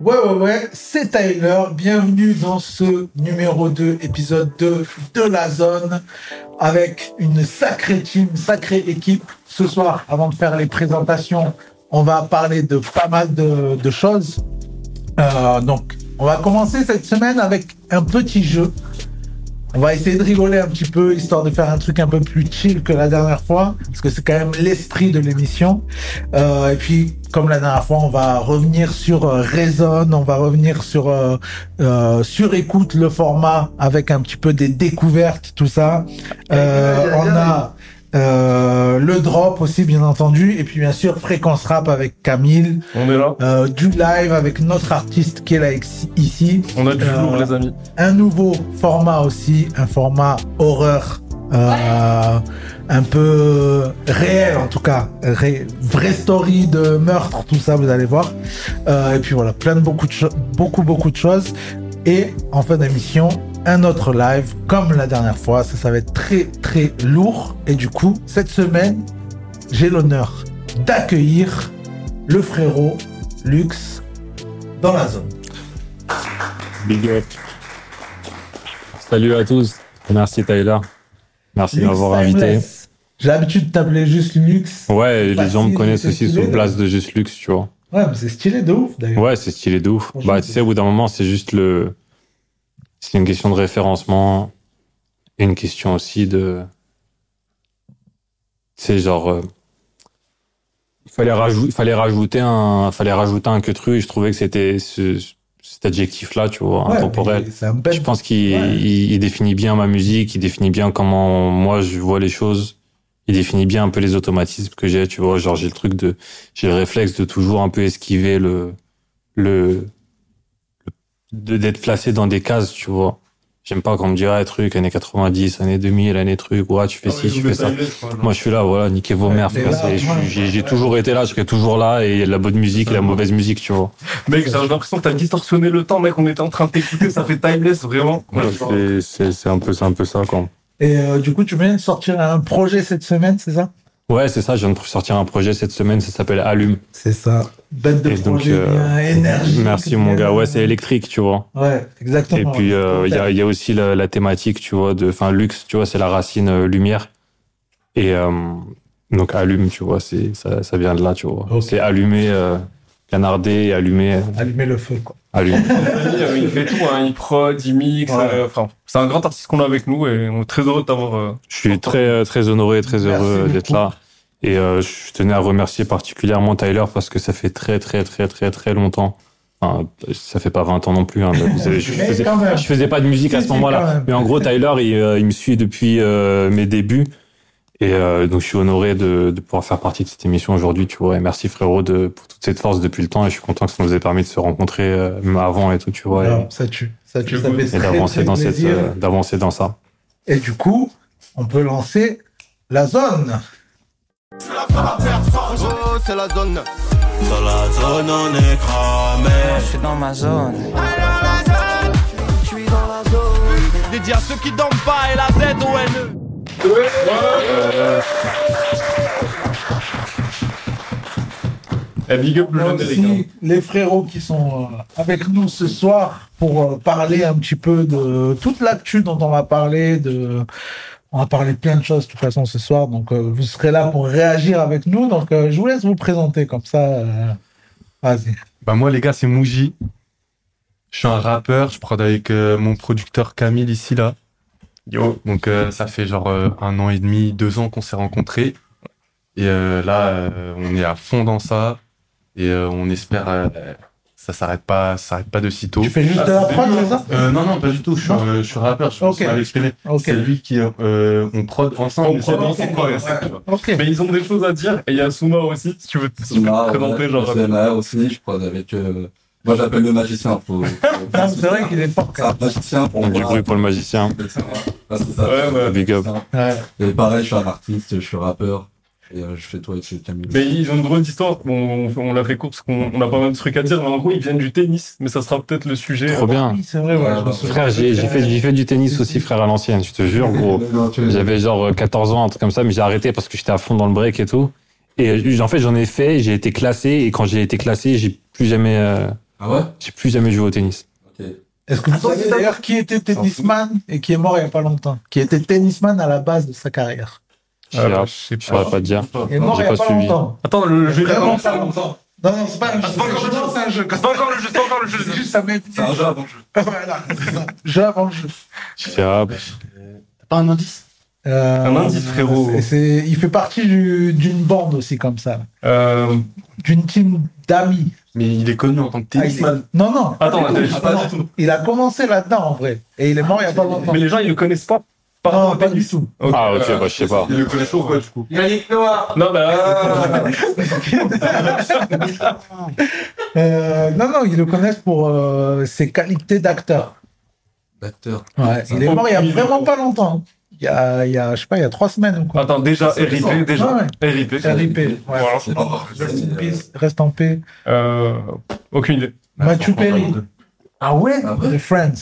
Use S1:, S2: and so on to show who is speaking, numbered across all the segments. S1: Ouais, ouais, ouais, c'est Tyler. Bienvenue dans ce numéro 2, épisode 2 de la zone, avec une sacrée team, sacrée équipe. Ce soir, avant de faire les présentations, on va parler de pas mal de, de choses. Euh, donc, on va commencer cette semaine avec un petit jeu. On va essayer de rigoler un petit peu, histoire de faire un truc un peu plus chill que la dernière fois, parce que c'est quand même l'esprit de l'émission. Euh, et puis, comme la dernière fois, on va revenir sur euh, Raison, on va revenir sur euh, euh, sur écoute le format avec un petit peu des découvertes, tout ça. Euh, on a euh, le drop aussi, bien entendu, et puis bien sûr fréquence rap avec Camille,
S2: On est là.
S1: euh, du live avec notre artiste qui est là ex- ici
S2: On a du
S1: Euh,
S2: lourd, les amis.
S1: un nouveau format aussi, un format horreur, euh, un peu réel en tout cas, Ré- vraie story de meurtre, tout ça, vous allez voir. Euh, et puis voilà, plein de beaucoup de cho- beaucoup beaucoup de choses. Et en fin d'émission, un autre live comme la dernière fois. Ça, ça va être très très lourd. Et du coup, cette semaine, j'ai l'honneur d'accueillir le frérot Lux dans la zone.
S3: Big up. Salut à tous. Merci Tyler. Merci de
S1: Lux
S3: m'avoir invité.
S1: Timeless. J'ai l'habitude de t'appeler juste Lux.
S3: Ouais, les
S1: Facile,
S3: gens me connaissent
S1: c'est
S3: aussi
S1: stylé.
S3: sous le place de Juste Luxe, tu vois.
S1: Ouais, mais c'est stylé de ouf d'ailleurs.
S3: Ouais, c'est stylé de ouf.
S1: Franchement,
S3: Bah, tu
S1: c'est-
S3: sais, au bout d'un moment, c'est juste le. C'est une question de référencement. Et une question aussi de. Tu sais, genre. euh, Il fallait, rajou- il fallait rajouter un. il fallait rajouter un que tru et je trouvais que c'était ce- cet adjectif-là, tu vois,
S1: Ouais,
S3: intemporel.
S1: mais C'est un bel.
S3: Je pense qu'il
S1: Ouais.
S3: il- il définit bien ma musique, il définit bien comment moi je vois les choses, il définit bien un peu les automatismes que j'ai, tu vois. Genre j'ai le truc de, j'ai le réflexe de toujours un peu esquiver le, le, de d'être placé dans des cases, tu vois. J'aime pas qu'on me dira un truc, années 90, années 2000, années truc, ouais, tu
S1: Ah
S3: fais ci, tu fais ça. Moi je suis là, voilà, niquez vos
S1: Ouais,
S3: mères,
S1: t'es
S3: frère.
S1: là,
S3: c'est- je
S1: ouais.
S3: suis- J'ai j'ai toujours été là, je serai toujours là, et il y a de la bonne musique, et la mauvaise musique, tu vois.
S2: Mec, j'ai l'impression que t'as distorsionné le temps, mec. On était en train de t'écouter, ça fait timeless, vraiment.
S3: C'est- C'est c'est un peu, c'est un peu ça, quoi.
S1: Et euh, du coup, tu viens de sortir un projet cette semaine, c'est ça
S3: Ouais, c'est ça. Je viens de sortir un projet cette semaine. Ça s'appelle Allume.
S1: C'est ça. Bête de
S3: Et donc,
S1: projet,
S3: euh,
S1: bien énergie.
S3: Merci, mon gars. Ouais, c'est électrique, tu vois.
S1: Ouais,
S3: Et
S1: exactement.
S3: puis, euh, il y, a, y a aussi la, la thématique, tu vois, de, enfin, luxe, tu vois, c'est la racine euh, lumière. Et euh, donc, allume, tu vois, c'est, ça, ça vient de là, tu vois.
S1: Ok.
S3: C'est allumer, euh, canarder, et allumer,
S1: Allumer le feu, quoi.
S3: allume.
S2: Ah, il fait tout, hein. Il prod, il mix.
S1: Ouais.
S2: euh, Enfin, c'est un grand artiste qu'on a avec nous et on est très heureux de t'avoir. euh,
S3: Je suis très, euh, très honoré, très
S1: Merci
S3: heureux euh,
S1: beaucoup.
S3: d'être là. Et euh, je tenais à remercier particulièrement Tyler parce que ça fait très, très, très, très, très longtemps. Enfin, ça fait pas 20 ans non plus. Hein, mais vous savez, je,
S1: Mais
S3: faisais,
S1: quand même.
S3: je faisais pas de musique
S1: Si,
S3: à
S1: si,
S3: ce
S1: quand
S3: moment-là.
S1: même.
S3: Mais en gros, Tyler, il, euh, il me suit depuis euh, mes débuts. Et euh, donc, je suis honoré de, de pouvoir faire partie de cette émission aujourd'hui, tu vois. Et merci, frérot, de, pour toute cette force depuis le temps. Et je suis content que ça nous ait permis de se rencontrer euh, même avant et tout, tu vois. et-
S1: Alors, ça tue. Ça tue.
S2: Je
S1: Ça
S2: vous-
S1: fait
S3: et
S1: très,
S3: d'avancer
S1: très
S3: dans, cette,
S1: plaisir.
S3: euh, d'avancer dans ça.
S1: Et du coup, on peut lancer la zone.
S4: Oh, c'est la zone. Dans la zone, on est cramé.
S5: Ah, suis dans ma zone.
S4: Dédié à ceux qui dorment pas et la Z O N E.
S2: Eh, big up le
S1: Là
S2: générique. hein.
S1: aussi, les frérots qui sont euh, avec nous ce soir pour euh, parler un petit peu de toute l'actu dont on va parler. De... On va parler de plein de choses de toute façon ce soir. Donc, euh, vous serez là pour réagir avec nous. Donc, euh, je vous laisse vous présenter comme ça. euh, Vas-y.
S6: Bah moi les gars c'est Mouji. Je suis un rappeur, je prod avec euh, mon producteur Camille ici là.
S2: Yo.
S6: Donc euh, ça fait genre euh, un an et demi, deux ans qu'on s'est rencontrés. Et euh, là euh, on est à fond dans ça et euh, on espère euh, ça s'arrête pas, ça s'arrête pas de sitôt.
S1: Tu fais juste de la prod, Ah, c'est ça
S6: Euh, non non pas du tout. Je suis,
S1: Non
S6: euh, je suis rappeur, je suis
S1: Ok.
S6: exprimé.
S1: Ok.
S6: C'est lui qui euh, on prod ensemble.
S2: On
S6: mais
S2: prod
S6: c'est lui
S2: ensemble,
S6: qui prod,
S2: ouais.
S6: c'est cool.
S1: Ok.
S2: hein. Mais ils ont des choses à dire et il y a Souma aussi, si tu veux si tu veux te
S7: Soumar,
S2: présenter,
S7: ouais,
S2: genre. euh.
S7: je l'aime à elle aussi, je crois, avec. euh, Moi, j'appelle le magicien. Faut...
S1: Non, mais C'est vrai qu'il est fort.
S7: C'est un magicien pour
S3: Donc, du
S7: moi.
S3: bruit pour le magicien.
S7: Ah, c'est ça.
S2: Ouais, ouais.
S3: Big up.
S1: Ouais.
S7: Et pareil, je suis un artiste, je suis rappeur. Et euh, je fais toi avec Camille.
S2: Mais ils ont une drôle d'histoire. Bon, on, on l'a fait court parce qu'on on a pas mal de trucs à dire, mais en gros, ils viennent du tennis, mais ça sera peut-être le sujet.
S3: Trop bien.
S1: Oui, c'est vrai, ouais, je me souviens.
S3: Frère, j'ai j'ai fait, j'ai fait du tennis aussi, frère, à l'ancienne, je te jure, gros.
S7: Non, tu-
S3: J'avais genre euh, 14 ans, un truc comme ça, mais j'ai arrêté parce que j'étais à fond dans le break et tout. Et euh, en fait, j'en ai fait, j'ai été classé, et quand j'ai été classé, j'ai plus jamais euh,
S7: Ah ouais
S3: J'ai plus jamais joué au tennis.
S7: Ok.
S1: Est-ce que vous
S5: Attends,
S1: savez
S5: c'est-
S1: d'ailleurs qui était tennisman et qui est mort il n'y a pas longtemps Qui était tennisman à la base de sa carrière.
S3: Je ne
S2: je sais pas.
S3: saurais pas te dire.
S1: Il est mort il
S3: J'ai
S1: n'y a
S3: pas
S1: pas
S3: suivi.
S1: longtemps.
S2: Attends, le jeu
S1: Vraiment pas longtemps. Non, non, c'est pas un jeu.
S5: c'est pas encore le
S1: Non, C'est un jeu.
S5: C'est pas encore le jeu, c'est pas encore le jeu.
S1: C'est juste ça m'est
S7: C'est un jeu avant que je.
S1: Voilà, c'est ça. Jeu avant le jeu.
S3: Je sais, ah, bah,
S6: T'as pas un indice
S1: Euh,
S2: Un indice, frérot.
S1: c'est- c'est- il fait partie du- d'une bande aussi comme ça,
S2: Euh,
S1: d'une team d'amis.
S6: Mais il est connu en tant que
S1: Ah, il est-
S6: tennisman.
S1: Non, non.
S2: Attends, attends,
S1: Non, Il a commencé là-dedans en vrai, et il est mort il n'y a pas longtemps.
S2: mais les gens, ils le connaissent pas. Par
S1: Non,
S2: rapport à
S1: pas
S2: Tennis.
S1: du tout.
S2: Ok.
S3: ah, ok, bah, je sais pas.
S6: Il le connaît pourquoi du coup
S5: Yannick Noah.
S2: Non, bah.
S1: Ah. Euh, non, non, ils le connaissent pour euh, ses qualités d'acteur.
S7: L'acteur.
S1: Ouais, il est mort il n'y a vraiment pas longtemps. Il y a, il y a, je sais pas, il y a trois semaines ou quoi.
S2: Attends, déjà, RIP, déjà.
S1: Ah Ouais,
S2: RIP.
S1: ouais. RIP. ouais.
S2: Voilà.
S7: C'est
S1: Oh,
S7: mort.
S1: Rest in peace, Reste en paix.
S2: Euh, aucune idée.
S1: Mathieu Perry. Ah ouais
S7: Ah ouais
S1: The Friends.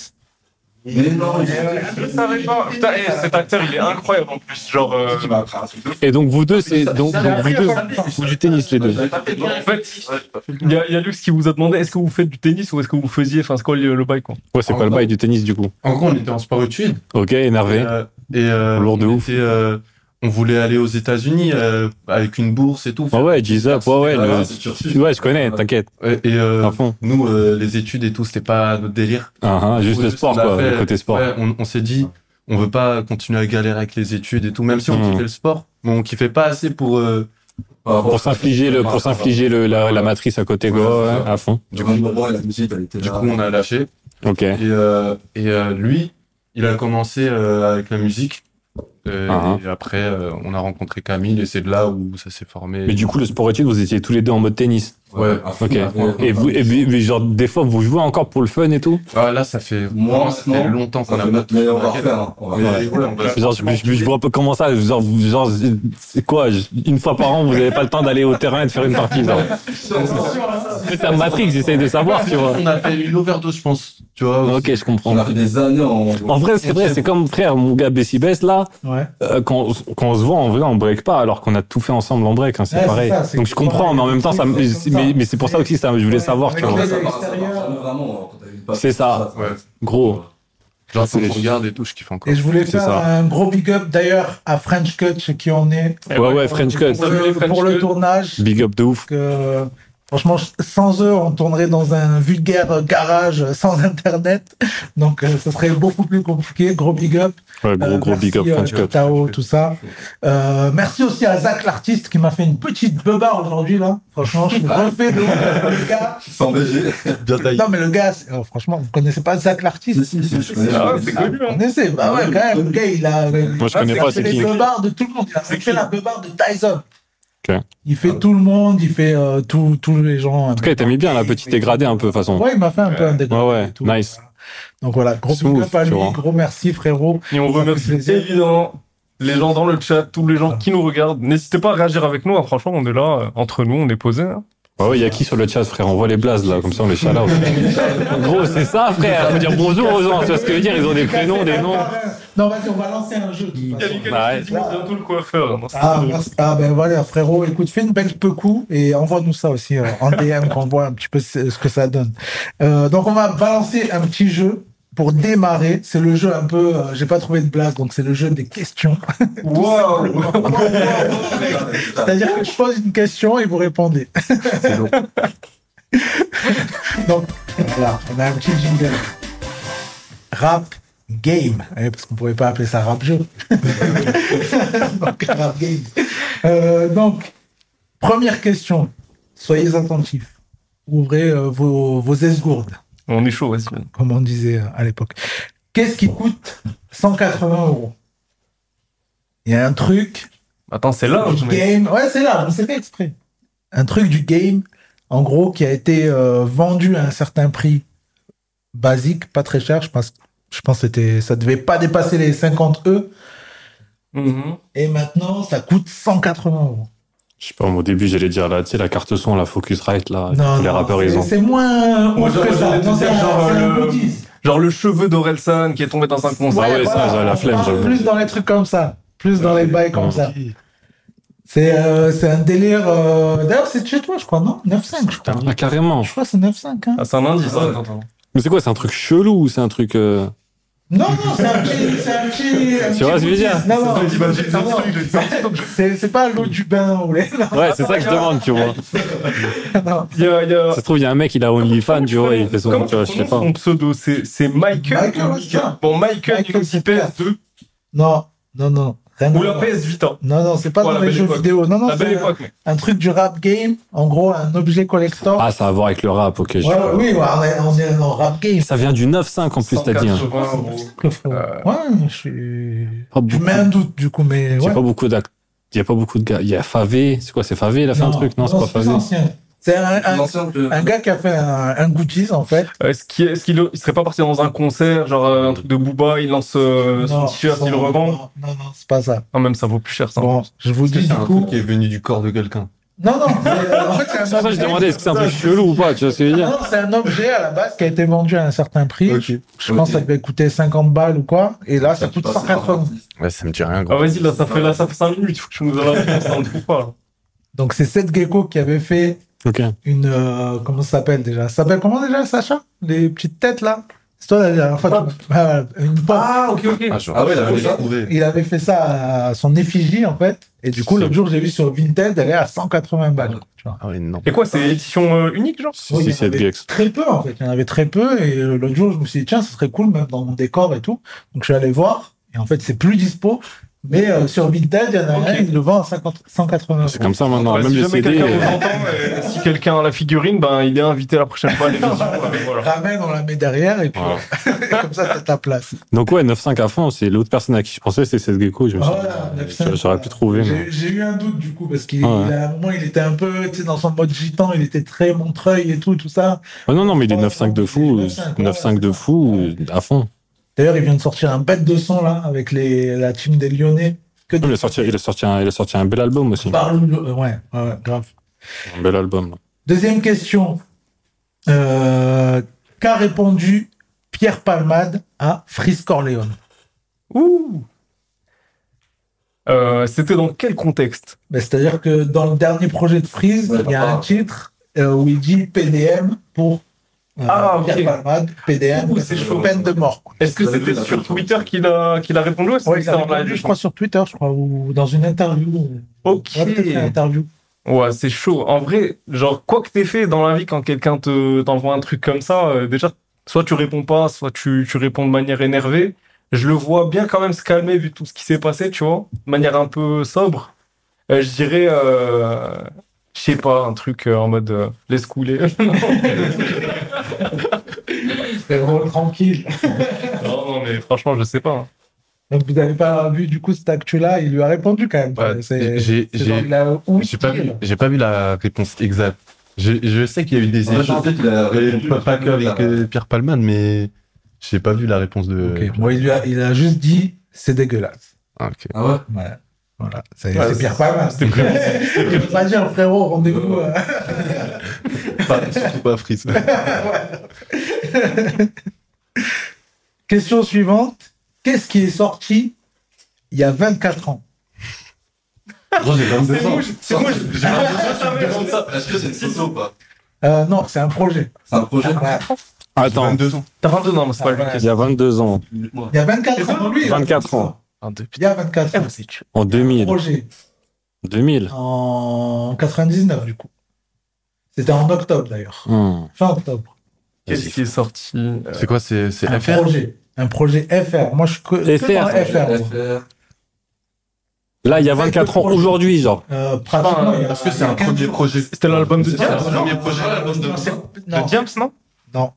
S7: Mais non, il est.
S2: Je savais pas. Putain, eh, cet acteur, il est incroyable en plus. Genre. euh,
S7: Tu m'as appris un truc de fou.
S3: Et donc, vous deux, c'est donc,
S1: ça,
S3: donc
S1: ça,
S3: vous
S1: ça,
S3: deux,
S1: ça, ça,
S3: vous jouez du tennis, les deux.
S2: En fait, il y, a- il y a Lux qui vous a demandé est-ce que vous faites du tennis ou est-ce que vous faisiez. Enfin, c'est quoi le, le bail, quoi
S3: Ouais, c'est
S6: Ah,
S3: quoi le
S6: non.
S3: bail du tennis, du coup
S6: En gros, on était en sport études.
S3: Ok, énervé.
S6: Euh, et euh,
S3: Lourd de
S6: on,
S3: ouf.
S6: était, euh, on voulait aller aux États-Unis euh, avec une bourse et tout. Ah,
S3: Ouais, Ah ouais, G-Zap, ouais, ouais.
S7: Voilà,
S3: le-
S7: c'est Turfu.
S3: Ouais, je connais, t'inquiète,
S6: Ouais, Et euh,
S3: à fond.
S6: nous, euh, les études et tout, c'était pas notre délire.
S3: Ah, ah, juste
S6: Ouais,
S3: le sport,
S6: on a
S3: quoi,
S6: fait-
S3: le côté sport.
S6: ouais, on on s'est dit, on veut pas continuer à galérer avec les études et tout, même si on
S3: Hmm.
S6: kiffait le sport, mais on kiffait pas assez pour. euh,
S7: Par rapport-
S3: Pour s'infliger le, pour s'infliger le, la, la matrice à côté, quoi,
S7: Ouais, c'est
S3: ouais,
S7: ça.
S3: à fond.
S7: Du coup, moi, la musique, elle était
S6: du
S7: là.
S6: coup, on a lâché.
S3: Ok.
S6: Et, euh, et euh, lui, il a commencé euh, avec la musique. Euh,
S3: Ah,
S6: Et après, euh, on a rencontré Camille et c'est de là où ça s'est formé.
S3: Mais du coup, le sport études, vous étiez tous les deux en mode tennis.
S7: Ouais, à fond,
S3: Ok.
S7: à fond.
S3: Et vous, et, puis- mais genre, des fois, vous jouez encore pour le fun et tout
S6: Ah, là, ça fait,
S7: Moi,
S6: vraiment, ça fait
S7: maintenant,
S6: longtemps qu'on
S7: Ça
S6: a
S7: fait
S6: pas
S7: notre- Mais on va
S6: touché.
S7: refaire. hein. On va
S6: Mais,
S7: refaire.
S6: ouais, on va-
S3: Genre, je, je- je vois pas comment ça, genre, vous- genre c'est- c'est quoi je- Une fois par an, vous avez pas le temps d'aller au terrain et de faire une partie, genre. C'est un matrix, j'essaye de savoir, tu vois.
S6: On a fait une overdose, je pense. Tu vois.
S3: Ok, je comprends.
S7: On a fait des années en.
S3: En vrai, c'est vrai, c'est comme frère, mon gars Bess là,
S1: Ouais.
S3: euh, quand, quand on se voit en vrai, on break pas, alors qu'on a tout fait ensemble en break, hein, c'est
S1: Ouais, c'est
S3: pareil.
S1: ça, c'est
S3: Donc je
S1: pareil.
S3: comprends, mais en même temps, ça, me-
S1: Oui, c'est comme ça.
S3: mais, mais c'est pour ça aussi, ça, je voulais
S1: Ouais,
S3: savoir,
S1: avec
S3: tu vois.
S1: les-
S7: Ouais, ça marche- ça
S1: l'extérieur.
S7: marche vraiment, hein, quand t'as une passe.
S3: C'est ça.
S6: Ouais.
S3: Gros,
S6: Genre,
S3: C'est
S6: quand
S3: les-
S6: on regarde et tout, je kiffe encore.
S1: Et je voulais
S3: C'est
S1: faire
S3: ça.
S1: un gros big up d'ailleurs à French Cut chez qui on est
S2: Eh
S3: ouais, ouais, French Cut,
S1: pour,
S2: Salut
S1: le,
S2: les French
S1: pour le
S2: Cut.
S1: tournage.
S3: big up de ouf.
S1: que euh, franchement, sans eux, on tournerait dans un vulgaire garage euh, sans internet. Donc, euh, ça serait beaucoup plus compliqué. Gros big up.
S3: Ouais, gros,
S1: Euh,
S3: gros big up,
S1: merci,
S3: French
S1: euh,
S3: Cut.
S1: Tao, tout ça. Euh, merci aussi à Zach l'artiste qui m'a fait une petite beubare aujourd'hui là. Franchement, je suis refait de ouf. euh, le gars.
S7: Sans BG.
S6: Bien taillé.
S1: Non mais le gars, c'est- euh, franchement, vous connaissez pas Zach l'artiste
S7: Si, si, si, je connais.
S2: Ah, ouais, c'est connu,
S1: Vous
S2: hein.
S1: connaissez Bah ouais, quand même. Le gars, il a.
S3: Moi, je connais
S1: il a
S3: pas,
S1: fait
S3: c'est
S1: les
S3: qui
S1: beubards de tout le monde. Il a fait
S2: qui
S1: la beubarde de Tyson.
S3: Ok.
S1: Il fait tout le monde, il fait euh, tous tous les gens. euh,
S3: En tout cas, t'as mis bien, là, petit dégradé un peu, de toute façon.
S1: Ouais, il m'a fait un peu un dégradé.
S3: Ouais, ouais,
S1: et tout.
S3: nice.
S1: Donc voilà, gros
S3: Smooth,
S1: big up à
S3: tu
S1: lui,
S3: vois.
S1: gros merci frérot.
S2: Et on
S1: Ça
S2: remercie
S1: fait plaisir.
S2: évidemment les gens dans le chat, tous les gens qui nous regardent. N'hésitez pas à réagir avec nous. hein. Franchement, on est là, euh, entre nous, on est posés. hein.
S3: Ouais, ouais, y a qui sur le chat, frère On voit les blazes, là, comme ça, on les shout out. Gros, c'est ça, frère. Faut dire bonjour aux gens, tu vois ce que je veux dire Ils ont des prénoms, des noms.
S1: Non, vas-y, on va lancer un jeu. de toute
S2: Il y a
S1: façon.
S2: Lucas
S3: Bah ouais.
S2: qui dit bientôt le coiffeur. hein. Non, c'est
S1: Ah,
S2: drôle.
S1: merci. Ah, ben voilà, frérot, écoute, fais une belle coup et envoie-nous ça aussi euh, en DM qu'on voit un petit peu ce ce que ça donne. Euh, donc, on va balancer un petit jeu pour démarrer. C'est le jeu un peu, euh, j'ai pas trouvé de blague, donc c'est le jeu des questions.
S2: Wow.
S1: C'est-à-dire que je pose une question et vous répondez. Donc, voilà, on a un petit jingle. Rap game. Ouais, parce qu'on ne pouvait pas appeler ça rap jeu. donc, rap game. Euh, donc, première question. Soyez attentifs. Ouvrez euh, vos, vos esgourdes,
S2: On est chaud, vas-y.
S1: comme on disait euh, à l'époque. Qu'est-ce qui coûte 180 euros Il y a un truc
S2: Attends, c'est large,
S1: du
S2: mais.
S1: game. Ouais, c'est là, on s'est fait exprès. Un truc du game, en gros, qui a été euh, vendu à un certain prix basique, pas très cher. Je pense, je pense que c'était, ça devait pas dépasser les 50 E.
S2: Mhm.
S1: Et maintenant, ça coûte 180 euros.
S3: Je sais pas, moi, au début, j'allais dire, là, tu sais, la carte son, la Focusrite, là, que les rappeurs,
S1: c'est-
S3: ils ont.
S1: C'est moins.
S2: Moi,
S1: ouf
S2: j'aurais-
S1: que ça.
S2: j'allais te
S1: Non,
S2: dire,
S1: c'est un-
S2: genre,
S1: c'est un
S2: le-
S1: bêtise.
S2: Genre le cheveu d'Orelsan qui est tombé dans un concert.
S3: euh, ouais, ça, j'ai la
S1: on
S3: flemme,
S1: parle
S3: j'avoue.
S1: Plus dans les trucs comme ça. Plus dans les bails comme ça. C'est euh, c'est un délire. euh, D'ailleurs, c'est de chez toi, je crois, non 9-5, je crois.
S3: Ah, carrément.
S1: Je crois que c'est 9-5. Hein.
S2: Ah, c'est un indice.
S7: Ah ouais.
S2: attends, attends.
S3: Mais c'est quoi C'est un truc chelou ou c'est un truc. euh,
S1: Non, non, c'est un petit. c'est un petit- un
S3: Tu
S1: petit
S3: vois ce que je veux dire
S1: Non, non,
S6: C'est ça, c'est
S1: non, non.
S6: ça, il est sorti, donc je-
S1: C'est c'est pas l'eau du bain ou les. Non,
S3: Ouais, c'est ça que je demande, tu vois.
S1: non.
S2: Il y a, il y a...
S3: Ça se trouve, il y a un mec, il a OnlyFans, tu vois, il fait son.
S2: Comment
S3: Tu vois, je sais
S2: prononces
S3: pas.
S2: Son pseudo, c'est c'est Michael.
S1: Michael,
S2: ou
S1: c'est
S2: Mika
S1: ça.
S2: Bon, Michael,
S1: Michael,
S2: il
S1: c'est
S2: PS2
S1: Non, non, non. Rien
S2: ou
S1: à
S2: la
S1: voir.
S2: PS Vita.
S1: Non, non, c'est pas
S2: Oh, la
S1: dans les
S2: belle
S1: jeux
S2: époque.
S1: vidéo. Non, non,
S2: La belle
S1: c'est
S2: époque, mec.
S1: un truc du rap game. En gros, un objet collector.
S3: Ah, ça a à voir avec le rap, ok. je-
S1: Ouais, oui, ouais, on est, on est dans rap game.
S3: Ça vient du 9-5 en plus, t'as dit. hein.
S2: 180 euros.
S1: Le fond.
S2: Euh,
S1: Ouais, je suis.
S3: Pas
S1: Je
S3: Oh, beaucoup.
S1: mets un doute du coup, mais.
S3: Il n'y
S1: Ouais.
S3: a pas beaucoup d'actes. Il y a pas beaucoup de gars. Il y a Favé. C'est quoi C'est Favé Il a fait un truc Non, c'est pas
S1: plus
S3: Favé.
S1: ancien. C'est un, un-
S7: L'ensemble de-
S1: un gars qui a fait un, un Goodies, en fait.
S2: Euh, Est-ce qu'il est-ce qu'il- il serait pas parti dans un concert, genre euh, un truc de Booba, il lance euh, son
S1: Non,
S2: t-shirt, il le
S1: non,
S2: revend
S1: Non, non, c'est pas ça.
S2: Ah, même ça vaut plus cher, ça.
S1: Bon, je vous dis
S6: C'est
S1: du
S6: un
S1: coup.
S6: truc qui est venu du corps de quelqu'un.
S1: Non, non, c'est- euh, en fait, c'est un
S3: C'est pour ça que je
S1: objet-
S3: demandais est-ce que c'est un peu chelou ou pas Tu vois ce que je veux dire
S1: Non, c'est un objet à la base qui a été vendu à un certain prix. Je pense que ça
S7: Ok.
S1: devait coûter 50 balles ou quoi. Et là, ça
S7: Tu
S1: coûte
S7: passes par
S1: 180.
S6: Ouais, ça me dit rien,
S2: Ah,
S6: gros.
S2: vas-y, là, ça fait, là, ça fait 5 minutes, faut que tu nous en réponse, ça, on ne trouve pas. là.
S1: Donc, c'est Seth Gecko qui avait fait
S3: Ok.
S1: une. euh, comment ça s'appelle déjà Ça s'appelle comment déjà, Sacha Les petites têtes là C'est toi la dernière fois. que tu m'as- Ah, voilà, Une pompe.
S2: Ah, ok, ok.
S6: Ah, je-
S7: Ah ouais, là,
S6: je l'avais
S7: déjà
S6: trouvé.
S1: Il avait fait ça à son effigie en fait. Et du coup, l'autre jour, j'ai vu sur Vinted, elle est à 180 balles. Tu vois.
S6: Ah ouais, non.
S2: Et quoi, c'est édition euh, unique, genre
S3: Si,
S1: Oui, il
S3: si,
S1: y
S3: c'est
S1: avait-
S3: Gex.
S1: Très peu en fait. Il y en avait très peu. Et euh, l'autre jour, je me suis dit, tiens, ce serait cool même dans mon décor et tout. Donc, je suis allé voir. Et en fait, c'est plus dispo. Mais euh, sur Vinted, il y en a
S2: Ok.
S1: un, il le vend à 50 180
S3: C'est comme ça maintenant.
S2: Bah,
S3: Même
S2: si
S3: les
S2: jamais
S3: CD.
S2: quelqu'un
S3: euh,
S2: vous entend, euh, si quelqu'un a la figurine, ben, il est invité la prochaine fois à l'émission. ouais, voilà.
S1: Ramène, on la met derrière et puis
S3: Voilà.
S1: comme ça, t'as ta place.
S3: Donc ouais, 9-5 à fond, c'est l'autre personne à qui je pensais, c'est Seth Gecko. Je me suis dit,
S1: Voilà,
S3: euh,
S1: 9-5,
S3: j'aurais pu trouver. mais-
S1: J'ai j'ai eu un doute du coup parce qu'il
S3: Ah ouais.
S1: il- à un moment il était un peu tu sais, dans son mode gitan, il était très montreuil et tout, tout ça.
S3: Ah non, non, mais il est
S1: Ouais,
S3: 9-5 de
S1: il
S3: fou.
S1: est
S3: euh,
S1: 9-5,
S3: 9-5 de
S1: ouais.
S3: fou, euh, à fond.
S1: D'ailleurs, il vient de sortir un bête de son là avec les, la team des Lyonnais. Que
S3: Il a sorti, il a sorti, un, il a sorti un bel album aussi.
S1: Par le- euh, ouais, ouais, ouais, grave.
S3: Un bel album.
S1: Deuxième question. Euh, Qu'a répondu Pierre Palmade à Fris Corleone
S2: Ouh Euh, C'était dans quel contexte
S1: Ben, C'est-à-dire que dans le dernier projet de Freeze,
S7: Ouais,
S1: il y a
S7: papa.
S1: un titre euh, où il dit PDM pour euh,
S2: Ah, ok.
S1: Pierre Palmade, PDM,
S2: Ouh, c'est chaud.
S1: peine de mort. quoi.
S2: Est-ce que
S7: Vous avez
S2: c'était
S7: vu la
S2: sur
S7: photo
S2: Twitter qu'il a, qu'il a répondu ou est-ce que
S1: Ouais,
S2: c'était en
S1: répondu,
S2: live
S1: je crois, sur Twitter, je crois, ou dans une interview.
S2: Ok.
S1: Ouais, peut-être une interview.
S2: Ouais, c'est chaud. En vrai, genre, quoi que t'aies fait dans la vie quand quelqu'un te t'envoie un truc comme ça, euh, déjà, soit tu réponds pas, soit tu, tu réponds de manière énervée. Je le vois bien quand même se calmer vu tout ce qui s'est passé, tu vois, de manière un peu sobre. Euh, je dirais, euh, je sais pas, un truc euh, en mode euh, laisse couler.
S1: C'est drôle, euh, tranquille.
S2: non, non, mais franchement, je sais pas. hein.
S1: Donc, vous n'avez pas vu, du coup, cet actu-là, il lui a répondu quand même.
S6: Ouais,
S1: C'est-
S6: j'ai-
S1: c'est genre,
S6: j'ai-
S1: il a outil,
S6: J'ai pas, vu-
S1: là.
S6: j'ai pas vu la réponse exacte. Je, je sais qu'il y a eu des
S7: Moi, je
S6: échanges,
S7: pensais qu'il a répondu
S6: pas, pas que avec euh, Pierre Palman, mais j'ai pas vu la réponse de.
S1: Ok, Bon, il, lui a, il a juste dit, c'est dégueulasse.
S6: Ah, ok. Ah,
S7: Ah ouais Ah,
S1: Ouais. Voilà. C'est
S2: Ouais,
S1: c'est
S2: c'est-
S1: Pierre Palmade.
S2: C'était prévu.
S1: Il veut pas dire, frérot, rendez-vous.
S7: Ouais.
S1: euh,
S6: Pas, surtout pas Fritz.
S1: Question suivante. Qu'est-ce qui est sorti il y a 24 ans
S7: Gros, j'ai 22 ans.
S2: C'est moi, je- j'ai pas besoin de
S7: Je me demande
S2: savoir.
S7: Ah, ça. Est-ce que c'est une photo ou pas
S1: Euh, Non, c'est un projet.
S7: C'est un projet
S1: Ouais.
S3: Attends,
S6: 22 ans.
S2: T'as 22 ans, mais c'est pas lui.
S3: il y a 22 ans,
S1: Il y a 24 ans. lui, il a
S3: 24 ans,
S1: Il y a 24 ans.
S3: en 2000,
S1: Projet
S3: 2000.
S1: en 99 du coup. C'était en octobre d'ailleurs.
S3: Hmm.
S1: Fin octobre.
S2: Qu'est-ce qui est sorti euh,
S6: C'est quoi C'est c'est
S1: Un
S6: FR
S1: projet. Un projet FR. Moi je suis que- que
S3: FR.
S1: dans FR. moi.
S7: FR.
S3: Là, il y a 24 ans, aujourd'hui, genre.
S1: Euh, pratiquement. il y a-
S6: Est-ce que
S1: il
S6: c'est
S1: y a
S6: un
S1: 15
S6: premier
S1: jours.
S6: projet
S2: C'était l'album de
S7: C'est ça,
S2: James
S7: le
S2: non
S7: premier projet, l'album de
S1: Non, c'est- non,
S2: De James, non
S1: non.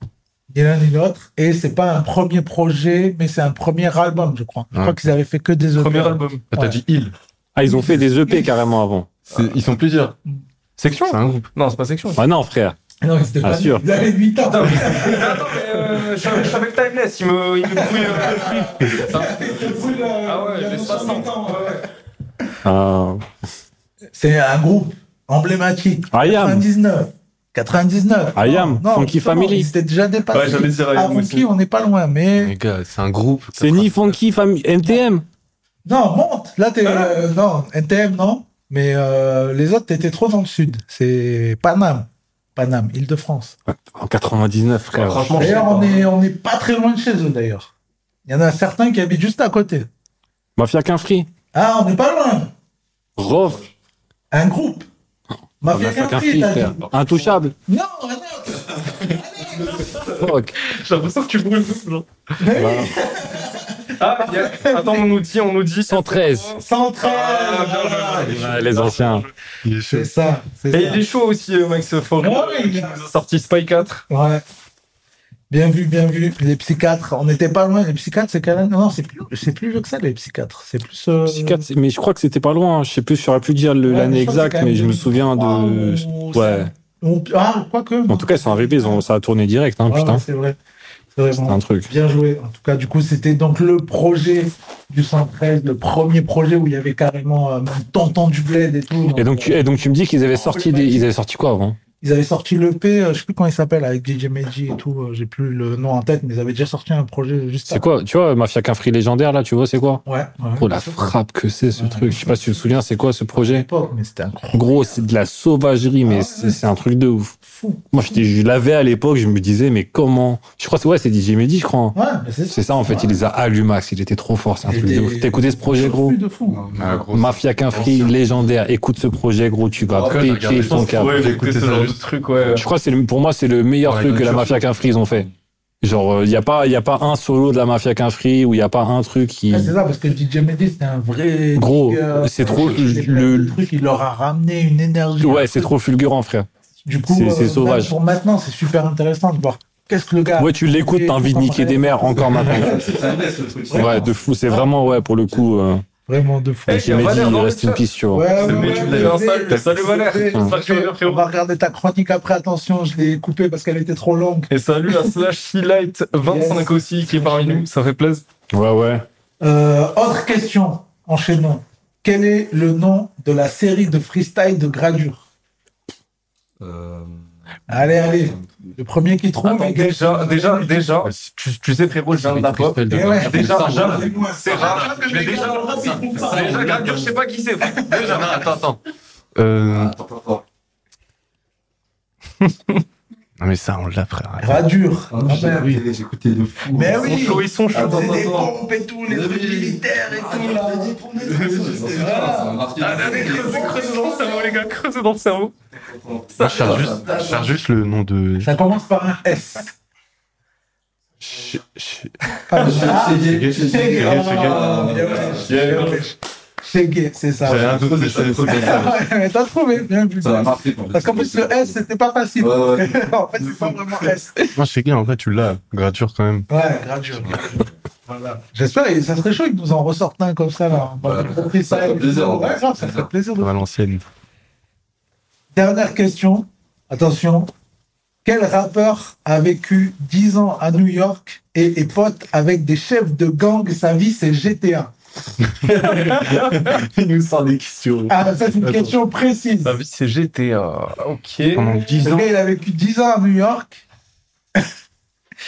S1: Ni l'un ni l'autre. Et c'est pas un premier projet, mais c'est un premier album, je crois. Je
S6: Ouais.
S1: crois qu'ils avaient fait que des
S2: Premier
S1: EP.
S2: album.
S6: Ah, T'as
S1: Ouais.
S6: dit il.
S3: Ah, ils ont fait des EP carrément avant.
S6: C'est- Ils sont plusieurs.
S2: Section
S6: C'est un groupe.
S2: Non, c'est pas section.
S3: Ah non, frère.
S1: Non, mais c'était
S3: Ah,
S1: pas
S3: sûr.
S1: Ils avaient 8 ans.
S2: Putain, mais- Attends, mais euh, je suis avec- je suis avec Timeless, il me, il me brouille. euh, ça. Ah ouais, j'ai 60 ans. ouais, ouais.
S3: Ah,
S1: C'est un groupe emblématique.
S3: I am.
S1: 99. 99.
S3: I am,
S1: Non,
S3: Funky
S1: justement,
S3: Family.
S1: Ils étaient déjà
S2: Ouais,
S1: dépassés.
S2: j'allais dire
S1: Ah,
S2: Iron
S1: Funky,
S2: Maiden.
S1: on n'est pas loin, mais.
S6: Les gars, c'est un groupe.
S3: C'est ni Funky Family, MTM.
S1: Non, monte. Là, t'es. euh, non, NTM, non. Mais euh, les autres, t'étais trop dans le sud. C'est Paname. Paname, Île-de-France.
S3: En 99, frère.
S2: Franchement, je sais
S1: D'ailleurs,
S2: pas.
S1: on n'est on est pas très loin de chez eux, d'ailleurs. Il y en a certains qui habitent juste à côté.
S3: Mafia qu'un free.
S1: Ah, on n'est pas loin.
S3: Rof.
S1: Un groupe. Mafia
S3: Mafia qu'un
S1: Capri,
S3: free,
S1: t'as
S3: frère.
S1: dit.
S3: Intouchable.
S1: Non, arrête.
S3: Fuck.
S2: J'ai l'impression que tu brûles tout, genre.
S1: Mais oui,
S3: Voilà.
S2: Ah, il y a- attends, on nous dit, on nous dit.
S3: 113.
S1: 113.
S2: Ah, bien joué,
S1: voilà.
S2: bien joué.
S3: Ouais, les anciens.
S6: Il est chaud.
S1: C'est ça. C'est
S2: Et
S1: ça.
S2: il est chaud aussi, euh, Max Forêt.
S1: Ouais, ouais,
S2: qui
S1: il
S2: nous
S1: a-
S2: a sorti Spy 4.
S1: Ouais. Bien vu, bien vu. Les psychiatres, on n'était pas loin. Les psychiatres, c'est quand même. Non, c'est plus, c'est plus vieux que ça, les psychiatres. C'est plus. euh,
S3: Psychiatre, c'est- Mais je crois que c'était pas loin. hein. Je sais plus, je saurais plus dire le-
S1: Ouais,
S3: l'année
S1: je crois que c'est
S3: exacte,
S1: quand
S3: mais
S1: même
S3: je me souviens de.
S1: 2003 ou-
S3: Ouais.
S1: ou- Ah, quoique.
S3: En tout cas, ils sont arrivés, ils ont... ça a tourné direct, hein,
S1: Ouais,
S3: putain.
S1: ouais, c'est vrai. C'est vrai.
S3: C'est
S1: bon.
S3: un truc.
S1: Bien joué. En tout cas, du coup, c'était donc le projet du 113, le premier projet où il y avait carrément euh, même Tonton du Bled et tout.
S3: Et donc, tu, et donc, tu me dis qu'ils avaient sorti des, ils avaient sorti quoi avant
S1: Ils avaient sorti l'EP, euh, je sais plus comment il s'appelle, avec DJ Meiji et tout. euh, J'ai plus le nom en tête, mais ils avaient déjà sorti un projet juste
S3: C'est quoi Tu vois, Mafia qu'un free légendaire, là, tu vois, c'est quoi
S1: Ouais. ouais.
S3: Oh, la frappe que c'est, ce truc. Je sais pas si tu te souviens, c'est quoi ce projet
S1: Époque, Mais c'était incroyable.
S3: Gros, c'est de la sauvagerie, mais c'est c'est un truc de ouf.
S1: Fou.
S3: Moi, j'étais- je l'avais à l'époque, je me disais, mais comment Je crois que c'est- ouais, c'est DJ Mehdi, je crois. hein.
S1: Ouais, mais c'est
S3: C'est ça, en fait, il les a allumés, il était trop fort, c'est un
S1: Il
S3: truc de
S1: était-
S3: ouf. T'écoutais ce projet, gros
S1: Plus de fou. hein.
S6: Ah, gros,
S3: Mafia qu'un free légendaire, écoute ce projet, gros, tu vas
S6: En fait, regardez,
S3: péter
S6: je
S3: ton
S6: pense que
S3: câble.
S6: ouais,
S2: j'ai
S6: j'ai écouté
S2: écouté ce
S6: ça
S2: genre de
S6: juste.
S2: truc, ouais.
S3: Je crois que c'est le- pour moi c'est le meilleur
S6: Ouais,
S3: truc que la
S6: Culture
S3: mafia qu'un free ils ont fait. Genre il y a pas y a pas un solo de la mafia qu'un free ou il y a pas un truc qui
S1: Ouais, Ah, c'est ça, euh, parce que DJ Medi, c'était un vrai.
S3: Gros,
S1: digger.
S3: c'est trop-
S1: C'est
S3: le-
S1: Le truc, il leur a ramené une énergie.
S3: Ouais, c'est trop fulgurant frère.
S1: Du coup,
S3: c'est- c'est
S1: euh,
S3: sauvage.
S1: même Pour maintenant, c'est super intéressant de voir qu'est-ce que le gars.
S3: Ouais, tu l'écoutes,
S1: Et
S3: t'as envie de
S1: comparé-
S3: niquer des mères encore maintenant. Ouais, de fou, c'est vraiment ouais pour le coup euh,
S1: Vraiment de fou.
S2: Eh,
S3: DJ
S2: y a
S3: Mehdi,
S2: Valère
S3: il
S2: dans le
S3: reste une
S2: chat.
S3: piste tu vois.
S1: Ouais,
S2: C'est
S1: ouais,
S2: le mec qui
S1: ouais,
S2: me l'avait
S1: ouais,
S2: installé.
S1: c'est-
S2: Salut, Valère.
S1: c'est-
S2: J'espère que tu vas bien,
S1: On
S2: frérot.
S1: va regarder ta chronique après, attention, je l'ai coupée parce qu'elle était trop longue.
S2: Et salut à Slash Sea Light 25
S1: Yes.
S2: aussi qui est parmi nous, ça fait plaisir.
S3: Ouais ouais.
S1: Euh, autre question, enchaînons. Quel est le nom de la série de freestyle de Gradure
S7: Euh,
S1: Allez, allez, le premier qui trouve.
S2: Attends,
S1: il gagne.
S2: déjà, Ah, déjà, déjà, tu, tu sais frérot, je viens de la pop.
S1: Eh ouais.
S2: Déjà, j'avoue,
S1: C'est moi.
S2: c'est rare.
S1: Je
S2: Mais
S1: vais
S2: déjà,
S1: gagner.
S2: c'est- c'est déjà Gradure, je sais pas qui c'est. Déjà,
S6: Non, attends, attends. Euh,
S7: attends, attends, Ah, attends.
S6: Non, mais ça, on l'a, frère.
S1: Gradure.
S7: Ah,
S1: Ah,
S7: j'ai
S1: merde.
S7: écouté- j'ai écouté de fou.
S1: Mais oui.
S2: ils sont chauds, ils sont
S1: Ah,
S2: chauds.
S1: c'est des
S2: Attends,
S1: pompes et tout, les
S7: Ah,
S1: trucs
S7: oui.
S1: militaires et tout
S2: Ah,
S1: là.
S2: Allez, creusez, creusez dans le cerveau, les gars, creusez dans le cerveau. Ah,
S6: Moi, je cherche juste, je cherche juste le nom de.
S1: Ça commence par un S.
S6: Ch- ch-
S1: Ah,
S7: Chegué, Chegué,
S1: Chegué.
S7: Chegué.
S1: Ah, bien joué. Bien joué. Chegué, c'est ça.
S6: J'avais un doute, mais ça-
S1: Ah ouais, mais t'as trouvé, bien vu.
S7: Ça m'a marqué. quand
S1: Parce qu'en plus, le S, c'était pas facile.
S7: Ouais, ouais.
S1: en fait, c'est pas vraiment S.
S6: Non, chez qui, en vrai, tu l'as. Gradure quand même.
S1: Ouais, gradure. Voilà. Ah, J'espère, et ça serait chaud qu'ils nous en ressortent un comme ça. Là. On va
S7: Ouais.
S1: faire plaisir.
S7: Ça fait plaisir, en
S1: Ouais,
S7: vrai.
S1: grave, ça fait plaisir. de-
S6: Valenciennes.
S1: Dernière question. Attention. Quel rappeur a vécu 10 ans à New York et est pote avec des chefs de gang Sa vie, c'est GTA.
S6: Il nous sort des questions.
S1: Ah, ça, c'est une
S6: Attends.
S1: question précise.
S2: Bah, c'est GTA. Ok.
S6: Pendant 10
S1: Le
S6: ans,
S1: gars, il a vécu 10 ans à New York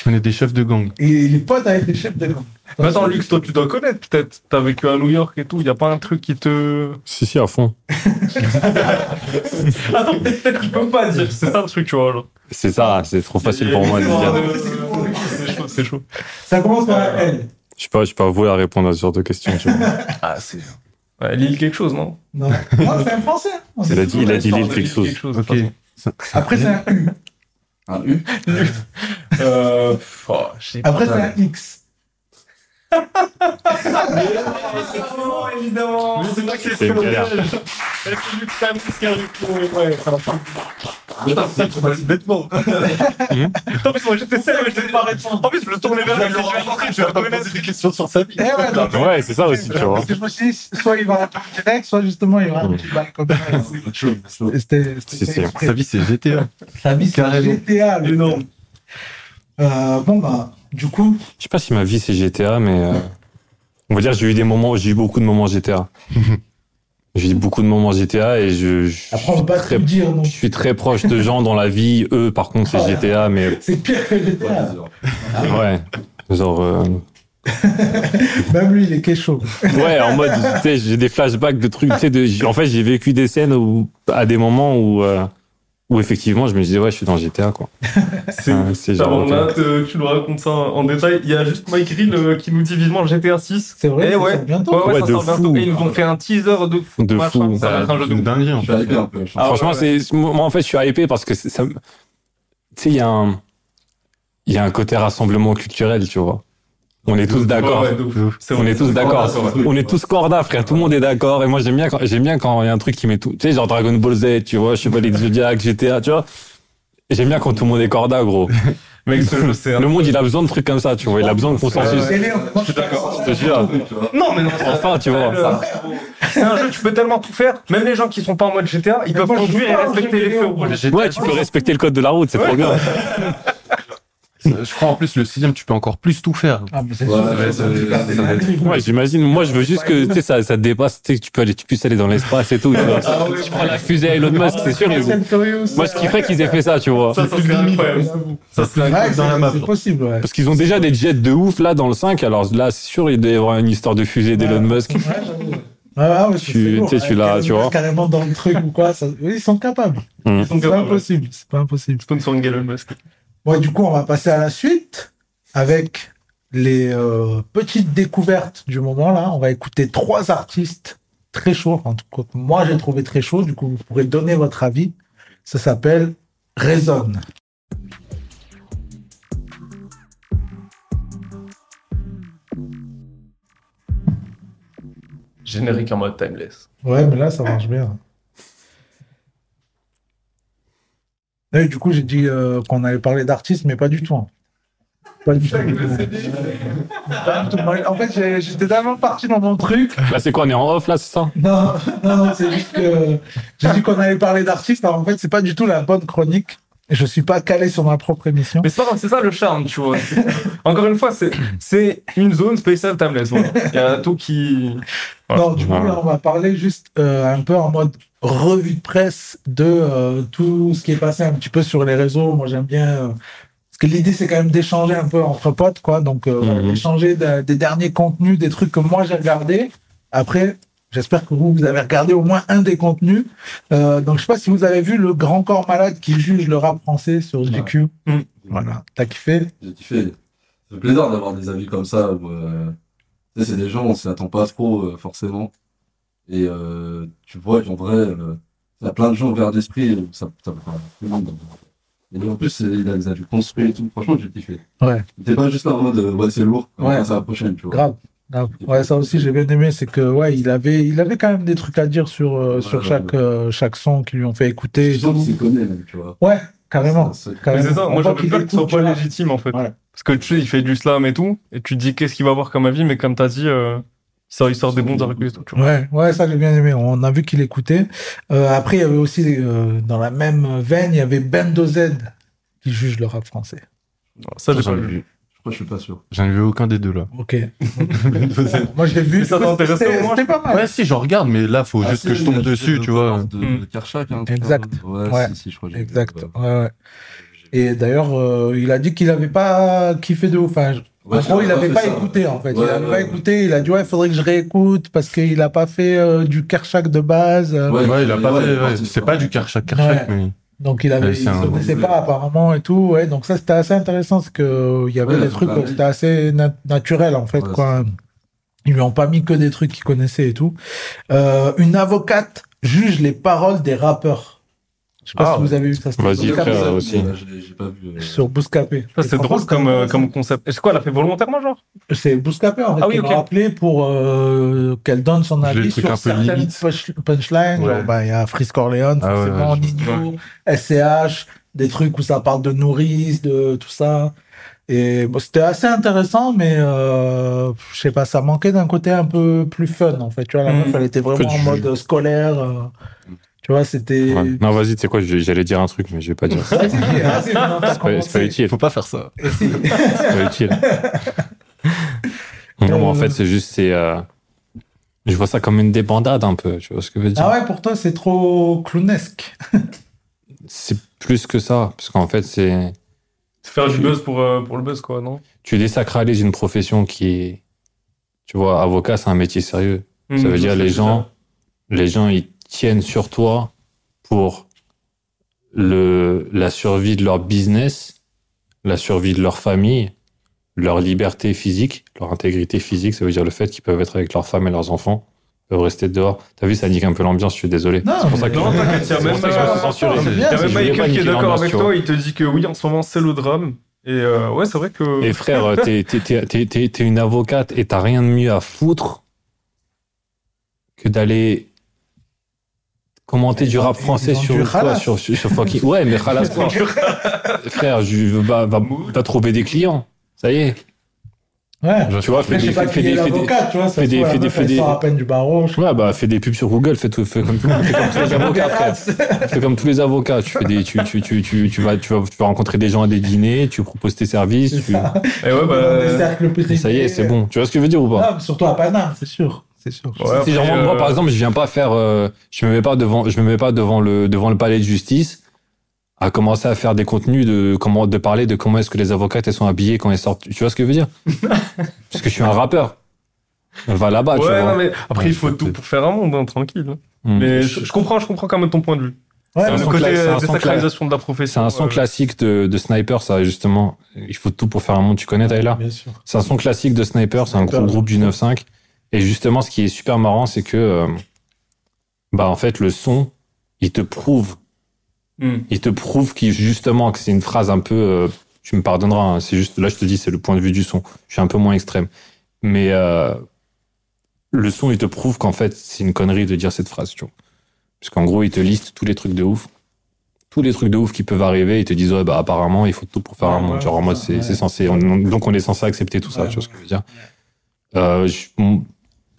S6: on est des chefs de gang.
S1: et il est pote avec des chefs de gang.
S2: Mais attends, Lux, toi, tu dois connaître peut-être. T'as vécu à New York et tout, y a pas un truc qui te.
S3: Si si à fond.
S2: Attends, peut-être qu'il peut pas dire. C'est ça le truc, tu vois. genre.
S3: C'est ça, c'est trop facile pour moi de dire.
S1: dire.
S2: C'est chaud, c'est chaud.
S1: Ça commence par un L.
S3: Je sais pas, je suis pas voué à répondre à ce genre de questions, tu vois.
S2: Ah, c'est. Ouais, Lille quelque chose, non
S1: Non, Non, c'est un français.
S2: Ah,
S1: On
S3: Il
S1: sait
S3: a dit,
S1: tout.
S3: il a dit
S2: L'histoire
S3: Lille
S2: de
S3: quelque chose.
S2: de toute
S6: Ok.
S2: façon.
S1: Après, c'est un U.
S7: Un U.
S2: Euh. pff, oh, je sais pas.
S1: Après, c'est un X.
S2: Évidemment, évidemment. Mais c'est pas que
S3: C'est une galère.
S2: C'est Lux Camus qui a répondu. Ouais, ça va pas.
S7: Attends, c'est- c'est bêtement.
S2: En plus, moi, j'étais seul, mais je devais pas répondre. En plus, je me tournais vers lui. Je vais rentrer, je vais reconnaître.
S6: des questions sur sa vie.
S1: Eh ouais, non, mais-
S3: Ouais, c'est ça aussi, tu vois.
S1: Parce que je me suis dit, soit il va répondre direct, soit justement il va un petit bail comme ça. Et C'était
S3: Si, si.
S1: c'était exprès.
S6: Sa vie, c'est GTA.
S1: Sa vie, c'est
S6: Carrément.
S1: GTA, le nom. Euh, Bon, bah, du coup,
S3: Je sais pas si ma vie c'est GTA, mais euh, on va dire que j'ai eu des moments, j'ai eu beaucoup de moments GTA. j'ai eu beaucoup de moments GTA et je, je,
S1: après, on
S3: suis
S1: peut pas
S3: très,
S1: tout dire. non. Ah,
S3: je suis très proche de gens dans la vie. Eux, par contre, c'est GTA, mais
S1: C'est pire que GTA.
S3: ouais, genre euh,
S1: Même lui, il est kécho.
S3: Ouais, en mode, tu sais, j'ai des flashbacks de trucs, tu sais, de- j'- en fait, j'ai vécu des scènes où, à des moments où, euh, où effectivement, je me disais, ouais, je suis dans GTA, quoi.
S2: C'est
S3: Hein, c'est
S2: Ça,
S3: genre,
S2: on a hâte, euh, que tu nous racontes ça en détail. Il y a juste Mike Reel euh, qui nous dit vivement GTA 6.
S1: C'est vrai,
S2: Eh
S1: ça
S2: ouais.
S1: sort bientôt.
S2: Ouais, ouais,
S3: Ouais,
S2: ça
S3: de
S2: sort bientôt.
S3: fou.
S2: Et ils nous ont fait un teaser de fou.
S3: De
S2: machin.
S3: fou.
S2: Ça va être un jeu de
S6: une
S2: ouf.
S6: dinguerie en
S7: Je
S6: fait.
S7: suis hypé un peu.
S2: Ah,
S3: Franchement,
S2: ouais, ouais.
S3: c'est moi en fait, je suis hypé parce que c'est- ça. me- Tu sais, il y a un, il y a un côté rassemblement culturel, tu vois. On est tous d'accord.
S2: Ouais, ouais, de ouf.
S6: De ouf.
S2: C'est
S3: On est tous d'accord.
S2: Ouais, ouais.
S3: On est tous corda, frère. Tout le monde est d'accord. Et moi, j'aime bien quand, j'aime bien quand il y a un truc qui met tout. Tu sais, genre Dragon Ball Z, tu vois, je sais pas, les Zodiac, GTA, tu vois. J'aime bien quand tout le monde est corda, gros.
S2: Mec, ce jeu, c'est un-
S3: Le monde, il a besoin de trucs comme ça, tu vois. Il a besoin de consensus.
S2: Ouais, ouais.
S1: Je suis
S2: d'accord.
S3: Je te jure.
S2: Non, mais non, c'est-
S3: Enfin, tu vois.
S2: Euh, C'est un jeu, tu peux tellement tout faire. Même les gens qui sont pas en mode GTA, ils
S1: Mais
S2: peuvent
S1: moi, je
S2: conduire
S1: joue
S2: et
S1: pas aux
S2: respecter
S1: jeux
S2: les feux
S1: vidéo.
S2: rouges.
S3: Ouais, tu peux respecter le code de la route, c'est trop bien.
S6: Je crois en plus le sixième, tu peux encore plus tout faire.
S1: Ah, mais c'est
S7: Ouais,
S1: sûr.
S7: ouais,
S1: c'est
S6: ça-
S1: sûr.
S6: ça- ça va être-
S3: Ouais, j'imagine. Moi, je veux juste que tu sais, ça, ça dépasse, tu sais, que tu peux aller, tu puisses aller dans l'espace et tout. Tu, vois.
S1: Ah
S3: Tu prends la fusée à Elon Musk, c'est sûr. ils-
S1: Fast and Furious.
S3: Moi, je kifferais qu'ils aient fait ça, tu vois.
S2: Ça, ça serait incroyable.
S6: Ça c'est
S1: Ouais,
S6: dans la map.
S1: c'est- c'est possible, ouais.
S3: Parce qu'ils ont déjà des jets de ouf là dans le 5. Alors là, c'est sûr, il doit y avoir une histoire de fusée d'Elon Musk.
S1: Ouais, j'avoue. Ah, ouais,
S3: Tu-
S1: c'est lourd,
S3: tu sais,
S1: ouais,
S3: tu l'as,
S1: carrément-
S3: tu vois. Mm.
S1: Carrément dans le truc ou quoi. ça- Oui, Ils sont capables.
S3: Hmm.
S2: Ils sont
S1: C'est pas
S2: capables.
S1: impossible. C'est pas impossible.
S2: Sponsoring Elon Musk.
S1: Bon, du coup, on va passer à la suite avec les euh, petites découvertes du moment. Là, on va écouter trois artistes très chauds. En tout cas, que moi, j'ai trouvé très chaud. Du coup, vous pourrez donner votre avis. Ça s'appelle Raisonne.
S2: Générique en mode timeless.
S1: Ouais, mais là, ça marche bien. Et du coup, j'ai dit euh, qu'on allait parler d'artistes, mais pas du tout. hein. Pas du tout. Pas du tout. En fait, j'ai- j'étais tellement parti dans mon truc
S3: Là, Bah, c'est quoi On est en off là, c'est ça
S1: Non, non, non, c'est juste que j'ai dit qu'on allait parler d'artistes. Alors en fait, c'est pas du tout la bonne chronique. Je suis pas calé sur ma propre émission.
S2: Mais c'est pas grave, c'est ça le charme, tu vois. C'est- Encore une fois, c'est- c'est une zone spéciale timeless. voilà. Il y a tout qui.
S1: non, du coup,
S3: Voilà.
S1: là, on va parler juste euh, un peu en mode revue de presse de euh, tout ce qui est passé un petit peu sur les réseaux. Moi, j'aime bien. euh, parce que l'idée, c'est quand même d'échanger un peu entre potes, quoi. Donc, euh,
S3: Mhm.
S1: échanger de- des derniers contenus, des trucs que moi j'ai regardés. Après, j'espère que vous, vous avez regardé au moins un des contenus. Euh, donc, je sais pas si vous avez vu le Grand Corps Malade qui juge le rap français sur GQ.
S3: Mm.
S2: Mhm.
S1: Voilà. T'as kiffé
S7: J'ai kiffé. C'est plaisir d'avoir des avis comme ça. où, euh, tu sais, c'est des gens, on s'y attend pas trop, euh, forcément. Et euh, tu vois qu'en vrai, euh, il y a plein de gens ouverts d'esprit. euh, Ça, ça peut faire tout le monde. Et en plus, c'est- il a, il a dû construire et tout. Franchement, j'ai kiffé.
S1: Ouais.
S7: T'es pas juste là en mode, euh, ouais, c'est lourd. On
S1: Ouais.
S7: passe à la prochaine, tu vois.
S1: Grave. grave. Ouais, ça aussi j'ai bien aimé, c'est que ouais, il avait, il avait quand même des trucs à dire sur euh,
S7: Ouais,
S1: sur
S7: ouais,
S1: chaque euh, chaque son qu'ils lui ont fait écouter.
S7: Je sens qu'il s'y connaît, même, tu vois.
S1: Ouais, carrément.
S7: Ça, c'est-
S2: Mais
S1: carrément.
S2: c'est ça,
S1: On
S2: moi
S1: voit
S2: j'aurais
S1: qu'il
S2: peur qu'il soit
S1: écoute, tu
S2: pas
S1: vois.
S2: légitime en fait.
S1: Ouais.
S2: Parce que tu sais, il fait du slam et tout, et tu te dis qu'est-ce qu'il va avoir comme avis, mais comme t'as dit, euh, il, sort, il sort des bons arguments et tout, tu vois.
S1: Ouais, ouais, ça j'ai bien aimé. On a vu qu'il écoutait. Euh, après, il y avait aussi euh, dans la même veine, il y avait Bendo Z qui juge le rap français.
S2: Ça, j'ai pas
S6: J'en ai
S2: vu.
S6: vu.
S7: Je crois que je suis pas sûr.
S6: J'en ai vu aucun des deux là.
S1: Ok. Moi j'ai vu.
S2: Mais ça
S1: du coup,
S2: t'intéresse
S1: c'était-
S2: au moins,
S1: C'était pas mal.
S6: Ouais, si, j'en regarde, mais là, faut
S7: Ah,
S6: juste
S7: si,
S6: que je
S7: il y
S6: tombe
S7: a
S6: dessus,
S7: de-
S6: tu vois.
S7: De,
S2: Hmm.
S7: de Karchak, hein, tout
S1: Exact.
S7: ça. Ouais,
S1: Ouais.
S7: Si, si, je crois que j'ai vu.
S1: Exact.
S7: Ouais.
S1: Ouais, ouais. Et d'ailleurs, euh, il a dit qu'il avait pas kiffé de ouf. Enfin,
S7: Ouais,
S1: en gros, il
S7: j'aurais
S1: n'avait
S7: fait
S1: pas
S7: ça.
S1: écouté, en fait. il
S7: Ouais,
S1: n'avait
S7: ouais,
S1: pas
S7: ouais.
S1: écouté. Il a dit, ouais, il faudrait que je réécoute parce qu'il n'a pas fait euh, du Kershak de base. Euh,
S7: Ouais,
S6: Ouais, il a
S7: ouais,
S6: pas
S7: ouais,
S6: fait. ouais.
S7: parti,
S6: C'est
S7: quoi.
S6: pas du Karchak Karchak, mais.
S1: Donc, il avait,
S6: Ouais, c'est
S1: il
S6: un-
S1: se connaissait pas, apparemment, et tout. Ouais, donc ça, c'était assez intéressant parce que euh, il y avait
S7: Ouais,
S1: des
S7: la
S1: trucs,
S7: plupart,
S1: euh,
S7: oui.
S1: c'était assez na- naturel, en fait,
S7: Ouais,
S1: quoi. Ils lui ont pas mis que des trucs qu'il connaissait et tout. Euh, une avocate juge les paroles des rappeurs. Je sais pas
S6: Ah,
S1: si vous avez vu ça. c'était
S3: Vas-y,
S1: sur
S7: J'ai pas
S3: frère,
S7: vu ça,
S1: Bouscapé.
S3: aussi.
S7: mais j'ai- J'ai pas vu. euh,
S1: Sur Bouscapé. Et
S2: Ça, c'est
S1: franchement,
S2: drôle
S1: c'était
S2: comme, euh,
S1: intéressant.
S2: comme concept. Est-ce quoi, elle a fait volontairement, genre
S1: C'est Bouscapé en fait
S2: Ah oui,
S1: qu'on
S2: ok.
S1: a appelé pour euh, qu'elle donne son
S6: J'ai le
S1: avis
S6: truc
S1: sur
S6: un peu
S1: certaines
S6: limite.
S1: punch- punchlines. Genre, bah,
S6: Ouais.
S1: Il y a Frisk Orleans,
S6: Ah ouais,
S1: forcément,
S6: ouais,
S1: Nino, SCH, des trucs où ça parle de nourrice, de tout ça. Et bon, c'était assez intéressant, mais euh, je sais pas, ça manquait d'un côté un peu plus fun en fait. Tu vois, la
S2: Mm.
S1: meuf, elle était vraiment en
S3: du jeu.
S1: mode scolaire. euh, tu vois, c'était.
S3: Ouais. Non, vas-y, tu sais quoi je- J'allais dire un truc, mais je vais pas dire. ça.
S1: Vas-y, vas-y, maintenant, t'as
S3: C'est pas- C'est pas
S1: commencé.
S3: utile.
S6: Faut pas faire ça.
S1: Et si-
S3: C'est pas utile. Non, mais en fait, c'est juste, c'est. euh, Je vois ça comme une débandade un peu. Tu vois ce que je veux dire
S1: Ah ouais, pour toi, c'est trop clownesque.
S3: C'est plus que ça, parce qu'en fait, c'est
S2: Faire du buzz pour, euh, pour le buzz, quoi, non
S3: Tu désacralises une profession qui est, tu vois, avocat, c'est un métier sérieux. Ça veut dire les gens, les gens, ils tiennent sur toi pour le, la survie de leur business, la survie de leur famille, leur liberté physique, leur intégrité physique. Ça veut dire le fait qu'ils peuvent être avec leurs femmes et leurs enfants, peuvent rester dehors. T'as vu, ça nique un peu l'ambiance. Je suis désolé.
S1: Ah, Non,
S3: C'est pour ça que
S2: Non, t'inquiète, y a
S3: C'est
S2: même,
S3: pour ça que je me
S2: euh,
S3: suis censuré.
S1: non, Ah, mais bien,
S2: Il y
S1: Je
S2: a même
S3: voulais pas
S2: Michael qui est
S3: niquer
S2: d'accord
S3: l'ambiance,
S2: avec
S3: tu vois.
S2: toi, il te dit que oui, en ce moment, c'est le drame. Et euh, ouais, c'est vrai que.
S3: Et frère, euh, t'es, t'es, t'es, t'es- t'es- t'es une avocate et t'as rien de mieux à foutre que d'aller commenter
S1: Ils
S3: du
S1: ont-
S3: rap
S1: ils
S3: français
S1: ont
S3: sur
S1: du
S3: quoi
S1: rhalas.
S3: sur, sur, sur fucking- Ouais, mais ralasse quoi. frère, je va, va, va trouver des clients. Ça y est.
S1: Ouais.
S3: Tu vois, fais
S1: Après, je sais
S3: des,
S1: pas
S3: fais,
S1: qui
S3: des-
S1: est
S3: fais des-
S1: l'avocat, tu vois. Ça
S3: fais
S1: se
S3: des-
S1: trouve, la
S3: fais des-
S1: meuf,
S3: fais
S1: elle
S3: des-
S1: sort à peine du barreau. je-
S3: Ouais, bah, fais des pubs sur Google, fais, tout, fais comme tout le monde, fais comme tous les avocats, frère. Fais comme tous les avocats, tu fais des, tu, tu, tu, tu, tu vas, tu vas, tu vas rencontrer des gens à des dîners, tu proposes tes
S1: C'est
S3: services, tu-
S1: ça.
S2: Et ouais,
S1: Dans des
S2: bah.
S1: cercles
S3: Et
S1: privés.
S3: ça y est, c'est bon. Tu vois ce que je veux dire ou pas?
S1: Non, mais surtout à Paname, c'est sûr. C'est sûr.
S2: ouais,
S3: si
S2: après,
S3: genre, moi,
S2: euh,
S3: par exemple, je viens pas faire, euh, je me mets pas devant, je me mets pas devant le devant le palais de justice à commencer à faire des contenus de comment de parler de comment est-ce que les avocates elles sont habillées quand elles sortent. Tu vois ce que je veux dire Parce que je suis un rappeur. Va là-bas, tu
S2: ouais,
S3: vois.
S2: non, mais après,
S3: Ouais,
S2: il faut
S3: c'est-
S2: tout pour faire un monde, hein, tranquille. hein.
S3: Mm.
S2: Mais je, je comprends, je comprends quand même ton point de vue.
S1: Ouais,
S3: C'est un
S2: le
S3: son
S2: côté
S3: cla- c'est un
S2: euh,
S3: son cla-
S2: désacralisation de la profession.
S3: C'est un son
S2: euh,
S3: classique de, de sniper, ça justement. Il faut tout pour faire un monde. Tu connais Tyler
S1: Bien sûr.
S3: C'est un son classique de Sniper, c'est un
S1: Sniper.
S3: gros groupe du 9.5. Et justement, ce qui est super marrant, c'est que, euh, bah, en fait, le son, il te prouve.
S2: Hmm.
S1: Mm.
S3: Il te prouve qu'il, justement, que c'est une phrase un peu, euh, tu me pardonneras, hein, c'est juste, là, je te dis, c'est le point de vue du son. Je suis un peu moins extrême. Mais, euh, le son, il te prouve qu'en fait, c'est une connerie de dire cette phrase, tu vois. Parce qu'en gros, il te liste tous les trucs de ouf. Tous les trucs de ouf qui peuvent arriver, ils te disent, ouais, bah, apparemment, il faut tout pour faire
S1: Ouais,
S3: un monde.
S1: ouais,
S3: Genre, en
S1: c'est
S3: mode,
S1: ça,
S3: c'est
S1: ouais.
S3: c'est censé, on- on- donc on est censé accepter tout ça,
S1: Ouais,
S3: tu vois ce que je veux dire. Euh, je, bon,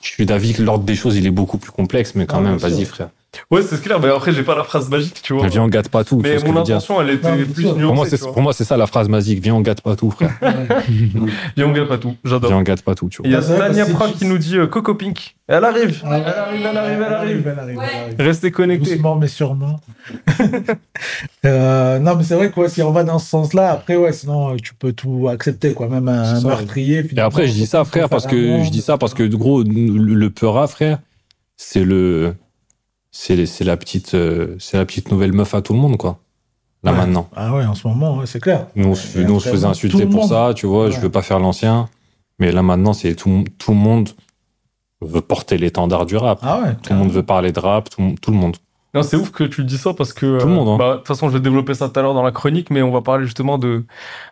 S3: je suis d'avis que l'ordre des choses, il est beaucoup plus complexe, mais quand
S1: Ah,
S3: même,
S1: bien
S3: vas-y,
S1: sûr.
S3: frère.
S2: Ouais, c'est clair, mais après, j'ai pas la phrase magique, tu vois.
S3: Viens, on gâte pas tout. tu
S2: Mais
S3: vois ce que
S2: mon
S3: je veux dire.
S2: intention, elle était
S1: Non, mais
S2: plus
S1: sûr.
S2: nuancée.
S3: Pour moi, c'est,
S2: tu vois.
S3: pour moi, c'est ça la phrase magique. Viens, on gâte pas tout, frère.
S2: Viens, on gâte pas tout. J'adore.
S3: Viens, on gâte pas tout, tu
S2: Et
S3: vois.
S2: Il y a
S1: Ouais, ouais,
S2: Stania
S1: bah, c'est
S2: Pra
S1: juste-
S2: qui nous dit euh, Coco Pink. Elle arrive, elle arrive, elle arrive, elle arrive.
S1: Elle arrive, elle arrive.
S2: Restez connectés.
S1: Doucement, mais sûrement. Euh, non, mais c'est vrai que ouais, si on va dans ce sens-là, après, ouais, sinon, euh, tu peux tout accepter, quoi. Même un
S3: C'est ça.
S1: meurtrier.
S3: Et après, je dis ça, frère, parce que je dis ça parce que, de gros, le le Peura, frère, c'est le, c'est, c'est la petite, euh, c'est la petite nouvelle meuf à tout le monde, quoi. Là,
S1: Ouais.
S3: maintenant.
S1: Ah ouais, en ce moment, ouais, c'est clair.
S3: Nous, on se,
S1: Et
S3: nous, on se
S1: après,
S3: faisait
S1: tout
S3: insulter
S1: le
S3: pour
S1: monde.
S3: ça, tu vois, je
S1: Ouais.
S3: veux pas faire l'ancien. Mais là, maintenant, c'est tout, tout le monde veut porter l'étendard du rap.
S1: Ah ouais.
S3: Tout le monde veut parler de rap, tout, le- tout le monde.
S2: Non, c'est ouf que tu dis ça parce que.
S3: Tout le
S2: euh,
S3: monde, hein.
S2: bah, De toute façon, je vais développer ça tout à l'heure dans la chronique, mais on va parler justement de,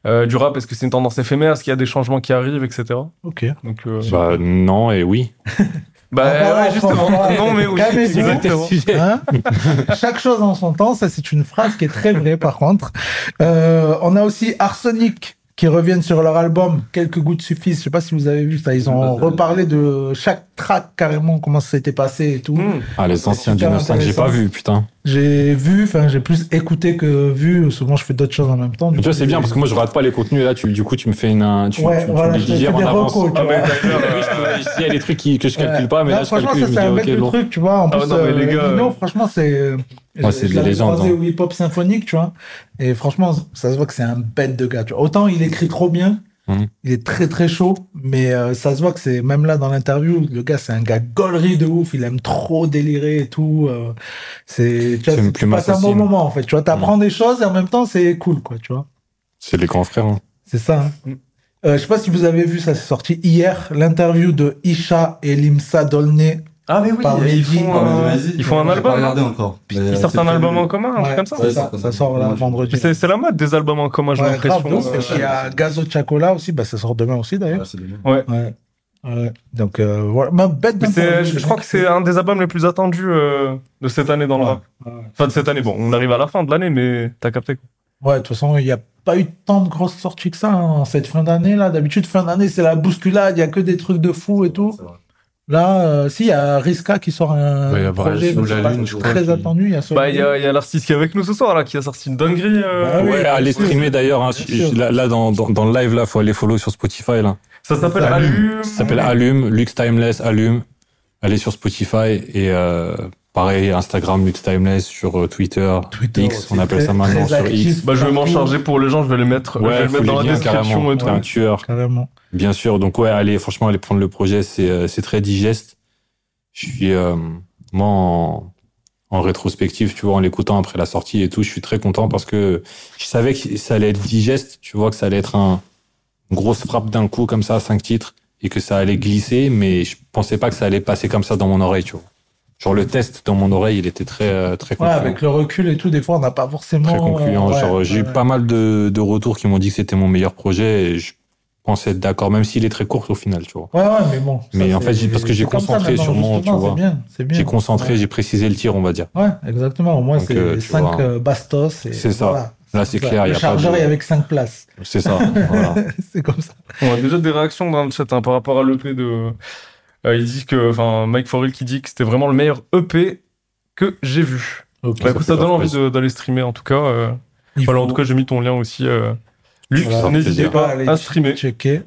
S2: euh, du rap. Est-ce que c'est une tendance éphémère Est-ce qu'il y a des changements qui arrivent, etc.
S1: Ok.
S2: Donc, euh,
S3: Bah non et oui.
S2: bah,
S1: Ah, bah,
S2: ouais,
S1: ouais,
S2: justement.
S1: faut- faut-
S2: non, mais oui.
S1: Calmez-vous.
S2: Exactement.
S1: Hein Chaque chose en son temps, ça c'est une phrase qui est très vraie par contre. Euh, on a aussi Arsenic qui reviennent sur leur album Quelques gouttes suffisent. Je sais pas si vous avez vu ça, ils ont
S7: Ouais, ouais.
S1: reparlé de chaque track carrément comment ça s'était passé et tout.
S2: Hmm.
S3: Ah les anciens du
S1: Super
S3: 9.5, j'ai pas
S1: intéressant.
S3: vu, putain.
S1: J'ai vu, enfin j'ai plus écouté que vu. Souvent je fais d'autres choses en même temps. du
S3: Mais tu vois,
S1: coup,
S3: c'est bien parce que moi je rate pas les contenus et là, tu, du coup, tu me fais une, un- tu,
S1: Ouais,
S3: tu- tu
S1: voilà,
S3: me
S1: je fais
S3: dis
S1: des
S3: hier en avance.
S1: recos, tu
S3: Ah,
S1: vois.
S3: mais t'as- oui, je peux- je dis, Il y a des trucs qui- que je
S1: Ouais.
S3: calcule pas, mais
S1: Non,
S3: là, je
S1: franchement,
S3: calcule.
S1: ça, c'est
S3: je
S1: un
S3: me
S1: mec
S3: dis,
S1: le
S3: ok, lourd.
S1: truc, tu vois. En
S2: Ah,
S1: plus,
S2: non, mais les gars,
S1: Nino,
S2: euh,
S1: franchement, c'est. euh,
S3: Ouais, c'est
S1: je
S3: des
S1: l'avais
S3: légendes,
S1: croisé
S3: hein.
S1: au hip-hop symphonique, tu vois. Et franchement, ça se voit que c'est un bête de gars, tu vois. Autant il écrit trop bien,
S3: Mhm.
S1: il est très très chaud, mais euh, ça se voit que c'est. Même là, dans l'interview, le gars, c'est un gars gaulerie de ouf, il aime trop délirer et tout. euh, c'est. Tu
S3: C'est
S1: vois, c'est-
S3: une
S1: tu
S3: plume
S1: passes un bon
S3: assassine. Hum.
S1: moment, en fait. Tu vois, t'apprends des choses et en même temps, c'est cool, quoi, tu vois.
S3: C'est les grands frères. hein.
S1: C'est ça. hein.
S2: Mm.
S1: Euh, je sais pas si vous avez vu, ça c'est sorti hier, l'interview de Isha et Limsa Dolné
S2: Ah, mais oui,
S1: Par
S2: ils
S1: Mehdi.
S2: font,
S1: Par
S2: un-
S7: Ah, Vas-y,
S2: ils font un
S7: j'ai pas
S2: album. hein.
S7: regardé encore. mais,
S2: Ils
S7: euh,
S2: sortent
S7: c'est
S2: un album
S7: prévu.
S2: en commun, un
S1: Ouais,
S2: truc comme ça.
S1: c'est ça, ça sort là vendredi.
S2: Mais C'est c'est la mode des albums en commun, j'ai
S1: Ouais, grave, de
S2: l'impression.
S1: ouf, parce
S2: euh,
S1: qu'il y a Gazo Chacola aussi, bah, ça sort demain aussi
S7: Ouais,
S1: d'ailleurs.
S7: c'est dommage.
S1: Ouais. Ouais. Donc euh, voilà, ma bête
S2: Mais c'est-
S1: d'interview,
S2: je,
S1: les
S2: je crois
S1: mecs.
S2: que c'est un des albums les plus attendus euh, de cette année dans le
S1: Ouais.
S2: rap.
S1: Ouais.
S2: Enfin, de cette année, bon, on arrive à la fin de l'année, mais t'as capté. quoi.
S1: Ouais, de toute façon, il n'y a pas eu tant de grosses sorties que ça hein, en cette fin d'année là. D'habitude, fin d'année, c'est la bousculade, il y a que des trucs de fou et tout.
S7: C'est vrai.
S1: Là, euh, si, il y a Riska qui sort un
S6: Ouais, il y a Brel
S1: projet
S6: sous
S1: mais
S6: la
S1: c'est pas
S6: lune, je crois,
S1: très
S6: qui-
S1: attendu. Il y a ce-
S2: Bah, il y a, il y a l'artiste qui est avec nous ce soir, là, qui a sorti une dinguerie. euh,
S1: Ah oui,
S3: ouais,
S1: oui,
S3: allez
S1: oui.
S3: streamer d'ailleurs. hein,
S1: Bien
S3: je- je-
S1: sûr.
S3: là, là, dans, dans, dans le live, là, faut aller follow sur Spotify. Là.
S2: Ça s'appelle
S1: Ça
S2: Allume.
S3: Ça s'appelle Allume, Lux Timeless, Allume. Allez sur Spotify et euh, Pareil, Instagram, Lux Timeless, sur euh, Twitter,
S1: Twitter
S3: X,
S1: aussi,
S3: on appelle
S1: très-
S3: ça maintenant,
S1: très
S3: sur X.
S1: actif
S2: Bah, je vais m'en
S1: partout.
S2: charger pour les gens, je vais les mettre, je vais le
S3: faut
S2: mettre
S3: les
S2: dans la
S3: liens, carrément.
S2: description et
S3: T'es
S2: tout.
S3: un tueur,
S1: Carrément.
S3: bien sûr. Donc ouais, allez, franchement, allez prendre le projet, c'est euh, c'est très digeste. Je suis euh, moi en, en rétrospective, tu vois, en l'écoutant après la sortie et tout, je suis très content parce que je savais que ça allait être digeste, tu vois, que ça allait être un une grosse frappe d'un coup comme ça, cinq titres, et que ça allait glisser, mais je pensais pas que ça allait passer comme ça dans mon oreille, tu vois. Genre le test dans mon oreille, il était très euh, très
S1: Ouais,
S3: concluant.
S1: avec le recul et tout, des fois, on n'a pas forcément.
S3: Très concluant.
S1: euh, ouais,
S3: Genre, j'ai eu
S1: ouais.
S3: pas mal de, de retours qui m'ont dit que c'était mon meilleur projet et je pense être d'accord, même s'il est très court au final, tu vois.
S1: Ouais, ouais, mais bon.
S3: Mais
S1: ça,
S3: en fait,
S1: c'est-
S3: j'ai- parce que j'ai
S1: c'est comme ça,
S3: concentré
S1: maintenant,
S3: sur mon, tu
S1: justement,
S3: vois.
S1: C'est bien, c'est bien.
S3: J'ai concentré,
S1: Ouais.
S3: j'ai précisé le tir, on va dire.
S1: Ouais, exactement. Au moins,
S3: Donc,
S1: c'est
S3: euh, tu
S1: 5
S3: vois.
S1: bastos. et
S3: C'est ça.
S1: voilà.
S3: Là, c'est
S1: Comme ça.
S3: clair, il
S1: Le
S3: y a pas
S1: chargeur
S3: de-
S1: est avec 5 places.
S3: C'est ça. voilà.
S1: c'est comme ça.
S2: On a déjà des réactions dans le chat hein, par rapport à l'EP de. Euh, ils disent que. Enfin, Mike Foril qui dit que c'était vraiment le meilleur EP que j'ai vu.
S1: Ok.
S2: Bah,
S3: Ça
S2: écoute,
S3: fait
S2: ça donne
S3: pas
S2: envie
S3: plaisir.
S2: de- d'aller streamer en tout cas. euh.
S1: Il
S2: Voilà, en
S1: faut-
S2: tout cas, j'ai mis ton lien aussi. euh. Luc,
S1: Voilà,
S2: n'hésitez
S3: plaisir.
S2: pas
S1: Allez,
S2: à streamer.
S1: checker.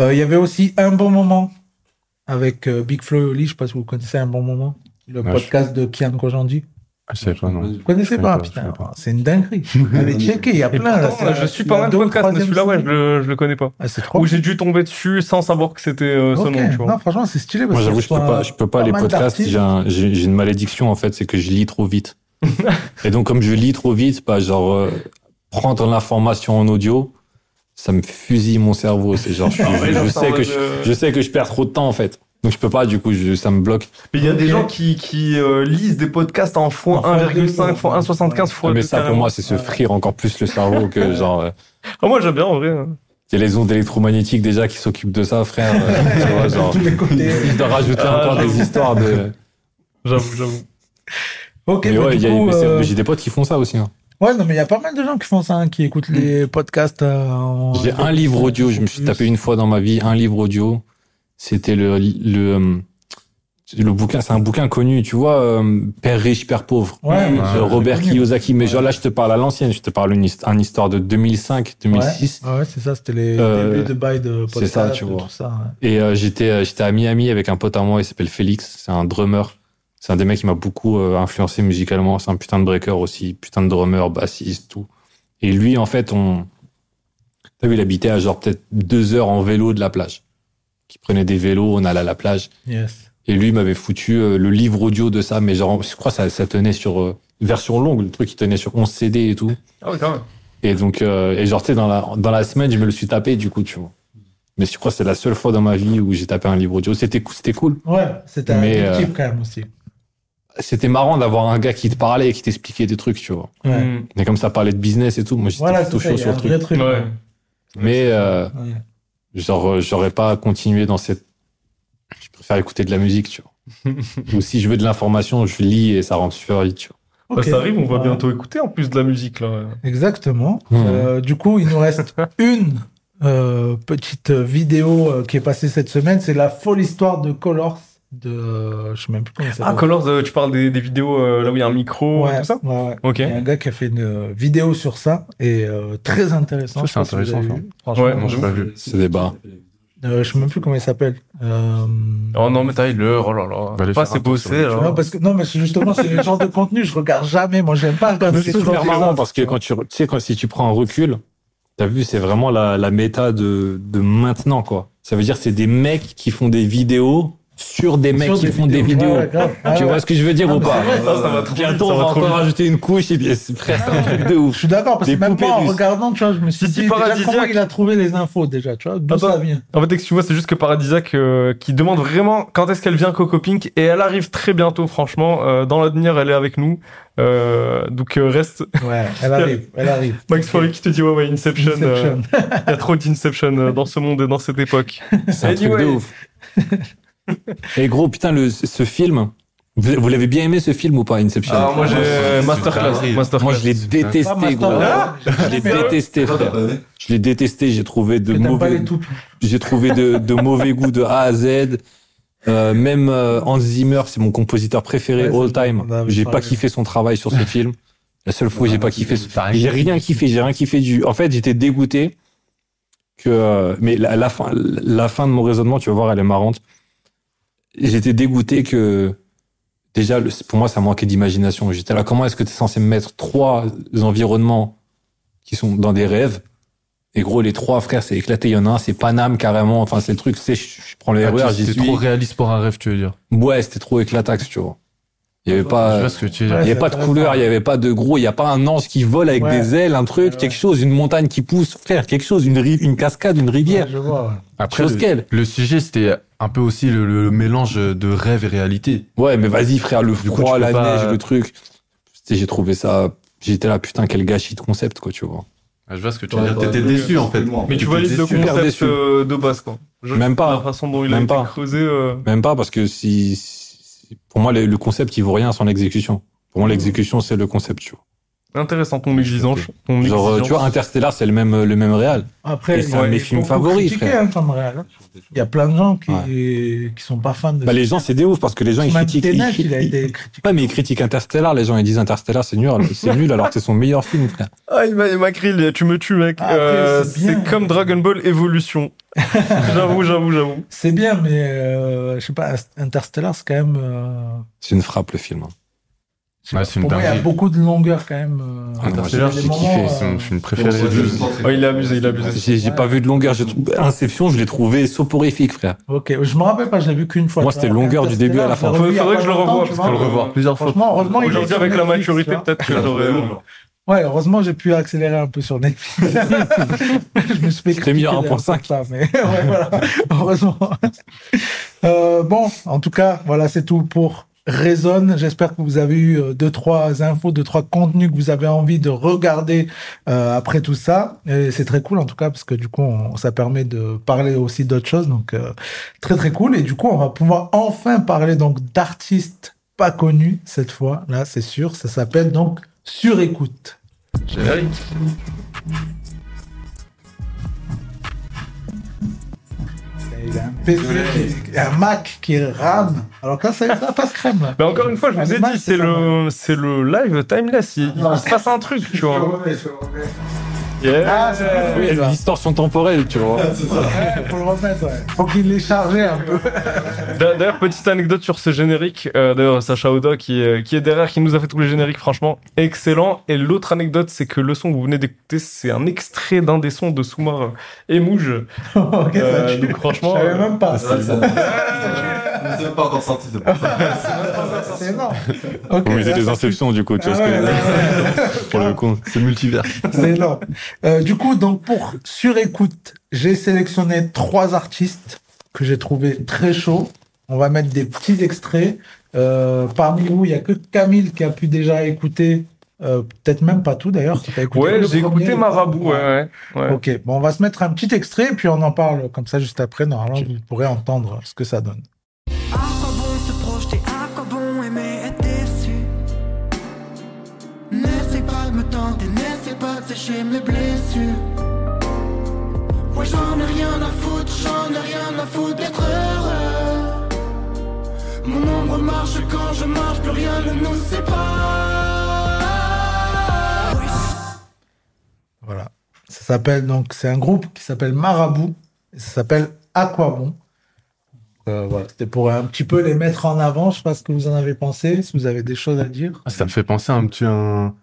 S1: Euh, Il y avait aussi un bon moment avec euh, Big Flo et Oli. Je sais pas si vous connaissez un bon moment. Le
S6: Ouais,
S1: podcast de Kian Kojandi.
S6: Je sais pas, Ah, non.
S1: Vous connaissez
S6: Je
S1: pas,
S6: connais pas,
S1: putain,
S6: je connais pas.
S1: c'est une dinguerie. Allez, checker, il y a
S2: Et
S1: plein. là,
S2: pourtant,
S1: c'est
S2: je
S1: la-
S2: suis
S1: c'est
S2: pas
S1: la
S2: mal de
S1: deux ou
S2: podcasts, mais
S1: troisième
S2: celui-là, ouais, je
S1: saison.
S2: le, je le connais pas.
S1: Ah, c'est trop
S2: Ou j'ai dû tomber dessus sans savoir que c'était euh, ce
S1: Ok.
S2: nom, tu vois.
S1: Non, franchement, c'est stylé. parce
S3: Moi,
S1: que
S3: j'avoue, je peux
S1: reçois
S3: pas, je peux pas,
S1: pas
S3: les
S1: mal
S3: podcasts.
S1: d'artistes.
S3: J'ai un- j'ai j'ai une malédiction, en fait, c'est que je lis trop vite. et donc, comme je lis trop vite, bah, genre, euh, prendre l'information en audio, ça me fusille mon cerveau. C'est genre, je,
S2: Ah
S3: je- je sais que je, je sais que je perds trop de temps, en fait. Donc, je peux pas, du coup, je- ça me bloque.
S2: Mais il y a des gens qui, qui euh, lisent des podcasts en
S1: En
S2: fois
S1: fois
S2: 1,5,
S1: deux,
S2: fois
S1: ouais.
S2: 1,75, fois
S3: Ah, mais
S2: deux,
S3: ça, pour
S2: carrément.
S3: moi, c'est se frire encore plus le cerveau que genre. euh,
S2: Ah, moi, j'aime bien en vrai. hein.
S3: Il y a les ondes électromagnétiques déjà qui s'occupent de ça, frère. Euh, tu vois, genre,
S1: Tous les côtés.
S3: ils doivent rajouter
S2: Ah,
S3: encore
S2: j'avoue.
S3: des histoires de.
S2: J'avoue, j'avoue.
S1: Ok,
S3: mais
S1: bah,
S3: ouais,
S1: du
S3: il y a-
S1: coup,
S3: mais c'est-
S1: euh,
S3: mais j'ai des potes qui font ça aussi. hein.
S1: ouais, non, mais il y a pas mal de gens qui font ça, hein, qui écoutent les podcasts. euh, en-
S3: J'ai un livre audio, je me suis tapé une fois dans ma vie un livre audio. C'était le le euh, le bouquin, c'est un bouquin connu, tu vois, euh, Père riche, père pauvre.
S1: Ouais,
S2: Mmh.
S1: mais
S3: de
S1: c'est
S3: Robert
S1: connu.
S3: Kiyosaki, mais
S1: Ouais.
S3: genre là, je te parle à l'ancienne, je te parle une, hist- un histoire de 2005-2006.
S1: Ouais, ouais, c'est ça, c'était les
S3: Euh,
S1: débuts de bail de podcast.
S3: c'est ça, tu
S1: et
S3: vois.
S1: Tout ça, ouais.
S3: Et euh, j'étais euh, j'étais à Miami avec un pote à moi, il s'appelle Félix, c'est un drummer. C'est un des mecs qui m'a beaucoup euh, influencé musicalement, c'est un putain de breaker aussi, putain de drummer, bassiste, tout. Et lui, en fait, on... T'as vu, il habitait à genre peut-être deux heures en vélo de la plage. Qui prenait des vélos, on allait à la plage.
S1: Yes.
S3: Et lui il m'avait foutu euh, le livre audio de ça, mais genre, je crois que ça, ça tenait sur... euh, version longue, le truc qui tenait sur 11 CD et tout.
S2: Ah, ouais, quand même.
S3: Et donc, euh, et genre, tu sais, dans la, dans la semaine, je me le suis tapé, du coup, tu vois. Mais je crois que c'est la seule fois dans ma vie où j'ai tapé un livre audio. C'était cou- c'était cool.
S1: Ouais, c'était un
S3: Mais,
S1: objectif
S3: euh,
S1: quand même aussi.
S3: C'était marrant d'avoir un gars qui te parlait et qui t'expliquait des trucs, tu vois.
S1: Ouais.
S2: Mm.
S3: Mais comme ça parlait de business et tout, moi, j'étais
S1: Voilà, c'est
S3: plutôt
S1: ça,
S3: chaud
S1: il y
S3: sur
S1: a un
S3: le truc.
S1: vrai truc. hein,
S2: Ouais.
S3: Mais, euh,
S1: Ouais.
S3: genre, euh, j'aurais pas continué dans cette. Je préfère écouter de la musique, tu vois. Ou si je veux de l'information, je lis et ça rentre super vite, tu vois.
S2: Bah,
S1: Ok.
S2: ça arrive, on va
S1: Ouais.
S2: bientôt écouter en plus de la musique, là.
S1: Exactement.
S3: Mhm.
S1: Euh, du coup, il nous reste une euh, petite vidéo euh, qui est passée cette semaine. C'est la folle histoire de Colors. De... euh, Je sais même plus comment ça
S2: Ah,
S1: s'appelle.
S2: Colors, euh, tu parles des, des vidéos euh, là où il y a un micro,
S1: ouais,
S2: tout ça
S1: ouais, ouais.
S2: Ok.
S1: Il y a un gars qui a fait une euh, vidéo sur ça et euh, très intéressant.
S6: Ça,
S1: Je sais
S6: c'est
S1: pas si vous
S6: intéressant,
S1: avez vu.
S2: Ouais,
S6: Non,
S1: Franchement,
S6: j'ai pas vu.
S3: Ce débat.
S1: euh, je sais même plus comment il s'appelle. Euh...
S2: Oh non, mais Tyler, oh là là.
S6: Va aller
S2: pas
S6: faire un
S2: assez
S6: tour sur
S2: bossé,
S6: YouTube.
S1: Non,
S2: alors.
S1: parce que non, mais c'est justement, c'est le genre de contenu je regarde jamais. Moi, j'aime pas regarder
S3: Mais
S1: ces
S3: c'est
S1: trucs dans
S3: super
S1: les
S3: marrant
S1: autres,
S3: parce que
S1: tu vois.
S3: quand tu, re- tu sais, quand si tu prends un recul, t'as vu, c'est vraiment la, la méta de, de maintenant, quoi. Ça veut dire c'est des mecs qui font des vidéos sur des mecs
S1: Sur
S3: qui font des vidéos.
S1: Ouais, ouais, grave. Ah,
S3: tu
S1: ouais.
S3: vois ce que je veux dire
S1: Ah,
S3: ou
S1: mais
S3: pas
S1: c'est vrai,
S2: Ah, ça va trop vite,
S3: Bientôt,
S2: ça
S3: on
S2: va
S3: va
S2: trop
S3: encore
S2: vite.
S3: rajouter une couche et puis c'est frère, c'est un truc de
S1: Je
S3: ouf.
S1: suis d'accord, parce que
S3: Des
S1: même
S3: poupées
S1: moi, en
S3: russes.
S1: regardant, tu vois, je me suis
S2: City
S1: dit déjà
S2: paradisiaque.
S1: comment il a trouvé les infos, déjà, tu vois,
S3: Ah bah,
S1: d'où
S2: Attends.
S1: ça vient.
S2: En fait, excuse-moi, c'est juste que Paradisiac euh, qui demande vraiment quand est-ce qu'elle vient Coco Pink et elle arrive très bientôt, franchement. Euh, dans l'avenir, elle est avec nous. Euh, donc euh, reste.
S1: Ouais, elle arrive, elle arrive.
S2: Max Foley qui te dit ouais, ouais, Inception.
S1: Inception.
S2: euh, Il y a trop d'Inception euh, dans ce monde et dans cette époque.
S3: C'est un truc de
S2: Anyway.
S3: ouf. Et gros, putain, le, ce film, vous, vous l'avez bien aimé ce film ou pas, Inception
S2: Alors moi, j'ai
S6: ouais,
S2: euh,
S6: c'est
S2: Masterclass.
S6: dingue.
S2: Masterclass.
S3: Moi, je l'ai
S1: Pas
S3: détesté,
S1: Master
S3: gros.
S1: Race.
S3: Je l'ai
S1: Mais-
S3: détesté, frère. Je l'ai détesté, j'ai trouvé de
S1: mais t'aimes pas
S3: mauvais
S1: les toupies.
S3: J'ai trouvé de, de mauvais goût de A à Z. Euh, même euh, Hans Zimmer, c'est mon compositeur préféré
S1: Ouais,
S3: all
S1: c'est-
S3: time.
S1: on avait
S3: J'ai pas
S1: parlé.
S3: kiffé son travail sur ce film. La seule fois où j'ai pas kiffé, ce-
S6: Pareil.
S3: j'ai rien kiffé, j'ai rien kiffé du. En fait, j'étais dégoûté que. euh, Mais la, la fin, la fin de mon raisonnement, tu vas voir, elle est marrante. J'étais dégoûté que déjà, le- pour moi, ça manquait d'imagination. J'étais là, comment est-ce que tu es censé mettre trois environnements qui sont dans des rêves Et gros, les trois frères, c'est éclaté. Il y en a un, c'est Paname carrément. Enfin, c'est le truc, tu sais, je, je prends le
S6: Ah, tu-
S3: RER, j'y
S6: C'était
S3: suis.
S6: trop réaliste pour un rêve, tu veux dire.
S3: Ouais, c'était trop éclatax, tu vois. Il y avait
S6: Je
S3: pas.
S6: vois ce que tu veux
S1: Ouais,
S3: Il
S6: dire.
S3: n'y
S1: c'est
S3: avait pas de
S1: intéressant.
S3: couleur, il n'y avait pas de gros, il n'y a pas un ange qui vole avec
S1: Ouais.
S3: des ailes, un truc,
S1: Ouais, ouais.
S3: quelque chose, une montagne qui pousse, frère, quelque chose, une, rive, une cascade, une rivière.
S1: je vois. ouais.
S6: Après,
S3: Chose
S6: le,
S3: qu'elle.
S6: le sujet, c'était un peu aussi le, le- le mélange de rêve et réalité.
S3: Ouais, mais vas-y, frère, le
S6: Du coup,
S3: froid,
S6: tu peux
S3: la
S6: pas-
S3: neige, le truc. Tu sais, J'ai trouvé ça. J'étais là, putain, quel gâchis de concept, quoi, tu vois.
S6: Ah, je vois ce que tu
S7: Ouais,
S6: veux dire.
S7: bah,
S6: T'étais
S7: oui,
S6: déçu, en fait.
S7: absolument.
S2: Mais tu
S6: T'étais
S2: valides le
S6: déçu.
S3: Super
S2: concept
S3: déçu.
S2: euh, de base, quoi. Je-
S3: Même pas.
S2: La façon dont il a
S3: Même
S2: été
S3: pas.
S2: creusé. euh,
S3: Même pas, parce que si. si- Pour moi, le, le concept, il vaut rien sans l'exécution. Pour moi, l'exécution, c'est le concept, tu vois.
S2: Intéressant ton exigence. Ton
S3: Genre, euh,
S2: exigence.
S3: tu vois, Interstellar, c'est le même, le même réel.
S1: Après,
S3: Et c'est un de mes films favoris,
S1: hein.
S3: frère.
S1: frère. Il y a plein de gens qui, qui sont pas fans de
S3: Bah, les gens, c'est des ouf, parce que les gens, ils
S1: Même
S3: critiquent. ils
S1: Tenet, il a
S3: critiquent-
S1: été critiqué.
S3: Ouais, mais ils critiquent Interstellar. Les gens, ils disent Interstellar, c'est nul, c'est nul, alors que c'est son meilleur film, frère.
S2: Ah, il m'a, il m'a crié, il- tu me tues, mec.
S1: Après,
S2: Euh,
S1: c'est bien.
S2: c'est comme Dragon Ball Evolution. j'avoue, j'avoue, j'avoue.
S1: C'est bien, mais euh, je sais pas, Interstellar, c'est quand même. euh,
S3: C'est une frappe, le film. hein.
S1: je sais
S6: Ouais,
S1: pas,
S6: Ah, c'est une
S1: pour moi, il y a
S6: dinguerie.
S1: beaucoup de longueur quand même. euh,
S3: Ah non, moi,
S1: il y a
S6: Interstellar,
S1: des
S6: j'ai
S1: moments,
S6: kiffé.
S1: euh,
S6: C'est mon film préféré.
S7: Bon,
S6: de-
S7: c'est juste-
S2: Oh, il a abusé, il a abusé.
S3: J'ai j'ai
S1: Ouais.
S3: pas vu de longueur. J'ai trouvé Inception, je l'ai trouvé soporifique, frère.
S1: Ok, je me rappelle pas, je l'ai vu qu'une fois.
S3: Moi,
S1: tu
S3: c'était
S1: vois.
S3: longueur du début à la
S1: Interstellar,
S3: fin.
S1: je l'ai revu
S2: Faudrait
S1: il y a
S2: que je le
S1: pas longtemps,
S2: revois,
S1: tu
S2: parce
S1: vois.
S2: qu'on
S6: Faut le revoir plusieurs fois.
S1: Franchement, heureusement, il est
S2: Aujourd'hui,
S1: sur
S2: avec la
S1: Netflix,
S2: maturité,
S1: tu vois.
S2: peut-être que j'aurais.
S1: Ouais, heureusement, j'ai pu accélérer un peu sur Netflix. je me suis fait
S3: Je t'ai mis à
S1: critiquer
S3: 1.5.
S1: pour ça, mais ouais, voilà. Heureusement. Euh, bon, en tout cas, voilà, c'est tout pour Raison. J'espère que vous avez eu euh, deux, trois infos, deux, trois contenus que vous avez envie de regarder euh, après tout ça. Et c'est très cool, en tout cas, parce que du coup, on- ça permet de parler aussi d'autres choses. Donc, euh, très, très cool. Et du coup, on va pouvoir enfin parler donc d'artistes pas connus cette fois. Là, c'est sûr. Ça s'appelle donc Surécoute. Il a un PC, qui- un Mac qui rame. Alors que là, ça, ça passe crème. Là.
S2: Mais Bah, encore une fois, je vous ai
S1: Animal,
S2: dit,
S1: c'est
S2: c'est
S1: ça,
S2: le, c'est le live timeless. Il, il se passe un truc, tu vois. Yeah.
S1: Ah, c'est vrai,
S3: Oui,
S1: c'est
S3: une
S1: vrai.
S3: distorsion temporelle, tu vois.
S1: Ouais, faut le remettre, ouais. Faut qu'il l'ait chargé un peu.
S2: D'a- D'ailleurs, petite anecdote sur ce générique. Euh, D'ailleurs, Sacha Oda qui, est- qui est derrière, qui nous a fait tous les génériques, franchement, excellent. Et l'autre anecdote, c'est que le son que vous venez d'écouter, c'est un extrait d'un des sons de Soumar et Mouge.
S1: ok,
S2: Euh,
S1: ça tue.
S2: donc, franchement,
S1: Je savais
S2: euh,
S1: même pas.
S7: C'est vrai que ça- C'est même pas encore sorti, c'est pour ça.
S1: C'est énorme. Ok,
S3: Vous mettez
S1: là,
S3: des
S1: ça tue.
S3: inceptions, du coup, tu
S1: Ah
S3: vois ce
S1: ouais,
S3: que
S1: là, ouais.
S3: pour le coup.
S6: C'est multivers.
S1: C'est énorme. Euh, du coup, donc pour surécoute, j'ai sélectionné trois artistes que j'ai trouvé très chauds. On va mettre des petits extraits. Euh, parmi vous, il y a que Camille qui a pu déjà écouter, euh, peut-être même pas tout d'ailleurs. T'as écouté
S2: Ouais,
S1: le
S2: j'ai
S1: premier,
S2: écouté
S1: le
S2: Marabout,
S1: premier.
S2: ouais, ouais. ouais.
S1: Ok, bon, on va se mettre un petit extrait, puis on en parle comme ça juste après. Normalement, vous pourrez entendre ce que ça donne.
S5: À quoi bon se projeter, à quoi bon aimer être déçu N'essaie pas de me tenter, n'essaie pas de sécher mes blessures Ouais j'en ai rien à foutre, j'en ai rien à foutre d'être heureux Mon ombre marche quand je marche, plus rien ne nous sépare
S1: Voilà. Ça s'appelle donc, c'est un groupe qui s'appelle Marabout. et ça s'appelle Aquabon. Euh, voilà, c'était pour un petit peu les mettre en avant. Je sais pas ce que vous en avez pensé, si vous avez des choses à dire.
S6: Ah, Ça me fait penser à un petit. un-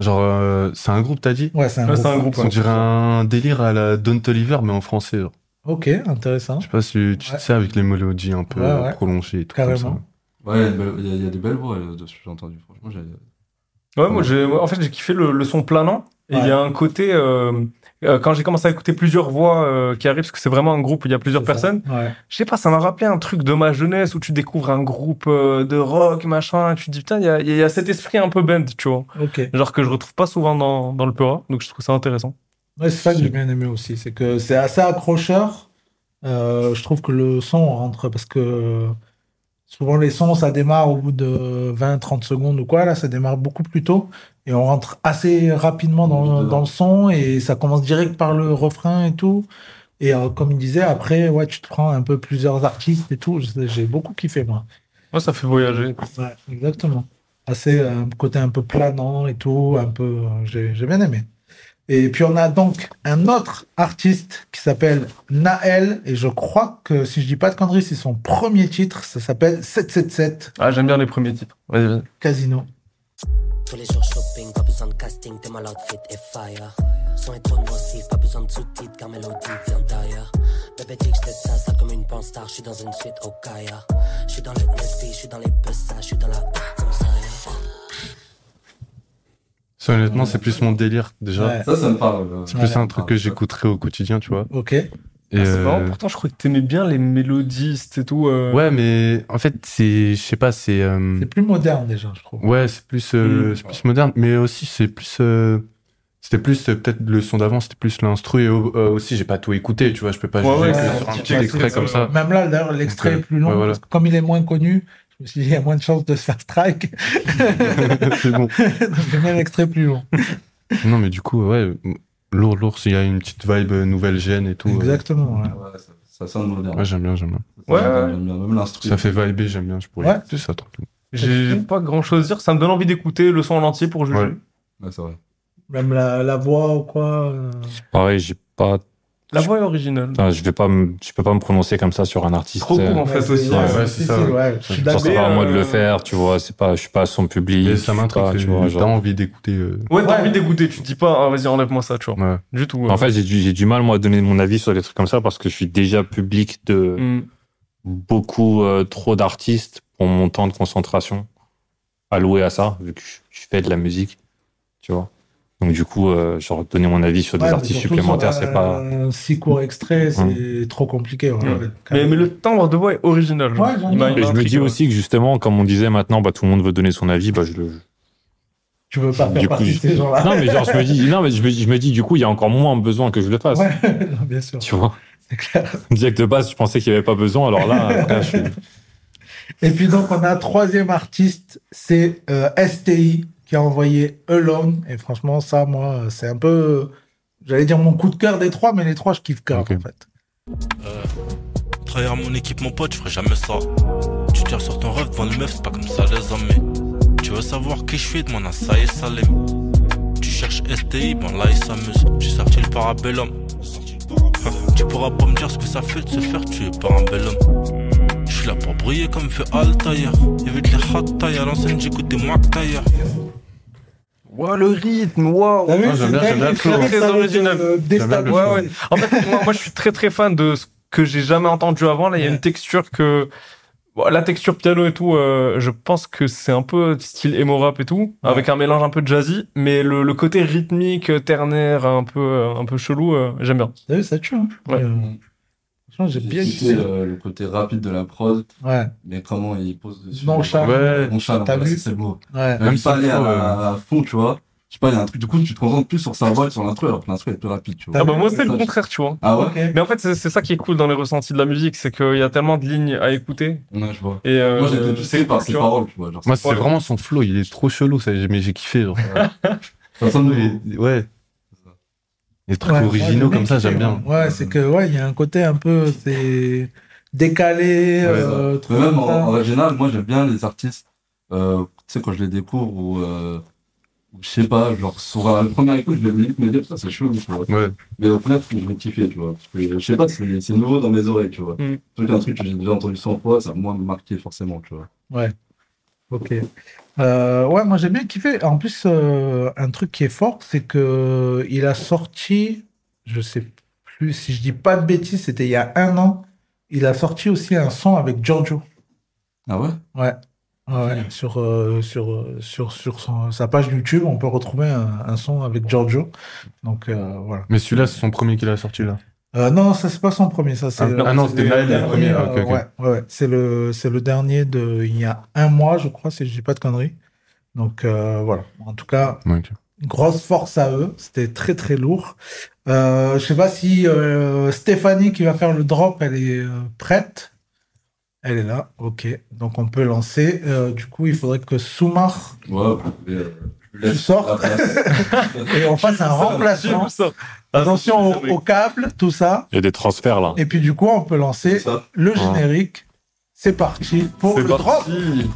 S6: Genre, euh, c'est un groupe, t'as dit
S1: Ouais, c'est un,
S2: Ouais,
S1: groupe.
S2: c'est un groupe.
S6: On dirait un délire à la Don Toliver, mais en français. genre.
S1: Ok, intéressant.
S6: Je sais pas si tu
S1: Ouais.
S6: sais, avec les mélodies un peu
S1: Ouais, ouais.
S6: prolongées et tout
S1: Carrément.
S6: comme
S7: Ouais, il y a une belle- il y, a- il y a des belles voix là, dessus, j'ai entendu. Franchement, j'ai.
S2: Ouais, moi, j'ai, ouais, en fait, j'ai kiffé le, le son planant. Et il
S1: Ouais.
S2: y a un côté, euh, euh, quand j'ai commencé à écouter plusieurs voix euh, qui arrivent, parce que c'est vraiment un groupe où il y a plusieurs
S1: C'est ça.
S2: personnes,
S1: Ouais.
S2: je sais pas, ça m'a rappelé un truc de ma jeunesse où tu découvres un groupe euh, de rock, machin, et tu te dis, putain, il y a, il y a cet esprit un peu band, tu vois.
S1: Ok.
S2: Genre que je retrouve pas souvent dans, dans le Peura, donc je trouve ça intéressant.
S1: Ouais, c'est ça que j'ai bien aimé aussi. C'est que c'est assez accrocheur. Euh, je trouve que le son rentre parce que souvent les sons, ça démarre au bout de 20-30 secondes ou quoi. Là, ça démarre beaucoup plus tôt et on rentre assez rapidement dans, dans le son et ça commence direct par le refrain et tout. Et euh, comme il disait, après, ouais, tu te prends un peu plusieurs artistes et tout. J'ai j'ai beaucoup kiffé, moi.
S2: Moi, ça fait voyager.
S1: Ouais, exactement. Assez euh, côté un peu planant et tout, un peu. euh, j'ai j'ai bien aimé. Et puis on a donc un autre artiste qui s'appelle Naël, et je crois que si je dis pas de conneries, c'est son premier titre, ça s'appelle 777
S2: Ah, j'aime bien les premiers titres. Vas-y, vas-y.
S1: Casino.
S8: Tous les jours shopping, pas besoin de casting, t'es mal outfit et fire. Son est trop nocif, pas besoin de sous-titres car mélodie vient d'ailleurs. Bébé dit que j'étais ça, sale comme une panstar, j'suis dans une suite au Kaya. J'suis dans le Nesby, j'suis dans les Pessa, j'suis dans la comme ça.
S6: Ça, Honnêtement, c'est plus mon délire déjà.
S1: Ouais.
S7: Ça, ça me parle. euh,
S6: C'est plus
S1: Ouais.
S6: un truc que j'écouterais au quotidien, tu vois.
S1: Ok.
S6: Et,
S2: Ah, c'est marrant,
S6: euh,
S2: pourtant, je crois que t'aimais bien les mélodistes et tout. euh.
S6: Ouais, mais en fait, c'est, je sais pas, c'est, euh,
S1: C'est plus moderne déjà, je trouve.
S6: ouais, c'est plus, euh,
S2: Mm.
S6: c'est plus moderne, mais aussi c'est plus, euh, c'était plus euh, peut-être le son d'avant, c'était plus l'instru et au- euh, aussi j'ai pas tout écouté, tu vois, je peux pas
S2: Ouais,
S6: juger
S2: ouais,
S6: que
S1: c'est
S6: sur
S1: un
S6: un
S1: petit
S6: petit extrait
S2: extrait,
S6: comme ça.
S1: Même là, d'ailleurs, l'extrait
S6: Donc,
S1: est
S6: euh,
S1: plus long,
S6: ouais, voilà.
S1: parce que comme il est moins connu, je me suis dit, il y a moins de chances de se faire strike,
S6: c'est bon.
S1: donc j'ai mis un extrait plus long.
S6: Non, mais du coup, ouais, lourd, lourd, il y a une petite vibe euh, nouvelle gêne et tout. euh.
S1: Exactement. ouais.
S7: Ouais, ça, ça sonne moderne.
S6: Ouais, j'aime bien, j'aime bien.
S2: Ouais,
S7: J'aime
S2: ouais.
S7: bien, Même l'instru.
S6: Ça fait viber, j'aime bien, je pourrais
S1: Ouais.
S6: écouter ça tranquille.
S2: J'ai pas grand chose à dire, ça me donne envie d'écouter le son en entier pour juger.
S6: Ouais.
S7: Ouais, c'est vrai.
S1: Même la, la voix ou quoi. euh,
S3: Pareil, j'ai pas.
S2: La voix est originale.
S3: Putain, je vais pas, me- je peux pas me prononcer comme ça sur un artiste.
S2: Trop cool
S3: euh,
S2: en fait aussi.
S6: ouais,
S2: ouais.
S6: ouais, c'est ça,
S1: difficile,
S6: ouais.
S1: ouais. Je suis
S3: genre,
S1: d'accord.
S3: c'est pas à moi de
S2: euh,
S3: le faire, tu vois. C'est pas, je suis pas à son public.
S6: Et
S3: je
S6: ça
S3: suis
S6: m'intrigue,
S3: pas,
S6: c'est-
S3: tu vois,
S6: j'ai
S3: genre.
S6: envie d'écouter. euh,
S2: Ouais, t'as
S1: Ouais.
S2: envie d'écouter, tu te dis pas, ah, vas-y, enlève-moi ça, tu vois.
S6: ouais.
S2: Du tout.
S3: En fait, j'ai du- j'ai du mal, moi, à donner mon avis sur des trucs comme ça parce que je suis déjà public de
S2: Mm.
S3: beaucoup euh, trop d'artistes pour mon temps de concentration alloué à ça, vu que je, je fais de la musique, tu vois. Donc, du coup, euh, genre, donner mon avis sur des
S1: Ouais, mais
S3: artistes
S1: surtout
S3: supplémentaires,
S1: sur euh,
S3: c'est
S1: un-
S3: pas. Mmh.
S1: Un si court extrait, c'est trop compliqué. hein. ouais,
S2: Mm.
S1: ouais,
S2: mais,
S1: carrément.
S2: mais le timbre de voix est original. genre.
S1: Ouais, j'en ai.
S2: Il m'a- il
S3: Et je
S2: m'a
S3: me
S2: intrigué,
S3: dis
S2: ouais.
S3: aussi que, justement, comme on disait maintenant, bah, tout le monde veut donner son avis, bah, je le.
S1: Tu veux pas faire
S3: Du coup,
S1: partie de
S3: je-
S1: ces gens-là.
S3: Non, mais genre, je me dis, non, mais je me, je me dis, du coup, il y a encore moins besoin que je le fasse.
S1: Ouais, non, bien sûr.
S3: Tu vois
S1: C'est clair.
S3: Direct de base, je pensais qu'il n'y avait pas besoin, alors là, frère, je suis-
S1: Et puis donc, on a un troisième artiste, c'est euh, STI, qui a envoyé Alone. Et franchement, ça, moi, c'est un peu, euh, j'allais dire mon coup de cœur des trois, mais les trois, je kiffe cœur,
S3: Ok.
S1: en fait.
S4: Trahir Euh, mon équipe, mon pote, je ferai jamais ça. Tu tires sur ton rêve devant une meuf, c'est pas comme ça les hommes. mais Tu veux savoir qui je suis, demande à Saïd Salem. Tu cherches STI, ben là il s'amuse. J'ai sorti le parabellum. Hein, Tu pourras pas me dire ce que ça fait de se faire tuer par un bel homme. Je suis là pour briller comme fait Altaïr. Évite les hatailles à l'ancienne, j'écoute des Mac Taylor.
S2: Ouah, le rythme, waouh.
S1: T'as vu,
S6: Ah, j'aime bien,
S1: c'est
S6: j'aime bien le
S1: dingue,
S6: flow.
S1: ça
S2: Très
S1: va être,
S2: original.
S1: euh, déstabilisant.
S6: flow.
S2: Ouais, ouais. En fait, moi, moi, je suis très très fan de ce que j'ai jamais entendu avant. Là, il y a
S1: Ouais.
S2: une texture que. bon, la texture piano et tout, euh, je pense que c'est un peu style emo rap et tout, avec un mélange un peu jazzy, mais le, le côté rythmique, euh, ternaire, un peu, euh, un peu chelou, euh, j'aime bien.
S1: T'as vu, ça tue. hein.
S2: Ouais.
S1: Euh, franchement,
S7: J'ai
S1: j'ai bien
S7: kiffé
S1: kiffé.
S7: euh, le, le côté rapide de la prod,
S1: Ouais.
S7: mais comment il pose dessus.
S1: Nonchalant.
S6: Ouais.
S7: Nonchalant,
S1: T'as
S7: voilà,
S1: vu
S7: c'est le mot.
S1: Ouais.
S7: Même
S6: Même
S7: pas aller
S6: s'il
S7: à,
S6: faut,
S7: à fond, tu vois. Je sais pas, il y a un truc, du coup, tu te concentres plus sur sa voix que sur l'instru, alors que l'instru est plus rapide, tu vois.
S2: Ah
S1: T'as
S2: bah
S1: vu,
S2: moi c'est le
S7: ça, je-
S2: contraire tu vois.
S7: Ah ouais
S1: Ok.
S2: Mais en fait c'est c'est ça qui est cool dans les ressentis de la musique, c'est qu'il y a tellement de lignes à écouter.
S7: Ouais, je vois.
S2: Et euh,
S7: Moi, j'étais touché
S2: c'est
S7: par
S2: cool,
S7: ses
S2: tu vois.
S7: paroles, tu vois. Genre,
S6: Moi, c'est
S2: Ouais.
S6: vraiment son flow, il est trop chelou, ça, mais j'ai kiffé. Genre.
S7: personne ne
S6: Et- ouais. Les trucs
S1: Ouais,
S6: originaux
S1: ouais,
S6: comme ça, j'aime bien.
S1: Ouais, c'est que ouais, il y a un côté un peu c'est décalé, euh, truc
S7: Mais même
S1: comme
S7: en,
S1: ça.
S7: en
S2: hein.
S7: général, moi j'aime bien les artistes, euh, tu sais, quand je les découvre ou euh, ou je sais pas, genre sur la première écoute, je vais limite me dire ça c'est chaud, tu vois.
S6: Ouais.
S7: Mais au final, je vais kiffer, tu vois. Parce que, je sais pas, c'est c'est nouveau dans mes oreilles, tu vois.
S2: Mm.
S7: Surtout qu'un truc que j'ai déjà entendu 100 fois, ça va moins me marquer forcément, tu vois.
S1: Ok. Euh, ouais, moi j'ai bien kiffé. En plus, euh, un truc qui est fort, c'est que il a sorti, je sais plus si je dis pas de bêtises, c'était il y a un an. Il a sorti aussi un son avec Giorgio.
S7: Ah ouais
S1: Ouais. Ouais, ouais. sur, euh, sur, euh, sur, sur son- sa page YouTube, on peut retrouver un, un son avec Giorgio. Donc euh, voilà.
S6: Mais celui-là, c'est son premier qu'il a sorti là.
S1: Euh, non, ça c'est pas son premier, ça c'est
S6: Ah,
S1: le-
S6: ah non, c'était Naël le premier.
S1: euh,
S6: ok, ok.
S1: ouais, ouais, ouais. c'est le c'est le dernier de il y a un mois, je crois, si je dis pas de conneries. Donc euh, voilà. En tout cas,
S6: Ouais, ok.
S1: grosse force à eux. C'était très très lourd. Euh, je sais pas si euh, Stéphanie qui va faire le drop, elle est euh, prête. Elle est là. Ok. Donc on peut lancer. Euh, du coup, il faudrait que Soumar
S7: Ouais, mais, euh, je lui
S1: Tu
S7: laisse
S1: sors
S7: la place.
S1: et on fasse un remplacement. Attention au, au câble, tout ça.
S3: il y a des transferts là.
S1: Et puis du coup, on peut
S7: C'est
S1: lancer
S7: ça.
S1: le générique. C'est parti pour
S2: C'est
S1: le
S2: parti.
S1: drop.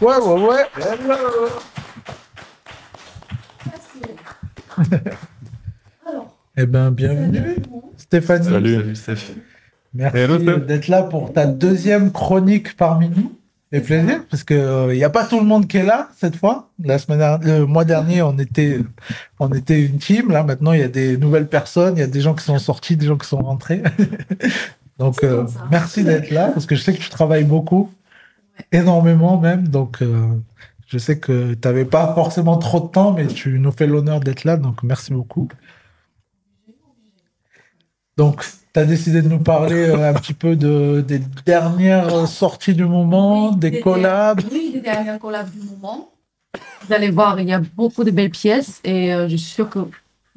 S1: Ouais, ouais, ouais.
S9: Alors,
S1: Eh ben, bienvenue,
S9: salut. bon.
S1: Stéphanie.
S6: Salut, Steph.
S1: Merci
S2: Hello, Steph.
S1: euh, d'être là pour ta deuxième chronique parmi nous. Et plaisir, parce que il n'y a pas tout le monde qui est là cette fois. La semaine, dernière- le mois dernier, on était, on était une team. Là, maintenant, il y a des nouvelles personnes, il y a des gens qui sont sortis, des gens qui sont rentrés. donc,
S9: C'est
S1: euh,
S9: comme ça.
S1: merci d'être là, parce que je sais que tu travailles beaucoup, énormément même. Donc, euh, je sais que tu n'avais pas forcément trop de temps, mais tu nous fais l'honneur d'être là. Donc, merci beaucoup. Donc, tu as décidé de nous parler euh, un petit peu de, des dernières sorties du moment,
S9: Oui,
S1: des
S9: des-
S1: collabs.
S9: Oui, les dernières collabs du moment. Vous allez voir, il y a beaucoup de belles pièces et euh, je suis sûre que vous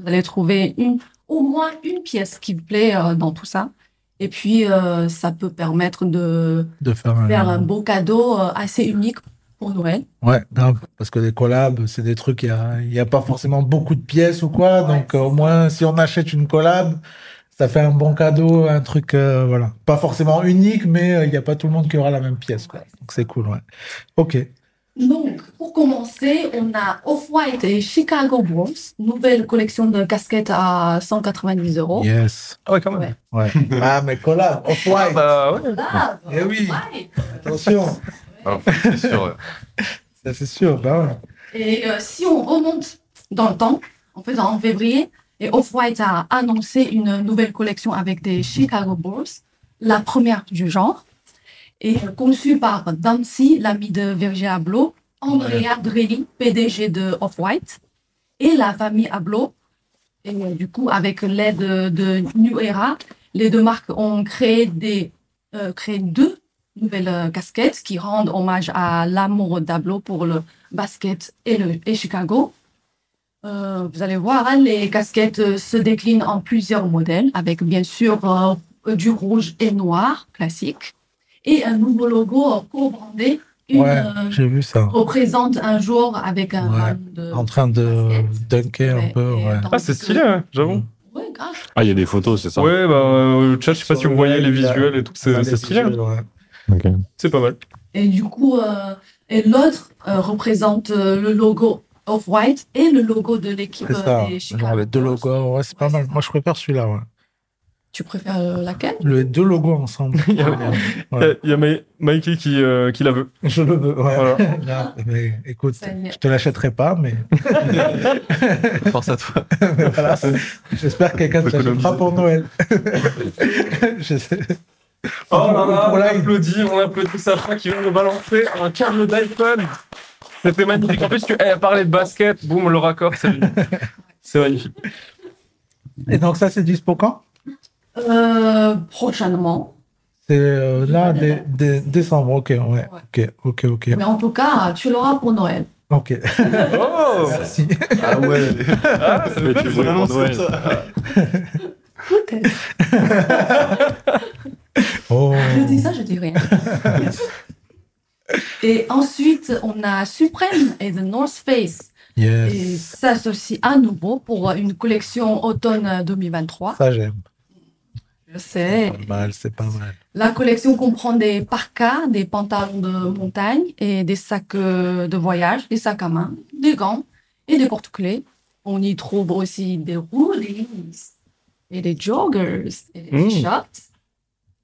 S9: allez trouver une, au moins une pièce qui vous plaît euh, dans tout ça. Et puis, euh, ça peut permettre de
S1: De faire un.
S9: faire un beau cadeau euh, assez unique pour Noël.
S1: Ouais, grave, parce que les collabs, c'est des trucs, il n'y a, il y a pas forcément beaucoup de pièces ou quoi.
S9: Ouais,
S1: donc, euh, au moins, si on achète une collab, ça fait un bon cadeau, un truc, euh, voilà. Pas forcément unique, mais euh, il n'y a pas tout le monde qui aura la même pièce. Quoi.
S9: Ouais.
S1: Donc, c'est cool, ouais. Ok.
S9: Donc, pour commencer, on a Off-White et Chicago Bulls, nouvelle collection de casquettes à 190 euros.
S1: Yes.
S2: Ah ouais, quand même.
S9: Ouais.
S1: Ouais. ah, mais collab,
S2: Ah
S1: off-white.
S2: bah ouais. Ah,
S9: Ah,
S1: Eh oui.
S9: Off-White.
S1: Attention,
S6: Alors,
S2: bah,
S6: c'est sûr.
S1: ça c'est sûr. Bah, ouais.
S9: Et euh, si on remonte dans le temps, en fait, en février, et Off-White a annoncé une nouvelle collection avec des Chicago Bulls, la première du genre, et euh, conçue par Dancy, l'ami de Virgil Abloh, Andrea Drelli, PDG de Off-White, et la famille Abloh. Et euh, du coup, avec l'aide de New Era, les deux marques ont créé, des, euh, créé deux nouvelles euh, casquettes qui rendent hommage à l'amour d'Abloh pour le basket et, le, et Chicago. Euh, vous allez voir, hein, les casquettes euh, se déclinent en plusieurs modèles, avec bien sûr euh, du rouge et noir classique, et un nouveau logo euh, co-brandé. Une
S1: Ouais,
S9: euh,
S1: j'ai vu ça.
S9: représente un jour avec un
S1: Ouais,
S9: rame de...
S1: En train de dunker un
S9: Ouais,
S1: peu,
S9: et
S1: ouais.
S9: tandis
S2: Ah, c'est
S9: que-
S2: stylé, hein, j'avoue.
S9: Ouais, grave.
S3: Ah, il y a des photos, c'est ça
S2: Ouais, bah, euh, chat, je sais pas si
S1: Sur
S2: vous voyez
S1: le-
S2: les visuels et tout, c'est
S1: Ouais,
S2: c'est
S1: les
S2: stylé, hein.
S1: visuels, ouais.
S3: Ok.
S2: c'est pas mal.
S9: Et du coup, euh, et l'autre euh, représente euh, le logo Off-White et le logo de l'équipe
S1: C'est ça.
S9: euh, des
S1: Genre
S9: Chicago.
S1: avec deux
S9: Bulls.
S1: logos, ouais, c'est pas
S9: Ouais,
S1: mal.
S9: c'est ça.
S1: Moi, je préfère celui-là, ouais.
S9: Tu préfères euh, laquelle
S1: Le deux logos ensemble.
S2: Il y a,
S1: Ouais.
S2: Eh, il y a Ma- Mikey qui, euh, qui la veut.
S1: je le veux, ouais.
S2: Voilà.
S1: Non, mais écoute,
S9: Ça y est.
S1: je te l'achèterai pas, mais
S6: Force à toi.
S1: mais voilà. J'espère que quelqu'un
S6: Faut
S1: te l'achètera
S6: économiser.
S1: pour Noël. Je sais.
S2: Oh là là, on
S1: Pour la-
S2: applaudit, on applaudit Sacha qui vient de balancer un câble d'iPhone. C'était magnifique. En plus, tu eh, parlais de basket, boum, le raccord, c'est c'est magnifique.
S1: Et donc, ça, c'est dispo quand
S9: Euh, Prochainement.
S1: C'est euh, là, dé- dé- décembre, ok, ouais. Ok, ok, ok.
S9: Mais en tout cas, tu l'auras pour Noël.
S1: Ok,
S2: Oh
S1: merci.
S6: Ah ouais.
S2: ah, c'est
S3: Mais tu voulais pour Noël.
S9: Peut-être.
S1: Oh.
S9: Je dis ça, je dis rien. Et ensuite, on a Supreme et The North Face. Et
S1: Yes.
S9: s'associe à nouveau pour une collection automne 2023.
S1: Ça, j'aime.
S9: Je sais.
S1: Pas mal, c'est pas mal.
S9: La collection comprend des parkas, des pantalons de montagne et des sacs euh, de voyage, des sacs à main, des gants et des porte-clés. On y trouve aussi des roulings et des joggers et des
S2: Mm.
S9: shorts.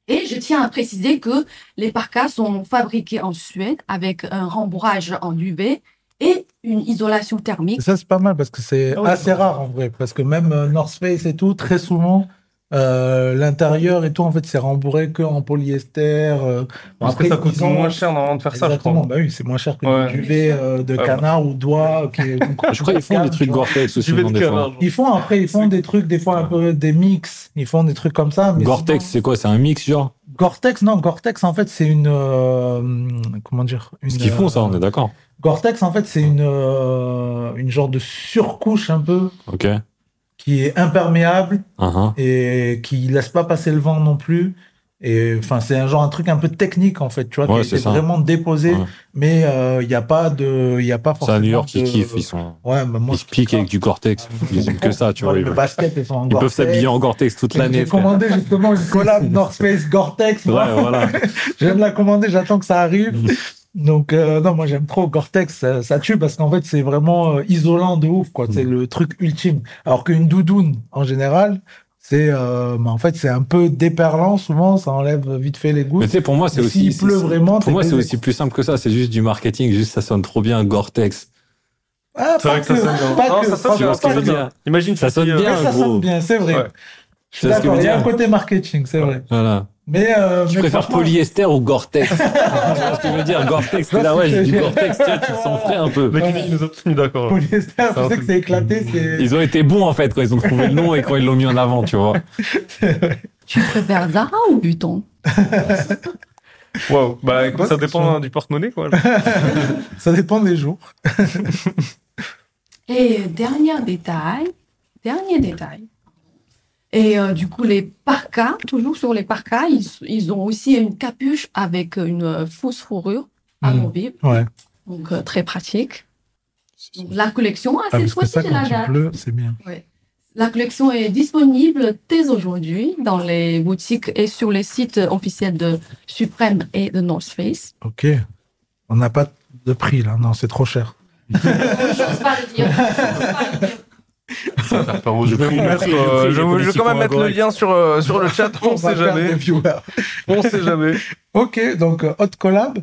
S9: Et je tiens à préciser que les parkas sont fabriqués en Suède avec un rembourrage en UV et une isolation thermique.
S1: Et ça, c'est pas mal parce que c'est
S2: Ah ouais.
S1: assez rare en vrai. Parce que même euh, North Face et tout, très souvent, euh, l'intérieur et tout, en fait, c'est rembourré que en polyester. euh,
S2: Bon, Après, ça coûte
S1: ils ont-
S2: moins cher normalement de faire ça, je
S1: Exactement,
S2: crois.
S1: bah oui, c'est moins cher que
S2: Ouais.
S1: du duvet euh, de
S2: Ouais.
S1: canard ou d'oie. qui est-
S3: Je crois qu'ils font des trucs
S1: Tu vois.
S3: Gore-Tex aussi,
S2: Tu vais
S3: non,
S2: de
S3: des fois.
S2: canard.
S1: Ils font après, ils font des trucs, des fois un peu des mix, ils font des trucs comme ça. mais
S3: Gore-Tex,
S1: sinon-
S3: c'est quoi C'est un mix, genre
S1: Gore-Tex, non, Gore-Tex, en fait, c'est une. euh, comment dire une,
S3: Ce qu'ils font, ça, on est
S1: euh,
S3: d'accord.
S1: Gore-Tex, en fait, c'est une, euh, une genre de surcouche un peu
S3: Ok. Uh
S1: qui est imperméable
S3: -huh.
S1: et qui laisse pas passer le vent non plus. Et enfin, c'est un genre un truc un peu technique en fait, tu vois,
S3: Ouais,
S1: qui
S3: c'est
S1: est
S3: ça.
S1: vraiment déposé,
S3: Ouais.
S1: mais il n'y a pas de, il y a pas
S3: C'est
S1: forcément.
S3: à New York, ils
S1: de-
S3: kiffent. Ils, sont...
S1: Ouais, mais moi Ah,
S3: ils se piquent avec du Gore-Tex. Ils aiment que ça, tu vois. Ils,
S1: Le
S3: veulent-
S1: basket, ils sont en
S3: ils peuvent
S1: Gore-Tex.
S3: s'habiller en Gore-Tex toute l'année.
S1: J'ai
S3: frère. Ouais,
S1: commandé justement une collab North Face Gore-Tex. moi.
S3: voilà. Mm.
S1: Je viens de la commander, j'attends que ça arrive. Donc, euh, non, moi j'aime trop Gore-Tex, ça, ça tue parce qu'en fait c'est vraiment euh, isolant de ouf, quoi.
S3: Mm.
S1: C'est le truc ultime. Alors qu'une doudoune, en général, c'est euh, bah, en fait c'est un peu déperlant souvent, ça enlève vite fait les
S3: Mais
S1: gouttes.
S3: tu sais, pour moi, c'est
S1: Et
S3: aussi.
S1: s'il pleut
S3: c'est-
S1: vraiment,
S3: Pour moi,
S1: t'es
S3: c'est
S1: baisé.
S3: aussi plus simple que ça. C'est juste du marketing. Juste, ça sonne trop bien, Gore-Tex.
S1: Ah, pas
S2: C'est vrai que ça
S1: que,
S2: sonne bien.
S1: pas
S2: Non,
S1: que,
S2: ça sonne
S1: pas
S3: Tu vois
S2: bien,
S1: que,
S3: ce que je veux
S1: pas que.
S3: dire
S2: Imagine,
S3: Ça
S2: tu
S3: sonne
S2: dis, euh,
S3: bien.
S1: Mais ça sonne
S3: gros.
S1: bien, c'est vrai.
S2: Ouais.
S1: Je
S3: Tu
S1: suis
S3: vois ce que je
S1: d'accord,
S3: veux
S1: il y a un
S3: dire
S1: côté marketing, c'est vrai.
S3: Voilà.
S1: Mais, euh,
S3: Je
S1: mais
S3: préfère
S1: franchement,
S3: polyester ou Gore-Tex. tu vois ce que je veux dire Gore-Tex,
S1: Je vois
S3: t'es là,
S1: ce que
S3: ouais,
S1: tu veux
S3: j'ai du
S1: dire.
S3: Gore-Tex, tu vois, tu te sens frais un peu.
S2: Mec, il nous a tous mis d'accord.
S1: Polyester, je
S2: un
S1: Ah, sais que
S2: truc-
S1: c'est
S2: Mm.
S1: éclaté, c'est.
S3: Ils ont été bons, en fait, quand ils ont trouvé le nom et quand ils l'ont mis en avant, tu vois.
S9: Tu préfères Zara ou Vuitton
S2: Waouh. Bah, écoute,
S1: Bonne
S2: ça
S1: question.
S2: dépend hein, du porte-monnaie, quoi.
S1: Ça dépend des jours.
S9: Et euh, dernier détail, dernier détail. Et euh, du coup, les parkas, toujours sur les parkas, ils, ils ont aussi une capuche avec une euh, fausse fourrure
S1: Hmm.
S9: amovible.
S1: Ouais.
S9: Donc, euh, très pratique. Donc, la collection, ah,
S1: Ah,
S9: cette
S1: parce que
S9: fois-ci,
S1: ça,
S9: j'ai la
S1: quand il
S9: date.
S1: pleut, c'est bien.
S9: La collection est disponible dès aujourd'hui dans les boutiques et sur les sites officiels de Supreme et de North Face.
S1: Ok. On n'a pas de prix, là. Non, c'est trop cher.
S9: Je n'ose pas le dire. je n'ose pas le dire.
S6: Ça va faire peur aux
S3: Je
S6: yeux.
S3: vais vous mettre,
S2: Euh,
S3: euh,
S2: je,
S3: les
S2: je vais quand même mettre le
S3: politiques
S2: lien sur, euh, sur le chat, on
S1: va
S2: sait
S1: perdre des
S2: jamais.
S1: viewers.
S2: On sait jamais.
S1: Ok, donc euh, Hot Collab.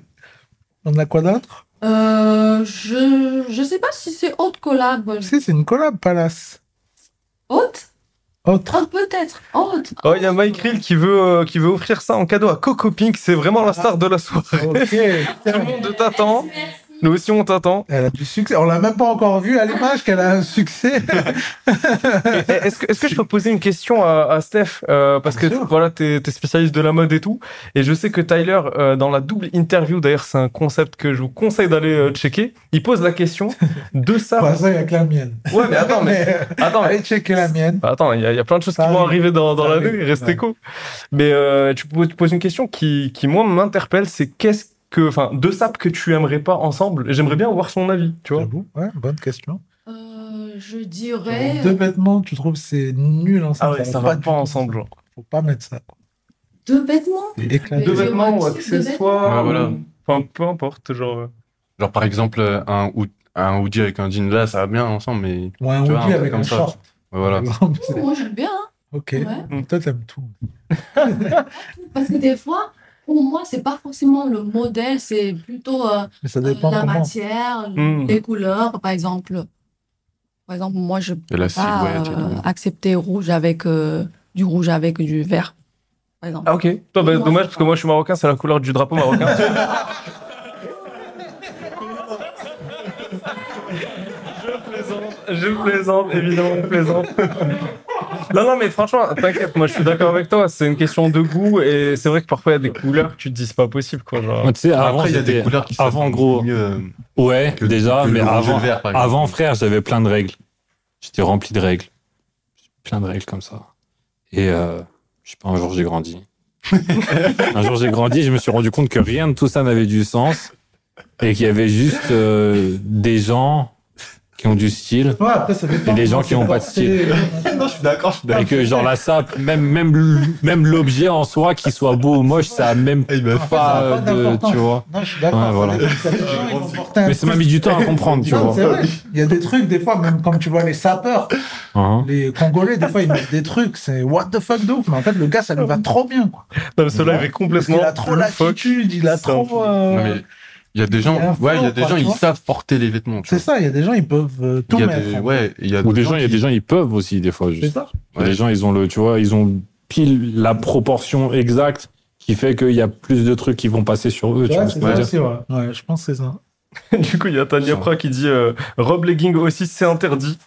S1: On a quoi d'autre
S9: Euh, je ne sais pas si c'est haute collab.
S1: Si, c'est une collab, Palace.
S9: Haute
S1: Autre.
S9: Oh, peut-être. Haute.
S2: Oh, il y a Mike Reel qui veut, euh, qui veut offrir ça en cadeau à Coco Pink. C'est vraiment la star de la soirée.
S1: Ah. Ok.
S2: Tout le monde t'attend. Nous aussi, on t'attend.
S1: Elle a du succès. On l'a même pas encore vu à l'image qu'elle a un succès.
S2: Et- et- Est-ce que, est-ce que je peux poser une question à, à Steph euh, Parce que
S1: Bien sûr.
S2: voilà, t'es es spécialiste de la mode et tout. Et je sais que Tyler, euh, dans la double interview, d'ailleurs, c'est un concept que je vous conseille d'aller euh, checker. Il pose la question de ça.
S1: Pour l'instant, il y a que la mienne.
S2: Ouais, mais attends, mais
S1: Mais, euh,
S2: attends, mais-
S1: allez checker la mienne.
S2: Bah, attends, il y, a- il y a plein de choses
S1: Ça
S2: qui vont
S1: arrive.
S2: arriver dans, dans
S1: Ça
S2: l'année,
S1: arrive,
S2: restez
S1: ouais.
S2: cool. Mais euh, tu, poses, tu poses une question qui, qui moi, m'interpelle, c'est qu'est-ce que, enfin, deux sapes que tu aimerais pas ensemble, j'aimerais bien avoir son avis, tu vois.
S1: J'avoue, ouais, bonne question.
S9: Euh, je dirais.
S1: Deux vêtements, tu trouves que c'est nul hein, ensemble.
S2: Ah ça va
S1: du
S2: pas
S1: tout.
S2: ensemble. genre.
S1: Faut pas mettre ça. quoi.
S9: Deux vêtements
S1: Éclate.
S9: Mais
S2: Deux
S9: je
S2: vêtements ou
S9: vois aussi deux
S2: accessoires.
S6: Ouais, voilà.
S2: ou- Enfin, peu importe, genre. euh,
S6: Genre, par exemple, euh, un, hood- un hoodie avec un jean là, ça va bien ensemble, mais ouais,
S1: Ou un
S6: Tu vois, un
S1: hoodie
S6: truc
S1: avec
S6: comme
S1: un
S6: ça.
S1: short.
S6: voilà.
S9: Oh, Moi, j'aime bien. hein.
S1: ok.
S9: Ouais.
S1: Toi, t'aimes tout.
S9: Parce que des fois, pour moi, c'est pas forcément le modèle, c'est plutôt euh,
S1: Mais ça
S9: euh,
S1: dépend
S9: la
S1: comment.
S9: matière,
S2: Hmm.
S9: les couleurs, par exemple. Par exemple, moi, je
S6: Et la
S9: pas
S6: silhouette. et
S9: euh,
S6: tout.
S9: accepter rouge avec euh, du rouge avec du vert, par exemple.
S2: Ah, ok. Toi, bah,
S9: Moi,
S2: dommage,
S9: je-
S2: parce que moi, je suis marocain, c'est la couleur du drapeau marocain. je plaisante, je plaisante, évidemment, je plaisante. Non, non, mais franchement, t'inquiète, moi je suis d'accord avec toi, c'est une question de goût et c'est vrai que parfois il y a des couleurs que tu te dis c'est pas possible quoi. Genre.
S3: Moi, tu sais, avant,
S6: Après, il y a des
S3: j'étais-
S6: couleurs qui
S3: avant,
S6: s'appellent
S3: gros.
S6: mieux, euh,
S3: Ouais,
S6: que-
S3: déjà,
S6: que le
S3: mais
S6: rouge et le
S3: avant,
S6: vert, par exemple.
S3: avant, frère, j'avais plein de règles. J'étais rempli de règles. Plein de règles comme ça. Et euh, je sais pas, un jour j'ai grandi. un jour j'ai grandi, je me suis rendu compte que rien de tout ça n'avait du sens et qu'il y avait juste euh, des gens qui ont du style
S1: Ouais, après, ça dépend.
S3: Et les gens
S1: comment
S3: qui ont
S1: c'est
S3: pas de style.
S1: porté.
S6: Non, je suis d'accord, je suis
S3: et
S6: d'accord.
S3: que genre la sape, même même l- même l'objet en soi, qu'il soit beau ou moche, ça a même
S6: Eh ben,
S1: En fait, ça
S3: pas
S1: a
S3: euh,
S1: pas
S3: de,
S1: d'importance.
S3: tu vois.
S1: Non, je suis d'accord.
S3: Ouais,
S1: ça
S3: voilà.
S1: dépend. Ça, les gens,
S2: Ah,
S1: ils vont porter un
S3: Mais ça m'a mis du temps à comprendre, tu
S1: Euh, Non,
S3: vois.
S1: c'est vrai. Il y a des trucs, des fois, même quand tu vois les sapeurs,
S3: Hein.
S1: les Congolais, des fois, ils mettent des trucs, c'est what the fuck de ouf. Mais en fait, le gars, ça lui va trop bien. Quoi.
S2: Non, mais cela est
S1: Parce qu'il
S2: complètement.
S1: a trop
S2: le fuck.
S1: l'attitude, il a
S2: C'est
S1: trop.
S6: Non,
S1: euh,
S6: mais il y a des
S1: Il y a un
S6: gens, ouais, il y a
S1: flow,
S6: des
S1: quoi,
S6: gens,
S1: tu
S6: ils
S1: vois.
S6: savent porter les vêtements. tu
S1: C'est
S6: vois.
S1: ça, il y a des gens, ils peuvent euh, tout
S6: Il y a
S1: mettre.
S6: des, ouais, il y a
S3: Ou des gens, il y a
S6: qui-
S3: des gens, ils peuvent aussi des fois. Juste.
S1: C'est ça.
S3: Il y a
S6: Ouais.
S3: Les gens, ils ont le, tu vois, ils ont pile la proportion exacte qui fait qu'il y a plus de trucs qui vont passer sur eux. tu vois
S1: Ouais,
S3: ce
S1: c'est
S3: que je veux
S1: ça
S3: dire.
S1: aussi, ouais. Ouais, je pense que c'est ça.
S2: du coup, il y a Tania Pra qui dit euh, robe legging aussi, c'est interdit.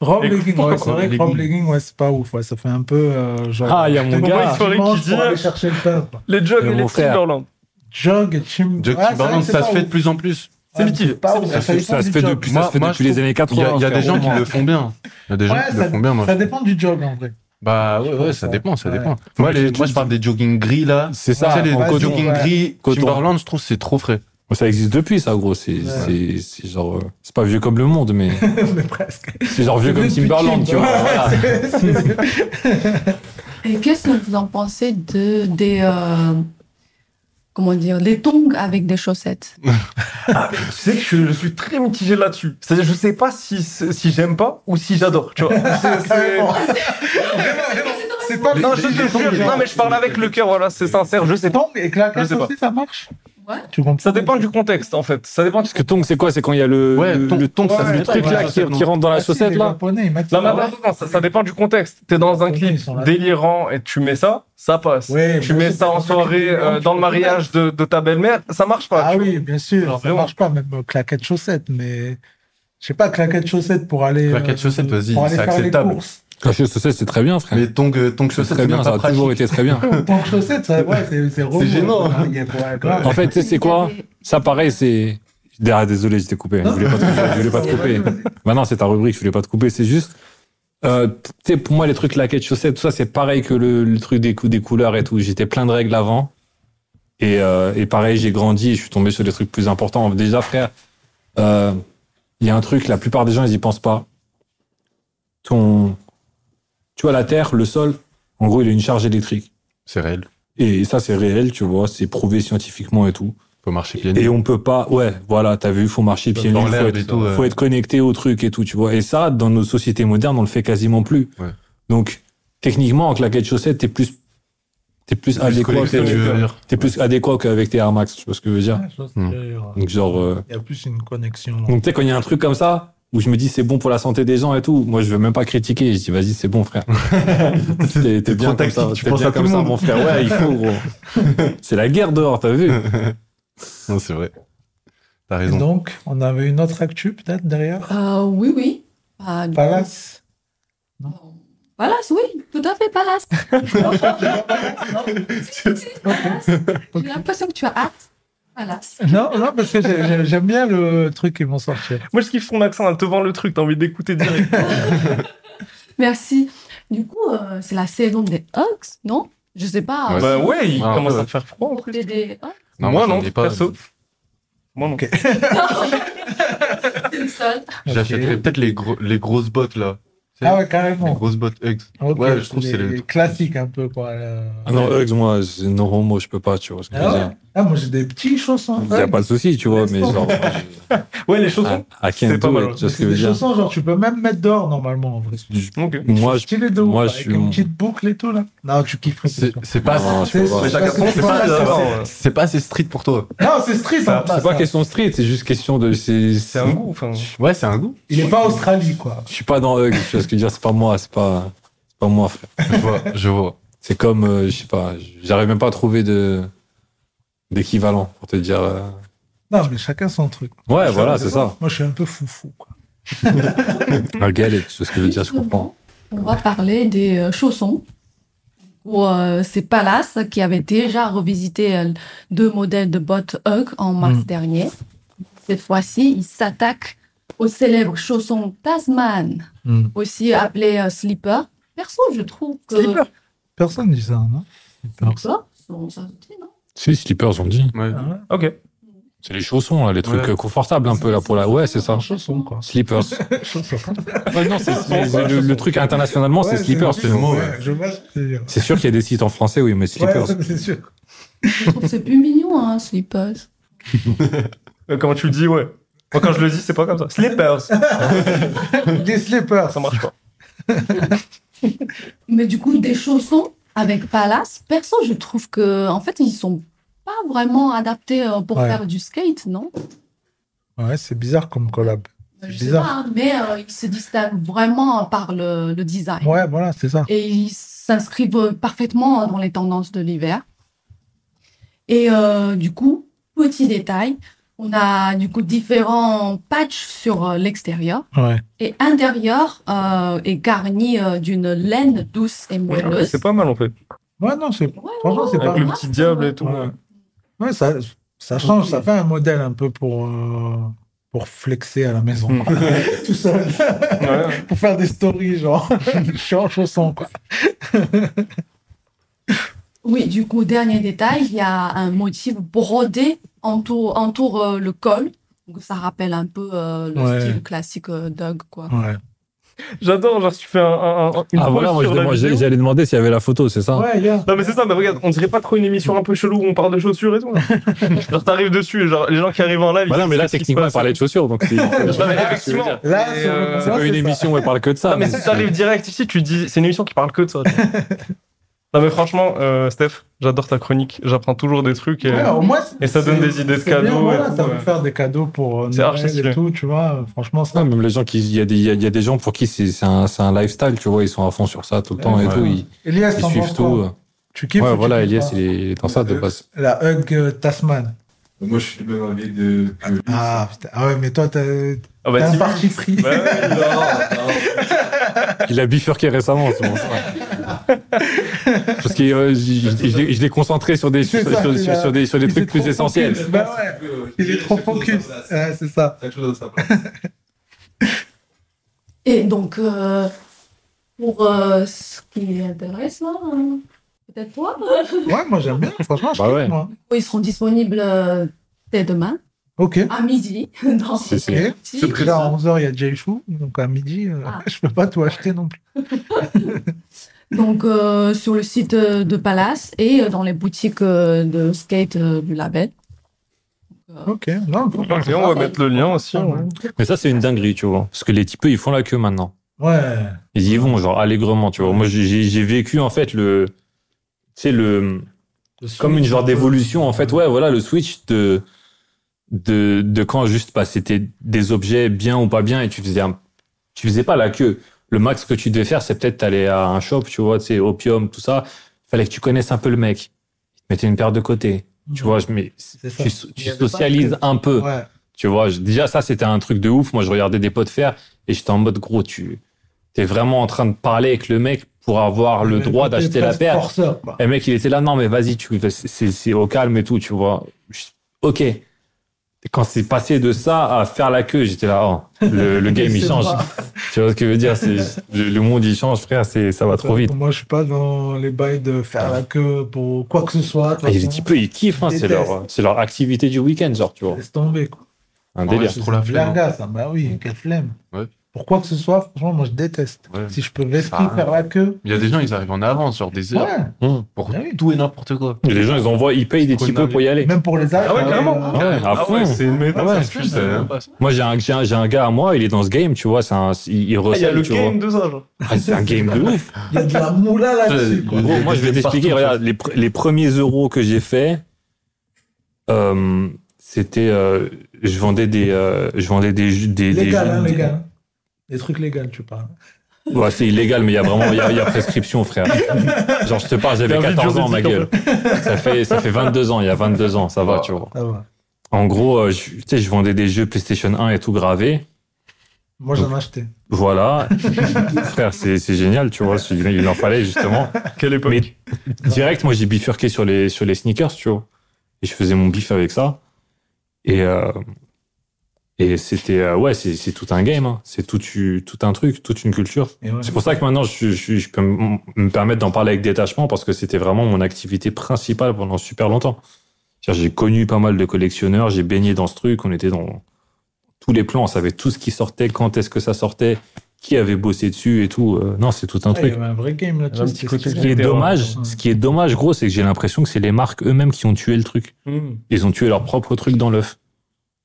S1: Rob
S2: Et
S1: legging,
S2: pourquoi
S1: ouais, c'est vrai que Rob legging, ouais, c'est pas ouf, ouais, ça fait un peu euh, genre.
S3: Ah, il y a mon
S1: Tenue
S3: gars.
S1: dimanche
S2: Faudrait qu'il
S1: pour
S2: dise-
S1: aller chercher le pain. quoi.
S2: Les jogs
S3: Euh,
S2: et les
S3: mon frère.
S2: Timberland.
S1: Jog et chim.
S6: Jack
S1: Ouais,
S6: Timberland,
S1: c'est vrai que c'est
S6: ça se
S1: pas
S6: fait de
S1: ouf.
S6: plus en plus.
S2: C'est
S1: Ouais,
S2: mitigé,
S1: c'est pas
S2: c'est
S1: ouf,
S2: mitigé.
S1: ça fait
S3: Ça se
S1: du
S3: fait
S1: jog.
S3: depuis,
S6: Moi-
S3: ça se fait
S6: moi,
S3: depuis
S6: je
S3: les
S6: trouve-
S3: années
S6: Il y
S3: 80.
S6: a, il y a des
S3: frère,
S6: gens qui
S3: vraiment.
S6: le font bien. Il y a des gens
S1: Ouais,
S6: qui le font bien, moi.
S1: ça dépend du jog en vrai.
S6: Bah ouais, ouais, ça
S1: Ouais.
S6: dépend, ça
S1: hein. Ouais.
S6: dépend. Moi, les, moi, je parle des jogging gris là.
S3: C'est
S6: Tu
S3: ça,
S6: sais, les
S3: en
S1: ouais,
S3: coton.
S6: jogging
S1: ouais.
S6: gris,
S3: Coton.
S6: Timberland, je trouve, c'est trop frais.
S3: Ça existe depuis, ça, gros. C'est c'est- c'est genre. euh, C'est pas vieux comme le monde, mais.
S1: Mais presque.
S3: C'est genre vieux comme
S1: Depuis
S3: Timberland, tu
S1: Chim,
S3: vois.
S1: ouais,
S3: voilà.
S1: c'est- c'est-
S9: Et qu'est-ce que vous en pensez de, des, euh, comment dire, les tongs avec des chaussettes.
S2: Ah, mais tu sais que je, je suis très mitigé là-dessus. C'est-à-dire, je sais pas si, si j'aime pas ou si j'adore, tu vois. C'est- c'est-
S1: Carrément. C'est pas
S2: Non, je te jure, non, mais je parle avec le cœur, voilà, c'est sincère, je sais pas.
S1: Tombe et claquette
S2: Je sais pas.
S1: aussi, ça marche
S9: Ouais.
S1: Tu comprends
S2: Ça dépend du contexte, en fait. Ça dépend du...
S3: Parce que tong, c'est quoi C'est quand il y a le,
S6: Ouais,
S3: le,
S6: tong-
S3: le tong,
S2: ouais,
S3: c'est
S2: ouais,
S3: le truc
S1: ouais,
S3: là
S1: ouais,
S3: qui,
S6: ouais,
S3: qui rentre dans la saucette
S1: les
S3: là.
S1: Japonais, ils mettent
S2: Non, mais
S1: ça.
S2: attends, attends, ça, ça dépend du contexte. T'es dans un clip
S1: Ils sont là.
S2: délirant et tu mets ça, ça passe.
S1: Ouais,
S2: tu
S1: mais
S2: mets
S1: c'est
S2: ça
S1: pas
S2: en
S1: vrai,
S2: soirée,
S1: délirant,
S2: euh,
S1: tu
S2: dans le
S1: peux pas.
S2: mariage de, de ta belle-mère, ça marche pas.
S1: Ah
S2: tu vois.
S1: oui, bien sûr,
S2: Alors,
S1: ça
S2: vraiment.
S1: marche pas, même euh, claquette chaussette, mais je sais pas, claquette chaussette pour aller. euh,
S6: Claquette chaussette, vas-y,
S1: pour aller
S6: c'est
S1: faire les
S6: acceptable.
S1: courses.
S3: La chaussette, Ah, c'est très bien, frère.
S6: Mais ton, euh, ton
S3: C'est
S6: chaussette,
S3: très
S6: c'est même
S3: bien, ça
S6: pas
S3: a toujours
S6: pratique.
S3: été très bien.
S1: Tant que chaussette, ça, ouais, c'est c'est relou. hein.
S6: gênant.
S1: Ouais, ouais, grave.
S3: En fait, tu sais, c'est quoi Ça, pareil, c'est. Ah, désolé, je t'ai coupé. Je voulais pas te couper. Je voulais pas te couper. Maintenant, c'est ta rubrique, je voulais pas te couper. C'est juste. Euh, tu sais, pour moi, les trucs laquettes, chaussettes, tout ça, c'est pareil que le, le truc des, cou- des couleurs et tout. J'étais plein de règles avant. Et, euh, et pareil, j'ai grandi et je suis tombé sur des trucs plus importants. Déjà, frère, euh, il y a un truc, la plupart des gens, ils y pensent pas. Ton. Tu vois, la terre, le sol, en gros, il a une charge électrique.
S6: C'est réel.
S3: Et ça, c'est réel, tu vois, c'est prouvé scientifiquement et tout.
S6: Faut marcher pieds
S3: Et
S6: nus.
S3: on peut pas, ouais, voilà, t'as vu, faut marcher pieds nus,
S6: Dans
S3: faut,
S6: l'herbe
S3: être-
S6: et tout, ouais.
S3: faut être connecté au truc et tout, tu vois. Et ça, dans nos sociétés modernes, on le fait quasiment plus.
S6: Ouais.
S3: Donc, techniquement, en claquette chaussette, t'es plus, t'es plus,
S6: Plus
S3: adéquat,
S6: collectif, tu veux
S3: que-
S6: dire.
S3: t'es plus adéquat qu'avec tes Air Max, tu vois ce que je veux dire.
S1: Ouais, je pense
S6: Hmm.
S1: que-
S3: Donc, genre, euh,
S1: Il y a plus une connexion.
S3: donc tu sais, quand il y a un truc comme ça, où je me dis c'est bon pour la santé des gens et tout, moi je veux même pas critiquer, je dis vas-y, c'est bon, frère. T'es- T'es
S6: T'es
S3: bien
S6: trop
S3: comme ça,
S6: tactique, tu
S3: t'es
S6: penses
S3: bien
S6: à tout
S3: comme
S6: le
S3: ça,
S6: monde.
S3: mon frère. Ouais, il faut, gros. C'est la guerre dehors, t'as vu?
S6: Non, c'est vrai. T'as
S1: Et
S6: raison.
S1: donc, on avait une autre actu peut-être derrière
S9: Euh, Oui, oui. Bah, du euh,
S1: Palace.
S9: Palace, oui, tout à fait, Palace.
S2: Ah,
S9: Palace. J'ai l'impression que tu as hâte. Palace.
S1: Non, non, parce que j'ai- j'ai- j'aime bien le truc qu'ils vont sortir.
S2: Moi, je kiffe son accent, elle te vend le truc, t'as envie d'écouter direct.
S9: Merci. Du coup, euh, c'est la saison des Hugs, non Je sais pas.
S6: Ouais.
S2: bah ouais, il
S6: Ah,
S2: commence
S6: ouais.
S2: à faire froid en plus.
S9: Porter des Hugs,
S2: moi,
S6: j'en
S2: non,
S6: ai pas.
S2: perso. Moi non.
S9: c'est le seul.
S6: J'achèterais
S1: Ok.
S6: peut-être les, gros- les grosses bottes là.
S1: Ah ouais,
S6: Les
S1: carrément.
S6: grosses bottes Uggs.
S1: Ok,
S6: Ouais, je trouve que
S1: les,
S6: c'est le
S1: les
S6: truc.
S1: classiques un peu quoi. le-
S3: Ah non, Hugs, moi, c'est- non, homo, je peux pas, tu vois ce que je veux
S1: Ah,
S3: dire.
S1: ouais ah, moi j'ai des petits chaussons.
S3: Il n'y a pas de souci, tu vois, mais genre, Ah,
S2: Ouais, les
S3: à,
S2: chaussons.
S3: à
S2: C'est pas
S3: Kento,
S2: mal,
S3: tu vois ce que
S1: C'est
S3: je veux
S1: des
S3: dire.
S1: chaussons, genre tu peux même mettre dehors normalement en vrai.
S2: Ok.
S3: Moi, je.
S1: Stylé de ouf,
S3: moi, je
S1: avec
S3: suis-
S1: une petite boucle et tout là. Non, tu kiffes.
S6: C'est c'est pas,
S3: Non, je peux pas.
S1: c'est-
S2: Mais chacun
S1: parce que
S2: son
S1: c'est
S2: style,
S1: pas-
S2: d'abord.
S1: c'est-
S2: ouais.
S6: c'est pas assez street pour toi.
S1: Non, c'est street. hein,
S3: Bah, C'est
S1: ça.
S3: pas question street, c'est juste question de. C'est
S2: C'est un goût, enfin.
S6: Ouais, c'est un goût.
S1: Il est pas Australie quoi.
S3: Je suis pas dans Hugs, tu vois ce que je veux dire, c'est pas moi, c'est pas, c'est pas moi, frère.
S6: Je vois, je vois.
S3: C'est comme, euh, je sais pas, j'arrive même pas à trouver de d'équivalent pour te dire. euh,
S1: Non, mais chacun son truc.
S3: Ouais,
S1: Je
S3: voilà,
S1: suis
S3: c'est
S1: un-
S3: ça.
S1: Moi je suis un peu foufou quoi.
S3: Un galet, tu vois ce que je veux dire, je comprends.
S9: On va parler des euh, chaussons. Où, euh, c'est Palace qui avait déjà revisité euh, deux modèles de bottes Hug en mars
S1: Mm.
S9: dernier. Cette fois-ci, il s'attaque aux célèbres chaussons Tasman,
S3: Hmm.
S1: Mm.
S9: aussi appelés euh, slipper. Perso, je trouve que
S1: Slipper. Personne dit ça, hein. non
S9: Slipper, sont- Bah, ça se dit, non
S3: Si, slippers, on dit.
S6: Ouais.
S1: Ah ouais,
S2: Ok.
S3: C'est les chaussons, là, les trucs
S6: Ouais.
S3: euh, confortables un peu, là, pour la. Ouais, c'est ça.
S1: Chaussons quoi.
S3: Slippers.
S1: Chaussons.
S3: Ouais, non, c'est- mais le, le truc internationalement, c'est
S1: Ouais,
S3: slippers,
S1: c'est-
S3: c'est le mot. ouais.
S1: ouais, Je vois ce que tu veux dire.
S3: C'est sûr qu'il y a des sites en français, oui, mais
S1: Ouais,
S3: slippers.
S1: ça, c'est sûr.
S9: Je trouve que c'est plus mignon, hein, slippers.
S2: Euh, Comment tu le dis, ouais. Moi, quand je le dis, c'est pas comme ça. Slippers. Ça
S1: Des slippers.
S2: marche pas.
S9: Mais du coup, des chaussons avec Palace, perso, je trouve que, en fait, ils sont pas vraiment adaptés euh, pour
S1: Ouais.
S9: faire du skate, non
S1: Ouais, c'est bizarre comme collab.
S9: Je
S1: C'est
S9: sais
S1: bizarre.
S9: pas, hein, mais euh, ils se distinguent vraiment hein, par le, le design.
S1: Ouais, voilà, c'est ça.
S9: Et ils s'inscrivent euh, parfaitement hein, dans les tendances de l'hiver. Et euh, du coup, petit détail, on a du coup différents patchs sur euh, l'extérieur.
S1: Ouais.
S9: Et intérieur euh, est garni euh, d'une laine douce et moelleuse.
S2: C'est pas mal, en fait.
S1: Ouais, non, c'est.
S9: Ouais,
S1: Franchement,
S9: ouais,
S1: c'est
S9: ouais,
S1: pas
S2: Avec le
S9: ouais,
S2: petit
S9: c'est
S2: diable
S9: vrai.
S2: et tout.
S1: Ouais.
S2: ouais.
S1: Ouais, ça, ça change, ça fait un modèle un peu pour, euh, pour flexer à la maison. quoi. Tout seul.
S2: Hmm. Ouais.
S1: pour faire des stories, genre. Je suis en chausson, quoi.
S9: Oui, du coup, dernier détail, il y a un motif brodé entoure, entoure euh, le col. Donc, ça rappelle un peu euh, le
S1: Ouais.
S9: style classique euh, Doug, quoi.
S1: Ouais.
S2: J'adore, genre, tu fais un, un- un- une
S3: Ah
S2: pause
S3: voilà, moi je
S2: sur la
S3: demande-
S2: vidéo.
S3: j'ai- j'allais demander s'il y avait la photo, c'est ça
S1: Ouais, gars.
S2: Non, mais c'est ça, mais regarde, on dirait pas trop une émission un peu chelou où on parle de chaussures et tout. là. genre, t'arrives dessus, genre, les gens qui arrivent en live.
S3: Voilà,
S2: ils-
S3: Bah mais là,
S2: qu'est-ce qui se
S3: techniquement, elle
S2: passe hein.
S3: parlait de chaussures, donc c'est
S2: Non, mais effectivement.
S1: Là,
S2: Et,
S1: sur-
S2: euh,
S1: ça,
S3: c'est pas une
S1: ça.
S3: émission où elle parle que de ça.
S2: Non, mais si t'arrives direct ici, tu dis, c'est une émission qui parle que de ça. non, mais franchement, euh, Steph, j'adore ta chronique, j'apprends toujours des trucs. Et...
S1: Ouais, au moins,
S2: Et ça donne
S1: c'est-
S2: des idées de
S1: c'est bien,
S2: cadeaux et
S1: voilà,
S2: tout,
S1: ça peut
S2: ouais.
S1: faire des cadeaux pour euh,
S2: C'est archi
S1: Noël
S2: stylé.
S1: et tout, tu vois. euh, Franchement, ça.
S3: Non, même les gens qui, il y, a des- il y a- il y a des gens pour qui c'est c'est un, c'est un lifestyle, tu vois, ils sont à fond sur ça tout le temps et
S6: Ouais.
S3: tout, ils,
S1: Elias,
S3: ils
S1: t'en
S3: suivent
S1: penses
S3: tout.
S1: quoi Tu kiffes ou
S3: ouais,
S1: tu
S3: voilà,
S1: kiffes
S3: Elias,
S1: pas
S3: il est dans ça de base.
S1: La hug euh, Tasman.
S10: Moi, je suis du même avis de. que lui.
S1: Ah, putain. Ah ouais, mais toi, t'as
S2: Ah
S1: t'as
S2: bah,
S1: un
S2: si.
S1: parti pris.
S2: Bah ouais,
S10: Non, non.
S3: Il a bifurqué récemment, c'est pour ça. Parce que euh, je- je je l'ai- je l'ai concentré sur des, sur,
S1: C'est ça,
S3: sur-
S1: il
S3: sur-
S1: a-
S3: sur des, sur des
S1: il
S3: trucs
S1: s'est
S3: plus
S1: trop
S3: essentiels.
S1: focus. Bah ouais, il est trop focus. Ouais, c'est ça.
S10: Chaque chose dans sa place.
S9: Et donc, euh, pour euh, ce qui intéresse, là, hein, peut-être toi, hein.
S1: Ouais, moi, j'aime bien. Franchement, je
S3: Bah
S1: kiffe,
S3: ouais.
S1: moi.
S9: ils seront disponibles euh, dès demain,
S1: Ok.
S9: à midi. dans
S3: C'est- c'est-
S1: Ok.
S9: Si.
S1: Parce que là, à 11h, il y a Jaichou. Donc, à midi, euh,
S9: Ah.
S1: je peux pas tout acheter non plus.
S9: Donc, euh, sur le site euh, de Palace et euh, dans les boutiques euh, de skate euh, du label.
S1: Ok. Non, bon.
S2: Et on va mettre le lien aussi. ouais.
S3: Mais ça, c'est une dinguerie, tu vois. Parce que les types, ils font la queue maintenant.
S1: Ouais.
S3: Ils y vont, genre, allègrement, tu vois. Moi, j'ai- j'ai j'ai vécu, en fait, le. Tu sais, le. Comme une genre d'évolution, en fait. Ouais, voilà, le switch de. De, de quand juste pas c'était des objets bien ou pas bien et tu faisais un- tu faisais pas la queue le max que tu devais faire c'est peut-être aller à un shop tu vois tu sais opium tout ça fallait que tu connaisses un peu le mec il te mettait une paire de côté tu vois je mais
S1: C'est ça.
S3: tu,
S1: Il
S3: tu
S1: y avait pas
S3: socialises un peu
S1: Ouais.
S3: tu vois, je- déjà, ça, c'était un truc de ouf. Moi, je regardais des potes faire et j'étais en mode, gros, tu es vraiment en train de parler avec le mec pour avoir le droit
S1: côté
S3: d'acheter la
S1: presque
S3: paire.
S1: forceur, quoi.
S3: Et le mec, il était là, non, mais vas-y, tu, c'est, c'est au calme et tout, tu vois. Je- ok. Et quand c'est passé de ça à faire la queue, j'étais là, oh, le, le game, il
S1: C'est
S3: change.
S1: pas-
S3: Tu vois ce que je veux dire? C'est, le, le monde, il change, frère, c'est, ça va trop vite.
S1: Moi, je suis pas dans les bails de faire la queue pour quoi que ce soit. de toute
S3: Et les
S1: façon.
S3: types, ils kiffent, hein,
S1: Ils
S3: c'est leur, c'est leur activité du week-end, genre, tu vois.
S1: Laisse tomber, quoi.
S3: Un
S6: En vrai,
S3: délire.
S6: j'ai trop la
S3: hein.
S6: flemme. hein.
S1: Blaga, ça. Bah oui, quelle flemme.
S6: Ouais.
S1: Pour quoi que ce soit, franchement, moi, je déteste.
S6: Ouais.
S1: Si je peux laisser
S6: Ah.
S1: faire la queue.
S6: Il y a des gens, ils arrivent en avance, genre des
S1: Ouais.
S6: heures, Mmh.
S3: Hum.
S6: pour
S1: Ah oui.
S6: tout et n'importe quoi.
S3: Et Les gens, ils envoient, ils payent des
S6: Trop
S3: types pour y aller.
S1: Même pour les âges.
S2: Ah ouais, carrément.
S1: euh,
S3: Ouais, à
S2: Ah
S3: fond.
S2: ouais, c'est une méthode.
S3: Ah ouais,
S6: Ça
S2: ça se
S6: se fait,
S2: fait,
S6: je savais
S2: ça. hein.
S6: même pas ça.
S3: Moi, j'ai un, j'ai un, j'ai un gars à moi, il est dans ce game, tu vois, c'est un, il, il
S2: Ah, Il y a
S3: recèle,
S2: le
S3: tu vois.
S2: game de ça, genre.
S3: Ah, c'est un game de ouf. Euh,
S1: Il y a de la moula là-dessus, quoi.
S3: Gros, moi, je vais t'expliquer,
S6: partout,
S3: regarde, les, pr- les premiers euros que j'ai fait, euh, c'était, euh, je vendais des, euh, je vendais des, ju- des, des
S1: Légal, hein,
S3: jus-
S1: légal. Des trucs légaux, tu parles.
S3: Ouais, c'est illégal, mais il y a vraiment, il y a, il y a prescription, frère. Genre, je te parle, j'avais
S2: T'as envie de
S3: 14 ans, ma
S2: juridique,
S3: gueule. Ça fait, ça fait 22 ans, il y a 22 ans, ça va, tu vois.
S1: Ça va.
S3: En gros, euh, je, tu sais, je vendais des jeux PlayStation 1 et tout gravé.
S1: Moi, j'en ai acheté.
S3: Voilà. Frère, c'est c'est génial, tu vois. Il il en fallait, justement.
S2: Quelle époque.
S3: Mais direct, moi, j'ai bifurqué sur les, sur les sneakers, tu vois. Et je faisais mon bif avec ça. Et, euh, et c'était, euh, ouais, c'est c'est tout un game. hein. C'est tout, tu- tout un truc, toute une culture.
S1: Et ouais.
S3: C'est pour ça que maintenant, je, je, je peux m- me permettre d'en parler avec détachement parce que c'était vraiment mon activité principale pendant super longtemps. C'est-à-dire, J'ai connu pas mal de collectionneurs, j'ai baigné dans ce truc, on était dans tous les plans, on savait tout ce qui sortait, quand est-ce que ça sortait, qui avait bossé dessus et tout. Euh, non, c'est tout un
S1: Ah, Il y
S3: truc.
S1: avait un vrai game
S2: Il y a un
S1: là-dessus.
S2: petit
S1: c'est
S2: côté
S1: ce
S3: Ce
S1: qu'ils
S3: qui est
S1: ont.
S2: Terrain.
S3: dommage, ce qui est dommage, gros, c'est que j'ai l'impression que c'est les marques eux-mêmes qui ont tué le truc.
S1: Mm.
S2: Hum.
S3: Ils ont tué leur propre truc dans l'œuf.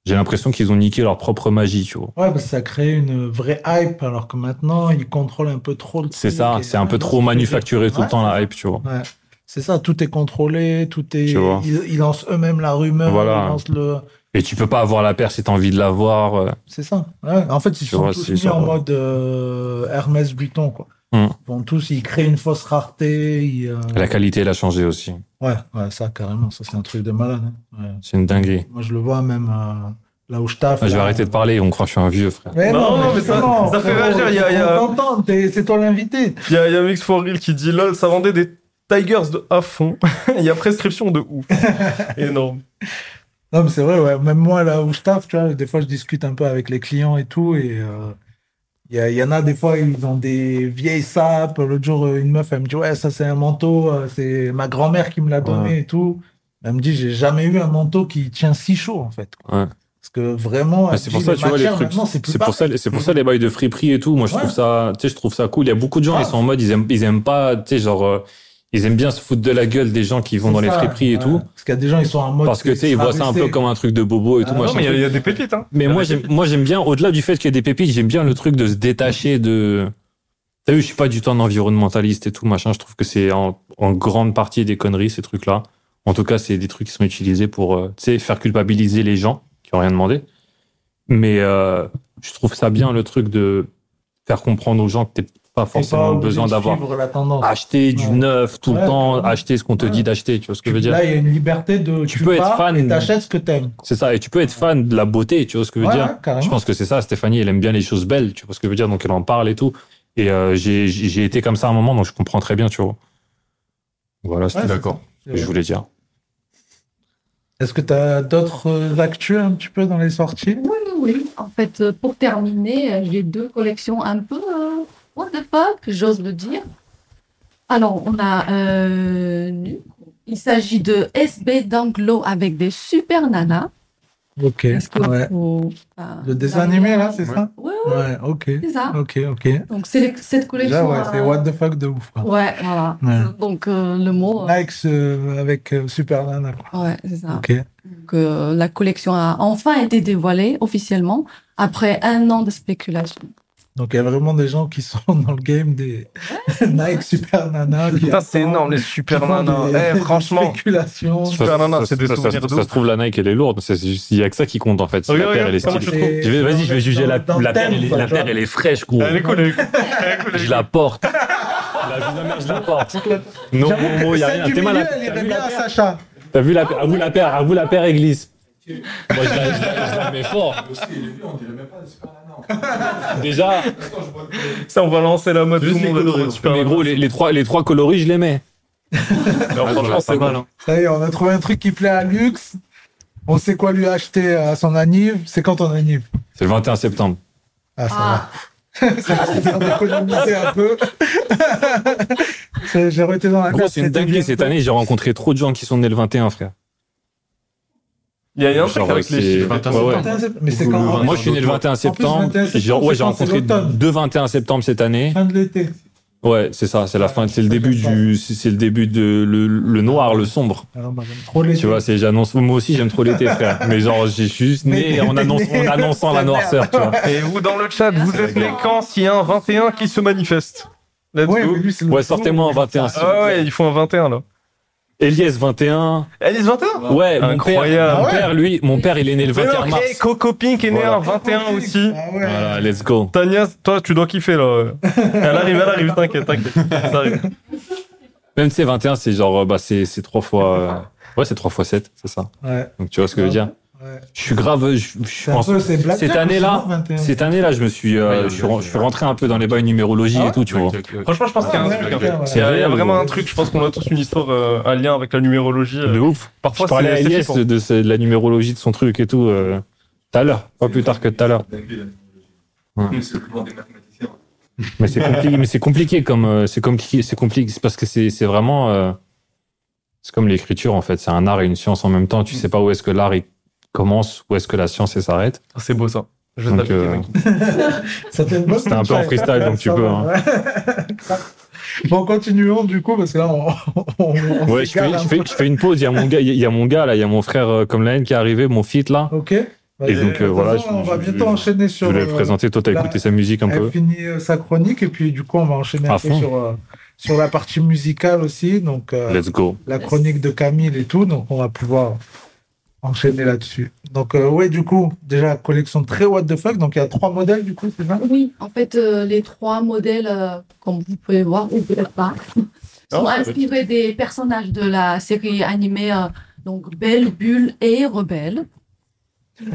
S3: J'ai l'impression qu'ils ont niqué leur propre magie, tu vois.
S1: Ouais, parce que ça crée une vraie hype, alors que maintenant, ils contrôlent un peu trop le
S3: C'est
S1: truc
S3: ça,
S1: et-
S3: c'est un peu trop manufacturé tout le temps la hype, tu vois.
S1: Ouais. C'est ça, tout est contrôlé, tout est.
S3: Tu vois.
S1: Ils, ils lancent eux-mêmes la rumeur,
S3: Voilà.
S1: ils lancent le.
S3: Et tu peux pas avoir la paire si t'as envie de l'avoir. euh,
S1: C'est ça. ouais. En fait, ils
S3: Tu
S1: sont
S3: vois,
S1: tous
S3: c'est
S1: mis
S3: ça,
S1: en
S3: ouais.
S1: mode euh, Hermès Vuitton, quoi.
S3: Hum.
S1: Ils vont tous, ils créent une fausse rareté. ils, euh,
S3: La qualité, elle a changé aussi.
S1: Ouais, ouais, ça carrément, ça c'est un truc de malade. hein. Ouais.
S3: C'est une dinguerie.
S1: Moi, je le vois même euh, là où je taffe.
S3: Ah, je vais
S1: là.
S3: arrêter de parler, on croit que je suis un vieux, frère.
S1: Mais
S2: Non,
S1: non,
S2: non,
S1: mais
S2: mais ça-
S1: justement,
S2: ça fait
S1: frérot,
S2: réagir, il y a- il y a-
S1: on t'entend, t'es- c'est toi l'invité.
S2: Il y a, il y a Mix for Real qui dit lol, ça vendait des Tigers de à fond. Il y a prescription de ouf. Énorme.
S1: Non, mais c'est vrai, ouais. Même moi, là où je taffe, tu vois, des fois, je discute un peu avec les clients et tout. Et euh, il y, a- il y en a des fois, ils ont des vieilles sapes. L'autre jour, euh, une meuf, elle me dit, ouais, ça, c'est un manteau. euh, C'est ma grand-mère qui me l'a donné et tout. Elle me dit, j'ai jamais eu un manteau qui tient si chaud, en fait. quoi.
S3: Ouais.
S1: Parce que vraiment,
S3: Ah, c'est pour
S1: Jill
S3: ça,
S1: et
S3: tu vois, les
S1: Macaire,
S3: trucs.
S1: maintenant, c'est plus
S3: C'est pour ça,
S1: pareil.
S3: c'est pour ça les bails de friperie et tout. Moi, je
S1: Ouais. Ah.
S3: trouve ça, tu sais, je trouve ça cool. Il y a beaucoup de gens, ils sont en mode, ils aiment, ils aiment pas, tu sais, genre, euh, ils aiment bien se foutre de la gueule des gens qui vont
S1: C'est
S3: dans les
S1: ça,
S3: friperies et
S1: ouais.
S3: tout.
S1: Parce qu'il y a des gens, ils sont en mode.
S3: Parce que, tu sais, ils voient ça un peu comme un truc de bobo et tout.
S1: Ah,
S3: machin,
S2: mais il y a-
S3: truc.
S2: il y, a des pépites, hein.
S3: Mais moi, j'aime, moi, j'aime bien, au-delà du fait qu'il y a des pépites, j'aime bien le truc de se détacher de. T'as vu, je suis pas du tout un environnementaliste et tout, machin. Je trouve que c'est en, en grande partie des conneries, ces trucs-là. En tout cas, c'est des trucs qui sont utilisés pour, euh, tu sais, faire culpabiliser les gens qui ont rien demandé. Mais euh, je trouve ça bien le truc de faire comprendre aux gens que t'es pas forcément besoin d'avoir
S1: la
S3: Ah,
S1: tendance.
S3: acheté du
S1: Ouais.
S3: neuf tout
S1: Ouais,
S3: le temps,
S1: clairement.
S3: acheter ce qu'on te
S1: Ouais.
S3: dit d'acheter. Tu vois ce que je veux dire
S1: Là, il y a une liberté de.
S3: Tu peux être
S1: pars
S3: fan.
S1: Et t'achètes ce que t'aimes.
S3: c'est ça, et tu peux être fan de la beauté, tu vois ce que je veux
S1: Ouais,
S3: dire
S1: ouais, carrément.
S3: Je pense que c'est ça, Stéphanie, elle aime bien les choses belles, tu vois ce que je veux dire Donc elle en parle et tout. Et euh, j'ai- j'ai j'ai été comme ça à un moment, donc je comprends très bien, tu vois. Voilà, c'était
S1: Ouais, c'est
S3: d'accord,
S1: ça.
S3: ce que je voulais dire.
S1: Est-ce que t'as d'autres euh, actus un petit peu dans les sorties
S9: Oui, oui, oui. En fait, euh, pour terminer, euh, j'ai deux collections un peu euh, what the fuck, j'ose le dire. Alors, on a euh, nu. Il s'agit de SB d'Anglo avec des super nanas.
S1: Ok.
S9: Est-ce que
S1: Ouais.
S9: vous- enfin,
S1: Le dessin
S9: la- euh,
S1: animé, là, c'est ça
S9: Ouais,
S1: Ouais, ok.
S9: c'est ça.
S1: Ok, ok.
S9: Donc, c'est les- cette
S1: Déjà,
S9: collection.
S1: ouais, c'est
S9: euh,
S1: what the fuck de ouf. quoi.
S9: ouais, voilà.
S1: Ouais.
S9: Donc, euh, le mot. euh,
S1: Nike euh, avec euh, Super Nana. quoi.
S9: ouais, c'est ça.
S1: Ok.
S9: Donc, euh, la collection a enfin été dévoilée officiellement après un an de spéculation.
S1: Donc il y a vraiment des gens qui sont dans le game des Nike Super Nana. qui
S2: Putain, c'est
S1: attendent,
S2: énorme, les
S1: qui
S2: super
S1: font
S2: nanas.
S1: des-
S2: Eh,
S1: des
S2: franchement.
S1: spéculations.
S2: Super Nana, c'est des
S3: ça, ça-
S2: souvenirs
S3: ça
S2: d'ouf.
S3: se trouve, la Nike, elle est lourde. C'est juste- Il n'y a que ça qui compte, en fait. Si
S2: Oui,
S3: la
S2: oui,
S3: paire, elle est
S2: comment
S3: stylée.
S2: tu trouves
S3: Je vais- Vas-y, je vais juger la,
S1: Dans- dans
S3: la
S1: le thème,
S3: paire, elle est,
S1: quoi,
S3: la
S1: genre.
S3: paire, elle est fraîche, gros.
S2: Elle est cool, elle est cool. Elle est cool, elle est
S3: Je
S2: cool.
S3: la porte. la, non, mais je la porte. Non, non, non, il n'y a
S1: Celle
S3: rien.
S1: du
S3: T'es
S1: milieu,
S3: mal à-
S1: elle
S3: t'as
S1: irait
S3: vu
S1: bien
S3: la
S1: à
S3: paire
S1: Sacha.
S3: T'as vu la paire À vous la paire, à vous la paire, elle glisse. Moi, je la, je la- je la mets fort. Déjà,
S2: Ça, on va lancer la mode.
S6: Juste
S2: Tout le
S6: les
S2: monde va
S6: coloris,
S2: trouver super
S3: mais
S2: nanas.
S3: gros, les, les trois, les trois coloris, je les mets. Ah,
S2: Non, franchement, c'est mal. hein.
S1: Ça y est, on a trouvé un truc qui plaît à Lux. On sait quoi lui acheter à son anniv. C'est quand ton anniv
S3: C'est le 21 septembre.
S1: Ah, ça va. ça va, on a économisé un peu. C'est- J'ai arrêté dans la
S3: Gros,
S1: classe,
S3: c'est une
S1: c'était bien.
S3: dinguerie cette année. J'ai rencontré trop de gens qui sont nés le 21, frère.
S2: Il y a- il y a un truc
S3: Genre,
S2: avec les
S3: c'est-
S2: chiffres.
S3: ouais,
S2: attends,
S3: ouais.
S1: Putain, c'est- Mais c'est quand en
S3: Moi, je suis né le 21 septembre.
S1: 21 septembre,
S3: J'ai- ouais, j'ai
S1: c'est
S3: rencontré
S1: l'automne.
S3: deux 21 septembre cette année.
S1: fin de l'été. Ah,
S3: Ouais, c'est ça. C'est la fin. C'est le
S1: Ça,
S3: début
S1: j'aime pas.
S3: du. C'est c'est le début de le, le noir, le sombre.
S1: Alors, moi, Ah bah, j'aime trop les
S3: Tu vois, c'est j'annonce. Moi aussi, j'aime trop l'été, frère. Mais genre, j'ai juste né
S1: Mais-
S3: en, annonce- en annonçant la noirceur. Tu vois.
S2: Et vous, dans le chat,
S1: Ah,
S2: vous êtes les camps s'il y a un 21 qui se manifeste. Let's
S1: Ouais,
S2: go.
S1: mais lui, c'est le
S3: Ouais,
S1: second.
S3: sortez-moi en 21.
S2: Ah ouais, ils font un 21 là.
S3: Elias 21.
S2: Elle est 21
S3: Ouais, mon père,
S2: Incroyable.
S3: mon père, lui, mon père, il est né le
S2: Mais
S3: 21
S2: non, hey,
S3: mars.
S2: Coco Pink est né
S3: Voilà.
S2: un 21 aussi.
S1: Ah ouais.
S3: Voilà, let's go.
S2: Tania, toi, tu dois kiffer là. Elle arrive, elle arrive, t'inquiète, t'inquiète. Ça arrive.
S3: Même c'est 21, c'est genre, euh, bah, c'est c'est trois fois. euh, Ouais, c'est trois fois 7, c'est ça.
S1: Ouais,
S3: Donc, tu vois ce que je veux dire?
S1: ouais.
S3: Je suis grave, je, je
S1: C'est un
S3: pense.
S1: peu, c'est Blackjack
S3: Cette
S1: ou
S3: année-là,
S1: sinon 21.
S3: cette année-là, je me suis, euh,
S6: Ouais, il y a-
S3: je, suis
S6: il y a-
S3: ren- je suis rentré un peu dans les bails numérologie
S1: Ah ouais
S3: et tout, tu vois.
S2: Franchement, je pense qu'il y a un
S1: Ouais,
S2: truc.
S1: ouais,
S2: hein.
S1: ouais.
S2: Il y, a, il y a
S3: vrai,
S2: vraiment
S3: gros.
S2: un truc, je pense qu'on a tous une histoire, euh, un lien avec la numérologie. euh.
S3: De ouf.
S2: Parfois,
S3: je parlais à
S2: c'est- c'est
S3: Elias
S2: flippant.
S3: de, de ce- de la numérologie de son truc et tout, euh, tout à l'heure. Pas plus tard que tout à l'heure.
S10: C'est le pouvoir des mathématiciens.
S3: Mais c'est compliqué, mais c'est compliqué comme, euh, c'est compliqué, c'est compliqué, c'est parce que c'est, c'est vraiment, euh, c'est comme l'écriture, en fait. C'est un art et une science en même temps. Tu sais pas où est-ce que l'art, il commence, où est-ce que la science, elle s'arrête.
S2: Ah, C'est beau ça. Je vais
S3: Donc,
S2: t'appliquer,
S3: euh,
S2: mec.
S1: C'était une bonne
S3: C'était un peu en
S1: soirée.
S3: freestyle, donc tu
S1: Ça
S3: peux,
S1: va,
S3: hein.
S1: ouais. bon, continuons du coup, parce que là, on. on, on
S3: Ouais, je fais,
S1: s'égare un
S3: je, fais, je fais une pause. Il y a mon gars, il y a mon gars là, il y a mon frère euh, comme la haine qui est arrivé, mon fit là.
S1: peu. Ok. Bah, Vas-y.
S3: Et donc, euh,
S1: De toute
S3: voilà,
S1: façon,
S3: je-
S1: on va
S3: je-
S1: bientôt enchaîner
S3: Je
S1: sur.
S3: voulais le
S1: euh,
S3: présenter. Toi, t'as
S1: la-
S3: écouté sa musique un
S1: Elle
S3: peu.
S1: finit euh, sa chronique, et puis du coup, on va enchaîner
S3: À
S1: un peu
S3: fond.
S1: sur, euh, sur la partie musicale aussi. Donc, euh,
S3: Let's go.
S1: la chronique de Camille et tout, donc on va pouvoir enchaîner là-dessus. Donc euh, ouais, du coup, déjà collection très what the fuck, donc il y a trois modèles du coup, c'est ça
S9: Oui, en fait, euh, les trois modèles, euh, comme vous pouvez voir, ou peut-être pas, sont inspirés des personnages de la série animée euh, donc Belle, Bulle et Rebelle.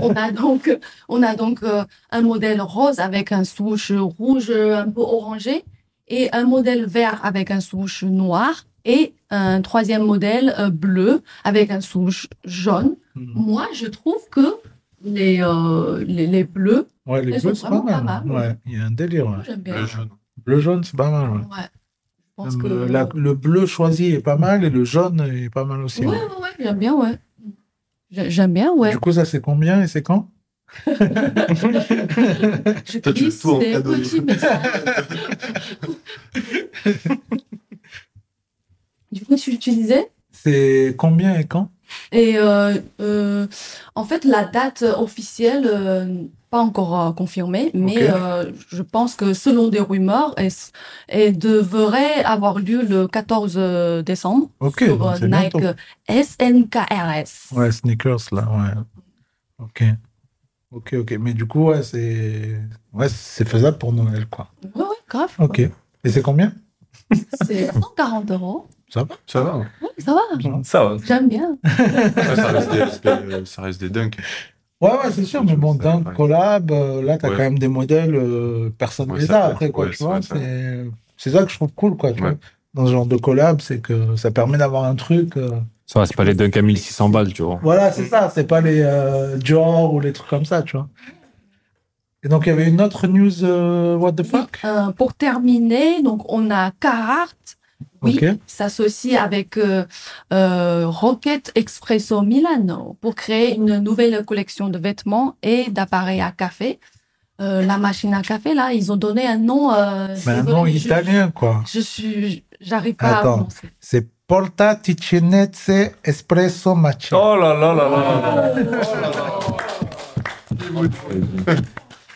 S9: On a donc, on a donc euh, un modèle rose avec un souche rouge euh, un peu orangé et un modèle vert avec un souche noir et un troisième modèle euh, bleu avec un souche jaune. Moi, je trouve que les, euh, les, les bleus
S1: Ouais, les
S9: Elles
S1: bleus,
S9: sont
S1: c'est pas
S9: vraiment
S1: mal. hein.
S9: pas mal, ouais.
S1: Ouais, il y a un délire.
S9: Moi,
S1: ouais.
S9: j'aime bien.
S6: Le jaune.
S1: Le jaune, c'est pas mal.
S9: Ouais.
S1: ouais.
S9: Je pense
S1: Même,
S9: que...
S1: euh, la- le bleu choisi est pas mal et le jaune est pas mal aussi. hein.
S9: Ouais, ouais,
S1: ouais.
S9: ouais, j'aime bien, ouais. J'ai- J'aime bien, ouais.
S1: Du coup, ça c'est combien et c'est quand
S9: Je
S10: Toi, tu veux
S9: glisse
S10: tout en
S9: des
S10: cadeau.
S9: petits messages. du coup, tu utilisais
S1: C'est combien et quand
S9: Et euh, euh, en fait, la date officielle, euh, pas encore euh, confirmée, mais
S1: Ok.
S9: euh, je pense que selon des rumeurs, elle, s- elle devrait avoir lieu le 14 décembre
S1: Ok,
S9: sur
S1: donc
S9: euh,
S1: c'est
S9: Nike
S1: bientôt.
S9: SNKRS.
S1: Ouais, sneakers là, ouais. Ok. Ok, ok. Mais du coup, ouais, c'est ouais, c'est faisable pour Noël, quoi.
S9: Ouais, ouais, grave.
S1: Ok. Et c'est combien
S9: C'est 140 euros.
S1: Ça va
S6: Ça va. hein.
S9: Ouais, ça va,
S2: Ça va.
S9: j'aime bien.
S6: Ouais, ça, reste des, euh, ça reste des dunks.
S1: Ouais, ouais, c'est sûr, mais bon,
S6: Ça,
S1: d'un
S6: ouais.
S1: collab, euh, là, t'as
S6: Ouais.
S1: quand même des modèles, euh, personne
S6: Ouais,
S1: les
S6: ça
S1: a
S6: peut
S1: après,
S6: être-
S1: quoi,
S6: ouais,
S1: tu
S6: ça
S1: vois.
S6: peut être ça.
S1: C'est c'est ça que je trouve cool, quoi, tu
S6: Ouais.
S1: vois. Dans ce genre de collab, c'est que ça permet d'avoir un truc. euh,
S3: Ça reste pas les dunks à 1600 balles, tu vois.
S1: Voilà, c'est ça, c'est pas les euh, Dior ou les trucs comme ça, tu vois. Et donc, il y avait une autre news, euh, what the fuck
S9: Euh, pour terminer, donc on a Carhartt. Oui, Euh,
S1: Ok.
S9: s'associe avec euh, euh, Rocket Expresso Milano pour créer une nouvelle collection de vêtements et d'appareils à café. Euh, la machine à café, là, ils ont donné un nom. euh,
S1: Ben,
S9: désolé,
S1: non,
S9: je-
S1: italien, quoi.
S9: Je suis, j'arrive pas
S1: Attends.
S9: à prononcer.
S1: C'est Porta Ticinezze Espresso Matcha.
S2: Oh là là là là là là.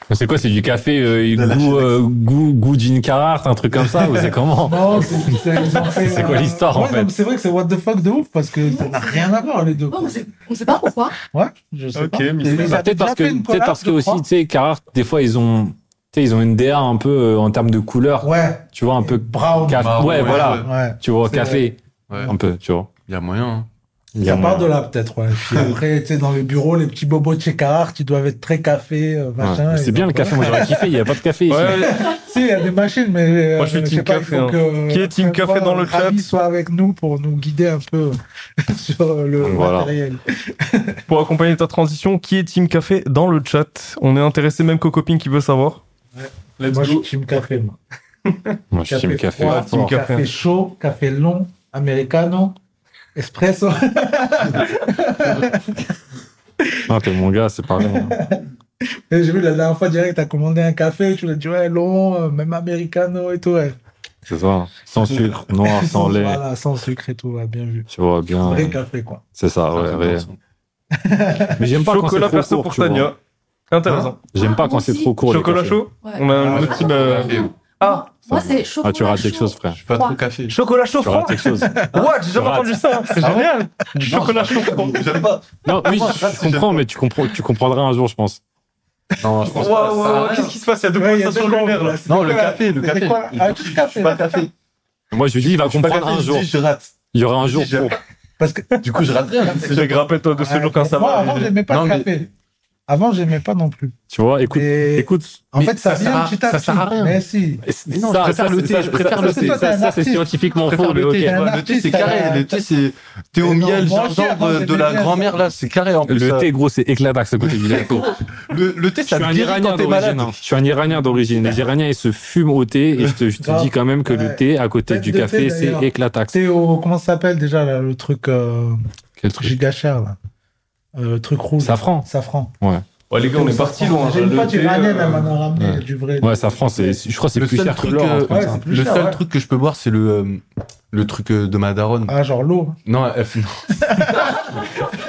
S3: Mais C'est quoi, c'est du café euh, goût, euh, goût, goût d'une Carhartt, un truc comme ça, ou c'est Ah, comment
S1: Non, c'est c'est- ils ont fait,
S3: C'est quoi
S1: euh,
S3: l'histoire, en
S1: ouais, non,
S3: fait
S1: mais C'est vrai que c'est what the fuck de ouf parce que ça n'a rien à voir les deux.
S9: Bon,
S1: quoi.
S9: on, sait, on sait pas pourquoi.
S1: Ouais, je sais
S2: Ok,
S1: pas.
S2: mystère.
S1: Ils
S3: Bah,
S1: avaient
S3: peut-être
S1: déjà
S3: parce que,
S1: fait une
S3: peut-être
S1: collab,
S3: parce que
S1: je
S3: aussi,
S1: crois.
S3: tu sais, Carhartt, des fois, ils ont, tu sais, ils ont une DA un peu euh, en termes de couleur,
S1: Ouais,
S3: tu vois, un peu
S1: brown.
S3: café.
S6: Marron,
S3: ouais,
S6: ouais,
S3: voilà,
S6: ouais.
S1: Ouais.
S3: tu vois,
S1: C'est
S3: café,
S6: Ouais.
S3: un peu, tu vois.
S6: Il y a moyen. hein.
S3: Il y a
S1: Ça part
S3: moyen.
S1: de là peut-être. Ouais. Puis après, tu sais, dans les bureaux, les petits bobos de chez Carhartt, ils doivent être très café, euh,
S3: Ouais.
S1: machin.
S3: C'est
S1: et
S3: bien le
S1: donc,
S3: café, moi j'aurais kiffé, il n'y a pas de café ici.
S2: Ouais,
S1: voilà. Si, il y a des machines, mais. euh,
S2: Moi, je suis
S1: je
S2: team
S1: sais pas, il
S2: café,
S1: faut
S2: hein.
S1: que,
S2: Qui est team
S1: euh,
S2: café dans le
S1: Ravi
S2: chat
S1: soit avec nous pour nous guider un peu sur euh, le
S3: Voilà.
S1: matériel.
S2: Pour accompagner ta transition, qui est Team Café dans le chat On est intéressé même qu'aux copines qui veut savoir. Let's
S1: Moi, je suis
S2: go.
S1: team café, moi.
S3: Moi je team café.
S1: froid,
S2: Team
S1: café,
S2: café.
S1: chaud, café long, americano, espresso.
S3: Ah, t'es mon gars, c'est pareil. hein.
S1: Et J'ai vu la dernière fois direct, t'as commandé un café, tu l'as dit ouais long, euh, même americano et tout. Ouais.
S3: C'est ça. Sans sucre, noir, sans lait.
S1: Voilà, sans sucre et tout, ouais, bien vu.
S3: Tu vois, bien.
S1: Vrai
S3: euh,
S1: café quoi.
S3: C'est ça, ouais, ouais. Mais j'aime pas quand c'est
S2: Chocolat
S3: trop
S2: perso
S3: court,
S2: pour
S3: tu vois. Hein
S2: Tania. Intéressant.
S3: J'aime pas
S9: Ah,
S3: quand c'est
S9: aussi.
S3: trop court. les
S2: Chocolat
S3: cafés.
S2: chaud
S9: Ouais.
S2: On a un
S6: Ah,
S2: autre team. euh,
S6: ouais.
S2: Ah,
S9: Moi, c'est chocolat
S3: Ah, tu rates quelque
S9: chaud.
S3: chose, frère.
S6: Je suis pas
S9: Froid.
S6: trop café.
S2: Chocolat chaud
S3: Tu
S2: froid
S3: rates quelque chose.
S2: What J'ai jamais
S3: rates.
S2: entendu ça C'est génial Du chocolat chaud froid
S10: J'aime pas.
S3: Non, oui, je comprends, mais tu, comprends, tu comprendras un jour, je pense.
S6: Non, je pense pas.
S2: Waouh, waouh, qu'est-ce qui se passe Il y a deux
S1: Ouais, il y a
S2: conversations
S1: deux
S2: lunaires là.
S1: langues,
S6: Non, le
S1: C'était
S6: café, le
S1: quoi,
S6: café.
S1: c'était quoi, là Ah, tu
S6: Je suis pas café.
S3: Moi, je lui dis, il va
S6: Je suis pas
S3: comprendre
S6: café,
S3: un
S6: je
S3: jour.
S6: dis, je rate.
S3: Il y aura un jour
S6: je-
S3: pour.
S1: Parce que
S6: Du coup, je rate rien.
S2: J'ai grimpé toi de ce jour quand ça
S1: moi,
S2: va.
S1: avant, j'aimais pas
S6: Non,
S1: le
S6: mais-
S1: café. Avant, j'aimais pas non plus.
S3: Tu vois, écoute,
S1: Et
S3: écoute.
S1: en
S3: mais
S1: fait, ça,
S3: ça
S1: vient
S3: sert à-
S1: petit à
S3: ça
S1: petit.
S3: sert à rien.
S1: Mais si.
S3: Ça, ça, ça, ça, je préfère
S1: ça,
S3: le
S1: c'est
S3: thé.
S1: toi, t'es
S3: Ça,
S1: un
S3: ça, c'est
S1: artiste.
S3: scientifiquement
S6: Je
S3: faux,
S6: préfère
S3: mais
S6: le thé.
S3: ok.
S1: un
S6: Le thé,
S1: artiste,
S6: c'est
S1: euh,
S6: carré. Le thé, c'est. Thé au
S1: Mais non,
S6: miel,
S1: moi aussi,
S6: gingembre
S1: avant,
S6: euh, de
S1: j'aimais
S6: la
S1: bien ça.
S6: grand-mère, là, c'est carré en plus.
S3: Le
S6: ça.
S3: thé, gros, c'est éclatax à côté du gâteau.
S6: Le le thé,
S3: Je
S6: ça
S3: suis
S6: te
S3: un
S6: guérit
S3: Iranien
S6: quand t'es malade.
S3: d'origine. hein. Je suis un Iranien d'origine. Les Iraniens, ils se fument au thé et je te, je te
S1: Grave.
S3: dis quand même que le
S1: Ah. Ouais.
S3: thé à côté
S1: Tête
S3: du
S1: de thé,
S3: café, c'est
S1: d'ailleurs.
S3: éclatax.
S1: C'est au. Oh, Comment ça s'appelle déjà là, le truc euh,
S3: Quel truc.
S1: giga cher là Euh, Le truc rouge.
S3: Safran.
S1: Safran.
S2: Ouais, les gars, on est parti loin.
S1: J'ai une
S2: Le
S1: pote
S2: thé,
S1: iranienne,
S2: euh,
S1: elle m'en a ramené
S3: ouais.
S1: du vrai.
S3: Ouais, safran, c'est, je crois que c'est
S6: Le
S3: plus
S6: seul
S3: cher que
S6: truc,
S3: l'or. un
S6: euh,
S3: truc comme
S1: ouais,
S3: ça.
S1: c'est plus
S6: Le
S1: cher,
S6: seul
S1: ouais.
S6: truc que je peux boire, c'est le, euh, le truc euh, de ma daronne.
S1: Ah, genre l'eau.
S6: Non, elle fait- non.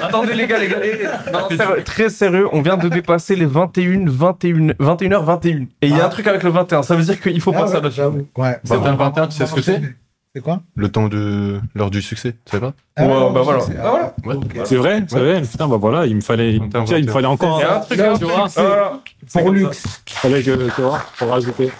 S2: Attendez les gars, les gars, les- non, sérieux, très sérieux, on vient de dépasser les 21, 21, 21h, 21. Et il y a
S1: Ah.
S2: un truc avec le 21, ça veut dire qu'il faut
S1: Ah
S2: passer
S1: ouais,
S2: à l'autre.
S1: j'avoue. Ouais.
S6: C'est un 21, tu sais
S2: Bah,
S6: ce que c'est
S1: C'est quoi
S6: Le temps de. L'heure du succès, tu sais pas
S1: Ah
S2: Ouais,
S1: non,
S2: bah
S1: je
S2: voilà.
S1: sais,
S2: Ah, voilà.
S6: Ouais. Bah,
S1: ok.
S3: C'est vrai, c'est vrai. Putain, bah voilà, il me fallait,
S6: On t'a
S3: tiens, il me fallait encore,
S2: Il y a un
S3: un-
S2: truc là, tu vois.
S1: C'est-
S2: Voilà.
S1: Ah, Pour
S2: comme
S1: luxe.
S3: il fallait que, tu vois, pour rajouter.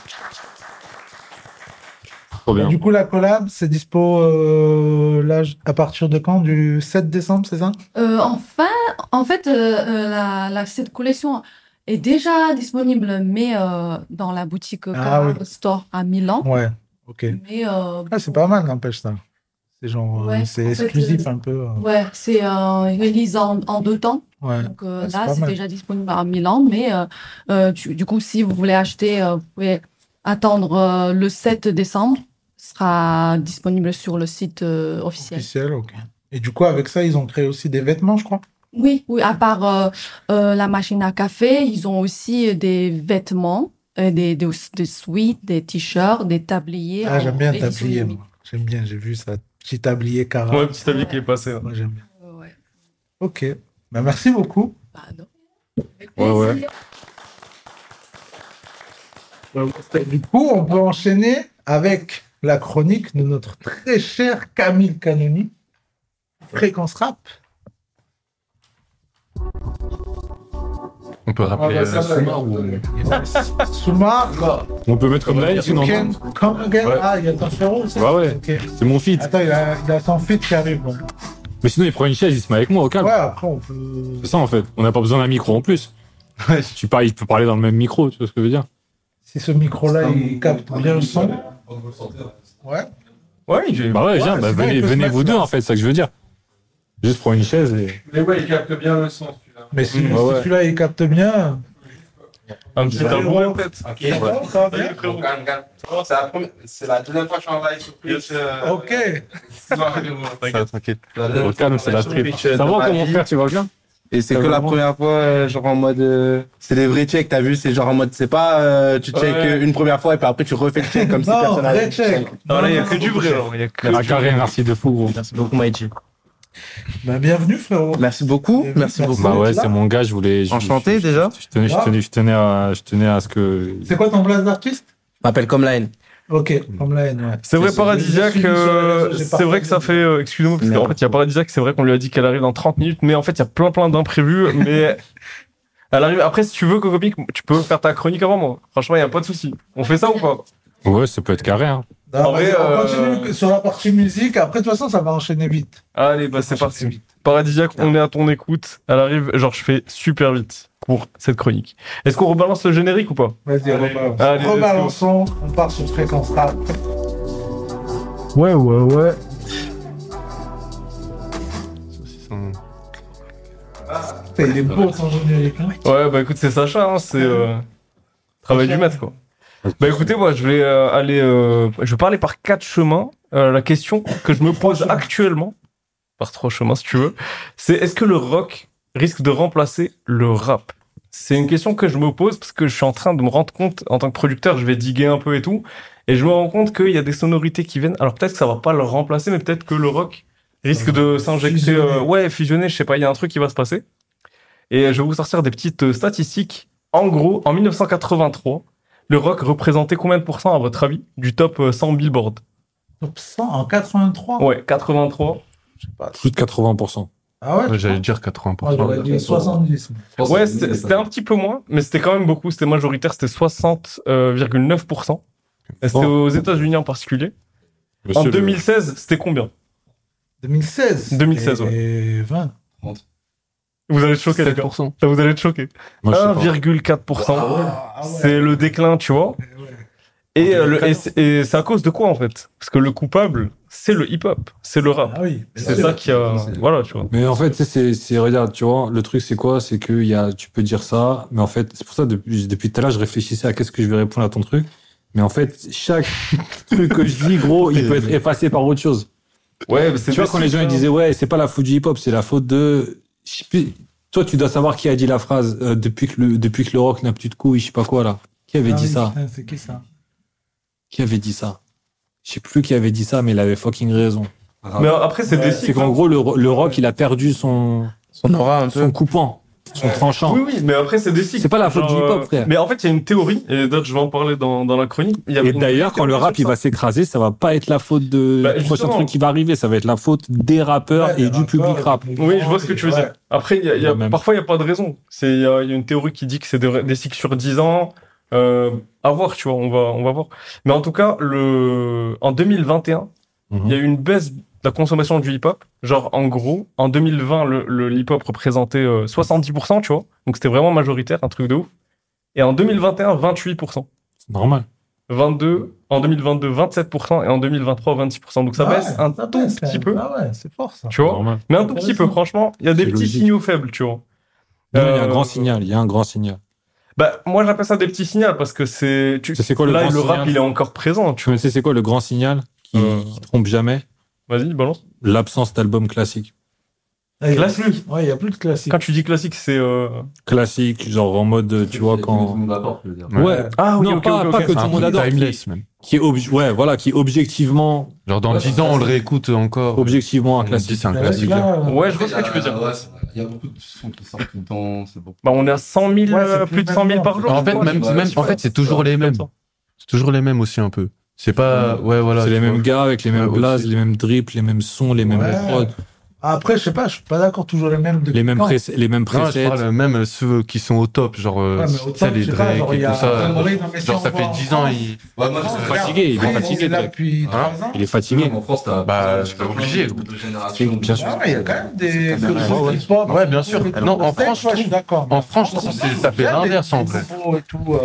S3: Trop bien.
S1: Du coup, la collab, c'est dispo euh, là, j- à partir de quand Du 7 décembre, c'est ça
S9: Euh, enfin, en fait, euh, euh, la, la- cette collection est déjà disponible, mais euh, dans la boutique
S1: Ah
S9: Carhartt
S1: oui.
S9: Store à Milan.
S1: Ouais, ok.
S9: Mais euh,
S1: Ah, c'est pas mal, n'empêche ça. C'est genre, euh,
S9: Ouais,
S1: c'est
S9: en fait,
S1: exclusif
S9: euh,
S1: un peu. euh,
S9: ouais, c'est euh, une release en, en deux temps.
S1: Ouais.
S9: Donc euh,
S1: Ouais, c'est
S9: là,
S1: pas
S9: c'est
S1: mal.
S9: déjà disponible à Milan, mais euh, euh, tu- du coup, si vous voulez acheter, euh, vous pouvez attendre euh, le 7 décembre. Ce sera disponible sur le site euh, officiel.
S1: Officiel, ok. Et du coup, avec ça, ils ont créé aussi des vêtements, je crois.
S9: Oui, oui, à part euh, euh, la machine à café, ils ont aussi des vêtements, euh, des, des, des suites, des t-shirts, des tabliers.
S1: Ah, j'aime bien le
S9: Édition
S1: tablier,
S9: limitée.
S1: moi. J'aime bien, j'ai vu ça. Petit tablier carré.
S2: Ouais, petit tablier qui est passé.
S1: Moi, j'aime bien.
S9: Euh, ouais.
S1: Ok. Bah, merci beaucoup.
S9: Bah, non.
S1: Ah.
S9: Avec
S3: Ouais, ouais.
S9: plaisir.
S1: Du coup, on peut enchaîner avec la chronique de notre très cher Camille Canoni, Fréquence Rap.
S6: On peut rappeler
S2: Ah, bah, ça,
S6: euh,
S2: ça,
S6: Souma
S2: ça.
S6: ou- Ah, bah,
S1: Souma,
S3: On peut mettre comme là,
S1: you
S3: sinon.
S1: can come again.
S3: Ouais.
S1: Ah, il y a ton frérot aussi.
S3: Ouais, ouais.
S1: Ok.
S3: C'est mon feat.
S1: Attends, il a, il a son feed qui arrive. là.
S3: Mais sinon, il prend une chaise, il se met avec moi au calme.
S1: Ouais, après, on peut.
S3: C'est ça, en fait. On n'a pas besoin d'un micro en plus.
S6: Ouais.
S3: Tu parles, il peut parler dans le même micro, tu vois ce que je veux dire.
S1: Si ce micro-là, il capte bien le son. Ouais.
S2: Ouais, j'ai.
S3: Bah ouais, genre,
S1: Ouais,
S3: bah,
S1: c'est vrai, il
S3: venez,
S1: peut se
S3: venez vous
S1: mettre
S3: deux,
S1: là.
S3: en fait, c'est ça que je veux dire. Juste prends une chaise et.
S10: Mais ouais, il capte bien le sens, celui-là.
S1: Mais si,
S3: Mm,
S1: si
S3: ouais, ouais.
S1: celui-là, il capte bien.
S2: Un petit tabouret, peut-être.
S10: Ok,
S1: ça va bien.
S10: C'est la, première... c'est la deuxième fois que je suis en live surprise. euh,
S1: Ok.
S10: excuse-moi, mais bon,
S6: Ça, t'inquiète.
S10: la deuxième
S3: Au
S10: fois
S3: calme,
S10: que je suis
S3: c'est la
S10: en live
S3: street.
S10: sur Twitch, euh,
S3: Ça
S10: de
S3: va
S10: ma
S3: comment
S10: vie.
S3: faire, tu vas bien
S11: Et c'est que la
S3: Vraiment.
S11: première fois, euh, genre en mode. euh, c'est les vrais checks, t'as vu C'est genre en mode, c'est pas. euh, tu check
S2: Ouais.
S11: euh, une première fois et puis après tu refais le check comme si
S1: Non,
S11: personne
S1: vrai
S11: avait
S1: check.
S2: Non, là, il y a que du vrai, genre. Il y a que
S3: Ah,
S2: du vrai.
S3: carré, merci de fou, gros.
S11: Merci beaucoup, Maïti.
S1: Bah, bienvenue, frérot.
S11: Merci beaucoup.
S1: Et
S11: Merci
S1: oui,
S11: beaucoup.
S3: Bah ouais,
S1: là.
S3: c'est mon gars, je voulais. je-
S11: Enchanté
S3: je-
S11: déjà.
S3: Je tenais, je tenais, je tenais à, je tenais à ce que.
S1: C'est quoi ton blase d'artiste
S11: Je m'appelle Comline.
S1: Ah, Ok, comme la haine, ouais.
S2: C'est vrai,
S1: C'est- je
S2: Paradisiaque,
S1: suis
S2: euh,
S1: désolé, j'ai pas
S2: c'est vrai que ça fait.
S1: entendu.
S2: euh, Excusez-moi, parce qu'en
S11: Merde.
S2: fait, il y a Paradisiaque, c'est vrai qu'on lui a dit qu'elle arrive dans 30 minutes, mais en fait, il y a plein plein d'imprévus, mais. Elle arrive. Après, si tu veux, Coco Pic, tu peux faire ta chronique avant moi. Franchement, il n'y a pas de souci. On fait ça ou pas
S3: Ouais, ça peut être carré, hein.
S1: Non,
S2: En
S1: vas-y,
S2: vrai,
S1: on
S2: euh,
S1: continue sur la partie musique. Après, de toute façon, ça va enchaîner vite.
S2: Allez, bah, c'est parti. Paradisiaque, on est à ton écoute. Elle arrive, genre, je fais super vite pour cette chronique. Est-ce qu'on rebalance le générique ou pas
S1: Vas-y,
S2: Allez.
S1: rebalance.
S2: Allez, let's go.
S1: Rebalançons. On part sur fréquence rap.
S2: Ouais, ouais, ouais.
S1: Putain, Il Ah, est beau ton générique. hein.
S2: Ouais, bah écoute, c'est Sacha, hein, c'est euh, travail du maître, quoi. Bah écoutez, moi, je vais euh, aller, euh, je vais parler par quatre chemins. Euh, la question que je me pose actuellement, par trois chemins si tu veux, c'est est-ce que le rock risque de remplacer le rap C'est une question que je me pose parce que je suis en train de me rendre compte, en tant que producteur, je vais diguer un peu et tout, et je me rends compte qu'il y a des sonorités qui viennent. Alors peut-être que ça va pas le remplacer, mais peut-être que le rock risque de s'injecter, euh,
S1: Fusionner.
S2: ouais, fusionner, je sais pas, il y a un truc qui va se passer. Et je vais vous sortir des petites euh, statistiques. En gros, en 1983, le rock représentait combien de pourcents, à votre avis, du top euh, 100 Billboard
S1: Top 100 en 83.
S2: Ouais, 83.
S3: Plus de 80%.
S1: Ah ouais,
S6: Ouais,
S1: tu
S6: J'allais
S1: crois
S6: dire 80%.
S1: Moi, j'aurais dit 70. moi.
S7: Je pense
S2: Ouais,
S7: que c'est
S2: c'était
S7: mieux,
S2: c'était
S7: ça.
S2: un petit peu moins, mais c'était quand même beaucoup. C'était majoritaire, c'était euh, 60,9%. Et C'était aux États-Unis en particulier.
S3: Oh.
S2: en
S3: Monsieur le-
S2: 2016, c'était combien
S1: 2016.
S2: 2016, ouais.
S1: Et 20.
S2: Vous allez être choqués, les gars.
S6: 7%.
S2: Ça, Vous allez être choqués.
S3: Moi, je sais pas.
S2: 1,4%.
S1: Ah ouais. Eh
S2: C'est le déclin, tu vois. Et, euh, le- et c'est- et c'est à cause de quoi, en fait Parce que le coupable, c'est le hip-hop, c'est le rap.
S1: Ah oui.
S2: C'est ça qui a. Voilà, tu vois.
S3: Mais en fait, tu sais, c'est, c'est, regarde, tu vois, le truc, c'est quoi? C'est que il y a, tu peux dire ça, mais en fait, c'est pour ça, depuis, depuis tout à l'heure, je réfléchissais à qu'est-ce que je vais répondre à ton truc. Mais en fait, chaque truc que je dis, gros, il peut être effacé par autre chose.
S2: Ouais, mais c'est hein.
S3: Tu vois, quand les gens, ils disaient, ouais, c'est pas la faute du hip-hop, c'est la faute de, je sais plus, toi, tu dois savoir qui a dit la phrase, euh, depuis que le, depuis que le rock n'a plus de couilles, je sais pas quoi, là. Qui avait
S1: Ah
S3: dit
S1: oui,
S3: ça?
S1: putain, C'est qui ça
S3: Qui avait dit ça? Je sais plus qui avait dit ça, mais il avait fucking raison.
S2: Mais après, c'est hein. des
S3: C'est qu'en gros, le, ro- le rock, il a perdu son,
S11: Son aura un peu.
S3: son coupant, son tranchant.
S2: Oui, oui, mais après, c'est des cycles.
S3: C'est pas la faute
S2: Genre,
S3: du hip-hop,
S2: euh,
S3: frère.
S2: Mais en fait, il y a une théorie, et d'autres, je vais en parler dans, dans la chronique. Il y avait
S3: Et
S2: une
S3: d'ailleurs,
S2: théorie
S3: quand le rap il
S2: sur
S3: va s'écraser, ça va pas être la faute de
S2: Bah,
S3: du prochain
S2: justement.
S3: truc qui va arriver, ça va être la faute des rappeurs
S1: Ouais,
S3: et
S1: les
S3: du public
S1: rappeurs,
S3: rap.
S1: les
S2: ça. Oui, je vois ce que tu veux
S1: Ouais.
S2: dire. Après, il y a, il y a-
S3: La même.
S2: parfois, il n'y a pas de raison. C'est- Il y, a il y a une théorie qui dit que c'est des, des cycles sur 10 ans. Euh, à voir, tu vois, on va, on va voir. Mais en tout cas, le, en 2021,
S3: Mhm.
S2: il y a eu une baisse de la consommation du hip-hop. Genre, en gros, en 2020, le, le- l'hip-hop représentait euh, 70%, tu vois. Donc, c'était vraiment majoritaire, un truc de ouf. Et en 2021, 28%.
S3: C'est normal.
S2: 22, en 2022, 27%, et en 2023, 26%. Donc ça
S1: Ah
S2: baisse
S1: ouais,
S2: un
S1: ça
S2: tout
S1: baisse,
S2: petit
S1: hein.
S2: peu,
S1: Ah ouais, c'est fort ça.
S2: tu vois.
S3: normal.
S2: Mais un tout petit peu, franchement, il y a des
S3: C'est
S2: petits
S3: logique.
S2: signaux faibles, tu vois.
S3: Non, il y a un
S2: Euh,
S3: grand signal, il y a un grand signal.
S2: Bah, moi, j'appelle ça des petits signaux parce que c'est. Tu...
S3: Ça, c'est quoi le
S2: Là,
S3: grand
S2: le rap,
S3: signal
S2: il est encore présent, tu
S3: Tu
S2: vois.
S3: sais, c'est quoi le grand signal qui,
S2: Euh.
S3: qui trompe jamais
S2: Vas-y, balance.
S3: L'absence d'album classique.
S1: il y a-
S2: Classique.
S1: Ouais, il n'y a plus de classique.
S2: Quand tu dis classique, c'est. euh,
S3: Classique, genre en mode, tu vois, quand.
S7: Tout le monde d'accord, je veux dire.
S3: Ouais.
S2: Ah oui,
S3: non,
S2: ok,
S3: pas,
S2: ok,
S3: pas
S2: ok.
S3: que tout le monde adore. Qui,
S6: Timeless, même.
S3: qui est obje- ouais, voilà, qui objectivement,
S6: Genre dans
S7: Ouais,
S6: 10 ans, on le réécoute encore.
S3: objectivement un
S6: On dit
S3: classique. hein.
S6: c'est un
S1: Là,
S6: classique.
S1: là, euh,
S2: Ouais, je vois
S7: Il y
S2: ce que
S7: a-
S2: tu veux dire.
S7: ouais, c'est- Il y a beaucoup de sons qui sortent tout le temps, c'est bon.
S2: Bah, on est à 100 000,
S1: Ouais,
S2: euh,
S1: c'est
S2: plus de
S1: plus
S2: 100 000
S1: maintenant.
S2: par jour.
S6: En fait,
S2: je crois.
S6: même,
S7: Ouais,
S6: même-
S7: tu
S6: en
S7: vois,
S6: fait, c'est toujours les mêmes. C'est toujours les mêmes aussi un peu. C'est pas, ouais, voilà.
S3: c'est les
S6: tu
S3: mêmes
S6: vois.
S3: gars avec les mêmes
S6: Ouais,
S3: blazes,
S6: aussi.
S3: les mêmes drips, les mêmes sons, les mêmes
S1: Ouais.
S3: prods,
S1: Après, je sais pas, je suis pas d'accord toujours les mêmes. depuis
S3: les mêmes,
S1: quand.
S3: press- les mêmes
S6: Non, je
S3: presets.
S6: parle même ceux qui sont au top, genre,
S1: Ouais,
S6: euh,
S1: mais autant,
S6: tu sais, les
S1: je sais pas,
S6: Drake
S1: genre, il
S6: et
S1: y a
S6: tout ça.
S1: Ramon Ray, non, mais si
S6: Genre,
S1: on
S6: ça
S1: voit
S6: fait
S1: en
S6: 10 ans,
S1: France,
S6: il-
S7: Ouais, moi,
S1: France,
S7: je-
S1: regarde,
S3: fatigué, il est
S1: Free,
S3: fatigué,
S1: est là
S3: Drake.
S1: depuis
S6: Hein
S1: 3 ans.
S3: Il est fatigué.
S7: En France, t'as
S6: Bah,
S7: t'as- t'as
S6: obligé.
S7: de générations.
S3: Bien sûr.
S1: Ah ouais, Il y a quand même des.
S7: Ouais,
S1: des hip-hop,
S6: Ouais, bien sûr.
S1: des trucs
S6: Non, en
S1: de tech,
S6: France, je
S1: ouais, je suis d'accord.
S6: En France, je trouve que c'est- ça fait l'inverse en vrai.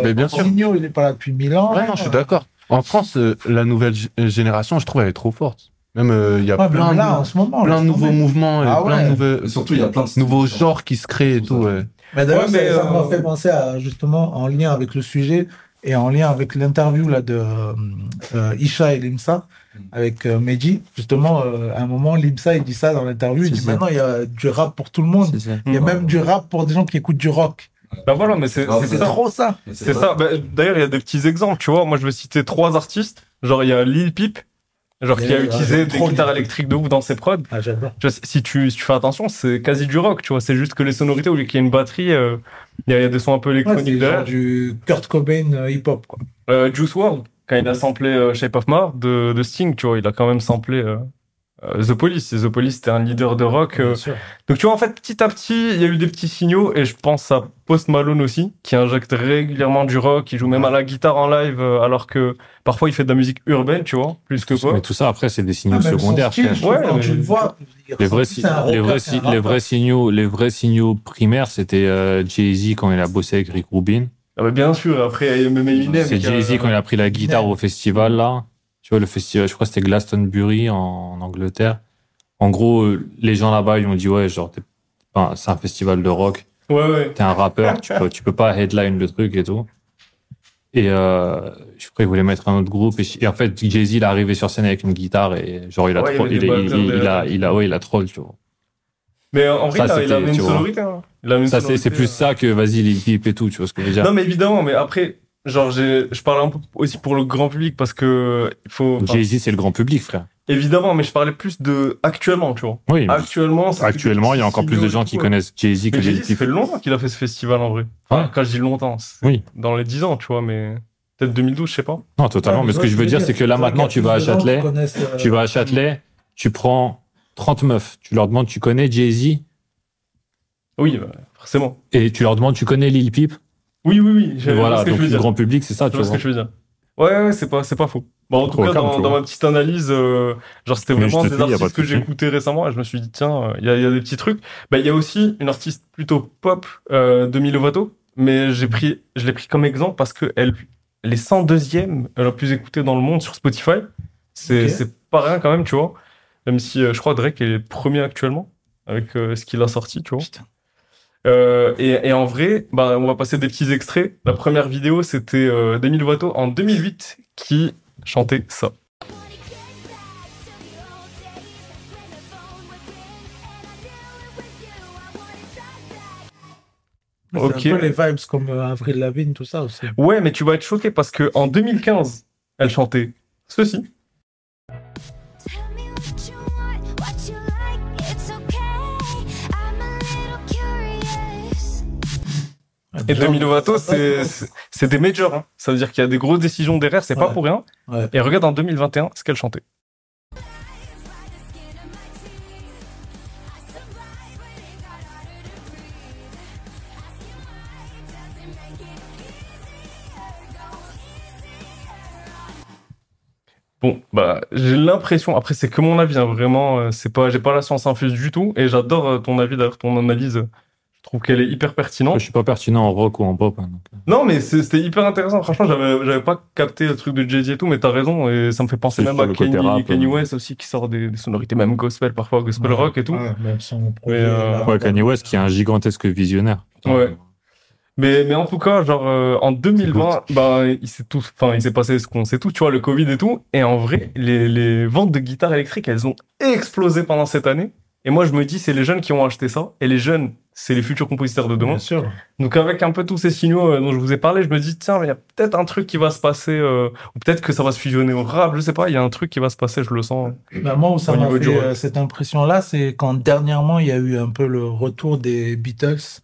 S6: Mais bien sûr.
S1: Signaux, euh, il est pas là depuis 1000 ans.
S6: Ouais, non, je suis d'accord. En France, euh, la nouvelle g- génération, je trouve, elle est trop forte. Même, euh, il y a
S1: Ouais,
S6: plein,
S1: mais là,
S6: de,
S1: en ce moment.
S6: plein
S1: laisse
S6: de nouveaux
S1: tomber.
S6: mouvements, et
S1: Ah
S6: plein
S1: ouais.
S6: de nouveaux,
S7: Et surtout, il y a plein de
S6: nouveaux genres qui se créent et tout. ouais.
S1: Mais d'ailleurs,
S2: Ouais, mais,
S1: ça- ça m'a
S2: euh,
S1: fait penser à, justement, en lien avec le sujet et en lien avec l'interview là de euh, euh, Isha et Limsa avec euh, Mehdi. Justement, euh, à un moment, Limsa, il dit ça dans l'interview. Il
S11: C'est
S1: dit
S11: ça.
S1: maintenant, il y a du rap pour tout le monde. Il y a
S2: Mm.
S1: même du rap pour des gens qui écoutent du rock.
S2: Bah voilà, mais c'est
S7: Ah,
S2: c'est
S1: C'est
S2: ça.
S1: trop ça.
S2: C'est ça. Bah, D'ailleurs, il y a des petits exemples, tu vois. Moi, je vais citer trois artistes. Genre, il y a Lil Peep, genre, qui a
S3: ah,
S1: Ouais,
S2: utilisé
S1: ouais,
S2: des
S1: trop
S2: guitares
S1: Lil Peep.
S2: électriques de ouf dans ses prods.
S1: Ah, j'adore.
S2: Tu vois, si, tu, si tu fais attention, c'est quasi du rock, tu vois. C'est juste que les sonorités, au lieu qu'il y ait une batterie, euh, il y, a- il y a des sons un peu
S1: Ouais,
S2: électroniques
S1: c'est genre
S2: derrière.
S1: du Kurt Cobain euh, hip-hop. quoi.
S2: Euh, Juice WRLD, quand il a samplé euh, Shape of More de, de Sting, tu vois, il a quand même samplé euh, euh, The Police. Et The Police, c'était un leader de rock. euh.
S1: Bien sûr.
S2: Donc, tu vois, en fait, petit à petit, il y a eu des petits signaux. Et je pense à Post Malone aussi, qui injecte régulièrement du rock. qui joue même
S1: Ah.
S2: à la guitare en live, euh, alors que parfois, il fait de la musique urbaine, tu vois, plus que
S3: Mais
S2: pop.
S3: tout ça, après, c'est des
S1: Ah,
S3: signaux
S1: même son
S3: secondaires.
S1: style,
S3: frère.
S1: je trouve,
S2: Ouais,
S1: quand
S2: mais-
S1: tu le vois, il
S3: Les vrais,
S1: ressemble
S3: si-
S1: plus à un rocker
S3: les, vrais
S1: qu'à un
S3: si- les
S1: rappeur.
S3: vrais signaux, les vrais signaux primaires, c'était euh, Jay-Z quand il a bossé avec Rick Rubin.
S2: Ah bah, bien sûr, après, il y a même Eminem.
S3: C'est
S2: qui a-
S1: euh,
S3: Jay-Z quand il a pris la guitare au festival, là. Tu vois, le festival, je crois que c'était Glastonbury en, en Angleterre. En gros, euh, les gens là-bas, ils ont dit, ouais, genre, t'es- enfin, c'est un festival de rock.
S2: Ouais, ouais.
S3: T'es un rappeur, tu peux, tu peux pas headline le truc et tout. Et euh, je crois qu'il voulait mettre un autre groupe. Et, je- et en fait, Jay-Z, il est arrivé sur scène avec une guitare et genre, il a
S2: Ouais, il
S3: troll.
S2: avait
S3: Il,
S2: des
S3: est- il,
S2: batteurs
S3: il- il
S2: derrière.
S3: a, il a, ouais, il a troll, tu vois.
S2: Mais euh, en vrai,
S3: Ça,
S2: il a- il
S3: c'était,
S2: avait une
S3: tu vois.
S2: sonorité. hein. Il avait une
S3: Ça, c'est c'est
S2: sonorité,
S3: plus
S2: euh.
S3: ça que, vas-y, les pipes et tout, tu vois ce que je veux dire.
S2: Non, mais évidemment, mais après, genre, j'ai- je parle un peu aussi pour le grand public parce que il faut. enfin,
S3: Jay-Z, c'est le grand public, frère.
S2: évidemment, mais je parlais plus de actuellement, tu vois.
S3: Oui.
S2: Actuellement, c'est
S3: Actuellement, il y a encore plus de
S2: signaux,
S3: gens qui
S2: ouais.
S3: connaissent Jay-Z que
S2: Mais j'ai
S3: les
S2: dit, ça
S3: pipes.
S2: fait longtemps qu'il a fait ce festival en vrai. Enfin,
S3: Ouais.
S2: Quand je dis longtemps, c'est
S3: Oui.
S2: dans les 10 ans, tu vois, mais peut-être 2012, je sais pas.
S3: Non, totalement.
S1: Ouais,
S3: mais ce
S1: ouais,
S3: que je veux dire, c'est que là,
S1: il y a
S3: maintenant, tu
S1: plus
S3: vas à
S1: de gens qui
S3: Châtelet,
S1: connaissent, euh,
S3: tu vas à Châtelet, tu prends 30 meufs, tu leur demandes, tu connais Jay-Z,
S2: Oui, bah, forcément.
S3: et tu leur demandes, tu connais Lil Peep.
S2: Oui, oui, oui. Je
S3: Et
S2: je vois
S3: voilà,
S2: ce que
S3: donc
S2: je veux
S3: le
S2: dire.
S3: grand public, c'est ça,
S2: Je
S3: tu
S2: vois ce que
S3: vois.
S2: je veux dire. Ouais, ouais, c'est pas, c'est pas faux. Bon, en tout
S3: Au
S2: cas,
S3: calme,
S2: dans,
S3: tu
S2: dans
S3: vois.
S2: ma petite analyse, euh, genre c'était
S3: Mais je
S2: vraiment
S3: te
S2: des
S3: dis, y a pas
S2: artistes
S3: de
S2: que j'ai
S3: souci.
S2: écoutés récemment et je me suis dit, tiens, il y, a- y a des petits trucs. Bah, il y a aussi une artiste plutôt pop euh, de Milovato, mais j'ai pris, je l'ai pris comme exemple parce que elle, elle est 102e la plus écoutée dans le monde sur Spotify. C'est
S1: Ok.
S2: c'est pas rien quand même, tu vois. Même si euh, je crois Drake est le premier actuellement avec euh, ce qu'il a sorti, tu vois. Euh, et, et en vrai, bah, on va passer des petits extraits. La première vidéo, c'était euh, Demi Lovato en 2008 qui chantait ça.
S1: C'est un
S2: Ok.
S1: peu les vibes comme euh, Avril Lavigne, tout ça aussi.
S2: Ouais, mais tu vas être choqué parce que en 2015, elle chantait ceci. Et Demi Lovato, c'est c'est- c'est des majors. hein. Ça veut dire qu'il y a des grosses décisions derrière, c'est pas
S1: Ouais.
S2: pour rien.
S1: Ouais.
S2: Et regarde en 2021 ce qu'elle chantait. Bon, bah, j'ai l'impression, après, c'est que mon avis, hein, vraiment, euh, c'est pas, j'ai pas la science infuse du tout, et j'adore euh, ton avis, d'ailleurs, ton analyse. Je trouve qu'elle est hyper pertinente.
S3: Je suis pas pertinent en rock ou en pop. hein, donc.
S2: Non, mais c'est- c'était hyper intéressant. Franchement, j'avais, j'avais pas capté le truc de Jay-Z et tout, mais t'as raison, et ça me fait penser
S3: C'est
S2: même
S3: sur
S2: à
S3: le côté
S2: Kenny,
S3: rap,
S2: Kenny
S3: euh.
S2: West aussi, qui sort des, des sonorités, même gospel, parfois gospel
S1: Ouais.
S2: rock et tout.
S1: Ouais, bah, même son projet,
S2: Mais, euh,
S1: là,
S3: Ouais, Kanye West, qui est un gigantesque visionnaire. Putain.
S2: Ouais. Mais, mais en tout cas, genre, euh, en 2020, bah, il s'est tout, enfin, il s'est passé ce qu'on sait tout, tu vois, le Covid et tout. Et en vrai, les, les ventes de guitares électriques, elles ont explosé pendant cette année. Et Et moi, je me dis, c'est les jeunes qui ont acheté ça. Et les jeunes, c'est les futurs compositeurs de demain. Bien
S1: sûr.
S2: Donc, avec un peu tous ces signaux euh, dont je vous ai parlé, je me dis, tiens, mais il y a peut-être un truc qui va se passer. euh, ou peut-être que ça va se fusionner au rap. Je sais pas. Il y a un truc qui va se passer, je le sens.
S1: Bah, moi, où ça
S2: au
S1: m'a
S2: niveau
S1: fait
S2: du rock.
S1: euh, cette impression-là, c'est quand dernièrement, il y a eu un peu le retour des Beatles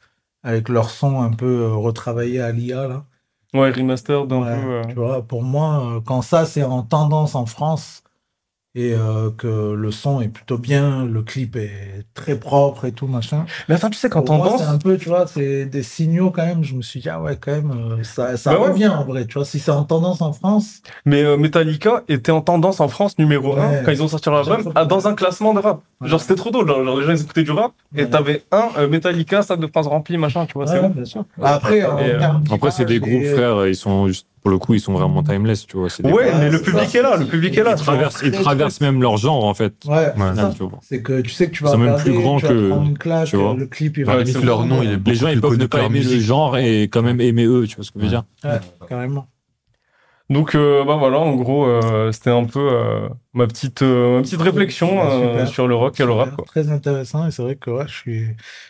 S1: avec leur son un peu euh, retravaillé à l'IA, là.
S2: Ouais, remaster d'un
S1: Ouais,
S2: peu. euh,
S1: Tu vois, pour moi, euh, quand ça, c'est en tendance en France et euh, que le son est plutôt bien, le clip est très propre et tout, machin.
S2: Mais attends, tu sais, quand
S1: Pour moi,
S2: tendance-
S1: C'est un peu, tu vois, c'est des signaux quand même. Je me suis dit, ah ouais, quand même, euh, ça, ça
S2: Bah ouais.
S1: revient en vrai, tu vois. Si c'est en tendance en France,
S2: Mais euh, Metallica était en tendance en France numéro 1 quand ils ont sorti leur album ah, dans un classement de rap. Genre c'était trop drôle, genre, genre, les gens ils écoutaient du rap et t'avais un euh, Metallica, sac de prince rempli, machin, tu vois. c'est
S1: ouais,
S2: bon.
S1: bien sûr. Après, en
S2: Et, euh,
S1: termes
S3: Après, c'est des groupes, frères, ils sont juste, pour le coup, ils sont vraiment timeless, tu vois. c'est des
S2: Ouais,
S3: groupes-
S2: mais le public est là, le public est là.
S3: Ils traversent, ils traversent même leur genre, en fait.
S1: Ouais, c'est
S3: Finalement,
S1: ça.
S3: tu vois.
S1: c'est que tu sais que tu vas
S3: C'est même
S1: regarder,
S3: plus grand
S1: tu vas
S3: que-
S1: prendre une claque,
S3: tu vois.
S1: le clip, il
S3: Bah,
S1: va
S3: limite, leur nom, il est Les gens, ils peuvent ne pas aimer le genre et quand même aimer eux, tu vois ce que je veux dire.
S1: Ouais, carrément.
S2: Donc euh, bah voilà, en gros, euh, c'était un peu euh, ma petite euh, ma petite réflexion
S1: Ouais,
S2: euh,
S1: super.
S2: sur le rock et le rap. Quoi.
S1: Très intéressant et c'est vrai que ouais, je suis,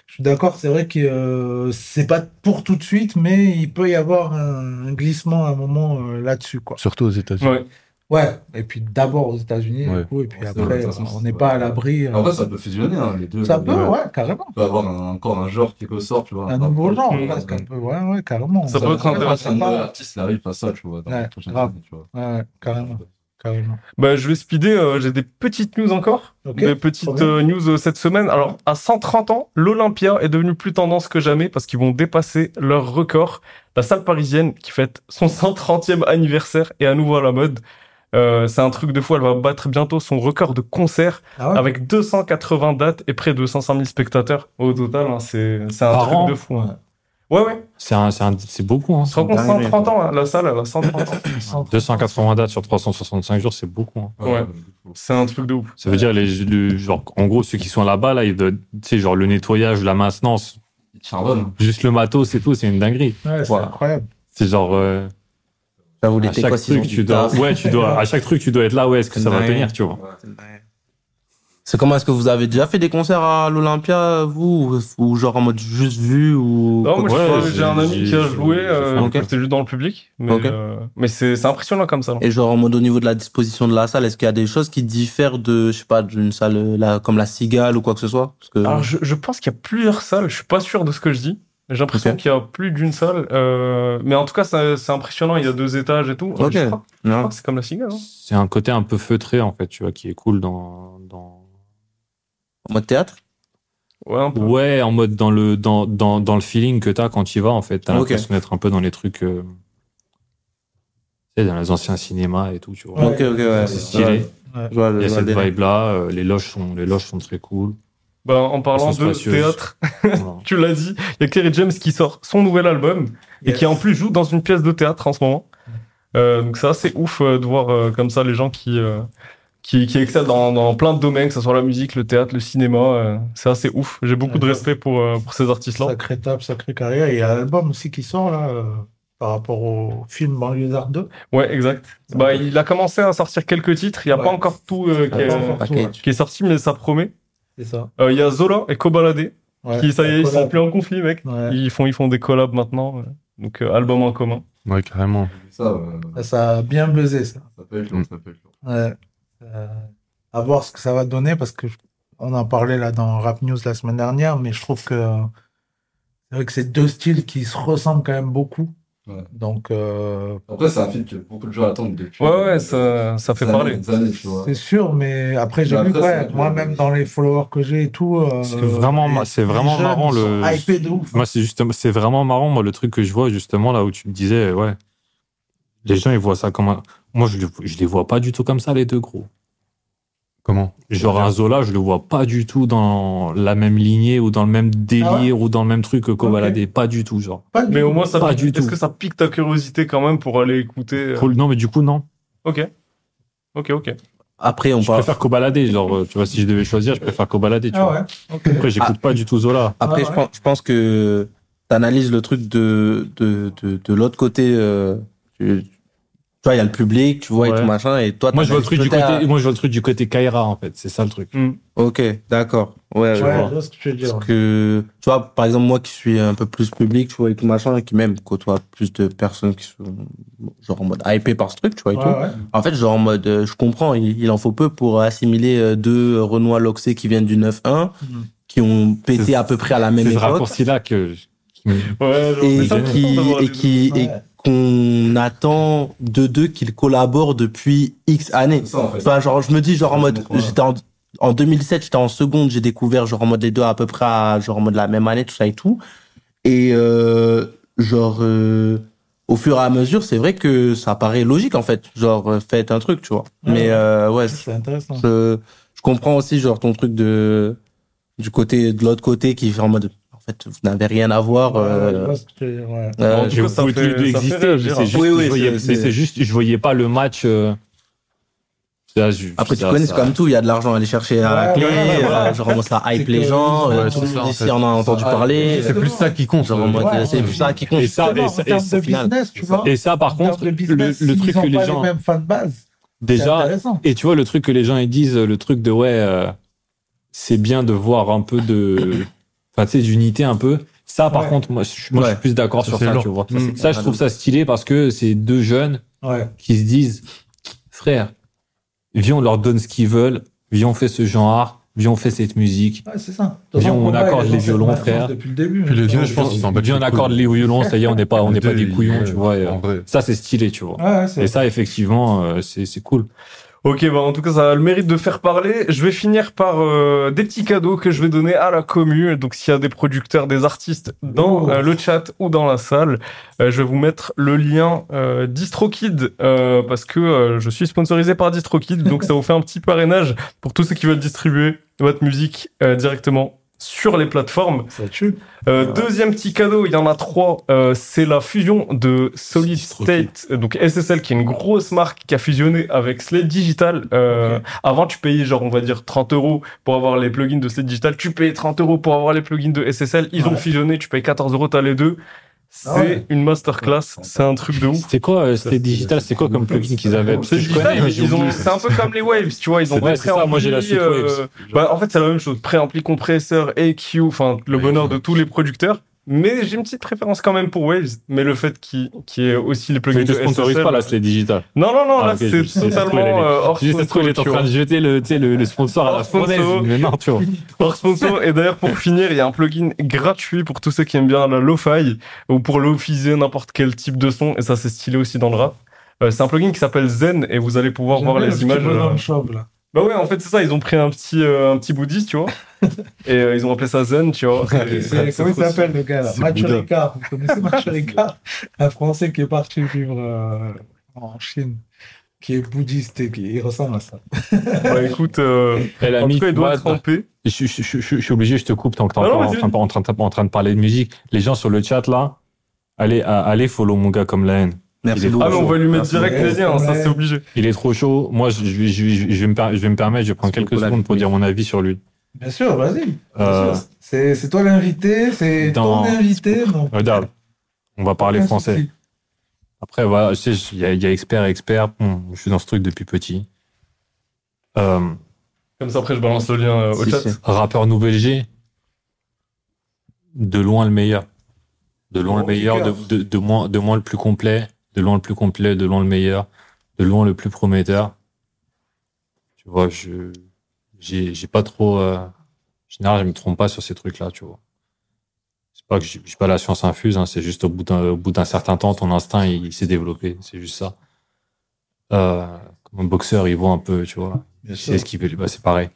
S1: je suis d'accord. C'est vrai que euh, c'est pas pour tout de suite, mais il peut y avoir un, un glissement à un moment euh, là-dessus, quoi.
S6: Surtout aux États-Unis.
S2: Ouais.
S1: Ouais. Et puis d'abord aux États-Unis,
S6: Ouais.
S1: du coup, et puis
S7: de
S1: après,
S7: toute façon,
S1: on n'est pas à l'abri.
S7: En
S1: euh,
S7: vrai, ça peut fusionner, hein, les deux.
S1: Ça peut, ouais, carrément.
S7: On peut avoir un- encore un genre qui ressort, tu vois.
S1: Un nouveau genre,
S7: Ouais,
S1: presque, un peu. Ouais, ouais, carrément.
S7: Ça peut être intéressant. Un nouvel
S1: Ouais,
S7: artiste, il arrive à ça, tu vois. dans les prochaines
S1: grave.
S7: années, tu vois.
S1: Ouais, carrément. Carrément.
S2: Bah, je vais speeder, euh, j'ai des petites news encore.
S1: Ok,
S2: des petites euh, news euh, cette semaine. Alors, à 130 ans, l'Olympia est devenu plus tendance que jamais parce qu'ils vont dépasser leur record. La salle parisienne qui fête son 130e anniversaire est à nouveau à la mode. Euh, c'est un truc de fou, elle va battre bientôt son record de concert
S1: Ah ouais
S2: avec 280 dates et près de 500 000 spectateurs au total. hein, c'est c'est un
S3: Par
S2: truc
S3: an
S2: de fou. hein. Ouais, ouais.
S3: C'est un- c'est un- c'est beaucoup, hein.
S2: Tu te rends compte, 130 ans, hein, la salle, elle a 130 ans.
S3: 280 dates sur 365 jours, c'est beaucoup. hein.
S2: Ouais. C'est un truc de ouf.
S3: Ça veut dire, les, le- genre, en gros, ceux qui sont là-bas, là, ils doivent- tu sais, genre le nettoyage, la maintenance,
S7: Charbonne.
S3: juste le matos et tout, c'est une dinguerie.
S1: Ouais, c'est
S3: Voilà.
S1: incroyable.
S3: C'est genre. euh, à
S11: l'été,
S3: chaque
S11: quoi,
S3: truc,
S11: sinon,
S3: tu dois,
S11: putain.
S3: ouais, tu dois, à chaque truc, tu dois être là, ouais, est-ce que ça va
S11: Ouais.
S3: tenir, tu vois.
S11: C'est comment est-ce que vous avez déjà fait des concerts à l'Olympia, vous ou, ou genre en mode juste vu ou
S2: Non, moi, je
S11: Ouais,
S2: crois que j'ai un ami qui a joué, euh,
S11: Ok.
S2: j'étais juste dans le public, mais,
S11: Ok.
S2: euh, mais c'est c'est impressionnant comme ça.
S11: Et genre en mode au niveau de la disposition de la salle, est-ce qu'il y a des choses qui diffèrent de je sais pas d'une salle euh, là, comme la Cigale ou quoi que ce soit Parce que
S2: Alors, je, je pense qu'il y a plusieurs salles, je suis pas sûr de ce que je dis. J'ai l'impression qu'il y a plus d'une salle, euh, mais en tout cas, ça- c'est impressionnant, il y a deux étages et tout.
S3: Ok.
S2: Je crois, je
S3: Non.
S2: crois que c'est comme la cigale. hein.
S3: C'est un côté un peu feutré, en fait, tu vois, qui est cool dans. dans...
S11: En mode théâtre
S2: Ouais,
S3: en mode dans le, dans, dans, dans le feeling que t'as quand tu y vas, en fait. T'as
S11: Ok.
S3: l'impression d'être un peu dans les trucs. euh, tu sais, dans les anciens cinémas et tout, tu vois.
S11: Ok, ok, ouais.
S3: C'est stylé.
S11: Ouais. Je vois le-
S3: Il y a
S11: je vois
S3: cette
S11: le délire.
S3: vibe-là, euh, les, loges sont, les loges sont très cool.
S2: Bah, en parlant
S3: Elles sont
S2: de
S3: spacieuses.
S2: théâtre, tu l'as dit, il y a Kerry James qui sort son nouvel album et qui en plus joue dans une pièce de théâtre en ce moment. Euh, donc c'est assez ouf euh, de voir euh, comme ça les gens qui, euh, qui, qui excellent dans, dans plein de domaines, que ce soit la musique, le théâtre, le cinéma. euh, c'est assez ouf. J'ai beaucoup de respect pour, euh, pour ces artistes-là.
S1: Sacré tape, sacré carrière. Il y a l'album aussi qui sort, là, euh, par rapport au film Banlieusard 2.
S2: Ouais, exact. Bah, il a commencé à sortir quelques titres. Il n'y a
S1: Ouais.
S2: pas encore tout euh, qui,
S1: Ah,
S2: est,
S1: pas encore tout, ouais.
S2: qui est sorti, mais ça promet.
S1: C'est ça.
S2: Euh, Il y a Zola et Kobalade
S1: Ouais,
S2: qui, ça y est,
S1: la
S2: ils sont
S1: collab.
S2: plus en conflit, mec.
S1: Ouais.
S2: Ils, font, ils font des collabs maintenant. euh, Donc, euh, album en commun.
S6: Ouais, carrément.
S7: Ça, euh,
S1: Ça, ça a bien buzzé, ça.
S7: ça peut être long, ça peut être long.
S1: Ouais. Euh, à voir ce que ça va donner parce que je- on en parlait là dans Rap News la semaine dernière, mais je trouve que euh, c'est vrai que c'est deux styles qui se ressemblent quand même beaucoup.
S7: Ouais.
S1: Donc euh,
S7: Après, c'est un film que beaucoup de gens attendent depuis. euh,
S2: Ouais, ouais, ça, ça fait
S7: Des années,
S2: parler.
S7: des années, tu vois.
S1: c'est sûr, mais après j'ai
S7: Mais
S1: vu
S7: après,
S1: ouais,
S7: c'est-
S1: moi-même dans les followers que j'ai et tout. euh,
S3: C'est vraiment, ma-
S1: les-
S3: c'est
S1: les
S3: vraiment
S1: jeunes,
S3: marrant
S1: ils
S3: le.
S1: sont hypés de ouf. hein.
S3: Moi, c'est justement, c'est vraiment marrant, moi, le truc que je vois, justement, là où tu me disais, ouais. Les gens, ils voient ça comme un. Moi, je, le- je les vois pas du tout comme ça, les deux gros.
S6: Comment
S3: Genre, un Zola, je le vois pas du tout dans la même lignée ou dans le
S1: Ah
S3: même délire ou dans le même truc que Kobalade. Pas du tout, genre.
S1: Pas
S2: mais au moins, ça
S3: Pas
S2: pique-
S3: du tout.
S2: Est-ce que ça pique ta curiosité quand même pour aller écouter euh,
S3: Pour le- Non, mais du coup, non.
S2: Ok. Ok, ok.
S11: Après, on
S3: je préfère Kobalade, genre, euh, tu vois, si je devais choisir, je préfère Kobalade, tu
S1: Ah
S3: vois. Après, j'écoute pas du tout Zola.
S11: Après, je, pense, je pense que tu analyses le truc de, de, de, de l'autre côté. euh, tu- vois, il y a le public, tu vois, et
S3: Ouais.
S11: tout machin, et toi,
S3: moi, je
S11: t'as
S3: vois le truc du
S11: peut-être à-
S3: côté, moi, je vois le truc du côté Kaira, en fait. C'est ça le truc.
S1: Hmm.
S11: Ok, d'accord. Ouais,
S3: Tu
S11: ouais.
S3: vois.
S1: je vois ce que tu veux dire.
S11: Parce que, tu vois, par exemple, moi qui suis un peu plus public, tu vois, et tout machin, et qui même côtoie plus de personnes qui sont, genre, en mode hypé par ce truc, tu vois, et
S1: Ouais,
S11: tout.
S1: ouais.
S11: En fait, genre, en mode, euh, je comprends, il, il en faut peu pour assimiler euh, deux Renoir Loxé qui viennent du 9-1,
S1: Mhm.
S11: qui ont pété à peu près à la même
S3: C'est ce
S11: époque.
S3: raccourci-là que.
S11: et
S3: ça,
S11: qui et qui et qu'on attend de deux qu'ils collaborent depuis X années.
S7: C'est ça, en fait.
S11: Enfin, genre je me dis genre en mode j'étais en en 2007, j'étais en seconde, j'ai découvert genre en mode les deux à peu près à, genre en mode la même année tout ça et tout. Et euh, genre euh, au fur et à mesure, c'est vrai que ça paraît logique en fait, genre euh, faites un truc, tu vois. Mais euh, ouais,
S1: C'est intéressant.
S11: je, je comprends aussi genre ton truc de du côté de l'autre côté qui fait en mode en fait vous n'avez rien à voir euh,
S1: Je vois ce que tu veux dire, ouais.
S11: euh,
S3: en tout cas,
S2: ça
S3: vous
S2: fait-
S3: pouvez
S2: ça fait
S3: exister.
S2: réagir,
S3: C'est
S2: hein.
S3: juste,
S11: Oui, oui,
S3: je voyais,
S11: c'est-
S3: c'est- c'est juste, je voyais pas le match. euh, ça, je-
S11: Après, Ah, tu
S3: ça-
S11: connais,
S3: ça-
S11: c'est comme tout. Il y a de l'argent à aller chercher à la
S1: Ouais,
S11: clé.
S1: voilà,
S11: euh,
S1: voilà.
S11: Genre, ça hype
S1: que-
S11: les gens.
S1: Ouais,
S11: euh,
S1: c'est
S11: tout le
S6: ça,
S11: monde
S6: en
S11: ici
S6: fait.
S11: en a entendu
S7: Ah,
S11: parler.
S6: C'est plus ça qui compte.
S11: Genre, en mode,
S1: Ouais,
S11: euh, c'est
S1: ouais.
S11: plus ça qui compte.
S3: Et ça, et
S1: Justement,
S3: ça-
S1: en
S3: et
S1: termes
S3: ça-
S1: de business, tu vois.
S3: et ça, par
S1: En termes
S3: contre,
S1: de
S3: le,
S1: business,
S3: le
S1: s'ils
S3: truc
S1: ont
S3: que les
S1: pas
S3: gens.
S1: les mêmes fans de base. C'est
S3: Déjà,
S1: intéressant.
S3: et tu vois, le truc que les gens ils disent, le truc de ouais, euh, c'est bien de voir un peu de. Enfin, tu sais, d'unité un peu. Ça, par
S1: Ouais.
S3: contre, moi, je, suis- moi, je
S11: Ouais.
S3: suis plus d'accord
S6: Ça,
S3: sur
S6: c'est
S3: ça,
S6: lourd.
S3: tu vois.
S6: Ça, c'est
S3: Ça, je trouve ça stylé parce que c'est deux jeunes
S1: Ouais.
S3: qui se disent frère, viens, on leur donne ce qu'ils veulent, viens, on fait ce genre, viens, on fait cette musique.
S1: Ouais, c'est ça. Viens,
S3: Viens, on accorde les violons, frère.
S1: Depuis le début.
S6: Puis les vieux, je pense qu'ils s'en battent.
S3: Viens, on
S6: les
S3: accorde
S6: couilles.
S3: les violons, ça y est, on n'est pas, on n'est pas
S6: Deux,
S3: des couillons,
S6: ils-
S3: tu vois. et, euh,
S6: En vrai.
S3: ça, c'est stylé, tu vois.
S1: Ouais, ouais, c'est
S3: Et ça, effectivement, euh, c'est c'est cool.
S2: Ok, bah en tout cas, ça a le mérite de faire parler. Je vais finir par euh, des petits cadeaux que je vais donner à la commu. Donc, s'il y a des producteurs, des artistes dans
S1: Oh.
S2: euh, le chat ou dans la salle, euh, je vais vous mettre le lien euh, DistroKid euh, parce que euh, je suis sponsorisé par DistroKid. Donc, ça vous fait un petit parrainage pour tous ceux qui veulent distribuer votre musique euh, directement sur les plateformes.
S1: ça tue.
S2: Euh, Deuxième petit cadeau, il y en a trois. euh, c'est la fusion de Solid
S3: DistroKid.
S2: State, euh, donc SSL, qui est une grosse marque qui a fusionné avec Slate Digital. Euh, Avant, tu payais genre, on va dire, 30 euros pour avoir les plugins de Slate Digital. Tu payais 30 euros pour avoir les plugins de SSL. Ils ont
S1: Ouais.
S2: fusionné, tu payes 14 euros, t'as les deux. C'est
S1: Ah ouais.
S2: une masterclass, c'est un truc de ouf.
S3: C'était quoi, euh, c'était digital, c'était quoi comme plugin qu'ils avaient Parce que je
S2: Slate
S3: connais,
S2: Digital,
S3: mais j'ai
S2: ils ont-
S3: oublié.
S2: c'est un peu comme les Waves, tu vois. Ils ont
S3: Ouais,
S2: des
S3: c'est ça, moi, j'ai la suite
S2: préamplis,
S3: Waves.
S2: bah, en fait, c'est la même chose. Préampli, compresseur, EQ, enfin, le bonheur de tous les producteurs. Mais j'ai une petite préférence quand même pour Waves. Mais le fait qu'il qu'il y ait aussi les
S3: Mais
S2: plugins
S3: ils
S2: de
S3: te sponsorisent
S2: SSL.
S3: pas, là, c'est digital.
S2: Non, non, non,
S3: Ah,
S2: là,
S3: ok, je-
S2: c'est
S3: c'est- c'est spoilé,
S2: totalement
S3: les-
S2: euh, hors
S3: Juste, ça se trouve, il est en
S2: tu
S3: train
S2: vois.
S3: de jeter le, tu sais, le, le sponsor à la
S2: Hors sponsor.
S3: fournaise. Mais non, tu vois.
S2: Hors sponsor. Et d'ailleurs, pour finir, il y a un plugin gratuit pour tous ceux qui aiment bien la lo-fi ou pour lo-fiser n'importe quel type de son. Et ça, c'est stylé aussi dans le rap. Euh, c'est un plugin qui s'appelle Zen et vous allez pouvoir voir les images. euh, Bah ouais, en fait, c'est ça. Ils ont pris un petit, euh, un petit bouddhiste, tu vois. et euh, ils ont appelé ça Zen, tu vois. Et-
S1: Comment il s'appelle le gars là
S6: C'est
S1: Mathieu
S6: Bouddha.
S1: Ricard. Vous connaissez Mathieu Ricard Un Français qui est parti vivre euh, en Chine, qui est bouddhiste et qui il ressemble à ça.
S2: Bah écoute, euh,
S3: Elle a
S2: en tout
S3: mis,
S2: cas, il doit
S3: moi,
S2: être en paix.
S3: je, je, je- je- je suis obligé, je te coupe tant que t'es
S2: Non,
S3: encore
S2: non,
S3: en,
S2: vas-y.
S3: train, de- en, train, de- en train de parler de musique. Les gens sur le chat, là, allez, à- allez follow mon gars comme la haine. Il
S11: Merci
S3: est
S11: beaucoup.
S2: Ah, mais on va lui mettre
S11: Merci
S2: direct
S11: beaucoup.
S2: les liens, hein, ça c'est obligé.
S3: Il est trop chaud. Moi, je, je- je- je- je vais, me per- je vais me permettre, je vais prendre
S11: Parce que
S3: quelques
S11: pour la
S3: secondes pour
S11: vie.
S3: dire mon avis sur lui.
S1: Bien sûr, vas-y. Bien
S3: Euh,
S1: sûr. C'est c'est toi l'invité, c'est
S3: dans-
S1: ton invité. Non.
S3: Regarde, Euh, on va parler
S1: Aucun
S3: français.
S1: souci.
S3: Après, voilà, je sais, il y, a- il y a expert, expert. Bon, je suis dans ce truc depuis petit. Euh,
S2: Comme ça, après, je balance le lien euh, au
S11: Si,
S2: chat.
S11: si.
S3: rappeur Nouvelle G, de loin le meilleur. De loin le meilleur, de, de, de moins, de moins le plus complet, de loin le plus complet, de loin le meilleur, de loin le plus prometteur. Tu vois, je j'ai j'ai pas trop. euh, en général, je me trompe pas sur ces trucs-là, tu vois. C'est pas que j'ai j'ai pas la science infuse, hein, c'est juste au bout d'un au bout d'un certain temps, ton instinct il, s'est développé, c'est juste ça. Euh, comme un boxeur, il voit un peu, tu vois.
S1: Bien
S3: C'est ce qui veut, bah, c'est pareil.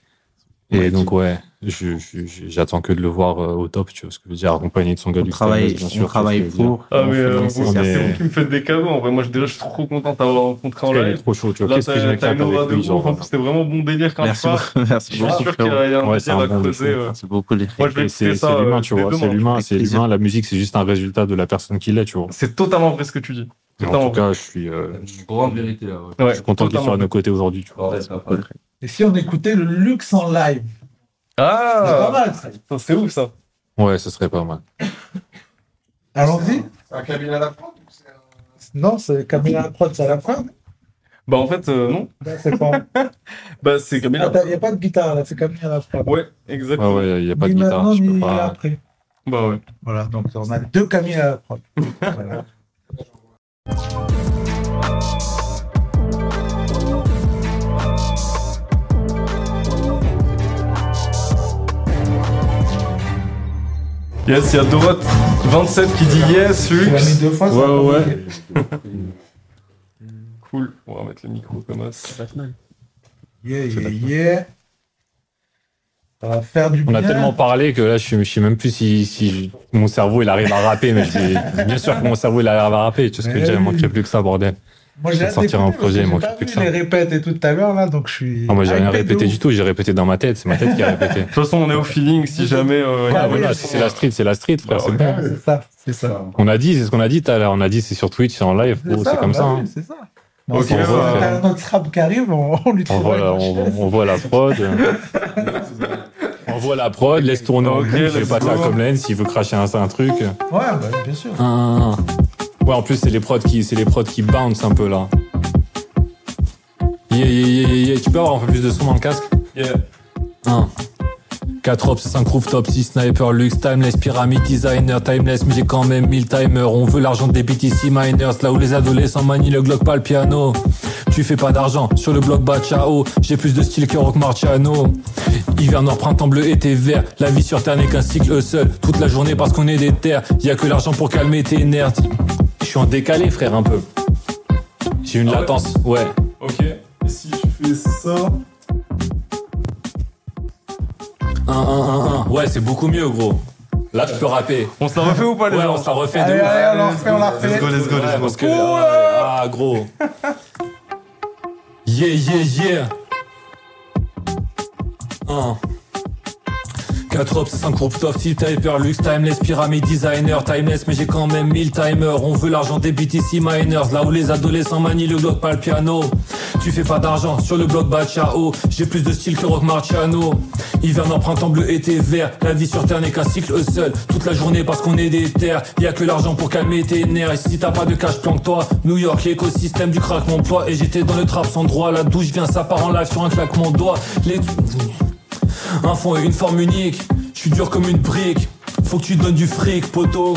S3: Et donc, ouais, je- je- je- j'attends que de le voir euh, au top, tu vois ce que je veux dire, accompagné de son gars
S11: On
S3: du
S11: travaille,
S3: Xtravas, bien
S11: on
S3: sûr,
S11: travaille
S3: tu vois ce que je veux dire.
S11: pour.
S2: Ah,
S11: on
S2: mais
S11: fait
S2: euh,
S11: comme
S2: vous,
S11: ça,
S2: c'est vous
S3: on est-
S2: qui me faites des cadeaux. En vrai, moi, je- déjà, je suis trop content d'avoir rencontré en
S3: Parce qu'il est
S2: live.
S3: trop chaud, tu vois.
S2: Là,
S3: Qu'est-ce que
S2: t'as
S3: j'aimerais
S2: t'as
S3: faire
S2: une aura
S3: avec
S2: de
S3: lui,
S2: ouf. En
S3: genre.
S2: plus, C'était vraiment bon délire quand tu
S11: Merci
S2: parles.
S11: beaucoup. Merci
S2: Je suis
S11: beaucoup,
S2: sûr qu'il y
S11: frérot.
S2: a il y a
S3: Ouais,
S2: un
S3: c'est
S2: plaisir
S3: un
S2: à
S3: bon de
S2: creuser.
S3: fou.
S2: euh.
S11: Merci beaucoup, les
S2: Moi, je vais
S3: Et
S2: écouter
S3: C'est c'est
S2: ça. euh,
S3: l'humain, tu
S2: dès
S3: vois. C'est
S2: demain.
S3: l'humain, c'est
S11: plaisir.
S3: l'humain. La musique, c'est juste un résultat de la personne qu'il est, tu vois.
S2: C'est totalement vrai ce que tu dis.
S3: Et En
S2: Totalement
S3: tout cas, je suis, euh,
S7: Une grande vérité là, ouais.
S2: Ouais,
S3: je suis content qu'il soit à
S2: totalement.
S3: nos côtés aujourd'hui, tu vois.
S7: Ouais, c'est incroyable.
S1: Et si on écoutait le luxe en live C'est pas
S2: Ah
S1: mal ça.
S2: Putain, C'est ouf ça.
S3: Ouais, ce serait pas mal.
S1: Allons-y.
S10: C'est un cabinet à la prod ou c'est un-
S1: Non, c'est Camilla Prod, c'est à la fin.
S2: Bah en fait, euh, non.
S1: C'est pas.
S2: Bah c'est
S1: Il
S2: Camilla.
S1: n'y a pas de guitare là, c'est Camilla là, je crois.
S2: Ouais, exactement.
S12: Ouais, ouais, il y a pas de
S1: Ni
S12: guitare,
S1: maintenant,
S12: je peux
S1: ni
S12: pas-
S1: après.
S2: Bah ouais.
S1: Voilà, donc on a deux Camilla à la prod. Voilà.
S2: Yes, il y a Doroth 27 qui dit yes,
S1: Tu l'as mis
S2: Lux.
S1: deux fois, ça
S12: Ouais,
S1: va pas
S12: ouais.
S1: marcher.
S2: Cool. On va mettre le micro comme ça.
S1: Yeah, yeah, yeah. Ça va faire du
S12: On
S1: bien.
S12: a tellement parlé que là, je suis- je sais même plus si, si je- mon cerveau il arrive à rapper, mais je dis- bien sûr que mon cerveau il arrive à rapper. Tu vois ce que je veux dire, Il
S1: Eh oui.
S12: manquerait plus que ça, bordel.
S1: Moi, j'ai hâte
S12: sortir
S1: d'écouter
S12: un
S1: parce
S12: projet,
S1: que
S12: il
S1: j'ai
S12: manque
S1: pas
S12: plus
S1: vu
S12: que ça.
S1: Les répètes et tout tout à l'heure là, donc je suis.
S12: hein. Ah, moi, j'ai rien
S1: hypé de
S12: répété
S1: ouf.
S12: du tout. J'ai répété dans ma tête. C'est ma tête qui a répété.
S2: De toute façon, on est au feeling si jamais. euh,
S12: Ah,
S1: Ah,
S12: voilà,
S1: oui.
S12: si c'est la street, c'est la street, frère.
S2: Bah,
S12: c'est
S2: ouais.
S12: bon.
S1: Ouais, C'est ça, c'est ça.
S12: On a dit, c'est ce qu'on a dit tout à l'heure. On a dit, c'est sur Twitch, c'est en live. gros, C'est comme
S1: bah
S12: ça.
S1: oui,
S12: hein.
S1: C'est ça.
S2: Ok,
S1: si on
S2: bah,
S1: a un autre rap qui arrive, on, on lui
S12: On
S1: trouve
S12: voit, la, on, on voit la prod. on voit la prod, laisse tourner au
S2: Ok,
S12: clip, je vais
S2: let's
S12: pas
S2: go.
S12: ça comme Len s'il veut cracher un, un truc.
S1: Ouais, bah, bien sûr.
S12: Ah. Ouais, en plus, c'est les prods qui, c'est les prods qui bounce un peu là. Yeah, yeah, yeah, yeah, yeah. Tu peux avoir un peu plus de son dans le casque
S2: Yeah.
S12: 1. 4 ops, 5 rooftop, 6 sniper, luxe, timeless, pyramide, designer, timeless, mais j'ai quand même 1000 timers. On veut l'argent des BTC miners, là où les adolescents manient le Glock, pas le piano. Tu fais pas d'argent sur le bloc bas, ciao. J'ai plus de style que Rock Marciano. Hiver, noir, printemps, bleu, été, vert. La vie sur terre n'est qu'un cycle seul. Toute la journée parce qu'on est des terres. Y a que l'argent pour calmer tes nerfs. Je suis en décalé, frère, un peu. J'ai une
S2: Ah ouais.
S12: latence, ouais.
S2: Ok. Et si je fais ça.
S12: 1, 1, 1, 1. Ouais, c'est beaucoup mieux, gros. Là, tu peux rapper.
S2: On se la refait ou pas, les
S12: Ouais,
S2: gens
S12: on se la refait de
S1: Allez,
S12: ouf.
S1: allez, on la refait, on la refait.
S13: Let's go, let's go,
S12: Ouais,
S13: let's go.
S12: parce que,
S2: euh,
S12: ah, ah, gros. Yeah, yeah, yeah. Ah. 1. 4 ops, 5 groupes top, 6 typer, luxe, timeless, pyramide, designer, timeless, mais j'ai quand même 1000 timers. On veut l'argent des BTC miners, là où les adolescents manient le bloc, pas le piano. Tu fais pas d'argent sur le bloc Bachao, j'ai plus de style que Rock Marciano. Hivernant, printemps, bleu, été, vert, la vie sur terre n'est qu'un cycle seul. Toute la journée parce qu'on est des terres, y a que l'argent pour calmer tes nerfs. Et si t'as pas de cash, planque-toi. New York, l'écosystème du crack m'emploie, et j'étais dans le trap sans droit. La douche vient, ça part en live sur un claquement de doigt. Les... Un fond et une forme unique, je suis dur comme une brique. Faut que tu donnes du fric, poteau.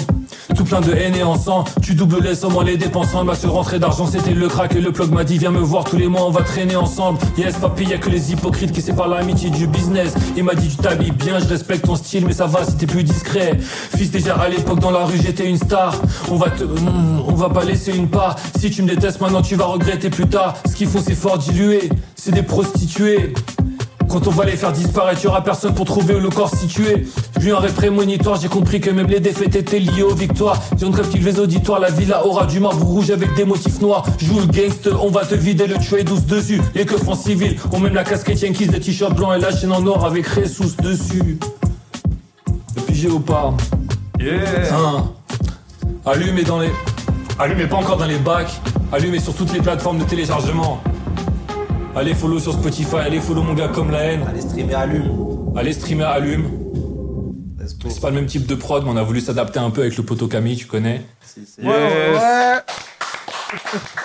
S12: Tout plein de haine et en sang, tu doubles les sommes en les dépensant. Ma seule rentrée d'argent, c'était le crack et le plug m'a dit Viens me voir tous les mois, on va traîner ensemble. Yes, papy, y'a que les hypocrites qui séparent l'amitié du business. Il m'a dit Tu t'habilles bien, je respecte ton style, mais ça va si t'es plus discret. Fils, déjà à l'époque dans la rue, j'étais une star. On va te. hmm, on va pas laisser une part. Si tu me détestes maintenant, tu vas regretter plus tard. Ce qu'ils font, c'est fort dilué, c'est des prostituées. Quand on va les faire disparaître, y aura personne pour trouver le corps situé. Vu un réprémonitoire, j'ai compris que même les défaites étaient liées aux victoires. J'ai une captive les auditoires, la villa aura du marbre rouge avec des motifs noirs. Joue le gangster, on va te vider le tuer douce dessus. Les que font civil, on même la casquette Yankees, le t-shirt blanc et la chaîne en or avec Ressus dessus. Et puis Géopard.
S2: Yeah.
S12: Hein. Allumez dans les. Allumez pas encore dans les bacs. Allumez sur toutes les plateformes de téléchargement. Allez follow sur Spotify, allez follow mon gars comme la haine.
S3: Allez streamer Allume.
S12: Allez streamer Allume.
S3: Let's go.
S12: C'est pas le même type de prod, mais on a voulu s'adapter un peu avec le poteau Camille, tu connais.
S3: C'est- c'est-
S2: Yes.
S1: Ouais.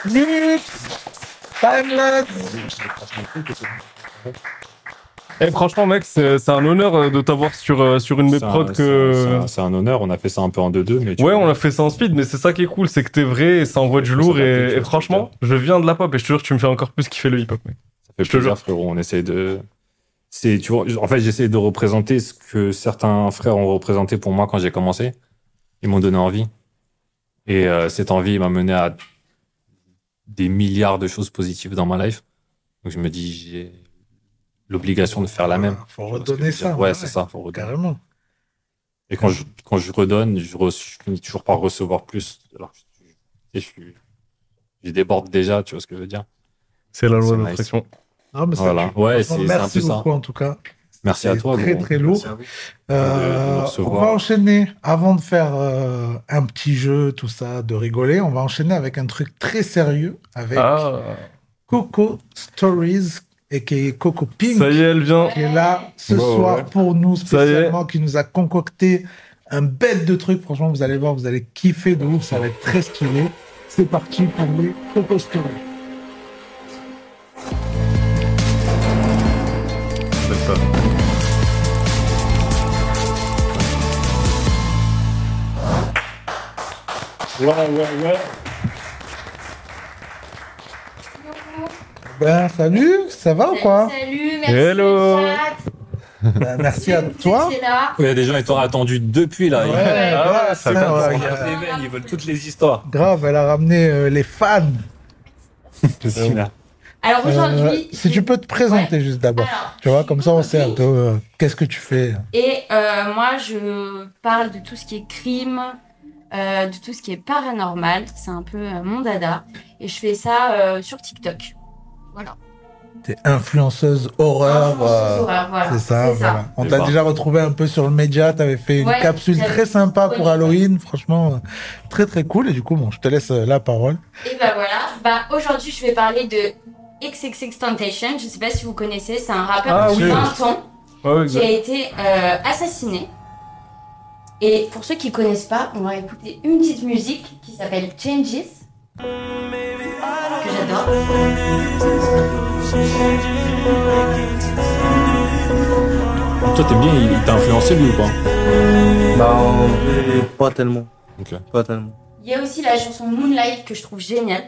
S1: Luxe. Timeless.
S2: Eh, franchement, mec, c'est c'est un honneur euh, de t'avoir sur, euh, sur une des
S12: C'est un-
S2: prods
S12: c'est-
S2: que.
S12: c'est un- C'est un honneur, on a fait ça un peu en 2-2. mais tu
S2: Ouais,
S12: vois,
S2: on l'a fait ça en speed, mais c'est ça qui est cool, c'est que t'es vrai et ça envoie du
S12: Ça
S2: lourd.
S12: va être quelque
S2: Et, et
S12: chose,
S2: franchement, je viens de la pop et je te jure, tu me fais encore plus kiffer le hip-hop, mec.
S12: Ça fait
S2: Je te jure.
S12: plaisir, frérot. On essaie de. C'est, tu vois, en fait, j'essaie de représenter ce que certains frères ont représenté pour moi quand j'ai commencé. Ils m'ont donné envie. Et euh, cette envie m'a mené à des milliards de choses positives dans ma life. Donc je me dis, j'ai l'obligation de faire la même.
S1: Faut
S12: Tu vois ce que je
S1: redonner
S12: veux dire
S1: ça.
S12: Ouais, c'est ça. Faut redonner.
S1: Carrément.
S12: Et quand je, quand je redonne, je, re- je finis toujours par recevoir plus. Alors, que je, je, je, suis- je déborde déjà, tu vois ce que je veux dire.
S2: C'est
S12: C'est
S2: la loi de
S12: nice.
S2: l'attraction.
S1: Ah, mais ça
S12: Voilà.
S1: tue. Franchement,
S12: Ouais, c'est c'est un
S1: Merci
S12: peu ça.
S1: beaucoup en tout cas.
S12: Merci à
S1: C'est
S12: toi.
S1: Très
S12: gros.
S1: très lourd.
S12: de nous
S1: Euh, on
S12: recevoir.
S1: va enchaîner avant de faire euh, un petit jeu, tout ça, de rigoler. On va enchaîner avec un truc très sérieux avec
S2: Ah,
S1: Coco Stories et qui est Coco Pink
S2: ça y est, elle vient.
S1: qui est là ce
S2: Ouais, ouais,
S1: soir
S2: ouais.
S1: pour nous
S2: Ça y est.
S1: spécialement, qui nous a concocté un bête de truc. Franchement, vous allez voir, vous allez kiffer de ouf, ça va être très stylé. C'est parti pour les Coco Stories.
S6: pas.
S1: Ouais, ouais, ouais. Ben, salut, ça va ou quoi
S14: Salut, merci.
S1: Hello.
S14: le chat.
S1: Ben, Merci à toi.
S14: C'est là.
S3: Il y a des gens, ils t'auraient attendu depuis là.
S1: Ouais,
S3: Ah
S1: ça
S3: ouais, ça
S1: va,
S3: comprend.
S1: ouais.
S3: Les veines, ils veulent toutes les histoires.
S1: Grave, elle a ramené euh, les fans.
S14: Alors aujourd'hui,
S1: Euh, si tu peux te présenter juste d'abord, tu vois, comme ça on sait un peu euh, qu'est-ce que tu fais.
S14: et euh, moi je parle de tout ce qui est crime, euh, de tout ce qui est paranormal, c'est un peu euh, mon dada, et je fais ça euh, sur TikTok. Voilà.
S1: T'es influenceuse horreur. euh,
S14: Influenceuse horreur, voilà,
S1: C'est ça,
S14: c'est ça.
S1: voilà. On
S14: Et
S1: t'a
S14: bah.
S1: déjà retrouvé un peu sur le média, t'avais fait une
S14: Ouais,
S1: capsule
S14: j'avais-
S1: très sympa pour
S14: Ouais.
S1: Halloween, franchement, euh, très très cool. Et du coup, bon, je te laisse euh, la parole.
S14: Et bah voilà, bah aujourd'hui je vais parler de XXX Temptation, je sais pas si vous connaissez, c'est un rappeur
S2: Ah
S14: de
S2: oui.
S14: 20 ans.
S2: Ouais,
S14: qui
S2: exact.
S14: a été euh, assassiné. Et pour ceux qui connaissent pas, on va écouter une petite musique qui s'appelle Changes. Que j'adore.
S3: Toi, t'aimes bien, il t'a influencé lui ou pas
S11: Bah, on- pas tellement. Pas tellement.
S14: Il y a aussi la chanson Moonlight que je trouve géniale.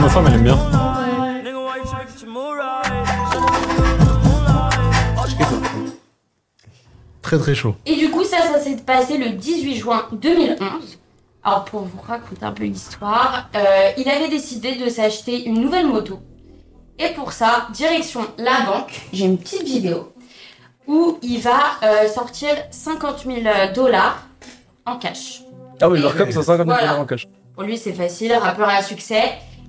S3: Ma femme, elle aime bien.
S1: Très très chaud.
S14: Et du coup, ça, ça s'est passé le 18 juin 2011. Alors, pour vous raconter un peu l'histoire, euh, il avait décidé de s'acheter une nouvelle moto. Et pour ça, direction la banque, j'ai une petite vidéo, où il va euh, sortir 50 000 dollars en cash.
S2: Ah oui, genre comme ça, 50 000
S14: Voilà.
S2: en cash.
S14: Pour lui, c'est facile, rappeur à succès.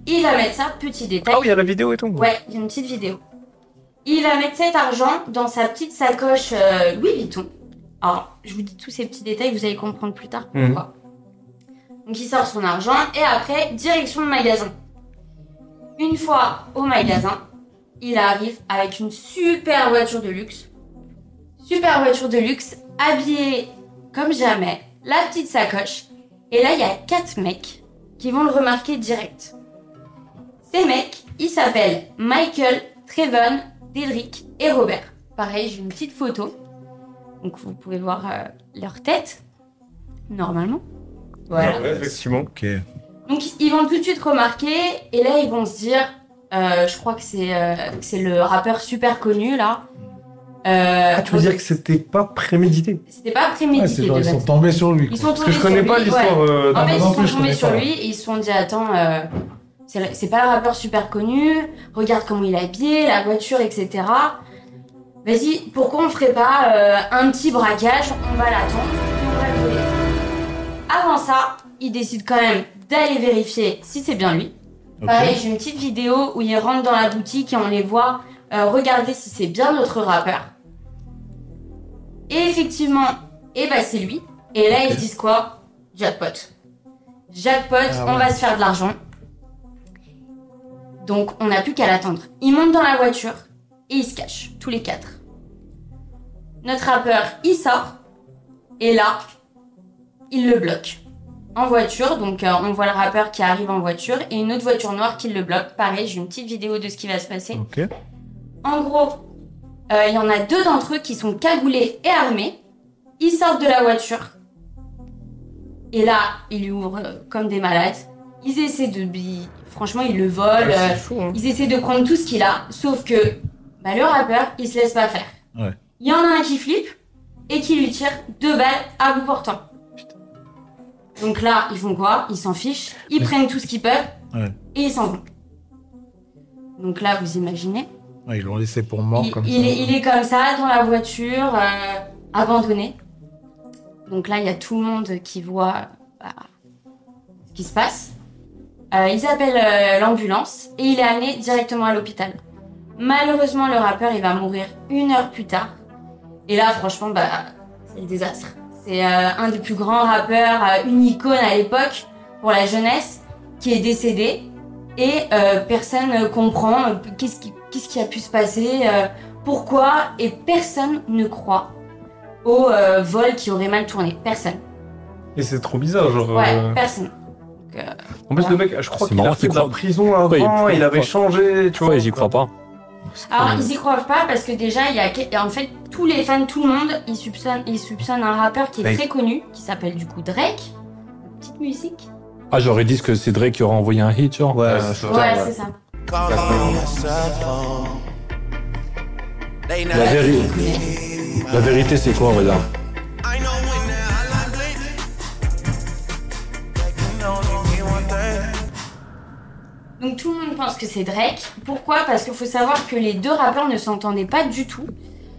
S14: Il va mettre ça, petit détail.
S2: Ah oui, il y a la vidéo et tout.
S14: Ouais, il y a une petite vidéo. Il va mettre cet argent dans sa petite sacoche euh, Louis Vuitton. Alors, je vous dis tous ces petits détails, vous allez comprendre plus tard
S3: Hmm.
S2: Mhm.
S14: pourquoi. Donc, il sort son argent et après, direction le magasin. Une fois au magasin, il arrive avec une super voiture de luxe. Super voiture de luxe, habillée comme jamais, la petite sacoche. Et là, il y a quatre mecs qui vont le remarquer direct. Ces mecs, ils s'appellent Michael, Trevon, Dedrick et Robert. Pareil, j'ai une petite photo. Donc vous pouvez voir euh, leur tête. Normalement. Voilà.
S2: Ouais, effectivement.
S14: Donc ils vont tout de suite remarquer et là ils vont se dire, euh, je crois que c'est euh, que c'est le rappeur super connu là. Euh,
S2: Ah, tu veux dire que c'était pas prémédité
S14: C'était pas prémédité. de base.
S1: tombés sur lui.
S14: Ils sont
S2: Parce que je
S14: tombés
S2: connais
S14: sur
S2: pas
S14: lui,
S2: l'histoire.
S14: ouais.
S2: euh,
S14: en fait,
S2: d'un-
S14: ils
S2: non
S14: sont
S2: plus, je
S14: tombés
S2: connais
S14: sur
S2: pas.
S14: lui et ils se sont dit Attends, euh, c'est le- c'est pas le rappeur super connu, regarde comment il est habillé, la voiture, etc. Vas-y, pourquoi on ferait pas euh, un petit braquage On va l'attendre et on va le voler. Avant ça, il décide quand même d'aller vérifier si c'est bien lui.
S15: Ok.
S14: Pareil, j'ai une petite vidéo où il rentre dans la boutique et on les voit euh, regarder si c'est bien notre rappeur. Et effectivement, et bah c'est lui. Et là, ils se disent quoi Jackpot. Jackpot,
S15: Ah
S14: on
S15: ouais.
S14: va se faire de l'argent. Donc, on n'a plus qu'à l'attendre. Ils montent dans la voiture et ils se cachent, tous les quatre. Notre rappeur, il sort. Et là, il le bloque. En voiture, donc euh, on voit le rappeur qui arrive en voiture et une autre voiture noire qui le bloque. Pareil, j'ai une petite vidéo de ce qui va se passer. En gros, euh, il y en a deux d'entre eux qui sont cagoulés et armés. Ils sortent de la voiture. Et là, ils lui ouvrent euh, comme des malades. Ils essaient de... bi- Franchement, ils le volent.
S15: Ouais, c'est
S14: euh,
S15: chaud, hein.
S14: Ils essaient de prendre tout ce qu'il a. Sauf que bah, le rappeur, il se laisse pas faire.
S15: Ouais.
S14: Il y en a un qui flippe et qui lui tire deux balles à bout portant. Donc là, ils font quoi Ils s'en fichent. Ils prennent tout ce qu'ils peuvent
S1: Ouais.
S14: et ils s'en vont. Donc là, vous imaginez
S1: Ouais, ils l'ont laissé pour mort comme ça.
S14: il, est, il est comme ça dans la voiture, euh, abandonné. Donc là, il y a tout le monde qui voit bah, ce qui se passe. Euh, ils appellent euh, l'ambulance et il est amené directement à l'hôpital. Malheureusement, le rappeur, il va mourir une heure plus tard. Et là, franchement, bah, c'est le désastre. C'est euh, un des plus grands rappeurs, euh, une icône à l'époque pour la jeunesse, qui est décédé et euh, personne ne comprend euh, qu'est-ce qui, qu'est-ce qui a pu se passer, euh, pourquoi, et personne ne croit au euh, vol qui aurait mal tourné. Personne.
S2: Et c'est trop bizarre, genre.
S14: Ouais,
S2: euh,
S14: personne. euh,
S2: En plus, le mec, je crois
S3: C'est
S2: qu'il
S3: marrant
S2: a fait
S3: qu'il
S2: de la
S3: croit.
S2: prison
S3: Ouais,
S2: avant,
S3: pourquoi
S2: il avait
S3: pas
S2: changé, tu vois.
S3: Ouais, j'y crois pas.
S14: Alors, ils y croient pas parce que déjà, il y a. que- En fait, tous les fans, tout le monde, ils soupçonnent, ils soupçonnent un rappeur qui est
S3: Mais-
S14: très connu, qui s'appelle du coup Drake. Petite musique.
S3: Ah, j'aurais dit que c'est Drake qui aurait envoyé un hit, genre. Ouais,
S14: Ouais, c'est ça.
S3: La, véri- la vérité, c'est quoi, regarde
S14: Donc, tout le monde pense que c'est Drake. Pourquoi Parce qu'il faut savoir que les deux rappeurs ne s'entendaient pas du tout.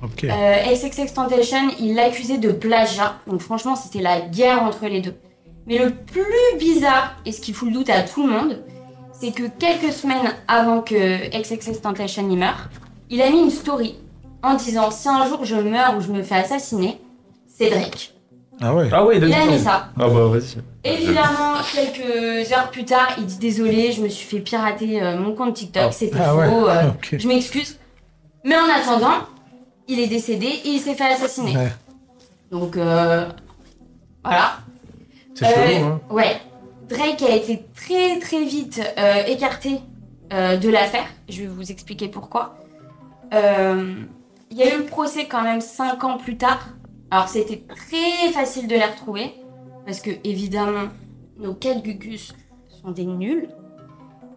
S1: Ok.
S14: Euh, XXX Tentation, il l'accusait de plagiat. Donc franchement, c'était la guerre entre les deux. Mais le plus bizarre, et ce qui fout le doute à tout le monde, c'est que quelques semaines avant que XXX Tentation y meure, il a mis une story en disant si un jour je meurs ou je me fais assassiner, c'est Drake.
S1: Ah ouais
S2: Ah ouais,
S14: Il a
S2: dit
S14: mis ça.
S2: Ah bah, vas-y.
S14: Évidemment, quelques heures plus tard, il dit désolé, je me suis fait pirater euh, mon compte TikTok,
S5: Oh.
S2: Ah.
S14: c'était
S2: Ah
S14: faux,
S2: ouais,
S14: euh,
S2: ok.
S14: je m'excuse. Mais en attendant, il est décédé et il s'est fait assassiner.
S1: Ouais.
S14: Donc euh, voilà. Euh,
S2: C'est chelou, hein.
S14: Ouais. Drake a été très très vite euh, écarté euh, de l'affaire. Je vais vous expliquer pourquoi. Euh, Il y a eu le procès quand même 5 ans plus tard. Alors c'était très facile de les retrouver. Parce que évidemment, nos 4 Gugus sont des nuls.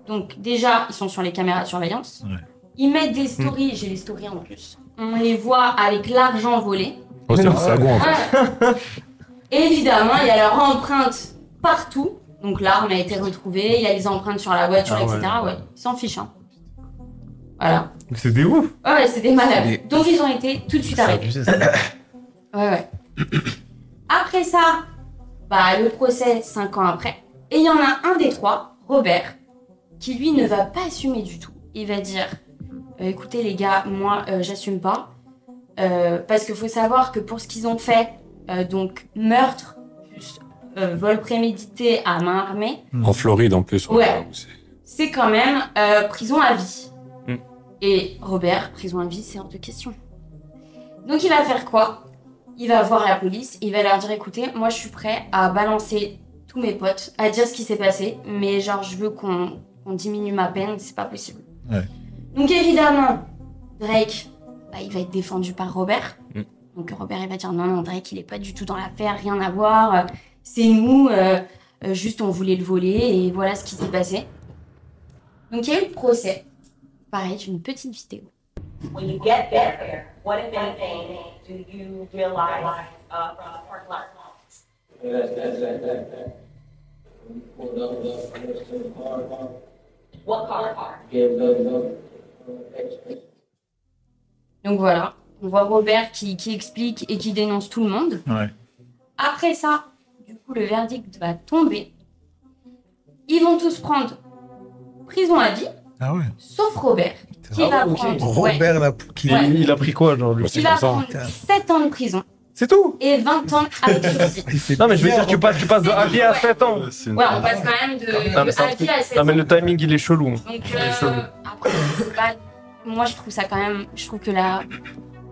S14: Donc déjà, ils sont sur les caméras de
S3: Oh,
S14: surveillance. Ils mettent des
S2: Hmm.
S14: stories, j'ai les stories en plus. On les voit avec l'argent volé.
S3: Oh, c'est un sagouin, en fait.
S14: Ouais. Évidemment, il y a leur empreinte partout. Donc l'arme a été retrouvée, il y a les empreintes sur la voiture,
S2: Ah ouais.
S14: etc. Ouais, ils s'en fichent. hein. Voilà.
S2: C'est des ouf.
S14: Ouais, ouais, c'est des malades.
S2: Mais-
S14: Donc ils ont été tout de suite arrêtés. Ouais, ouais. Après ça, bah, le procès, 5 ans après. Et il y en a un des trois, Robert, qui lui ne va pas assumer du tout. Il va dire euh, écoutez les gars, moi euh, j'assume pas. Euh, parce qu'il faut savoir que pour ce qu'ils ont fait, euh, donc meurtre, plus, euh, vol prémédité à main armée,
S3: En Floride, en plus.
S14: Ouais. c'est quand même euh, prison à vie.
S3: Mm.
S14: Et Robert, prison à vie, c'est hors de question. Donc il va faire quoi Il va voir la police, il va leur dire écoutez, moi je suis prêt à balancer tous mes potes, à dire ce qui s'est passé, mais genre je veux qu'on qu'on diminue ma peine, c'est pas possible.
S1: Ouais.
S14: Donc évidemment, Drake, bah, il va être défendu par Robert.
S1: Hmm.
S3: Mm.
S14: Donc Robert, il va dire non, non, Drake, il est pas du tout dans l'affaire, rien à voir, euh, c'est nous, euh, euh, juste on voulait le voler et voilà ce qui s'est passé. Donc il y a eu le procès. Pareil, j'ai une petite vidéo.
S15: When you get there, what if anything do you realize uh, from the parking lot? What car?
S14: Donc voilà, on voit Robert qui, qui explique et qui dénonce tout le monde.
S1: Ouais.
S14: Après ça, du coup, le verdict va tomber. Ils vont tous prendre prison à vie,
S1: Ah ouais
S14: sauf Robert, qui va prendre, ouais,
S1: Robert, là, Bah, qui...
S2: Il, il a pris hein. quoi, genre lui
S14: qui va prendre 7 ans de prison.
S2: C'est tout
S14: Et 20 ans avec sursis.
S2: Non, mais je veux dire, tu passes, tu passes de Abby à 7 ans.
S14: Ouais, on passe quand même de,
S2: Ah. Non, mais
S14: de
S2: c'est un
S14: à vie
S2: truc-
S14: à 7
S2: non, mais
S14: ans.
S2: le timing, il est chelou. hein.
S14: Donc,
S2: Il est
S14: euh,
S2: chelou.
S14: après, je sais pas, moi je trouve ça quand même. Je trouve que la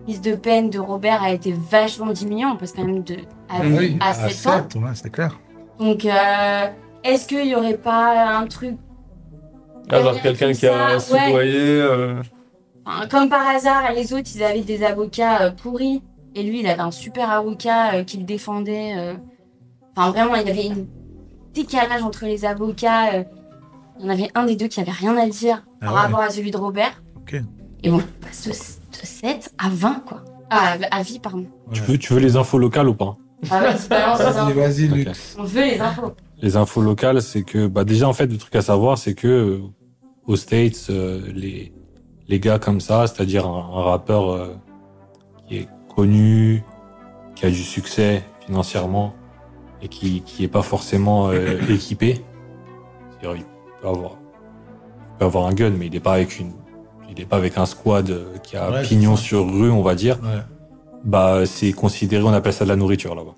S14: mise de peine de Robert a été vachement diminuée. On passe quand même de à,
S1: Ah Oui,
S14: Ah à
S1: à
S14: 7
S1: sept,
S14: ans.
S1: ouais, c'est clair.
S14: Donc, euh, est-ce qu'il y aurait pas un truc.
S2: Ah, genre quelqu'un qui a
S14: ça, ouais.
S2: soudoyé. euh,
S14: enfin, comme par hasard, les autres ils avaient des avocats euh, pourris. Et lui, il avait un super avocat euh, qui le défendait. euh. Enfin, vraiment, il y avait un décalage entre les avocats. euh. Il y en avait un des deux qui avait rien à dire
S1: Ah
S14: par
S1: ouais.
S14: rapport à celui de Robert.
S1: Ok.
S14: Et bon, on passe de, de 7 à 20, quoi. Ah, à, à vie, pardon.
S3: Tu veux, tu veux les infos locales ou pas
S14: Ah, vas-y, balance les infos.
S1: vas-y, Luc.
S14: On veut les infos.
S3: Les infos locales, c'est que, bah, déjà, en fait, le truc à savoir, c'est que, euh, aux States, euh, les, les gars comme ça, c'est-à-dire un, un rappeur euh, qui est connu, qui a du succès financièrement et qui, qui est pas forcément euh, équipé, c'est-à-dire, il peut avoir, il peut avoir un gun, mais il n'est pas avec une, il n'est pas avec un squad euh, qui a
S1: Ouais,
S3: pignon
S1: c'est ça.
S3: sur rue, on va dire.
S1: Ouais.
S3: Bah, c'est considéré, on appelle ça de la nourriture là-bas.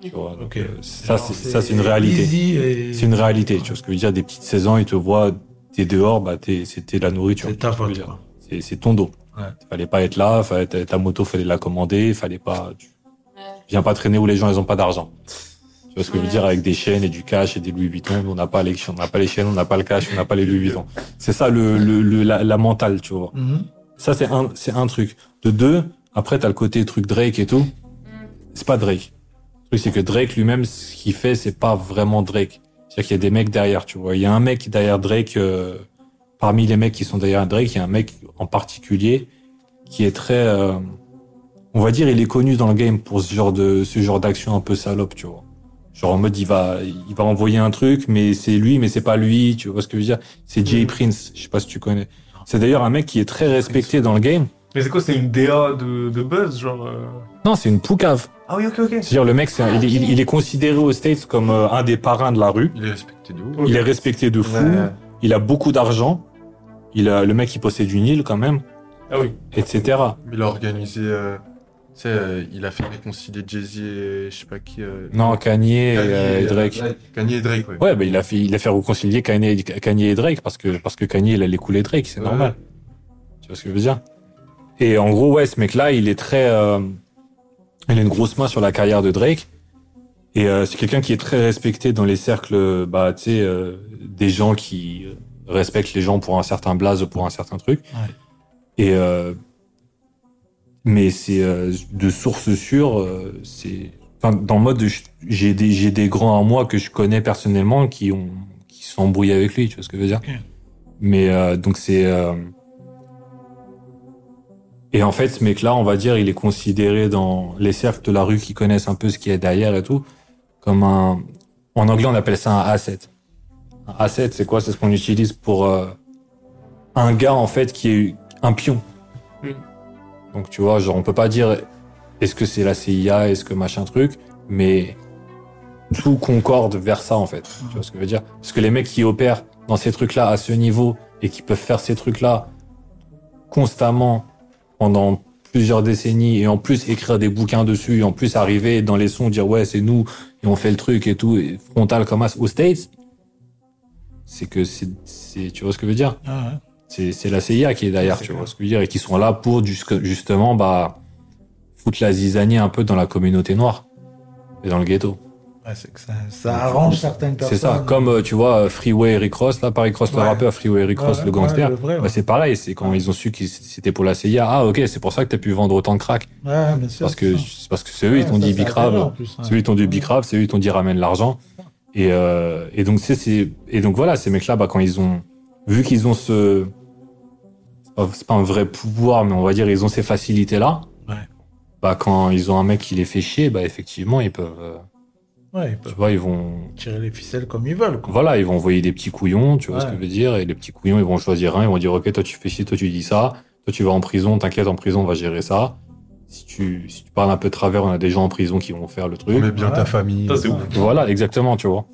S3: Tu vois, donc, euh, ça,
S1: Alors,
S3: c'est,
S1: c'est
S3: ça, c'est une réalité.
S1: easy et-
S3: C'est une réalité. Tu vois ce que je veux dire Des petites saisons, ils te voient, t'es dehors, bah, t'es, c'était de la nourriture. C'est ta faute. C'est, c'est ton dos.
S1: Ouais.
S3: Fallait pas être là, fallait, ta, ta moto, fallait la commander, fallait pas. Tu... Viens pas traîner où les gens, ils ont pas d'argent. Tu vois ce que je veux dire avec des chaînes et du cash et des Louis Vuitton. Nous, on n'a pas les, on n'a pas les chaînes, on n'a pas le cash, on n'a pas les Louis Vuitton. C'est ça le, le, le- la, la mentale, tu vois.
S1: Mhm.
S3: Ça, c'est un, c'est un truc. De deux, après, t'as le côté truc Drake et tout. C'est pas Drake. Le truc, c'est que Drake lui-même, ce qu'il fait, c'est pas vraiment Drake. C'est-à-dire qu'il y a des mecs derrière, tu vois. Il y a un mec derrière Drake, euh, parmi les mecs qui sont derrière Drake, il y a un mec en particulier qui est très, euh, on va dire, il est connu dans le game pour ce genre de, ce genre d'action un peu salope, tu vois. Genre en mode, il va, il va envoyer un truc, mais c'est lui, mais c'est pas lui, tu vois ce que je veux dire. C'est
S6: Mhm.
S3: Jay Prince, je sais pas si tu connais. C'est d'ailleurs un mec qui est très respecté dans le game.
S2: Mais c'est quoi, c'est une DA de, de buzz, genre. euh
S3: Non, c'est une poucave.
S2: Ah oui, ok, ok.
S3: C'est-à-dire, le mec, c'est un- il, est- il- il est considéré aux States comme euh, un des parrains de la rue.
S6: Il est respecté de ouf.
S3: Il est respecté de fou.
S6: Ouais.
S3: Il a beaucoup d'argent. Il a, le mec, il possède une île quand même.
S2: Ah oui.
S3: Etc.
S6: Il a organisé. euh, tu sais, euh, il a fait réconcilier Jay-Z et je sais pas qui. euh,
S3: Non, Kanye, et, euh, et Drake.
S6: Kanye et Drake, ouais.
S3: Ouais, bah, il a fait, il a fait réconcilier Kanye, et- Kanye et Drake parce que, parce que Kanye, il allait couler Drake, c'est
S6: Ouais.
S3: normal. Tu vois ce que je veux dire? Et en gros, ouais, ce mec-là, il est très, euh, il a une grosse main sur la carrière de Drake. Et euh, c'est quelqu'un qui est très respecté dans les cercles, bah, tu sais, euh, des gens qui euh, respectent les gens pour un certain blaze ou pour un certain truc. Et euh, mais c'est euh, de source sûre, euh, c'est enfin dans le mode je- j'ai des j'ai des grands à moi que je connais personnellement qui ont qui se sont embrouillés avec lui, tu vois ce que je veux dire Mais euh, donc c'est euh, et en fait ce mec là, on va dire, il est considéré dans les cercles de la rue qui connaissent un peu ce qu'il y a derrière et tout comme un en anglais on appelle ça un asset. Un asset, c'est quoi C'est ce qu'on utilise pour euh, un gars en fait qui est un pion.
S2: Mm.
S3: Donc tu vois, genre on peut pas dire est-ce que c'est la CIA, est-ce que machin truc, mais tout concorde vers ça en fait. Tu vois ce que je veux dire Parce que les mecs qui opèrent dans ces trucs-là à ce niveau et qui peuvent faire ces trucs-là constamment pendant plusieurs décennies et en plus écrire des bouquins dessus et en plus arriver dans les sons dire ouais c'est nous et on fait le truc et tout et frontal comme as aux States c'est que c'est c'est- tu vois ce que je veux dire c'est c'est la CIA qui est derrière, tu vois ce que je veux dire, et qui sont là pour jusque- justement bah, foutre la zizanie un peu dans la communauté noire et dans le ghetto.
S1: Ouais, c'est que ça, ça arrange certaines
S3: C'est
S1: personnes.
S3: ça, comme euh, tu vois euh, Freeway Eric Ross, là Paris Cross le
S1: hein. Ouais.
S3: rappeur, Freeway Eric Ross
S1: Ouais,
S3: le gangster,
S1: ouais, le vrai, ouais.
S3: Bah, c'est pareil, c'est quand ils ont su que c'était pour la CIA, ah ok, c'est pour ça que t'as pu vendre autant de crack.
S1: Ouais, bien sûr.
S3: Parce que, c'est parce que c'est eux,
S1: Ouais,
S3: ils t'ont
S1: ça,
S3: dit
S1: c'est arrivé, en
S3: bicrave.
S1: plus, ouais.
S3: C'est eux, ils t'ont dit bicrave, c'est eux, ils t'ont dit ramène l'argent. Et, euh, et donc, c'est, c'est, et donc voilà, ces mecs-là, bah, quand ils ont, vu qu'ils ont ce, c'est pas, c'est pas un vrai pouvoir, mais on va dire, ils ont ces facilités-là.
S1: Ouais.
S3: Bah, quand ils ont un mec qui les fait chier, bah, effectivement, ils peuvent, euh,
S1: Ouais, ils peuvent
S3: tu vois, ils vont,
S1: tirer les ficelles comme ils veulent. quoi.
S3: voilà, ils vont envoyer des petits couillons, tu vois ce que
S1: Ouais.
S3: je veux dire, et les petits couillons, ils vont choisir un, ils vont dire, ok, toi tu fais ci, toi tu dis ça, toi tu vas en prison, t'inquiète, en prison, on va gérer ça. Si tu, si tu parles un peu de travers, on a des gens en prison qui vont faire le truc.
S6: On met bien ta Voilà. famille. Ça, c'est ouf.
S3: Voilà, exactement, tu vois.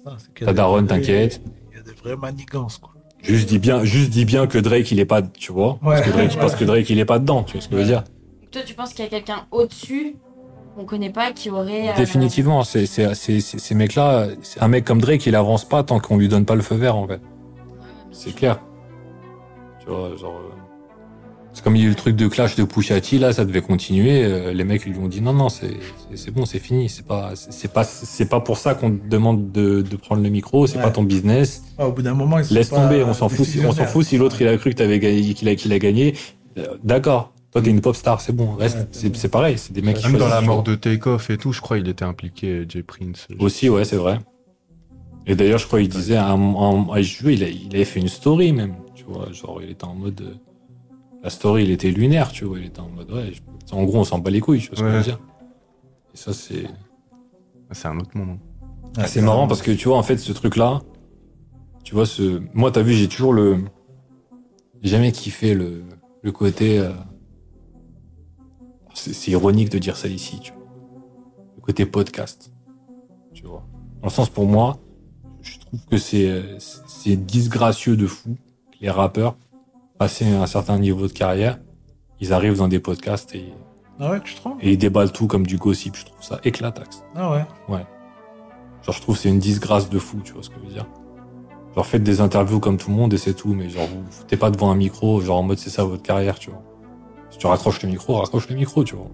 S3: Ta daronne, t'inquiète.
S1: Il y a des vraies manigances, quoi.
S3: Juste dis bien, juste dis bien que Drake, il est pas, tu vois. Parce, que Drake, parce que Drake, il est pas dedans, tu vois ce que je veux dire.
S14: Donc toi, tu penses qu'il y a quelqu'un au-dessus qu'on connaît pas qui aurait. euh,
S3: Définitivement, c'est, c'est, c'est, c'est- ces mecs-là, c'est- un mec comme Drake, il avance pas tant qu'on lui donne pas le feu vert, en fait. C'est clair. Tu vois, genre. euh, C'est comme il y a eu le truc de clash de Pusha T, là, ça devait continuer. euh, Les mecs ils lui ont dit non, non, c'est, c'est, c'est bon, c'est fini. C'est pas, c'est, c'est pas, c'est pas pour ça qu'on te demande de, de prendre le micro. C'est
S1: Ouais.
S3: pas ton business.
S1: Ah, au bout d'un moment, ils sont
S3: Laisse
S1: pas
S3: tomber. On s'en fout. Si, on s'en fout si l'autre il a cru que t'avais gagné, qu'il a, qu'il a gagné. Euh, D'accord. Toi t'es une pop star, c'est bon. Reste. c'est, c'est pareil. C'est des mecs qui
S6: Même dans la
S3: choisissent, tu
S6: mort de Takeoff et tout, je crois il était impliqué, Jay Prince.
S3: Aussi, ouais, c'est vrai. Et d'ailleurs, je crois qu'il disait, à un moment- à un jeu, il, a- il avait fait une story même, tu vois, genre il était en mode, euh, la story, il était lunaire, tu vois, il était en mode, ouais, je- en gros, on s'en bat les couilles, tu vois ce que je veux
S6: Ouais.
S3: dire. Et ça, c'est.
S6: C'est un autre moment.
S3: Ah, c'est marrant parce que tu vois, en fait, ce truc-là, tu vois, ce. Moi, t'as vu, j'ai toujours le. J'ai jamais kiffé le, le côté. euh, C'est c'est ironique de dire ça ici, tu vois. Le côté podcast. Tu vois. Dans le sens, pour moi, je trouve que c'est euh, c'est disgracieux de fou que les rappeurs, passés un certain niveau de carrière, ils arrivent dans des podcasts et,
S1: Ah ouais, tu trouves
S3: et ils déballent tout comme du gossip. Je trouve ça éclataxe.
S1: Ah ouais.
S3: Ouais. Genre, je trouve que c'est une disgrâce de fou, tu vois ce que je veux dire. Genre, faites des interviews comme tout le monde et c'est tout, mais genre, vous vous foutez pas devant un micro, genre en mode c'est ça votre carrière, tu vois. Si tu raccroches le micro, raccroche le micro, tu vois.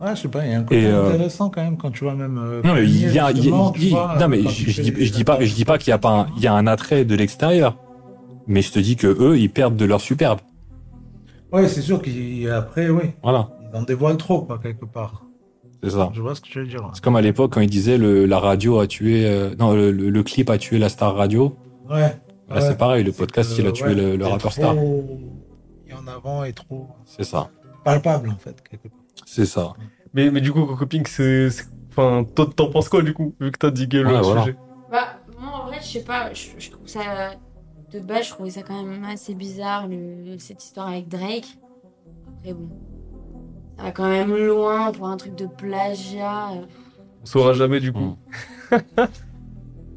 S1: Ouais, je sais pas, il y a un côté
S3: Et, euh,
S1: intéressant quand même quand tu vois même. euh,
S3: Non mais il y a, il y a-
S1: justement, tu
S3: il y a-
S1: vois,
S3: non mais
S1: quand
S3: je,
S1: tu
S3: je
S1: fais
S3: dis, je dis pas, je dis pas qu'il y a pas, un, il y a un attrait de l'extérieur, mais je te dis que eux, ils perdent de leur superbe.
S1: Ouais, c'est sûr qu'après, oui.
S3: Voilà,
S1: Ils en dévoilent trop, quoi, quelque part.
S3: c'est ça.
S1: Je vois ce que tu veux dire.
S3: C'est comme à l'époque quand ils disaient le, la radio a tué, euh, non le, le- le clip a tué la star radio.
S1: Ouais.
S3: Là,
S1: ouais.
S3: c'est pareil, le podcast
S1: que,
S3: il a tué
S1: ouais,
S3: le, le
S1: c'est
S3: rappeur
S1: trop
S3: star.
S1: mis en avant et trop
S3: C'est ça,
S1: palpable, en fait.
S3: c'est ça.
S2: Mais, mais du coup, Cocoping, c'est. c'est- Enfin, toi, t'en penses quoi, du coup, vu que t'as digué le
S3: Ouais, voilà.
S2: sujet
S14: Bah, moi en vrai, je sais pas, je, je trouve ça. De base, je trouvais ça quand même assez bizarre, le- cette histoire avec Drake. Après, bon. Ça va quand même loin pour un truc de plagiat. euh.
S2: On saura jamais, du coup.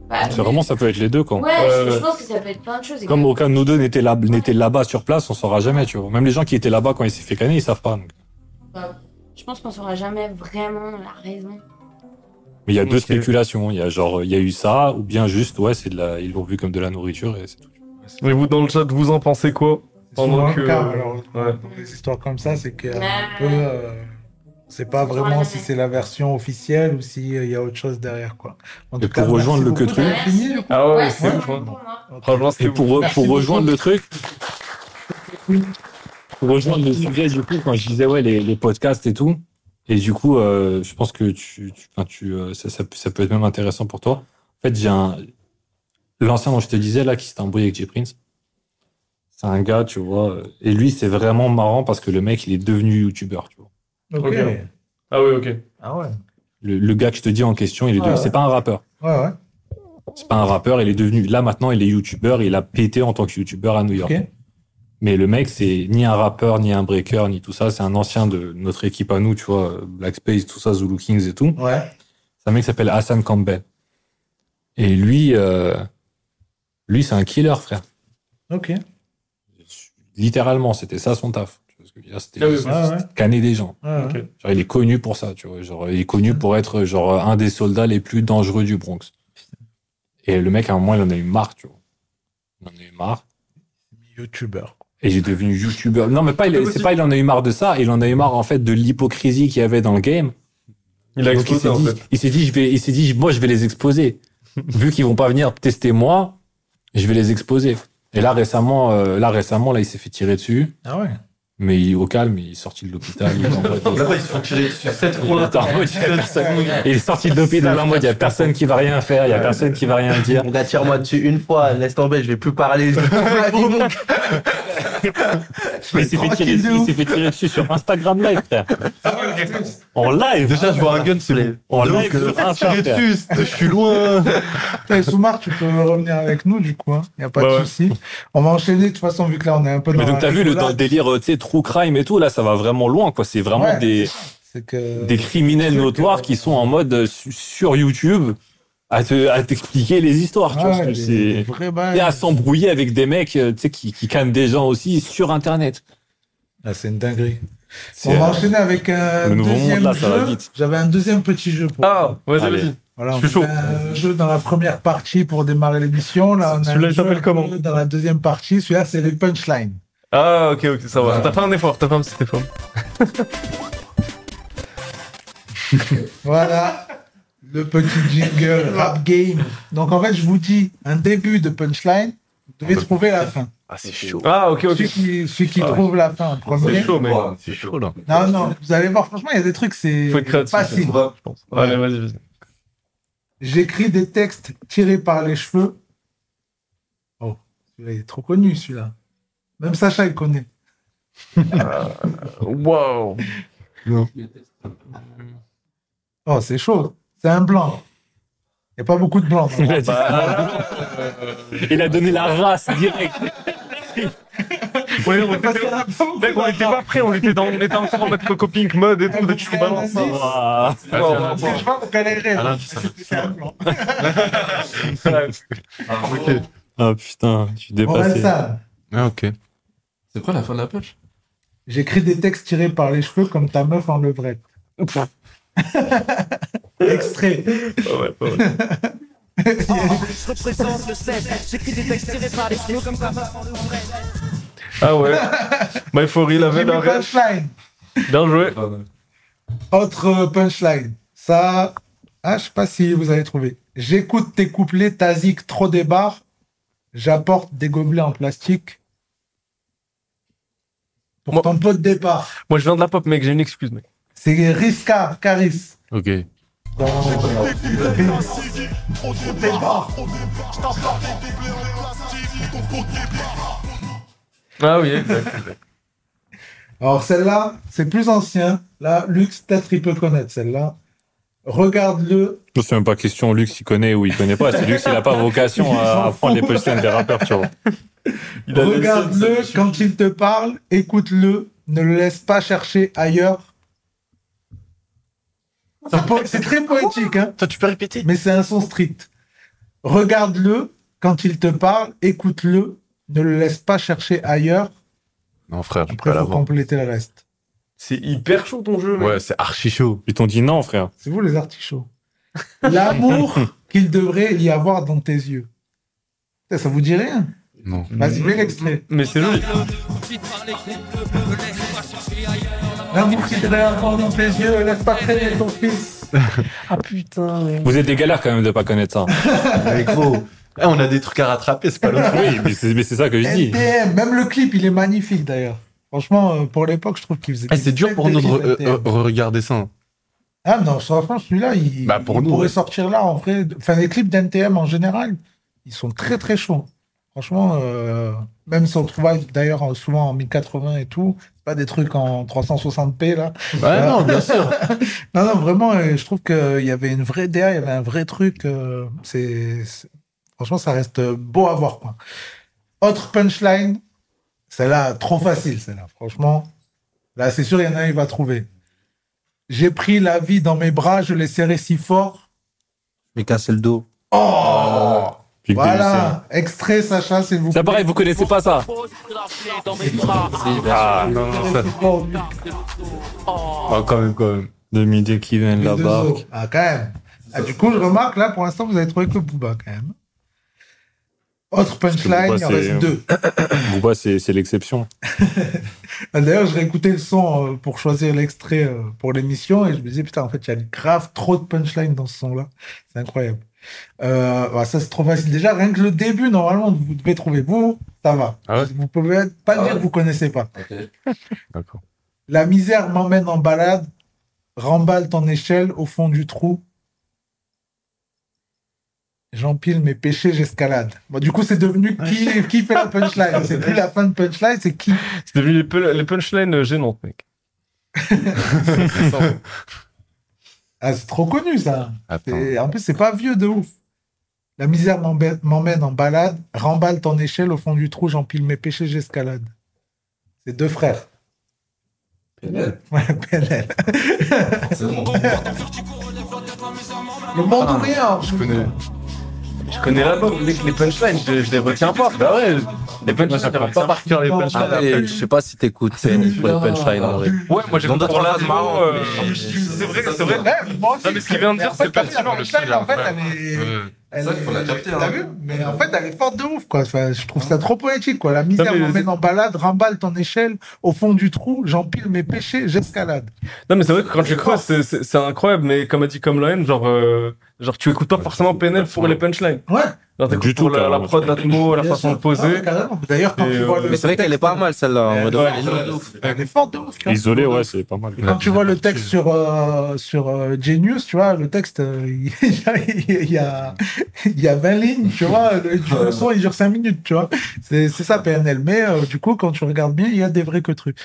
S14: Bah,
S3: C'est vraiment ça peut être les deux quoi. Euh,
S14: Ouais, je, je pense que ça peut être plein de choses. et
S3: Comme
S14: que-
S3: aucun de nous deux n'était là, n'était là-bas sur place, on saura jamais, tu vois. Même les gens qui étaient là-bas quand il s'est fait canner, ils savent pas. donc.
S14: bah, je pense qu'on saura jamais vraiment la raison.
S3: Mais il y a deux spéculations. Il y a genre, il y a eu ça, ou bien juste, ouais, c'est de la, ils l'ont vu comme de la nourriture et c'est tout.
S2: Mais vous, dans le chat, vous en pensez quoi
S1: Pendant
S2: Pendant
S1: que...
S2: que- euh,
S1: alors, dans des histoires comme ça, c'est que un peu, euh, on sait pas vraiment si c'est la version officielle ou s'il y a autre chose derrière, quoi. En
S3: Et pour rejoindre le que
S1: beaucoup, t'as fini, du coup
S2: Ah ouais,
S1: Ouais,
S2: c'est
S1: ouais.
S2: bon. hein. Franchement,
S3: Et
S2: c'était
S3: pour,
S2: bon.
S3: re- pour rejoindre le truc, pour rejoindre le sujet du coup, quand je disais ouais les, les podcasts et tout, et du coup, euh, je pense que tu, tu, enfin, tu, euh, ça, ça, peut- ça peut être même intéressant pour toi. En fait, j'ai un l'ancien dont je te disais là qui s'est embrouillé avec J Prince. C'est un gars, tu vois, euh, et lui c'est vraiment marrant parce que le mec il est devenu youtubeur, tu vois.
S1: Ok.
S2: Ok. Ah oui, ok.
S1: Ah ouais.
S3: Le, le gars que je te dis en question, il est
S1: Ah
S3: devenu-
S1: ouais.
S3: c'est pas un rappeur.
S1: Ouais, ouais.
S3: C'est pas un rappeur, il est devenu. Là maintenant, il est youtubeur, il a pété en tant que youtubeur à New York.
S1: Ok.
S3: Mais le mec, c'est ni un rappeur, ni un breaker, ni tout ça. C'est un ancien de notre équipe à nous, tu vois, Black Space, tout ça, Zulu Kings et tout.
S1: Ouais.
S3: C'est un mec qui s'appelle Hassan Campbell. Et lui, euh, lui, c'est un killer, frère.
S1: Ok.
S3: Littéralement, c'était ça son taf. Tu vois ce que je veux dire C'était
S1: Ah oui,
S3: juste
S1: ouais, ouais. Ah
S3: canner des gens.
S1: Ouais, ouais.
S3: Genre, il est connu pour ça, tu vois. Genre, il est connu pour être genre un des soldats les plus dangereux du Bronx. Et le mec, à un moment, il en a eu marre, tu vois. Il en a eu marre.
S1: Youtubeur.
S3: Et j'ai devenu youtubeur. Non, mais pas, il, c'est pas, il en a eu marre de ça. Il en a eu marre, en fait, de l'hypocrisie qu'il y avait dans le game.
S2: Il a
S3: Donc,
S2: explosé,
S3: s'est
S2: en
S3: dit-
S2: fait.
S3: Il s'est dit, je vais, il s'est dit, moi, je vais les exposer. Vu qu'ils vont pas venir tester moi, je vais les exposer. Et là, récemment, euh, là, récemment, là, il s'est fait tirer dessus.
S1: Ah ouais.
S3: Mais il- au calme, il est sorti de l'hôpital. il est en mode-
S6: Là-bas, ils se font tirer dessus sept
S3: Il est
S6: fois.
S3: en mode, il y a personne- Il est sorti de l'hôpital en mode, il y a personne qui va rien faire, il y a personne qui va rien dire.
S11: Mon gars, tire-moi dessus une fois, laisse tomber, je vais plus parler.
S3: Mais il s'est fait tirer dessus- il s'est fait tirer dessus sur Instagram Live,
S6: Ah
S3: frère. En live.
S6: Déjà, je vois un gun, c'est bon.
S3: En
S6: Donc,
S3: live
S6: euh,
S3: sur Insta,
S6: tirer
S3: frère.
S6: dessus, je suis loin.
S1: Putain, Soumar, tu peux revenir avec nous, du coup. Il n'y a pas de souci. On va enchaîner, de toute façon, vu que là, on Ah, est un peu dans
S3: Mais donc
S1: la
S3: t'as vu le, dans le
S1: rigolade,
S3: délire, euh, tu sais, true crime et tout, là ça va vraiment loin, quoi. C'est vraiment
S1: Ouais.
S3: des,
S1: c'est que...
S3: des criminels notoires qui sont en mode euh, su- sur YouTube à te- à t'expliquer les histoires. tu
S1: Ouais,
S3: vois,
S1: des-
S3: c'est-
S1: des
S3: c'est
S1: vrais bails.
S3: et à s'embrouiller avec des mecs, euh, tu sais, qui, qui cannent des gens aussi sur Internet.
S1: Ah, c'est une dinguerie.
S3: C'est,
S1: On va
S3: euh,
S1: enchaîner avec un
S3: le nouveau monde,
S1: deuxième
S3: là, ça va
S1: jeu.
S3: vite.
S1: J'avais un deuxième petit jeu pour
S2: Ah, vas-y,
S3: Allez.
S2: vas-y.
S1: Voilà,
S2: Je
S1: on
S2: suis chaud.
S1: a un jeu dans la première partie pour démarrer l'émission. Là, on a
S2: Celui-là,
S1: un
S2: il
S1: jeu
S2: s'appelle comment
S1: Dans la deuxième partie, celui-là, c'est les punchlines.
S2: Ah, ok, ok, ça va. T'as fait un effort, t'as fait un petit effort.
S1: Voilà. Le petit jingle rap game. Donc, en fait, je vous dis un début de punchline. Vous devez trouver la fin.
S6: Ah, c'est chaud.
S2: Ah, ok, Ah, ok.
S1: Celui qui, celui
S3: Ah
S1: qui trouve la fin en premier.
S2: C'est chaud, mec.
S6: C'est chaud, là.
S1: Non, non, vous allez voir, franchement, il y a des trucs, c'est
S2: Faut être créatif.
S1: facile.
S2: je pense. Allez, vas-y, vas-y.
S1: J'écris des textes tirés par les cheveux. Oh, celui-là, il est trop connu, celui-là. Même Sacha, il connaît.
S2: Wow.
S1: Oh, c'est chaud. C'est un blanc. Il n'y a pas beaucoup de blancs.
S3: Il a, dit Il a donné la race direct.
S2: Ouais, on était, mec, on était pas prêts, on était, dans, on était encore en mode Coco Pink mode et tout, de tu nous balances. Ah, ça.
S3: Ouah.
S2: Wow, wow,
S1: Je vois, vous galérez.
S6: Alain,
S1: là.
S6: tu sais.
S1: C'est hein. un blanc.
S2: wow.
S3: Ah putain, je suis dépassé.
S1: Orelsan,
S6: Ah, ok.
S7: C'est quoi la fin de la pêche
S1: j'écris des textes tirés par les cheveux comme ta meuf en levrette. Extrait.
S2: Pas mal, pas mal.
S8: Je représente le 16, j'écris des textes tirés par les cheveux comme ça.
S2: Ah ouais. My Fury, la
S1: J'ai mis
S2: veine, arrête.
S1: punchline.
S2: Bien joué.
S1: Autre punchline. Ça, ah, je sais pas si vous avez trouvé. J'écoute tes couplets, Tazik, trop des bars. J'apporte des gobelets en plastique. Pour ton pot de départ.
S2: Moi, je viens de la pop, mec, j'ai une excuse, mec.
S1: C'est Riska, Caris.
S3: Ok.
S1: Dans...
S2: Ah oui, exact.
S1: Alors celle-là, c'est plus ancien. Là, Lux, peut-être il peut connaître celle-là. Regarde-le.
S3: Je sais même pas question, Lux, il connaît ou il connaît pas. C'est Lux, il a pas vocation à prendre les punchlines des rappeurs, tu vois. Il a laissé
S1: Regarde-le quand il te parle. Écoute-le. Ne le laisse pas chercher ailleurs. C'est po- C'est très poétique. Hein Toi, tu peux répéter. Mais c'est un son strict. Regarde-le quand il te parle. Écoute-le. Ne le laisse pas chercher ailleurs.
S6: Non, frère, tu
S1: Après,
S6: peux
S1: il faut
S6: l'avoir.
S1: compléter le reste.
S2: C'est hyper chaud ton jeu,
S6: Ouais, c'est archi chaud.
S3: Ils t'ont dit non, frère.
S1: C'est vous les artichauts. L'amour qu'il devrait y avoir dans tes yeux. Ça, ça vous dit rien
S6: Non.
S1: Vas-y, mets l'extrait.
S2: Mais c'est joli.
S1: L'amour qu'il devrait y avoir dans tes yeux, laisse pas traîner ton fils.
S2: Ah putain, ouais.
S3: Vous êtes des galères quand même de pas connaître ça.
S6: Mais gros, là, Eh, on a des trucs à rattraper, c'est pas l'autre.
S3: Oui, mais c'est mais c'est ça que je dis.
S1: NTM, même le clip, il est magnifique d'ailleurs. Franchement, euh, pour l'époque, je trouve qu'il faisait.
S6: Eh, c'est dur pour nous de re- euh, euh, regarder ça. hein.
S1: Ah non, franchement, celui-là, il,
S6: Bah, pour
S1: il
S6: nous,
S1: pourrait
S6: ouais.
S1: sortir là en vrai. Enfin, les clips d'NTM en général, ils sont très très chauds. Franchement, euh, même si on trouve d'ailleurs en- souvent en 1080 et tout, c'est pas des trucs en 360p là.
S6: Ouais, non, bien sûr.
S1: Ah. non, non, vraiment, euh, je trouve qu'il y avait une vraie DA, il y avait un vrai truc. euh, c'est c'est- Franchement, ça reste beau à voir. Quoi. Autre punchline, celle-là, trop facile, celle-là. Franchement, là, c'est sûr, il y en a un, il va trouver. J'ai pris la vie dans mes bras, je l'ai serré si fort.
S11: Mais casser le dos.
S1: Oh
S3: Pique
S1: Voilà, extrait, Sacha, s'il vous plaît.
S3: Ça pareil, vous connaissez pas ça Ah, non, non, ça.
S6: Ah, quand même, quand même.
S3: De midi qui viennent
S1: Les deux
S3: là-bas.
S1: autres. Ah, quand même. Ah, du coup, je remarque, là, pour l'instant, vous avez trouvé que Booba, quand même. Autre punchline, il en reste deux.
S3: Booba, c'est c'est l'exception.
S1: Ah, D'ailleurs, je réécoutais le son euh, pour choisir l'extrait euh, pour l'émission et je me disais, putain, en fait, il y a grave trop de punchlines dans ce son-là. C'est incroyable. Euh, bah, ça, c'est trop facile. Déjà, rien que le début, normalement, vous devez trouver. Vous, ça va.
S6: Ah ouais
S1: Vous pouvez être- pas dire que vous connaissez pas.
S6: D'accord.
S1: La misère m'emmène en balade, remballe ton échelle au fond du trou. J'empile mes péchés, j'escalade. Bon, du coup, c'est devenu qui, qui fait la punchline C'est plus la fin de punchline, c'est qui
S2: C'est devenu les, pun- les punchlines euh, gênantes, mec.
S1: Ah, c'est trop connu ça.
S6: Attends.
S1: C'est- En plus, c'est pas vieux de ouf. La misère m'embête- m'emmène en balade, remballe ton échelle au fond du trou, j'empile mes péchés, j'escalade. C'est deux frères.
S7: PNL.
S1: Ouais, PNL. Le monde ou rien.
S6: Je connais.
S2: Ah, Je connais l'album, mec, les punchlines, je, je les retiens pas. Bah ouais, les punchlines, je retiens pas par cœur les punchlines.
S11: Ah, mais je sais pas si t'écoutes TNF pour les punchlines en vrai.
S2: Ouais, moi j'ai
S11: Dans deux,
S2: compris
S11: trois
S2: la
S11: phrases
S2: marrant.
S11: marrantes,
S2: euh, C'est vrai, c'est vrai.
S1: Ouais, moi aussi.
S2: Non, mais ce qu'il vient de
S1: Mais
S2: dire,
S1: en fait,
S2: c'est
S1: t'as vu, la
S2: pertinent. le
S1: punchline,
S2: style,
S1: en fait,
S2: ouais.
S1: elle est. elle
S7: ça qu'il faut
S1: est-
S7: la capter,
S1: T'as
S7: hein.
S1: vu Mais en fait, elle est forte de ouf, quoi. Enfin, je trouve ça trop poétique, quoi. La misère
S2: mais
S1: m'emmène en balade, remballe ton échelle au fond du trou, j'empile mes péchés, j'escalade.
S2: Non, mais c'est vrai que quand tu crois, c'est- c'est c'est incroyable, mais comme a dit Kamlaen, genre, euh, genre, tu écoutes pas forcément PNL pour les punchlines.
S1: Ouais.
S2: Genre, t'écoutes pour la, la prod, l'atmo, la
S1: Bien
S2: façon
S1: sûr.
S2: de poser.
S1: Ouais, Ah, carrément. D'ailleurs, quand
S2: Et,
S1: tu
S3: euh,
S1: vois le.
S11: Mais c'est vrai qu'elle est pas mal celle-là. en vrai de vrai.
S1: Elle est forte de ouf, tu vois.
S3: Isolé, ouais, c'est pas mal.
S1: Et quand tu vois le texte sur, euh, sur euh, Genius, tu vois, le texte, euh, il y a- il y, a, il y a 20 lignes, tu vois, le, le son, il dure 5 minutes, tu vois. C'est c'est ça, PNL. Mais euh, du coup, quand tu regardes bien, il y a des vrais que trucs.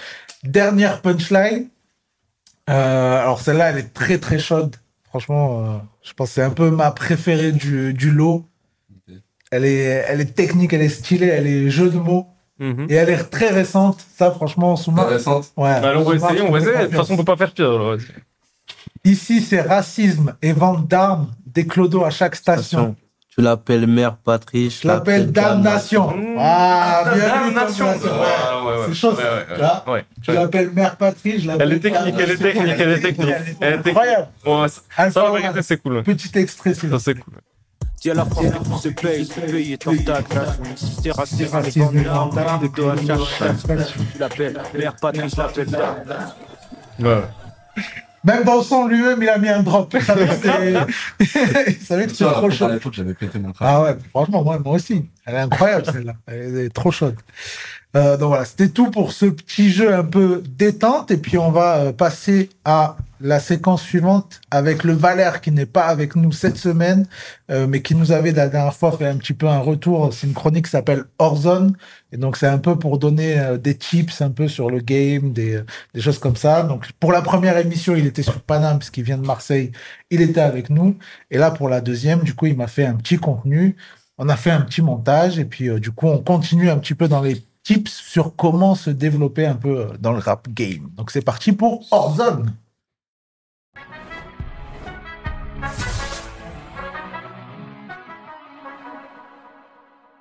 S1: Dernière punchline. Euh, alors, celle-là, elle est très, très chaude. Franchement, euh, je pense que c'est un peu ma préférée du, du lot. Elle est, elle est technique, elle est stylée, elle est jeu de mots. Et elle est très récente. Ça, franchement, Soumar.
S7: Très récente
S1: Ouais.
S2: Bah, alors, on va
S1: Soumar,
S2: essayer,
S1: je te
S2: on va
S1: fais
S2: essayer. De toute
S1: confiance.
S2: façon, on peut pas faire pire. alors, vas-y.
S1: Ici, c'est racisme et vente d'armes des clodos à chaque station.
S11: Tu l'appelles mère patrie, je
S1: Je l'appelle damnation. Ah, bien vu,
S2: Damnation.
S1: damnation. Ouais.
S2: Ah, ouais, ouais.
S1: C'est chaud.
S2: Ouais, ouais, ouais.
S1: Tu vois
S2: Ouais.
S1: Je l'appelle mère patrie, je l'appelle
S2: Elle est technique, elle est
S1: damnation.
S2: technique, elle est technique. Elle est technique.
S1: Incroyable.
S2: Ouais, ça, ça, en vérité, c'est cool.
S1: Petit extrait, s'il
S2: Ça, c'est cool.
S16: Dis à la France que tout se paye, ce pays est en tac. C'est racisme, les
S1: racisme, les
S16: bandes
S1: bandes
S16: de dos à
S1: d'armes,
S16: chaque Tu l'appelles, l'air patrie, je l'appelle dame.
S2: Ouais.
S1: Même dans son lui-même, il a mis un drop. Il savait que c'était- il savait que
S7: Sur
S1: c'était
S7: la
S1: trop
S7: pompe à
S1: chaud.
S7: l'époque, j'avais pété mon
S1: Ah ouais, franchement, moi, moi aussi. Elle est incroyable, celle-là. Elle est trop chaude. Euh, donc voilà, c'était tout pour ce petit jeu un peu détente. Et puis on va euh, passer à la séquence suivante avec le Valère qui n'est pas avec nous cette semaine, euh, mais qui nous avait la dernière fois fait un petit peu un retour. C'est une chronique qui s'appelle Horzone. Et donc c'est un peu pour donner euh, des tips un peu sur le game, des, euh, des choses comme ça. Donc pour la première émission, il était sur Paname parce qu'il vient de Marseille. Il était avec nous. Et là pour la deuxième, du coup, il m'a fait un petit contenu. On a fait un petit montage et puis euh, du coup, on continue un petit peu dans les tips sur comment se développer un peu euh, dans le rap game. Donc c'est parti pour Horzone.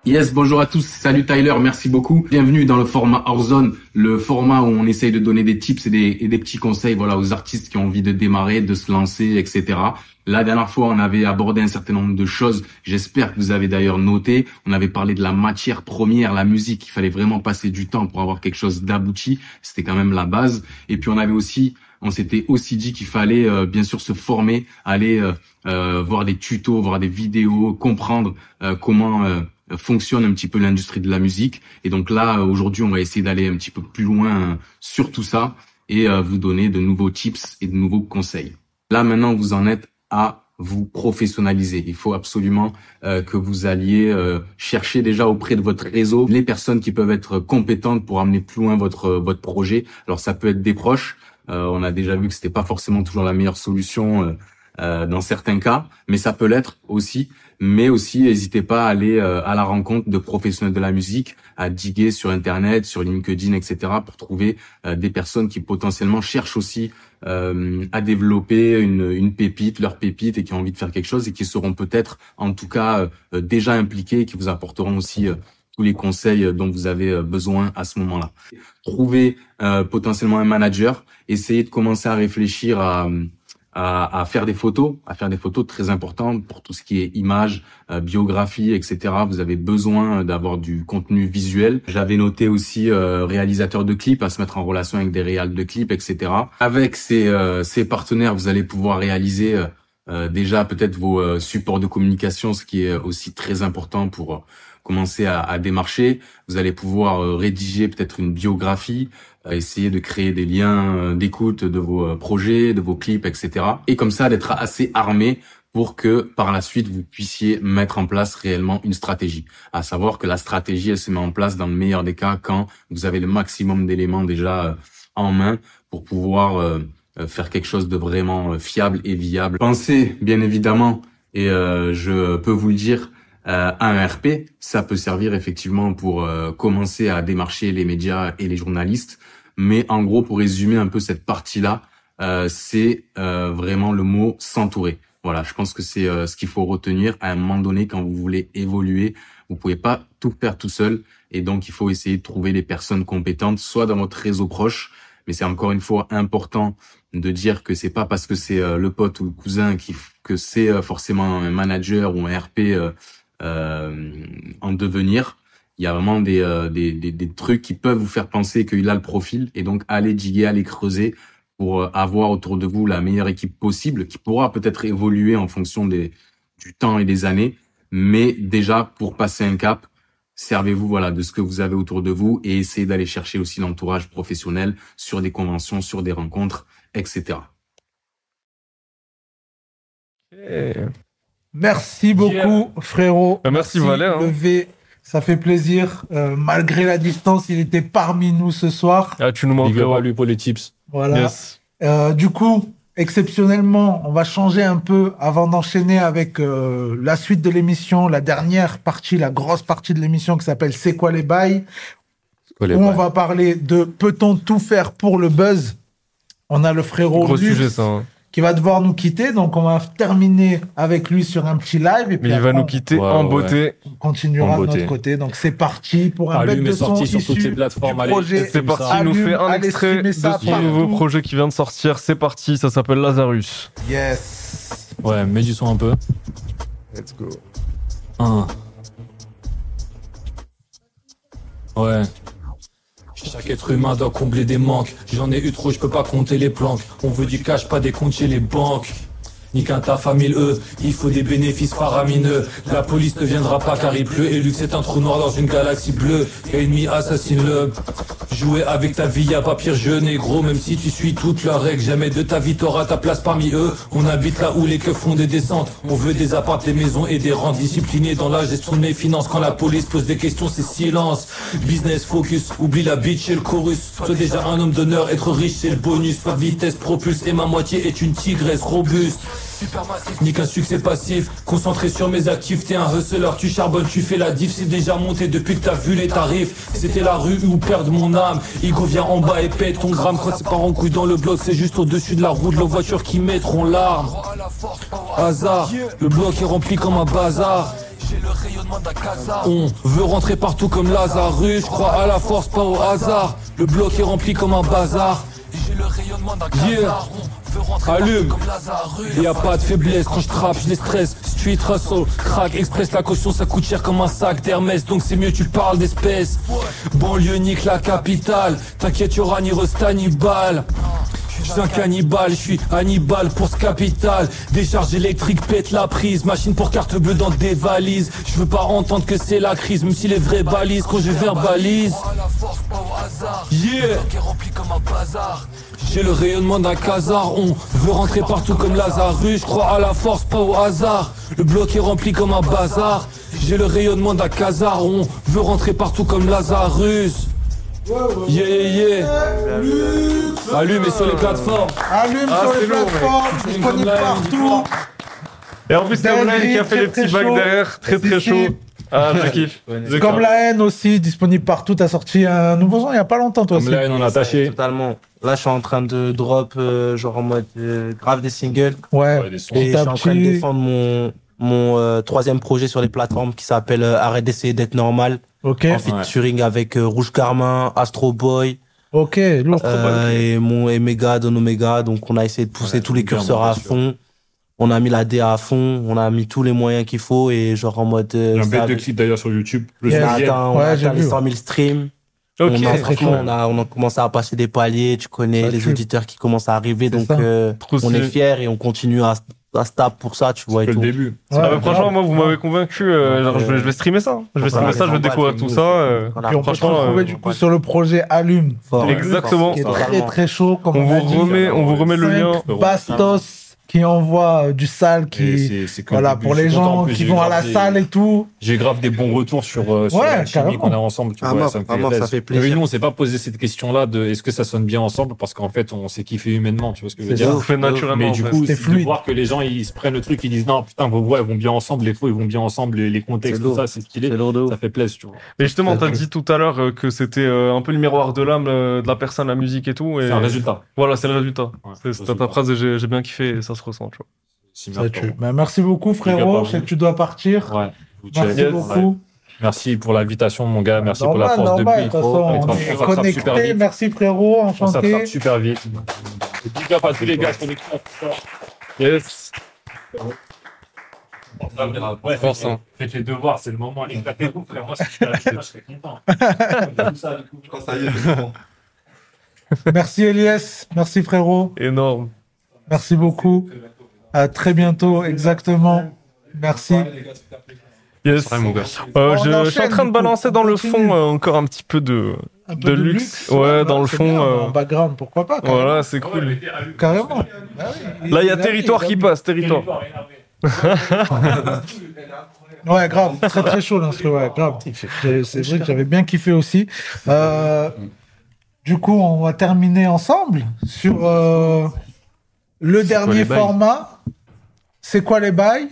S17: Yes, bonjour à tous. Salut Tyler, merci beaucoup. Bienvenue dans le format Horizon, le format où on essaye de donner des tips et des, et des petits conseils, voilà, aux artistes qui ont envie de démarrer, de se lancer, etc. La dernière fois, on avait abordé un certain nombre de choses. J'espère que vous avez d'ailleurs noté. On avait parlé de la matière première, la musique. Il fallait vraiment passer du temps pour avoir quelque chose d'abouti. C'était quand même la base. Et puis, on avait aussi on s'était aussi dit qu'il fallait euh, bien sûr se former, aller euh, euh, voir des tutos, voir des vidéos, comprendre euh, comment euh, fonctionne un petit peu l'industrie de la musique. Et donc là, euh, aujourd'hui, on va essayer d'aller un petit peu plus loin euh, sur tout ça et euh, vous donner de nouveaux tips et de nouveaux conseils. Là maintenant, vous en êtes à vous professionnaliser. Il faut absolument euh, que vous alliez euh, chercher déjà auprès de votre réseau les personnes qui peuvent être compétentes pour amener plus loin votre euh, votre projet. Alors ça peut être des proches. Euh, on a déjà vu que c'était pas forcément toujours la meilleure solution euh, euh, dans certains cas, mais ça peut l'être aussi. Mais aussi, n'hésitez pas à aller euh, à la rencontre de professionnels de la musique, à diguer sur Internet, sur LinkedIn, etc., pour trouver euh, des personnes qui potentiellement cherchent aussi euh, à développer une, une pépite, leur pépite, et qui ont envie de faire quelque chose, et qui seront peut-être, en tout cas, euh, déjà impliqués, et qui vous apporteront aussi euh, tous les conseils euh, dont vous avez euh, besoin à ce moment-là. Trouvez euh, potentiellement un manager, essayez de commencer à réfléchir à euh, à, à faire des photos, à faire des photos très importantes pour tout ce qui est images, euh, biographie, etc. Vous avez besoin euh, d'avoir du contenu visuel. J'avais noté aussi euh, réalisateur de clips, à se mettre en relation avec des réals de clips, etc. Avec ces, euh, ces partenaires, vous allez pouvoir réaliser euh, euh, déjà peut-être vos euh, supports de communication, ce qui est aussi très important pour euh, commencer à, à démarcher. Vous allez pouvoir euh, rédiger peut-être une biographie, euh, essayer de créer des liens euh, d'écoute de vos euh, projets, de vos clips, etc. Et comme ça, d'être assez armé pour que par la suite, vous puissiez mettre en place réellement une stratégie. À savoir que la stratégie, elle se met en place dans le meilleur des cas quand vous avez le maximum d'éléments déjà euh, en main pour pouvoir euh, euh, faire quelque chose de vraiment euh, fiable et viable. Pensez, bien évidemment, et euh, je peux vous le dire, euh, un RP, ça peut servir effectivement pour euh, commencer à démarcher les médias et les journalistes. Mais en gros, pour résumer un peu cette partie-là, euh, c'est euh, vraiment le mot s'entourer. Voilà, je pense que c'est euh, ce qu'il faut retenir à un moment donné quand vous voulez évoluer. Vous pouvez pas tout faire tout seul et donc il faut essayer de trouver les personnes compétentes, soit dans votre réseau proche, mais c'est encore une fois important de dire que c'est pas parce que c'est euh, le pote ou le cousin qui f- que c'est euh, forcément un manager ou un RP euh, euh, en devenir. Il y a vraiment des, euh, des, des, des trucs qui peuvent vous faire penser qu'il a le profil et donc allez diguer, allez creuser pour euh, avoir autour de vous la meilleure équipe possible qui pourra peut-être évoluer en fonction des, du temps et des années. Mais déjà, pour passer un cap, servez-vous voilà de ce que vous avez autour de vous et essayez d'aller chercher aussi l'entourage professionnel sur des conventions, sur des rencontres, etc.
S1: Merci beaucoup, frérot.
S2: merci, Valère, hein.
S1: levé. Ça fait plaisir. Euh, malgré la distance, il était parmi nous ce soir.
S2: Ah, tu nous manques.
S3: Big up à lui pour les tips.
S1: Voilà. Euh, du coup, exceptionnellement, on va changer un peu avant d'enchaîner avec euh, la suite de l'émission, la dernière partie, la grosse partie de l'émission qui s'appelle C'est quoi les bails
S3: quoi les
S1: Où on
S3: bails
S1: va parler de peut-on tout faire pour le buzz On a le frérot
S2: Gros
S1: Lux
S2: sujet, ça. hein.
S1: qui va devoir nous quitter, donc on va terminer avec lui sur un petit live. Et
S2: Mais
S1: puis
S2: il va
S1: après,
S2: nous quitter
S3: Ouais,
S2: en
S3: ouais.
S2: beauté.
S1: On continuera
S3: En
S1: de notre
S3: beauté.
S1: côté, donc c'est parti pour un
S3: Allume
S1: bec
S3: Ah, est
S1: de son
S3: sorti sur toutes
S1: issu
S3: les plateformes,
S1: du
S3: allez.
S1: projet.
S2: C'est parti, il nous
S1: Allume,
S2: fait un
S1: allez
S2: extrait
S1: streamer
S2: de
S1: ça
S2: son nouveau
S1: partout.
S2: projet qui vient de sortir. C'est parti, ça s'appelle Lazarus.
S1: Yes.
S3: Ouais, mets du son un peu.
S12: Let's go.
S2: Ah,
S3: Un. Ouais. Je
S12: Chaque être humain doit combler des manques. J'en ai eu trop, je peux pas compter les planques. On veut du cash, pas des comptes chez les banques. Ni qu'un taf à 1000 E, il faut des bénéfices faramineux. La police ne viendra pas car il pleut. Et Luc, c'est un trou noir dans une galaxie bleue. Ennemi, assassine-le. Jouer avec ta vie, y'a pas pire jeu, négro. Même si tu suis toutes leurs règles, jamais de ta vie t'auras ta place parmi eux. On habite là où les queues font des descentes. On veut des apparts, des maisons et des rentes. Disciplinés dans la gestion de mes finances. Quand la police pose des questions, c'est silence. Business focus, oublie la bitch et le chorus. Sois déjà un homme d'honneur, être riche c'est le bonus. Pas de vitesse propulse et ma moitié est une tigresse robuste. Ni qu'un succès passif, concentré sur mes actifs, t'es un hustler, tu charbonnes, tu fais la diff, c'est déjà monté depuis que t'as vu les tarifs. C'était la rue où perdre mon âme. Igo vient en bas et pète ton gramme. Quand c'est pas en couille dans le bloc, c'est juste au-dessus de la roue de la voiture qui mettront l'arme. Hasard, le bloc est rempli comme un bazar. On veut rentrer partout comme Lazarus, je crois à la force, pas au hasard. Le bloc est rempli comme un bazar. Yeah. Allume, y a pas de faiblesse quand je trappe, je les stresse. Street hustle, crack, express, la caution ça coûte cher comme un sac d'Hermès, donc c'est mieux tu parles d'espèces. Banlieue nique la capitale, t'inquiète y'aura ni Rosta ni balle. Je suis un cannibale, je suis Hannibal pour ce capital Décharge électrique pète la prise Machine pour carte bleue dans des valises Je veux pas entendre que c'est la crise Même si les vrais balisent quand Bah, je verbalise Yeah J'ai le rayonnement d'un casar On veut rentrer partout comme Lazarus Je crois à la force, pas au hasard Le bloc est rempli comme un bazar J'ai le rayonnement d'un casar On veut rentrer partout comme Lazarus Yeah, yeah, yeah. Allume et sur les plateformes.
S1: euh, Allume
S12: Ah,
S1: sur les
S12: c'est lourd,
S1: plateformes,
S12: mec.
S1: disponible
S12: Une
S1: partout.
S2: Et en plus, c'est
S1: Dinguerie,
S2: Oblin qui a fait
S1: très, très
S2: les petits bacs
S1: chaud.
S2: derrière, très très
S1: Si,
S2: chaud.
S1: si.
S2: Ah, je kiffe. Je
S1: Comme
S2: kiffe.
S1: la haine aussi, disponible partout. T'as sorti un nouveau son il y a pas longtemps, toi aussi.
S2: on a attaché.
S18: Totalement. Là, je suis en train de drop, euh, genre en mode euh, grave des singles.
S1: Ouais. Ouais, des sons.
S18: Et je suis en train de
S1: Petit.
S18: défendre mon, mon euh, troisième projet sur les plateformes qui s'appelle euh, Arrête d'essayer d'être normal.
S1: Ok.
S18: En featuring avec euh, Rouge Carmin, Astro Boy.
S1: Ok, lourd.
S18: Euh, et mon et Mega, Don Omega. Donc, on a essayé de pousser tous les
S1: bien,
S18: curseurs
S1: bien
S18: à
S1: sûr.
S18: fond. On a mis la DA à fond. On a mis tous les moyens qu'il faut. Et genre en mode. euh,
S3: Il y a un
S18: ça
S3: bête de
S18: avec-
S3: clip d'ailleurs sur YouTube.
S18: on
S3: son
S18: a
S3: game.
S18: atteint, on a atteint les 100 000 streams.
S3: Ok,
S18: on, a,
S3: très
S18: franchement,
S3: cool.
S18: on, a, on a commencé à passer des paliers, tu connais les auditeurs qui commencent à arriver, donc euh, on est
S2: stylé.
S18: fiers et on continue à, à se taper pour ça, tu vois. C'est le
S3: début.
S2: Ah, mais franchement, moi, vous m'avez convaincu. euh, genre, je, vais, je vais streamer ça. hein. Je vais streamer ça, je vais découvrir tout ça. euh,
S1: Puis on peut se
S2: franchement,
S1: retrouver
S2: euh,
S1: du coup sur le projet Allume.
S2: Fort. Exactement.
S1: Qui est très
S2: Totalement.
S1: très chaud. Comme
S2: On
S1: l'a
S2: vous
S1: dit.
S2: remet- on vous remet le
S1: Cinq
S2: lien.
S1: Bastos qui envoie euh, du sale,
S3: Et
S1: qui
S3: c'est- c'est qu'au
S1: voilà
S3: début,
S1: pour
S3: je
S1: les
S3: suis content, en
S1: gens
S3: plus,
S1: qui
S3: j'ai
S1: vont à la
S3: grave des-
S1: salle et tout.
S3: J'ai grave des bons retours sur, euh, sur
S1: Ouais,
S3: la chimie
S1: carrément.
S3: qu'on a ensemble. Tu
S1: À
S3: vois,
S1: Ah, mort,
S3: ça, me
S1: à mort, ça
S3: plaisir.
S1: fait plaisir.
S3: Mais nous, on s'est pas posé cette question-là de est-ce que ça sonne bien ensemble parce qu'en fait, on s'est kiffé humainement. Tu vois ce que je veux
S2: C'est
S3: dire
S2: ça, on fait naturellement,
S3: Mais
S2: en
S3: du
S2: fait.
S3: coup,
S2: C'était
S3: c'est de
S2: fluide.
S3: voir que les gens ils se prennent le truc, ils disent non, putain, vos voix elles vont bien ensemble, les faux ils vont bien ensemble, les, les contextes, tout ça, c'est stylé. Ça fait plaisir, tu vois.
S2: Mais justement,
S3: C'est
S2: t'as
S3: vrai.
S2: dit tout à l'heure euh, que c'était euh, un peu le miroir de l'âme euh, de la personne, la musique et tout. et-
S3: C'est un résultat.
S2: Voilà, c'est le résultat. C'est-
S3: le
S2: C'était ta phrase et j'ai j'ai bien kiffé et ça se ressent, tu vois.
S1: Ça tue. Ben, merci beaucoup
S3: Big up à
S1: frérot.
S3: vous.
S1: Je sais que tu dois partir.
S3: Ouais. Je vous
S1: Merci
S3: check.
S1: beaucoup.
S3: Ouais. Merci pour l'invitation, mon gars. Merci pour la
S1: Normal,
S3: force
S1: normal. De
S3: de
S1: toute
S3: pluie.
S1: façon,
S3: Et
S1: on
S3: franchement,
S1: est
S3: ça s'attrape super
S1: connecté.
S3: vite.
S1: Merci frérot.
S3: On s'attrape
S1: Enchanté.
S3: super vite. Et Big up à tous les gars qui ont des
S2: Yes.
S3: Ouais, faites, les, faites les devoirs, c'est le moment. Éclatez-vous, frère. Moi, si je suis là, je serais content. Tout ça, du coup, ça y est.
S1: Merci Elias, merci frérot.
S2: Énorme.
S1: Merci beaucoup. À très bientôt, exactement. Merci.
S2: Yes. Euh, je, je suis en train de balancer dans le fond euh, encore un petit peu de,
S1: Un
S2: de,
S1: peu de
S2: luxe. Ouais, dans le
S1: c'est
S2: fond.
S1: bien,
S2: euh,
S1: En background, pourquoi pas carrément.
S2: Voilà, c'est cool.
S1: Carrément.
S2: Là, il y a
S1: Il a
S2: territoire
S1: mis,
S2: qui
S1: il a
S2: passe, territoire.
S1: Ouais, grave, très très chaud l'instru, ouais, grave. J'ai- C'est vrai que j'avais bien kiffé aussi. Euh, du coup, on va terminer ensemble sur euh, le dernier
S6: les bails
S1: format. C'est quoi les bails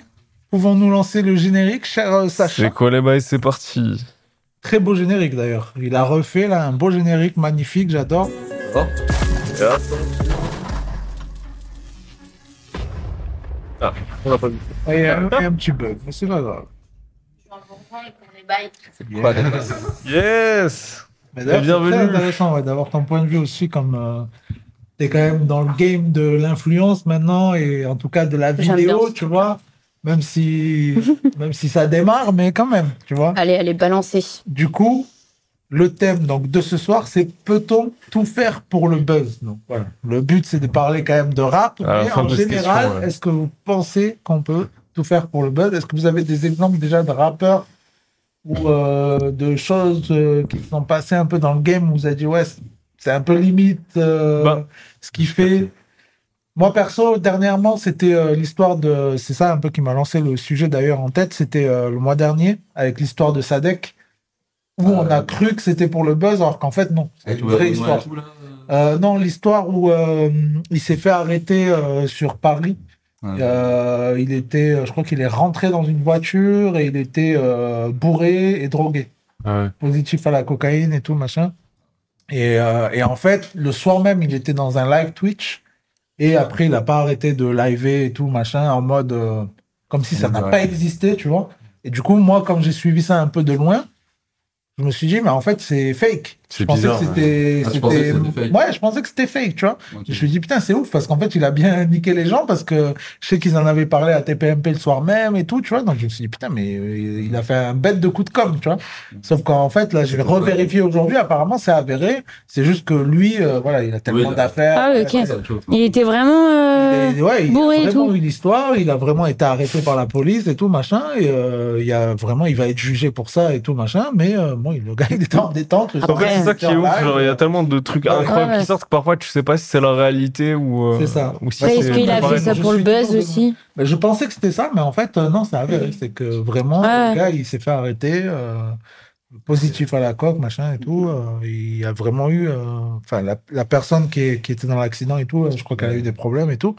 S1: Pouvons-nous lancer le générique, cher euh, Sacha
S2: J'ai quoi les bails, c'est parti.
S1: Très beau générique d'ailleurs. Il a refait là un beau générique magnifique, j'adore.
S7: Hein
S2: Ah, on l'a pas vu.
S1: Et, il y a un- il y a un petit bug, mais c'est pas grave.
S2: Yes
S1: Mais
S2: Et
S1: d'ailleurs, c'est très
S2: bienvenue.
S1: intéressant ouais, d'avoir ton point de vue aussi comme euh, t'es quand même dans le game de l'influence maintenant et en tout cas de la
S19: J'aime bien
S1: vidéo,
S19: ce
S1: tu vois. Même si, même si ça démarre, mais quand même, tu vois.
S19: Allez, allez, balancez.
S1: Du coup, le thème donc de ce soir, c'est peut-on tout faire pour le buzz Donc voilà, le but c'est de parler quand même de rap.
S2: À la
S1: mais
S2: fin
S1: en
S2: de cette
S1: général,
S2: question, ouais.
S1: est-ce que vous pensez qu'on peut tout faire pour le buzz Est-ce que vous avez des exemples déjà de rappeurs ou euh, de choses euh, qui sont passées un peu dans le game où vous avez dit ouais, c'est- c'est un peu limite euh, ce qu'il fait moi, perso, dernièrement, c'était euh, l'histoire de. C'est ça un peu qui m'a lancé le sujet d'ailleurs en tête. C'était euh, le mois dernier, avec l'histoire de Sadek, où on a cru que c'était pour le buzz, alors qu'en fait, non. C'est
S7: Avec
S1: une
S7: Wagner
S1: vraie
S7: et
S1: histoire.
S7: tout, là
S1: Euh, non, l'histoire où euh, il s'est fait arrêter euh, sur Paris.
S7: Ouais.
S1: Euh, il était, je crois qu'il est rentré dans une voiture et il était euh, bourré et drogué
S6: Ah
S1: positif à la cocaïne et tout, machin. Et, euh, et en fait, le soir même, il était dans un live Twitch. Et après, il n'a pas arrêté de liver et tout, machin, en mode euh, comme si ça
S7: Ouais.
S1: n'a pas existé, tu vois. Et du coup, moi, quand j'ai suivi ça un peu de loin, je me suis dit, mais en fait, c'est fake.
S7: C'est
S1: Je pensais
S7: bizarre,
S1: que c'était.
S7: ouais. Ah, tu pensais que c'était fake.
S1: Ouais, je pensais que c'était fake, tu vois. Je me suis dit, putain, c'est ouf, parce qu'en fait, il a bien niqué les gens, parce que je sais qu'ils en avaient parlé à TPMP le soir même et tout, tu vois. Donc, je me suis dit, putain, mais euh, il a fait un bête de coup de com', tu vois. Sauf qu'en fait, là, je vais revérifier aujourd'hui. Apparemment, c'est avéré. C'est juste que lui, euh, voilà, il a tellement d'affaires.
S19: Ah oui,
S1: tellement
S19: ok. Il était vraiment euh,
S1: et ouais, il
S19: bourré
S1: a
S19: et
S1: vraiment
S19: tout.
S1: eu l'histoire, il a vraiment été arrêté par la police et tout, machin, et euh, il y a vraiment, il va être jugé pour ça et tout, machin, mais euh, bon, il- le gars, il était en détente. le
S2: En fait,
S1: soir,
S2: c'est ça
S1: il
S2: qui
S1: était
S2: est
S1: en
S2: ouf.
S1: live.
S2: Genre, il y a tellement de trucs incroyables
S19: Ouais.
S2: qui sortent que parfois tu sais pas si c'est la réalité ou. euh,
S1: C'est ça.
S2: Ou si
S19: Ouais, Est-ce
S2: c'est
S19: qu'il a fait
S2: pareil.
S19: Ah, ça pour le buzz aussi
S1: Mais je pensais que c'était ça, mais en fait, euh, non, c'est avéré. C'est que vraiment, le gars, il s'est fait arrêter, euh, positif à la coque, machin et tout.
S19: Mm-hmm.
S1: euh, il y a vraiment eu. euh, Enfin, la, la personne qui, est- qui était dans l'accident et tout, euh, je crois qu'elle a eu des problèmes et tout.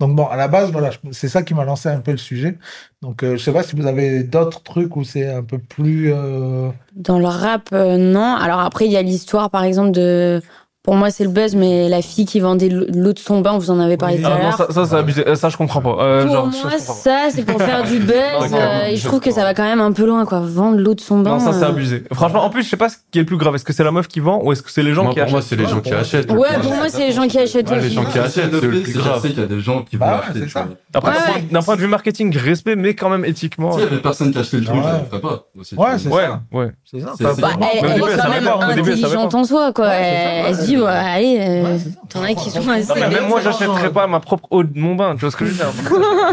S1: Donc, bon, à la base, voilà, je- c'est ça qui m'a lancé un peu le sujet. Donc, euh, je sais pas si vous avez d'autres trucs où c'est un peu plus. euh,
S19: Dans le rap, euh, non. Alors après, il y a l'histoire, par exemple, de. Pour moi, c'est le buzz, mais la fille qui vendait l'eau l'eau de son bain, vous en avez parlé tout
S2: Ah
S19: à
S2: non,
S19: l'heure.
S2: ça, ça, c'est abusé. Euh, Ça, je comprends pas. Euh,
S19: Pour
S2: genre, je-
S19: moi, ça, c'est pour faire du buzz.
S2: Non,
S19: euh,
S2: non,
S19: et
S2: je
S19: je trouve que ça va quand même un peu loin, quoi. Vendre l'eau de son bain.
S2: Non, ça c'est
S19: euh,
S2: abusé. Franchement, en plus, je sais pas ce qui est le plus grave. Est-ce que c'est la meuf qui vend ou est-ce que c'est les gens
S6: Moi,
S2: qui
S6: pour
S2: achètent
S6: moi, c'est les gens qui achètent.
S19: Ouais, pour moi, c'est les gens qui achètent
S6: Ouais,
S19: les
S6: les
S19: filles.
S6: gens qui achètent, c'est le plus grave.
S7: qu'il y a des gens qui
S2: Bah
S6: vont
S7: acheter, tu vois.
S2: Après, d'un
S7: Ouais,
S2: point- d'un point de vue marketing, respect, mais quand même éthiquement.
S7: S'il y avait personne qui achetait le truc,
S2: Ouais.
S7: je le ferais pas. aussi, tu
S2: Ouais,
S7: vois.
S2: c'est ça. Ouais.
S1: C'est ça.
S7: C'est-
S19: Bah, elle, elle est quand même intelligente en soi, quoi. elle elle se dit, bah, allez, euh, t'en as qui sont assez.
S2: Non, mais même moi, j'achèterais pas ma propre eau de mon bain. Tu vois ce que je veux dire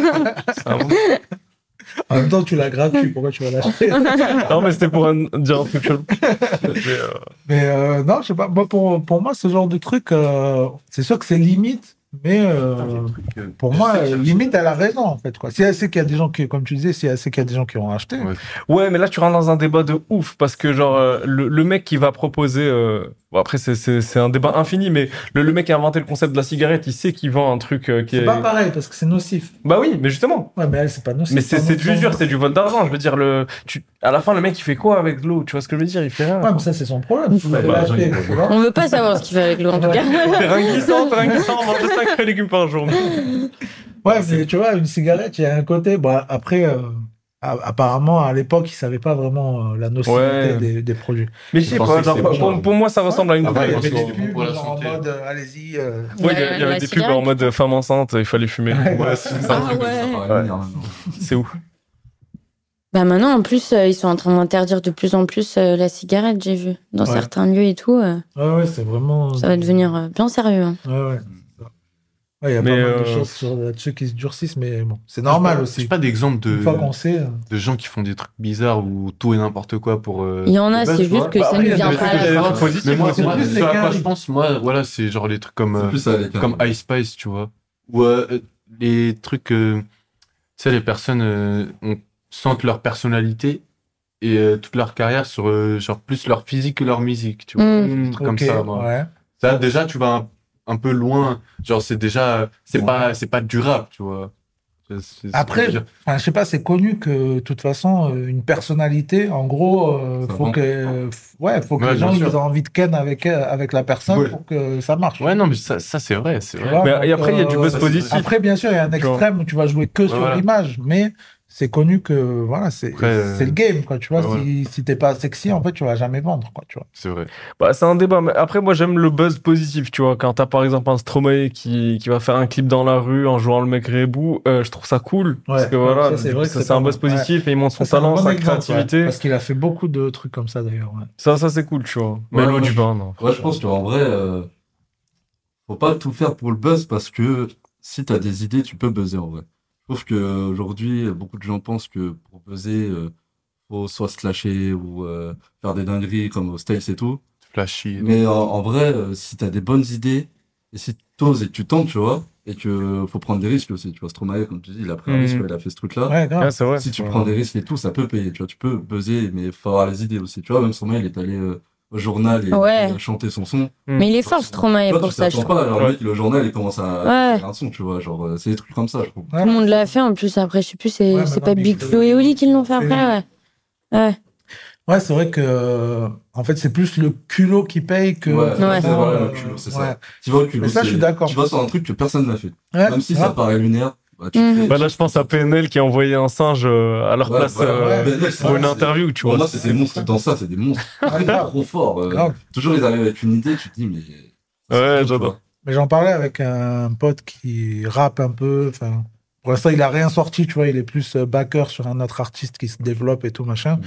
S2: Ah
S1: En même temps, tu l'as gratuit, pourquoi tu vas l'acheter
S2: Non, mais c'était pour un- dire un truc chelou.
S1: Mais euh, non, je sais pas. Moi, pour, pour moi, ce genre de truc, euh, c'est sûr que c'est limite, mais euh, pour moi, euh, limite, elle a raison, en fait. Quoi. Si elle sait qu'il y a des gens qui, comme tu disais, si elle sait qu'il y a des gens qui ont acheté.
S2: Ouais, mais là, tu rentres dans un débat de ouf parce que, genre, euh, le, le mec qui va proposer. euh, bon, après, c'est- c'est c'est un débat infini, mais le, le mec qui a inventé le concept de la cigarette, il sait qu'il vend un truc euh, qui
S1: C'est
S2: est.
S1: pas pareil, parce que c'est nocif.
S2: Bah oui, mais justement.
S1: Ouais, mais elle, c'est pas nocif.
S2: Mais c'est
S1: pas
S2: c'est de
S1: nocif.
S2: l'usure, c'est du vol d'argent. Je veux dire, le, tu, à la fin, le mec, il fait quoi avec l'eau Tu vois ce que je veux dire Il fait rien.
S1: Ouais, mais ça, c'est son problème. Tu
S2: Ouais,
S1: peux
S2: bah,
S1: l'acheter, tu vois.
S19: On veut pas savoir ce qu'il fait avec l'eau, en tout cas.
S2: T'es ringuissant, t'es ringuissant, on mange 5 légumes par jour.
S1: Ouais, mais tu vois, une cigarette, il y a un côté. Bon, après, euh, a- apparemment, à l'époque, ils savaient pas vraiment euh, la nocivité
S2: Ouais.
S1: des, des produits.
S2: Mais je sais pas, genre, pour, pour moi, ça ressemble à une
S1: Ah ouais, il y avait
S2: Ouais,
S1: des pubs, genre, en mode, euh, allez-y. euh,
S2: il y avait- il y avait des pubs en mode euh, femme enceinte, il fallait fumer. Ouais, c'est bizarre.
S19: Ah ouais.
S2: Ouais. C'est où
S19: Bah maintenant, en plus, euh, ils sont en train d'interdire de plus en plus euh, la cigarette, j'ai vu. Dans
S1: Ouais.
S19: certains lieux et tout, euh,
S1: Ouais, ouais, c'est vraiment.
S19: ça va devenir euh, bien sérieux. hein.
S1: Ouais, ouais. Il y a
S6: Mm. Mais,
S1: pas mal de
S6: euh,
S1: choses sur- là-dessus qui se durcissent, mais bon, c'est
S6: J'ai
S1: normal
S6: pas-
S1: aussi.
S6: J'ai pas d'exemple de,
S1: Une fois qu'on sait, euh.
S6: de gens qui font des trucs bizarres ou tout et n'importe quoi pour. euh,
S19: Il y en a,
S6: le buzz,
S19: c'est
S6: tu
S19: juste
S6: vois.
S19: que ça
S6: après,
S19: ne
S6: il y a
S19: vient
S6: des
S19: pas
S6: trucs
S19: à la
S6: vraiment
S19: fin.
S6: positifs,
S19: Mais moi,
S6: moi,
S19: c'est
S6: moi,
S19: plus
S6: ce
S19: les
S6: à quoi
S19: carrés.
S6: je pense, moi, voilà, c'est genre les trucs comme,
S7: C'est
S6: euh,
S7: plus ça, les carrés.
S6: comme Ice Spice, tu vois. Ou euh, euh, les trucs. euh, tu sais, les personnes euh, on sente leur personnalité et euh, toute leur carrière sur euh, genre plus leur physique que leur musique, tu vois.
S19: Hmm.
S1: Mm.
S6: Des trucs Comme
S1: Ok,
S6: ça, moi.
S1: ouais.
S6: Ça, déjà, tu vas un, un peu loin. Genre, c'est déjà. C'est pas, c'est pas durable, tu vois. C'est- c'est- c'est-
S1: Après,
S6: je veux dire,
S1: enfin, je sais pas, c'est connu que de toute façon, euh, une personnalité, en gros, euh, faut
S6: compte.
S1: que, f- ouais, faut que
S6: Ouais,
S1: les gens
S6: bien sûr.
S1: ils aient envie de ken avec, euh, avec la personne
S6: Ouais.
S1: pour que ça marche.
S6: Ouais, non, mais ça, ça c'est vrai, c'est
S1: Tu euh,
S6: vrai.
S1: vois, donc, euh, Après, bien sûr, il y a un extrême où tu vas jouer que
S6: Ouais,
S1: sur
S6: voilà.
S1: l'image, mais c'est connu que voilà, c'est
S6: Après, euh,
S1: c'est le game, quoi. Tu vois,
S6: ouais,
S1: si, si t'es pas sexy, en fait, tu vas jamais vendre, quoi. Tu vois.
S6: C'est vrai.
S2: Bah, c'est un débat, mais après, moi, j'aime le buzz positif, tu vois. Quand t'as par exemple un Stromae qui, qui va faire un clip dans la rue en jouant le mec rebou, euh, je trouve ça cool. parce que voilà,
S1: ça, c'est
S2: du
S1: vrai
S2: coup,
S1: que
S2: ça,
S1: c'est
S2: c'est un
S1: pas
S2: buzz
S1: mal.
S2: positif et il montre son
S1: Ça, c'est un
S2: talent,
S1: bon
S2: sa
S1: exemple, ouais,
S2: créativité.
S1: parce qu'il a fait beaucoup de trucs comme ça, d'ailleurs. ouais.
S2: Ça, ça, c'est cool, tu vois. Mais l'eau du bain, non.
S7: Ouais, je pense qu'en vrai, euh, faut pas tout faire pour le buzz parce que si t'as des idées, tu peux buzzer en vrai. Je trouve qu'aujourd'hui, beaucoup de gens pensent que pour buzzer, euh, faut soit se clasher ou euh, faire des dingueries comme au States et tout.
S6: Flashy. et
S7: Mais
S6: tout.
S7: en, en vrai, euh, si t'as des bonnes idées et si t'oses et que tu tentes, tu vois, et que euh, faut prendre des risques aussi. Tu vois, Stromae, comme tu dis, il a pris un
S2: Mhm.
S7: risque, il a fait ce truc-là.
S2: Ouais, grave. Ouais, c'est vrai,
S7: si tu
S2: ouais.
S7: prends des risques et tout, ça peut payer. Tu vois, tu peux buzzer, mais faut avoir les idées aussi. Tu vois, même Stromae, il est allé euh, au journal et
S19: Ouais.
S7: il a chanté son son.
S2: Hmm.
S19: Mais il est fort, Stromae,
S7: Hmm. Toi,
S19: pour
S7: tu
S19: ça, je
S7: t'attends pas,
S19: trouve.
S7: genre,
S19: Tout
S7: lui, le journal, il commence à
S19: Ouais.
S7: faire un son, tu vois, genre, euh, c'est des trucs comme ça, je trouve.
S19: le monde l'a fait, en plus, après, je sais plus, c'est
S7: Ouais,
S19: c'est
S7: maintenant,
S19: pas
S7: Big
S19: Big
S7: Flo
S19: Flo et Oli qui l'ont fait après, ouais. Ouais.
S1: Ouais, c'est vrai que euh, en fait, c'est plus le culot qui paye que.
S7: Ouais,
S1: vraiment,
S7: c'est voilà,
S1: euh,
S7: le culot, c'est
S1: ouais.
S7: ça. Tu vois, le culot,
S1: Mais ça, je
S7: c'est-
S1: suis d'accord.
S7: Tu vas sur un truc que personne n'a fait.
S1: Ouais,
S7: Même si
S1: ouais.
S7: ça paraît lunaire, bah, tu fais-
S2: Bah, là, je pense à PNL qui a envoyé un singe euh, à leur
S7: Ouais,
S2: place
S7: voilà,
S2: euh,
S7: ouais, ouais, c'est
S2: pour
S7: vrai,
S2: une
S7: c'est-
S2: interview, tu
S7: pour
S2: vois.
S7: Moi, c'est des monstres dans ça, c'est des monstres.
S1: Ouais, Ah, grave.
S7: trop forts. euh,
S1: Grave.
S7: toujours, ils arrivent avec une idée, tu te dis, mais.
S2: Ouais, j'adore.
S1: Mais j'en parlais avec un pote qui rappe un peu. Enfin, pour l'instant, il a rien sorti, tu vois. Il est plus euh, backer sur un autre artiste qui se développe et tout machin.
S2: Mm.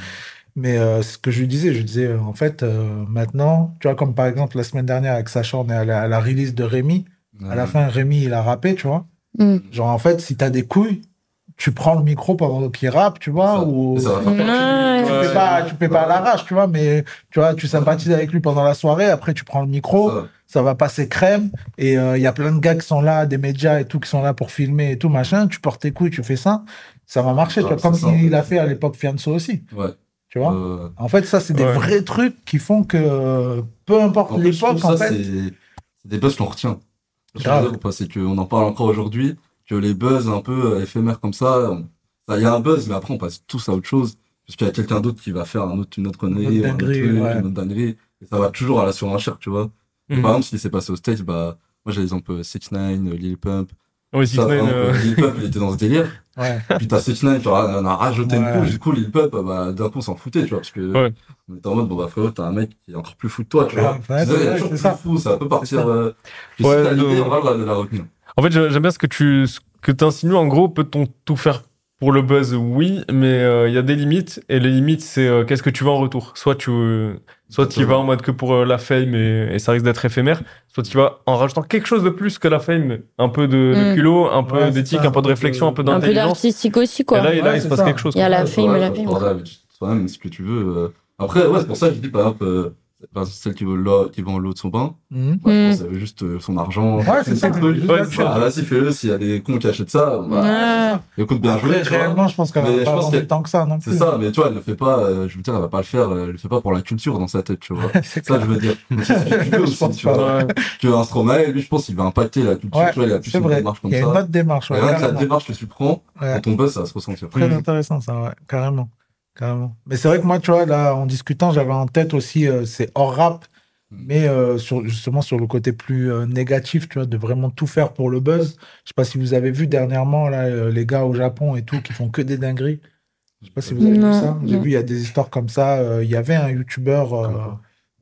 S1: Mais euh, ce que je lui disais, je lui disais euh, en fait euh, maintenant, tu vois, comme par exemple la semaine dernière avec Sacha, on est allé à la release de Rémi. À
S2: Mm.
S1: la
S7: Ouais.
S1: fin, Rémi, il a rappé, tu vois. Genre en fait, si t'as des couilles, tu prends le micro pendant qu'il rappe, tu vois, ou
S7: Et ça va faire
S1: tu
S7: Ouais.
S1: fais pas, tu fais pas à l'arrache, tu vois, mais tu vois, tu sympathises avec lui pendant la soirée, après tu prends le micro, ça va passer crème, et il y a plein de gars qui sont là, des médias et tout, qui sont là pour filmer et tout, machin, tu portes tes couilles, tu fais ça, ça va marcher, tu
S7: Ouais,
S1: vois, comme
S7: c'est ça, en
S1: il a fait à l'époque Fianso aussi,
S7: Ouais.
S1: tu vois.
S7: Euh,
S1: En fait, ça, c'est des
S7: Ouais.
S1: vrais trucs qui font que, euh, peu importe
S7: En plus, je trouve
S1: l'époque, en
S7: ça,
S1: fait,
S7: c'est- C'est des buzz qu'on retient. Ce que je veux
S1: Grave.
S7: dire, quoi, C'est qu'on en parle encore aujourd'hui, que les buzz un peu euh, éphémères comme ça, on- ça, il y a un buzz, mais après on passe tous à autre chose, parce qu'il y a quelqu'un d'autre qui va faire un autre, une autre connerie,
S1: Une
S7: ou un
S1: autre
S7: autre
S1: dinguerie,
S7: truc,
S1: ouais.
S7: une autre dinguerie, et ça va toujours à la surenchère, tu vois. Et
S2: Mhm.
S7: Par exemple, ce qui s'est passé au States, bah, moi j'ai l'exemple 6ix9ine, euh, Lil Pump.
S2: Ouais,
S7: Ça,
S2: 6ix9ine,
S7: par exemple,
S2: euh,
S7: Lil Pump, il était dans ce délire.
S1: Ouais.
S7: Puis t'as 6ix9ine qui en a, en a rajouté
S1: Ouais.
S7: une couche, du coup Lil Pump, bah, d'un coup on s'en foutait, tu vois, parce que
S2: Ouais.
S7: on était en mode, bon bah frérot, t'as un mec qui est encore plus fou que toi, tu vois.
S1: Ah,
S2: Ouais, ouais,
S1: bah,
S7: C'est vrai, il y a
S2: c'est
S7: toujours
S2: vrai,
S7: plus
S2: c'est ça.
S7: fou, ça peut
S2: C'est
S7: partir.
S2: ça.
S7: euh, que
S2: Ouais,
S7: si t'as l'idée,
S2: de-
S7: on va la, la retenir.
S2: En fait, j'a- j'aime bien ce que tu ce que t'insinues. En gros, peut-on tout faire pour le buzz Oui, mais euh, il y a des limites. Et les limites, c'est euh, qu'est-ce que tu veux en retour Soit tu euh, soit tu y vas en mode que pour euh, la fame et, et ça risque d'être éphémère. Soit tu vas en rajoutant quelque chose de plus que la fame, un peu de, de
S19: Mm.
S2: culot, un peu
S19: Ouais, c'est
S2: d'éthique,
S19: ça,
S2: un peu de réflexion, un peu
S19: Un peu
S2: d'intelligence.
S19: d'artistique aussi, quoi.
S2: Et là, et là, il se passe quelque chose.
S19: Il y a
S2: quoi.
S19: la fame et la fame.
S7: Bordel, mais tu- toi-même, ce que tu veux. euh. Après, ouais, c'est pour ça que je dis, par exemple, euh, par exemple, celles qui, veulent l'eau- qui vendent l'eau de son bain,
S1: Mhm.
S7: bah, je pense qu'elle veut juste euh, son argent.
S1: Ouais, c'est ça,
S7: truc.
S1: juste
S7: Ouais,
S1: là-dessus.
S7: bah, Vas-y, fais-le, s'il y a des cons qui achètent ça, bah,
S1: Ouais.
S7: écoute, bien joué.
S1: Après,
S7: tu vois.
S1: réellement, je pense qu'elle va
S7: Mais je
S1: pas
S7: pense
S1: vendre
S7: qu'elle-
S1: tant que ça non
S7: C'est
S1: plus.
S7: ça, mais tu vois, elle le fait pas, euh, je veux dire, elle va pas le faire, euh, elle le fait pas pour la culture dans sa tête, tu vois. ça, je veux dire. Mais c'est ce que tu veux aussi, tu vois. Tu veux un Stromae, lui, je pense, il va impacter la culture,
S1: Ouais,
S7: tu vois, il a plus
S1: c'est
S7: une
S1: vrai.
S7: démarche comme
S1: Il y
S7: ça.
S1: a une autre démarche, ouais,
S7: Et rien que la
S1: carrément.
S7: démarche que tu prends,
S1: Ouais.
S7: dans ton buzz, ça va se ressentir. Mmh.
S1: Très intéressant, ça, ouais, carrément. carrément. Mais c'est vrai que moi, tu vois, là, en discutant, j'avais en tête aussi, euh, c'est hors rap,
S7: Mm.
S1: mais euh, sur, justement sur le côté plus euh, négatif, tu vois, de vraiment tout faire pour le buzz. Je sais pas si vous avez vu dernièrement, là, euh, les gars au Japon et tout, qui font que des dingueries. Je sais pas si vous avez
S2: Non,
S1: vu ça. J'ai
S2: non.
S1: vu, il y a des histoires comme ça. Euh, Il y avait un youtubeur, euh,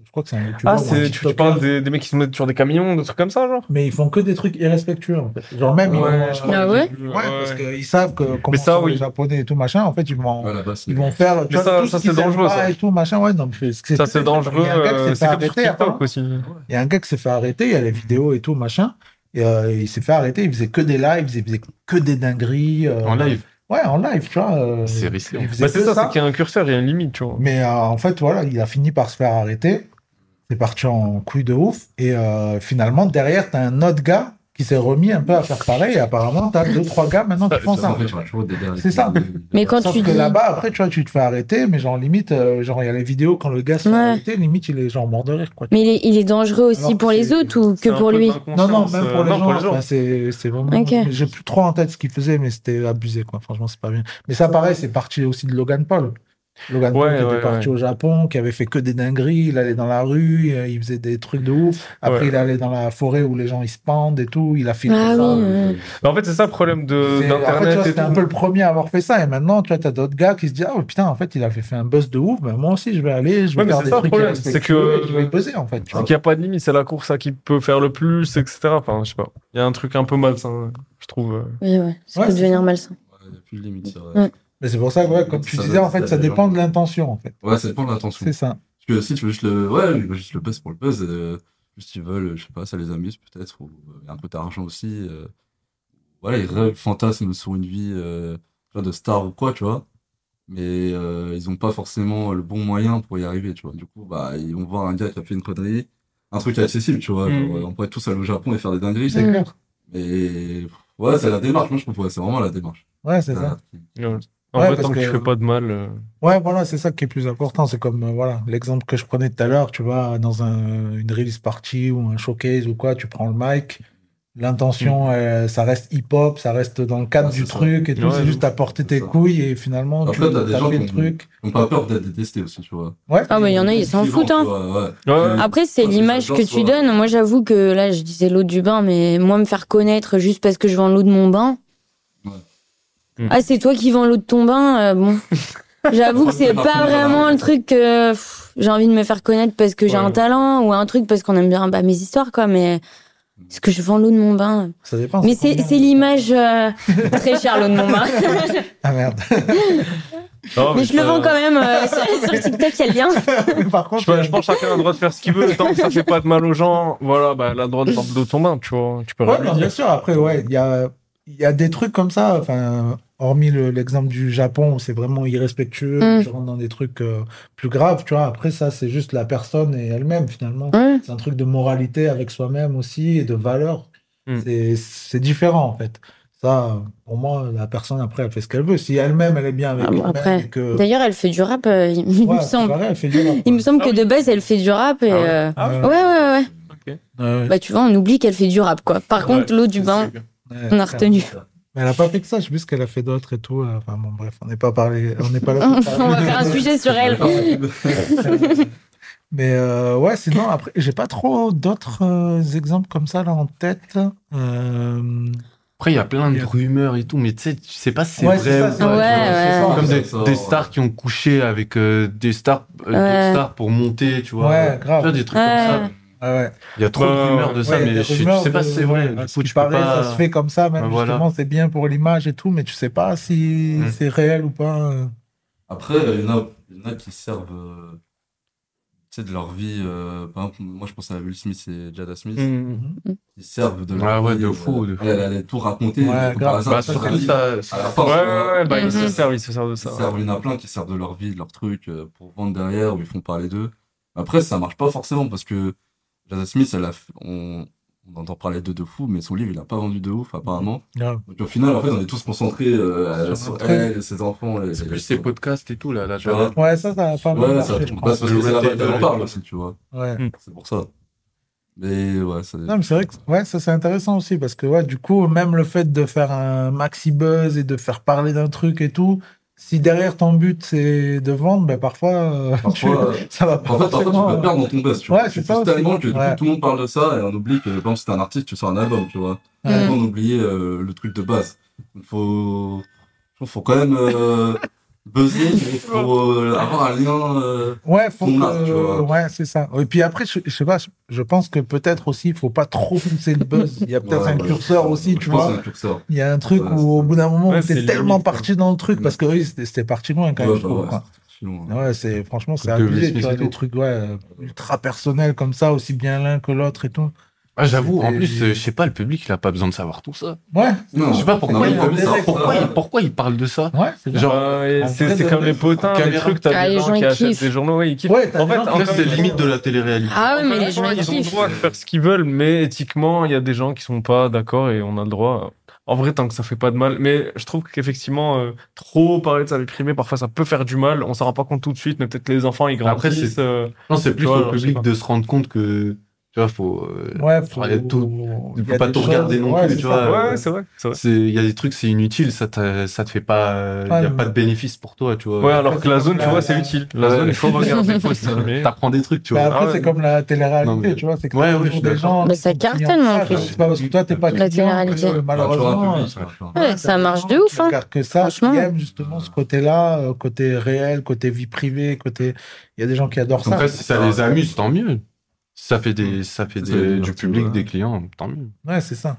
S1: je crois que c'est un youtubeur.
S2: Ah,
S1: ou un
S2: c'est tu, tu parles des, des mecs qui se mettent sur des camions, des trucs comme ça, genre
S1: Mais ils font que des trucs irrespectueux, en fait. Genre même, ils vont- je crois Ah que- ouais ouais, parce qu'ils savent que comment
S2: ça,
S1: sont
S2: oui.
S1: les Japonais et tout machin, en fait, ils vont,
S7: ils
S1: vont faire. tu
S2: Mais
S1: vois,
S2: ça-
S1: tout
S2: ça,
S1: ce qu'ils
S2: c'est
S1: aiment
S2: dangereux,
S1: pas
S2: ça.
S1: Et tout machin, ouais, non, mais c'est-
S2: Ça, c'est dangereux.
S1: Il y a un gars qui s'est fait
S2: euh, C'est comme sur
S1: arrêter après.
S2: TikTok aussi.
S1: Il y a un gars qui s'est fait arrêter, il y a les vidéos et tout machin, et euh, il s'est fait arrêter, il faisait que des lives, il faisait que des dingueries. euh,
S2: En live
S1: Ouais, en live, tu vois. euh,
S2: C'est risqué.
S1: il faisait
S2: Bah, c'est
S1: que
S2: ça,
S1: ça.
S2: c'est qu'il y a un curseur, il y a une limite, tu vois.
S1: Mais euh, en fait, voilà, il a fini par se faire arrêter. C'est parti en couille de ouf. Et euh, finalement, derrière, t'as un autre gars qui s'est remis un peu à faire pareil. Et apparemment, t'as deux, trois gars maintenant qui font ça.
S7: En fait, tu vas toujours des derniers.
S1: C'est ça.
S19: Mais quand
S1: Sauf
S19: tu
S1: que
S19: dis-
S1: là-bas, après, tu vois, tu te fais arrêter, mais genre, limite, euh, genre, il y a les vidéos quand le gars se fait arrêter, limite, il est genre mort de rire, quoi.
S19: Mais il est, il est dangereux aussi
S1: Alors que
S19: pour les autres ou que
S1: C'est un
S19: pour
S1: peu
S19: lui
S1: Non, non, même
S2: euh,
S1: pour les gens. enfin, c'est c'est vraiment.
S19: Ok.
S1: J'ai plus trop en tête ce qu'il faisait, mais c'était abusé, quoi. Franchement, c'est pas bien. Mais ça, pareil, c'est parti aussi de Logan Paul. Logan
S2: Ouais,
S1: Paul qui
S2: ouais,
S1: était parti
S2: ouais.
S1: au Japon, qui avait fait que des dingueries, il allait dans la rue, euh, il faisait des trucs de ouf. Après,
S2: Ouais.
S1: il allait dans la forêt où les gens ils se pendent et tout, il a filmé
S19: Ah
S1: ça.
S19: oui, ouais.
S2: Mais Bah, en fait, c'est ça le problème de-
S1: C'est- En fait, tu
S2: d'Internet
S1: vois,
S2: et
S1: c'était un
S2: tout.
S1: peu le premier à avoir fait ça. Et maintenant, tu vois, t'as d'autres gars qui se disent Ah ouais, putain, en fait, il a fait, fait un buzz de ouf, ben, moi aussi, je vais aller, je vais
S2: Ouais, mais
S1: faire
S2: c'est
S1: des
S2: ça le
S1: trucs
S2: problème,
S1: irrespectueux
S2: c'est que Ah.
S1: et je vais buzzer, en fait. tu
S2: c'est
S1: vois.
S2: qu'il n'y a pas de limite, c'est la course à qui peut faire le plus, etc. Enfin, je sais pas. Il y a un truc un peu malsain, je trouve. euh.
S19: Oui, ouais. Ça
S1: Ouais,
S19: peut
S1: c'est
S19: devenir malsain.
S7: Plus de limite. ouais.
S19: Mm.
S1: Mais c'est pour ça que, ouais, comme tu
S7: Ça
S1: disais,
S7: doit-
S1: en fait,
S7: ça
S1: ça
S7: doit-
S1: dépend de l'intention, en fait.
S7: Ouais, ça dépend de l'intention.
S1: C'est ça.
S7: Parce que si tu veux juste le, ouais, ils veulent juste le buzz pour le buzz, euh, juste ils veulent, je sais pas, ça les amuse peut-être, ou euh, un peu d'argent aussi. euh, voilà, ils rêvent, fantasment sur une vie euh, genre de star ou quoi, tu vois. Mais euh, ils ont pas forcément le bon moyen pour y arriver, tu vois. Du coup, bah, ils vont voir un gars qui a fait une connerie, un truc accessible, tu vois.
S2: Mm.
S7: genre, euh, on pourrait tous aller au Japon et faire des dingueries,
S1: C'est clair.
S7: Mais ouais, c'est la démarche, moi je trouve, ouais, c'est vraiment la démarche.
S1: Ouais, c'est ça.
S2: Ouais. En
S1: Ouais,
S2: vrai,
S1: parce
S2: tant que,
S1: que-
S2: tu fais pas de mal. euh,
S1: Ouais, voilà, c'est ça qui est plus important. C'est comme euh, voilà l'exemple que je prenais tout à l'heure, tu vois, dans un, une release party ou un showcase ou quoi, tu prends le mic, l'intention,
S2: Mm.
S1: euh, ça reste hip-hop, ça reste dans le cadre du truc et tout.
S7: Ouais,
S1: C'est
S7: de
S1: juste apporter tes couilles et finalement, tu
S7: Après, t'as des
S1: as
S7: gens
S1: fait
S7: qui
S1: le
S7: ont,
S1: truc.
S7: qui ont pas peur d'être détestés aussi, tu vois.
S1: Ouais.
S19: Ah, mais il y en a, ils s'en
S7: Suivant,
S19: foutent, hein.
S7: tu vois, ouais.
S19: Après, c'est
S7: Parce que
S19: l'image
S7: ça
S19: que
S7: danse,
S19: tu
S7: ouais.
S19: donnes. Moi, j'avoue que là, je disais l'eau du bain, mais moi, me faire connaître juste parce que je vends l'eau de mon bain.
S2: Ouais.
S19: Ah, c'est toi qui vends l'eau de ton bain. euh, bon, j'avoue que c'est pas
S7: euh,
S19: vraiment le truc que pff, j'ai envie de me faire connaître parce que j'ai un talent ou un truc parce qu'on aime bien bah, mes histoires, quoi. Mais est-ce que je vends l'eau de mon bain
S1: Ça dépend.
S19: Mais c'est c'est l'image euh, très chère, l'eau de mon bain.
S1: Ah merde.
S2: Non,
S19: mais je le
S2: ça-
S19: vends quand même euh, sur, sur TikTok, il y a le lien.
S1: Par contre,
S2: je, pense- je pense que chacun a le droit de faire ce qu'il veut, tant que ça fait pas de mal aux gens. Voilà, bah, elle a le droit de faire de l'eau de son bain, tu vois. Tu peux
S1: Ouais,
S2: rien
S1: non,
S2: lui
S1: bien
S2: dire.
S1: sûr. Après, ouais, il y a, il y a des trucs comme ça. Enfin, hormis le- l'exemple du Japon où c'est vraiment irrespectueux,
S19: Mm.
S1: tu rentres dans des trucs euh, plus graves, tu vois. Après, ça, c'est juste la personne et elle-même, finalement.
S19: Mm.
S1: C'est un truc de moralité avec soi-même aussi et de valeur. C'est- C'est différent, en fait. Ça, pour moi, la personne, après, elle fait ce qu'elle veut. Si elle-même, elle est bien avec
S19: Ah bon,
S1: elle-même
S19: après,
S1: et que.
S19: d'ailleurs, elle fait du rap, euh, il il
S1: Ouais,
S19: me
S1: c'est
S19: semble.
S1: pareil, elle fait du rap.
S19: Il me semble que de base, elle fait du rap. Et,
S1: Ah ouais
S19: euh,
S1: Ah ouais
S19: ouais, ouais, ouais.
S1: Ah ouais.
S19: Bah, tu vois, on oublie qu'elle fait du rap, quoi. Par contre, l'eau du bain,
S1: Ouais,
S19: on a
S1: c'est
S19: retenu.
S1: ça. Mais elle a pas fait que ça, je sais plus ce qu'elle a fait d'autre et tout. euh, Enfin bon, bref, on n'est pas parlé, on n'est pas là.
S19: on
S1: pour parler.
S19: va faire un sujet sur elle.
S1: Mais euh, ouais, sinon après, j'ai pas trop d'autres euh, exemples comme ça là en tête. Euh,
S6: Après, il y a plein de rumeurs et tout, mais tu sais, tu sais pas si c'est
S1: Ouais, c'est
S6: vrai
S1: ça,
S6: ou
S1: c'est
S6: pas,
S19: vrai,
S6: tu vois.
S19: ouais,
S6: C'est
S19: ouais.
S6: Comme des,
S7: Ça sort,
S6: des
S7: ouais.
S6: stars qui ont couché avec euh, des stars, euh, d'autres
S19: Ouais.
S6: stars pour monter, tu vois.
S1: Ouais, grave.
S6: Tu vois, des trucs comme
S19: Ouais.
S6: ça.
S1: ah ouais.
S6: Il y a trop
S2: Ouais,
S7: Bah,
S6: de rumeurs de ça,
S1: Ouais, il y a
S6: mais
S1: des
S6: je, je
S1: rumeurs
S6: sais pas
S1: de-
S6: si c'est vrai.
S1: à
S6: Du
S1: ce
S6: coup,
S1: qui
S6: tu peux
S1: paraît,
S6: pas...
S1: ça se fait comme ça, même
S6: Bah, voilà.
S1: justement, c'est bien pour l'image et tout, mais tu sais pas si
S6: Mm.
S1: c'est réel ou pas. euh.
S7: Après, euh, il y en a, il y en a qui servent euh, tu sais, de leur vie. euh, par exemple, moi, je pense à Will Smith et Jada Smith.
S1: Mmh,
S2: Mhm.
S7: Ils servent de leur
S6: Ah ouais,
S7: vie.
S6: de
S7: euh,
S6: fou, de fou.
S7: Elle, elle allait tout raconter.
S1: Ouais,
S7: euh,
S1: grave.
S7: par hasard,
S6: Bah,
S7: ça,
S6: surtout,
S7: c'est-
S6: ça-
S7: à la force,
S2: Ouais,
S7: euh,
S2: ouais, ouais, bah, ils se
S7: euh,
S2: servent, ils se servent de ça.
S7: ils servent- Il y en a plein qui servent de leur vie, de leur truc, euh, pour vendre derrière, ou ils font parler d'eux. Après, ça marche pas forcément, parce que Jada Smith, elle a fait- on, on entend parler d'eux de fou, mais son livre, il a pas vendu de ouf, apparemment.
S1: Mmh. Grave.
S7: Donc au final, en fait, on est tous concentrés euh,
S6: Sur
S7: sur
S6: notre
S7: elle, ses enfants. et-
S6: C'est
S7: et-
S6: plus ces podcasts et tout, là. là tu
S7: Ouais.
S6: vois.
S1: Ouais, ça, ça a pas mal
S7: Ouais, ça,
S1: marché, je
S7: bah,
S1: crois.
S7: c'est parce que c'est là-bas qu'elle en
S6: Ouais.
S7: parle aussi, tu vois.
S1: Ouais.
S7: C'est pour ça. Mais ouais, ça.
S1: Non, mais c'est vrai que ouais, ça c'est intéressant aussi parce que ouais, du coup, même le fait de faire un maxi buzz et de faire parler d'un truc et tout, si derrière ton but c'est de vendre, ben parfois, euh, tu-
S7: Parfois,
S1: ça va pas
S7: En fait, parfois, tu
S1: forcément,
S7: peux
S1: euh,
S7: perdre dans ton buzz, tu vois.
S1: Ouais,
S7: Tu
S1: c'est ça
S7: pousses
S1: aussi.
S7: tellement que du coup,
S1: Ouais.
S7: tout le monde parle de ça et on oublie que, bon, si t'es un artiste, tu sors un album, tu vois.
S1: Ouais.
S7: On oublie euh, le truc de base. Il faut. je trouve, Faut quand même euh, buzzer, mais faut euh, avoir un lien. euh,
S1: Ouais, faut
S7: qu'on a, tu
S1: que...
S7: vois.
S1: ouais, c'est ça. Et puis après, je, je sais pas, je- je pense que peut-être aussi, il faut pas trop pousser le buzz. Il y a peut-être
S7: Ouais,
S1: un
S7: ouais.
S1: curseur aussi, tu
S7: Je pense
S1: vois.
S7: que c'est un curseur.
S1: Il y a un truc
S7: Ouais,
S1: où, au bout d'un moment,
S2: Ouais,
S1: on était
S2: c'est
S1: tellement
S2: limite,
S1: parti dans le truc parce que oui, c'était c'était parti loin quand même.
S7: Ouais,
S1: je
S7: bah
S1: trouve,
S7: ouais,
S1: quoi.
S7: c'est long, hein.
S1: Ouais, c'est franchement, c'est
S6: Truc de Will
S1: abusé, tu
S6: Smith
S1: vois,
S6: et
S1: des
S6: tout.
S1: trucs ouais, euh, ultra personnels comme ça, aussi bien l'un que l'autre et tout.
S6: Ah, j'avoue, en
S1: C'était-
S6: plus, euh, je sais pas, le public, il a pas besoin de savoir tout ça.
S1: Ouais.
S7: Non,
S6: Je sais pas pourquoi,
S7: non,
S6: il,
S7: mais comme ça,
S6: pourquoi,
S7: ouais.
S6: il- pourquoi il parle de ça.
S1: Ouais, c'est
S6: Genre,
S2: Ouais,
S6: en
S2: c'est
S6: vrai,
S2: c'est
S6: de-
S2: comme les
S6: de-
S2: potins, les
S6: caméra.
S2: trucs, t'as
S19: Ah,
S2: des
S19: les
S2: gens
S19: gens,
S2: qui
S19: ils
S2: achètent
S19: kiffent.
S2: des journaux, ouais, ils kiffent.
S1: Ouais, t'as
S2: En
S1: des
S2: fait,
S1: gens qui
S2: en
S6: Là,
S2: fait,
S6: c'est limite de la télé-réalité.
S19: Ah ouais, mais
S2: Encore
S19: les
S2: une
S19: gens
S2: fois,
S19: ils
S2: ils ont le
S19: kiffent.
S2: droit de faire ce qu'ils veulent, mais éthiquement, il y a des gens qui sont pas d'accord et on a le droit. En vrai, tant que ça fait pas de mal. Mais je trouve qu'effectivement, euh, trop parler de ça l'exprimer, parfois ça peut faire du mal. On s'en rend pas compte tout de suite, mais peut-être que les enfants, ils
S6: Après,
S2: grandissent. euh,
S6: Non, c'est plus
S2: tu vois,
S6: au
S2: genre, je sais
S6: public
S2: pas.
S6: de se rendre compte que Tu vois, faut. euh,
S1: Ouais,
S6: genre, y a tout-
S1: il
S6: Tu
S1: y
S6: peux
S1: a
S6: pas
S1: des
S6: tout
S1: choses-
S6: regarder non
S1: ouais,
S6: plus,
S1: c'est
S6: tu
S1: ça.
S6: vois.
S1: Ouais, ouais, c'est vrai, c'est vrai.
S6: Il y a des trucs, c'est inutile, ça te, ça te fait pas. Il
S2: Ouais,
S6: n'y a
S2: mais-
S6: pas de bénéfice pour toi, tu vois.
S2: Ouais, alors que la zone, tu vois, c'est utile. La
S6: Ouais.
S2: zone, il faut regarder, il faut Ah se
S6: Ouais. T'apprends des trucs, tu
S1: Bah,
S6: vois.
S1: après, c'est comme la
S6: Non,
S1: télé-réalité,
S6: mais-
S1: tu vois. C'est que
S6: Ouais,
S1: t'as
S6: ouais,
S1: toujours
S6: je suis
S1: des
S6: d'accord.
S1: gens.
S19: Bah,
S1: qui
S19: ça
S1: sont clients de
S19: cartonne, en
S1: ça,
S19: plus.
S1: C'est pas parce que toi, t'es pas
S19: La
S1: client que,
S19: télé-réalité.
S1: euh, malheureusement.
S19: Ouais, ça marche de ouf. hein.
S1: Car que ça, qui aiment justement ce côté-là, euh, côté réel, côté vie privée, côté. Il y a des gens qui adorent ça.
S6: Après, si ça les amuse, tant mieux. Si ça fait, des, ça fait
S1: Ah, Ça
S6: des-
S1: les
S6: du
S1: divertit,
S6: public,
S1: ouais.
S6: des clients, tant mieux.
S1: Ouais, c'est ça.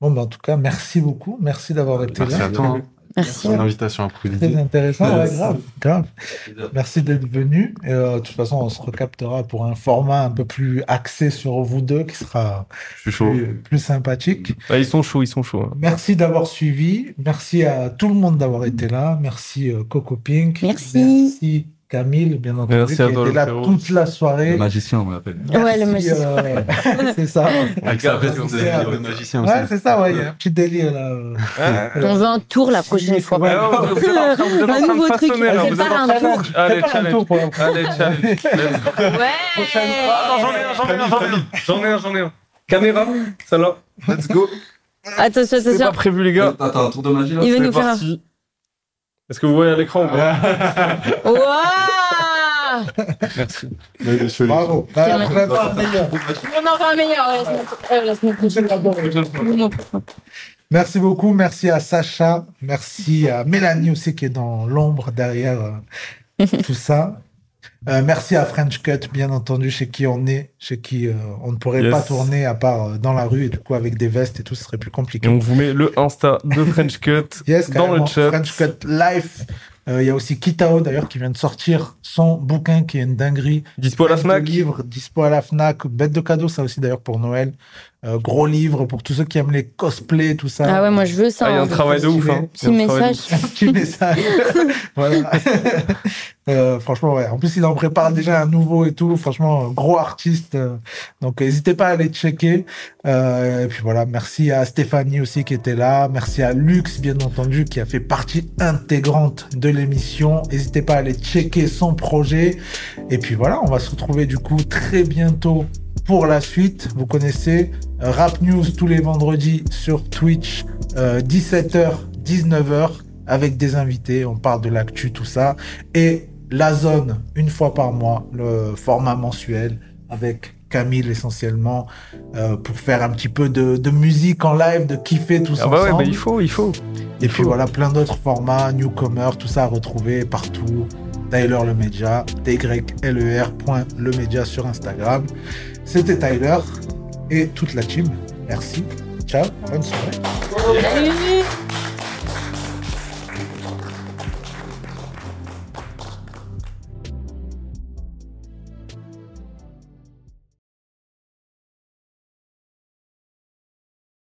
S1: Bon, bah, en tout cas, merci beaucoup. Merci d'avoir été
S6: Merci
S1: là.
S6: à toi. hein.
S1: Merci.
S6: Pour l'invitation à
S1: Très intéressant, ouais,
S6: Merci.
S1: grave, grave. Merci d'être venu. Et, euh, de toute façon, on se recaptera pour un format un peu plus axé sur vous deux qui sera plus, plus sympathique.
S2: Ah, ils sont chauds, ils sont chauds. hein.
S1: Merci d'avoir suivi. Merci à tout le monde d'avoir été là. Merci euh, Coco Pink. Merci. Camille, bien entendu,
S2: Merci
S1: qui
S2: à
S1: a
S2: toi,
S1: été
S2: le
S1: là
S2: frérot.
S1: toute la soirée.
S7: Le magicien, on l'appelle.
S19: Ouais, le
S1: Merci,
S19: magicien.
S1: euh, c'est ça.
S6: Avec sa veste, vous avez dit, ouais, le magicien aussi.
S1: Ouais, c'est ça, ouais. Il y a un petit délire là. euh.
S19: On veut un tour la prochaine fois.
S1: vous êtes en train- vous êtes en train
S19: Un
S1: de
S19: nouveau truc.
S1: façonner, là,
S19: On
S1: vous êtes
S19: prépare
S1: en
S19: un
S1: train
S19: tour.
S1: de- Allez, challenge.
S2: Allez, challenge.
S19: Ouais.
S2: Attends, j'en ai un, j'en ai un, j'en ai un. J'en ai un, j'en ai un. Caméra, celle-là. Let's go.
S19: Attention,
S2: C'est
S19: attention.
S2: pas prévu, les gars.
S7: Attends, un tour de magie là.
S19: Il veut
S2: C'est
S19: nous faire un.
S2: parti. Est-ce que vous voyez à l'écran ou pas
S19: Ouah
S2: Merci.
S1: Bravo.
S19: Tiens, la- On en fait un meilleur euh, la semaine- euh, la semaine prochaine. Non.
S1: Merci beaucoup. Merci à Sacha. Merci à Mélanie aussi qui est dans l'ombre derrière euh, tout ça. Euh, merci à French Cut, bien entendu, chez qui on est, chez qui euh, on ne pourrait
S2: Yes.
S1: pas tourner à part euh, dans la rue et du coup avec des vestes et tout, ce serait plus compliqué.
S2: Et on vous met le Insta de French Cut
S1: Yes,
S2: dans le
S1: carrément.
S2: chat.
S1: French Cut Life. Euh, Il y a aussi Kitao d'ailleurs qui vient de sortir son bouquin qui est une dinguerie.
S2: Dispo à la Fnac.
S1: Livre, dispo à la Fnac. Bête de cadeau, ça aussi d'ailleurs pour Noël. Euh, gros livre pour tous ceux qui aiment les cosplays, tout ça.
S19: Ah ouais, moi je veux ça.
S1: Ah, il y a un
S19: hein.
S1: travail de ouf, hein.
S19: Petit
S1: Il y a un travail
S19: message.
S1: de Petit message. voilà. Euh, franchement, ouais. En plus, il en prépare déjà un nouveau et tout. Franchement, gros artiste. Euh, Donc, n'hésitez pas à aller checker. Euh, et puis voilà, merci à Stéphanie aussi qui était là. Merci à Lux, bien entendu, qui a fait partie intégrante de l'émission. N'hésitez pas à aller checker son projet. Et puis voilà, on va se retrouver du coup très bientôt pour la suite. Vous connaissez euh, Rap News tous les vendredis sur Twitch, euh, 17h, 19h, avec des invités. On parle de l'actu, tout ça. Et La Zone, une fois par mois, le format mensuel avec Camille essentiellement euh, pour faire un petit peu de, de musique en live, de kiffer tous
S2: Ah bah ouais,
S1: ensemble.
S2: bah il faut, il faut.
S1: Et puis voilà, plein d'autres formats, newcomer, tout ça à retrouver partout. Tyler Le Média, E tyler.lemédia sur Instagram. C'était Tyler et toute la team. Merci. Ciao. Bonne soirée.
S19: Salut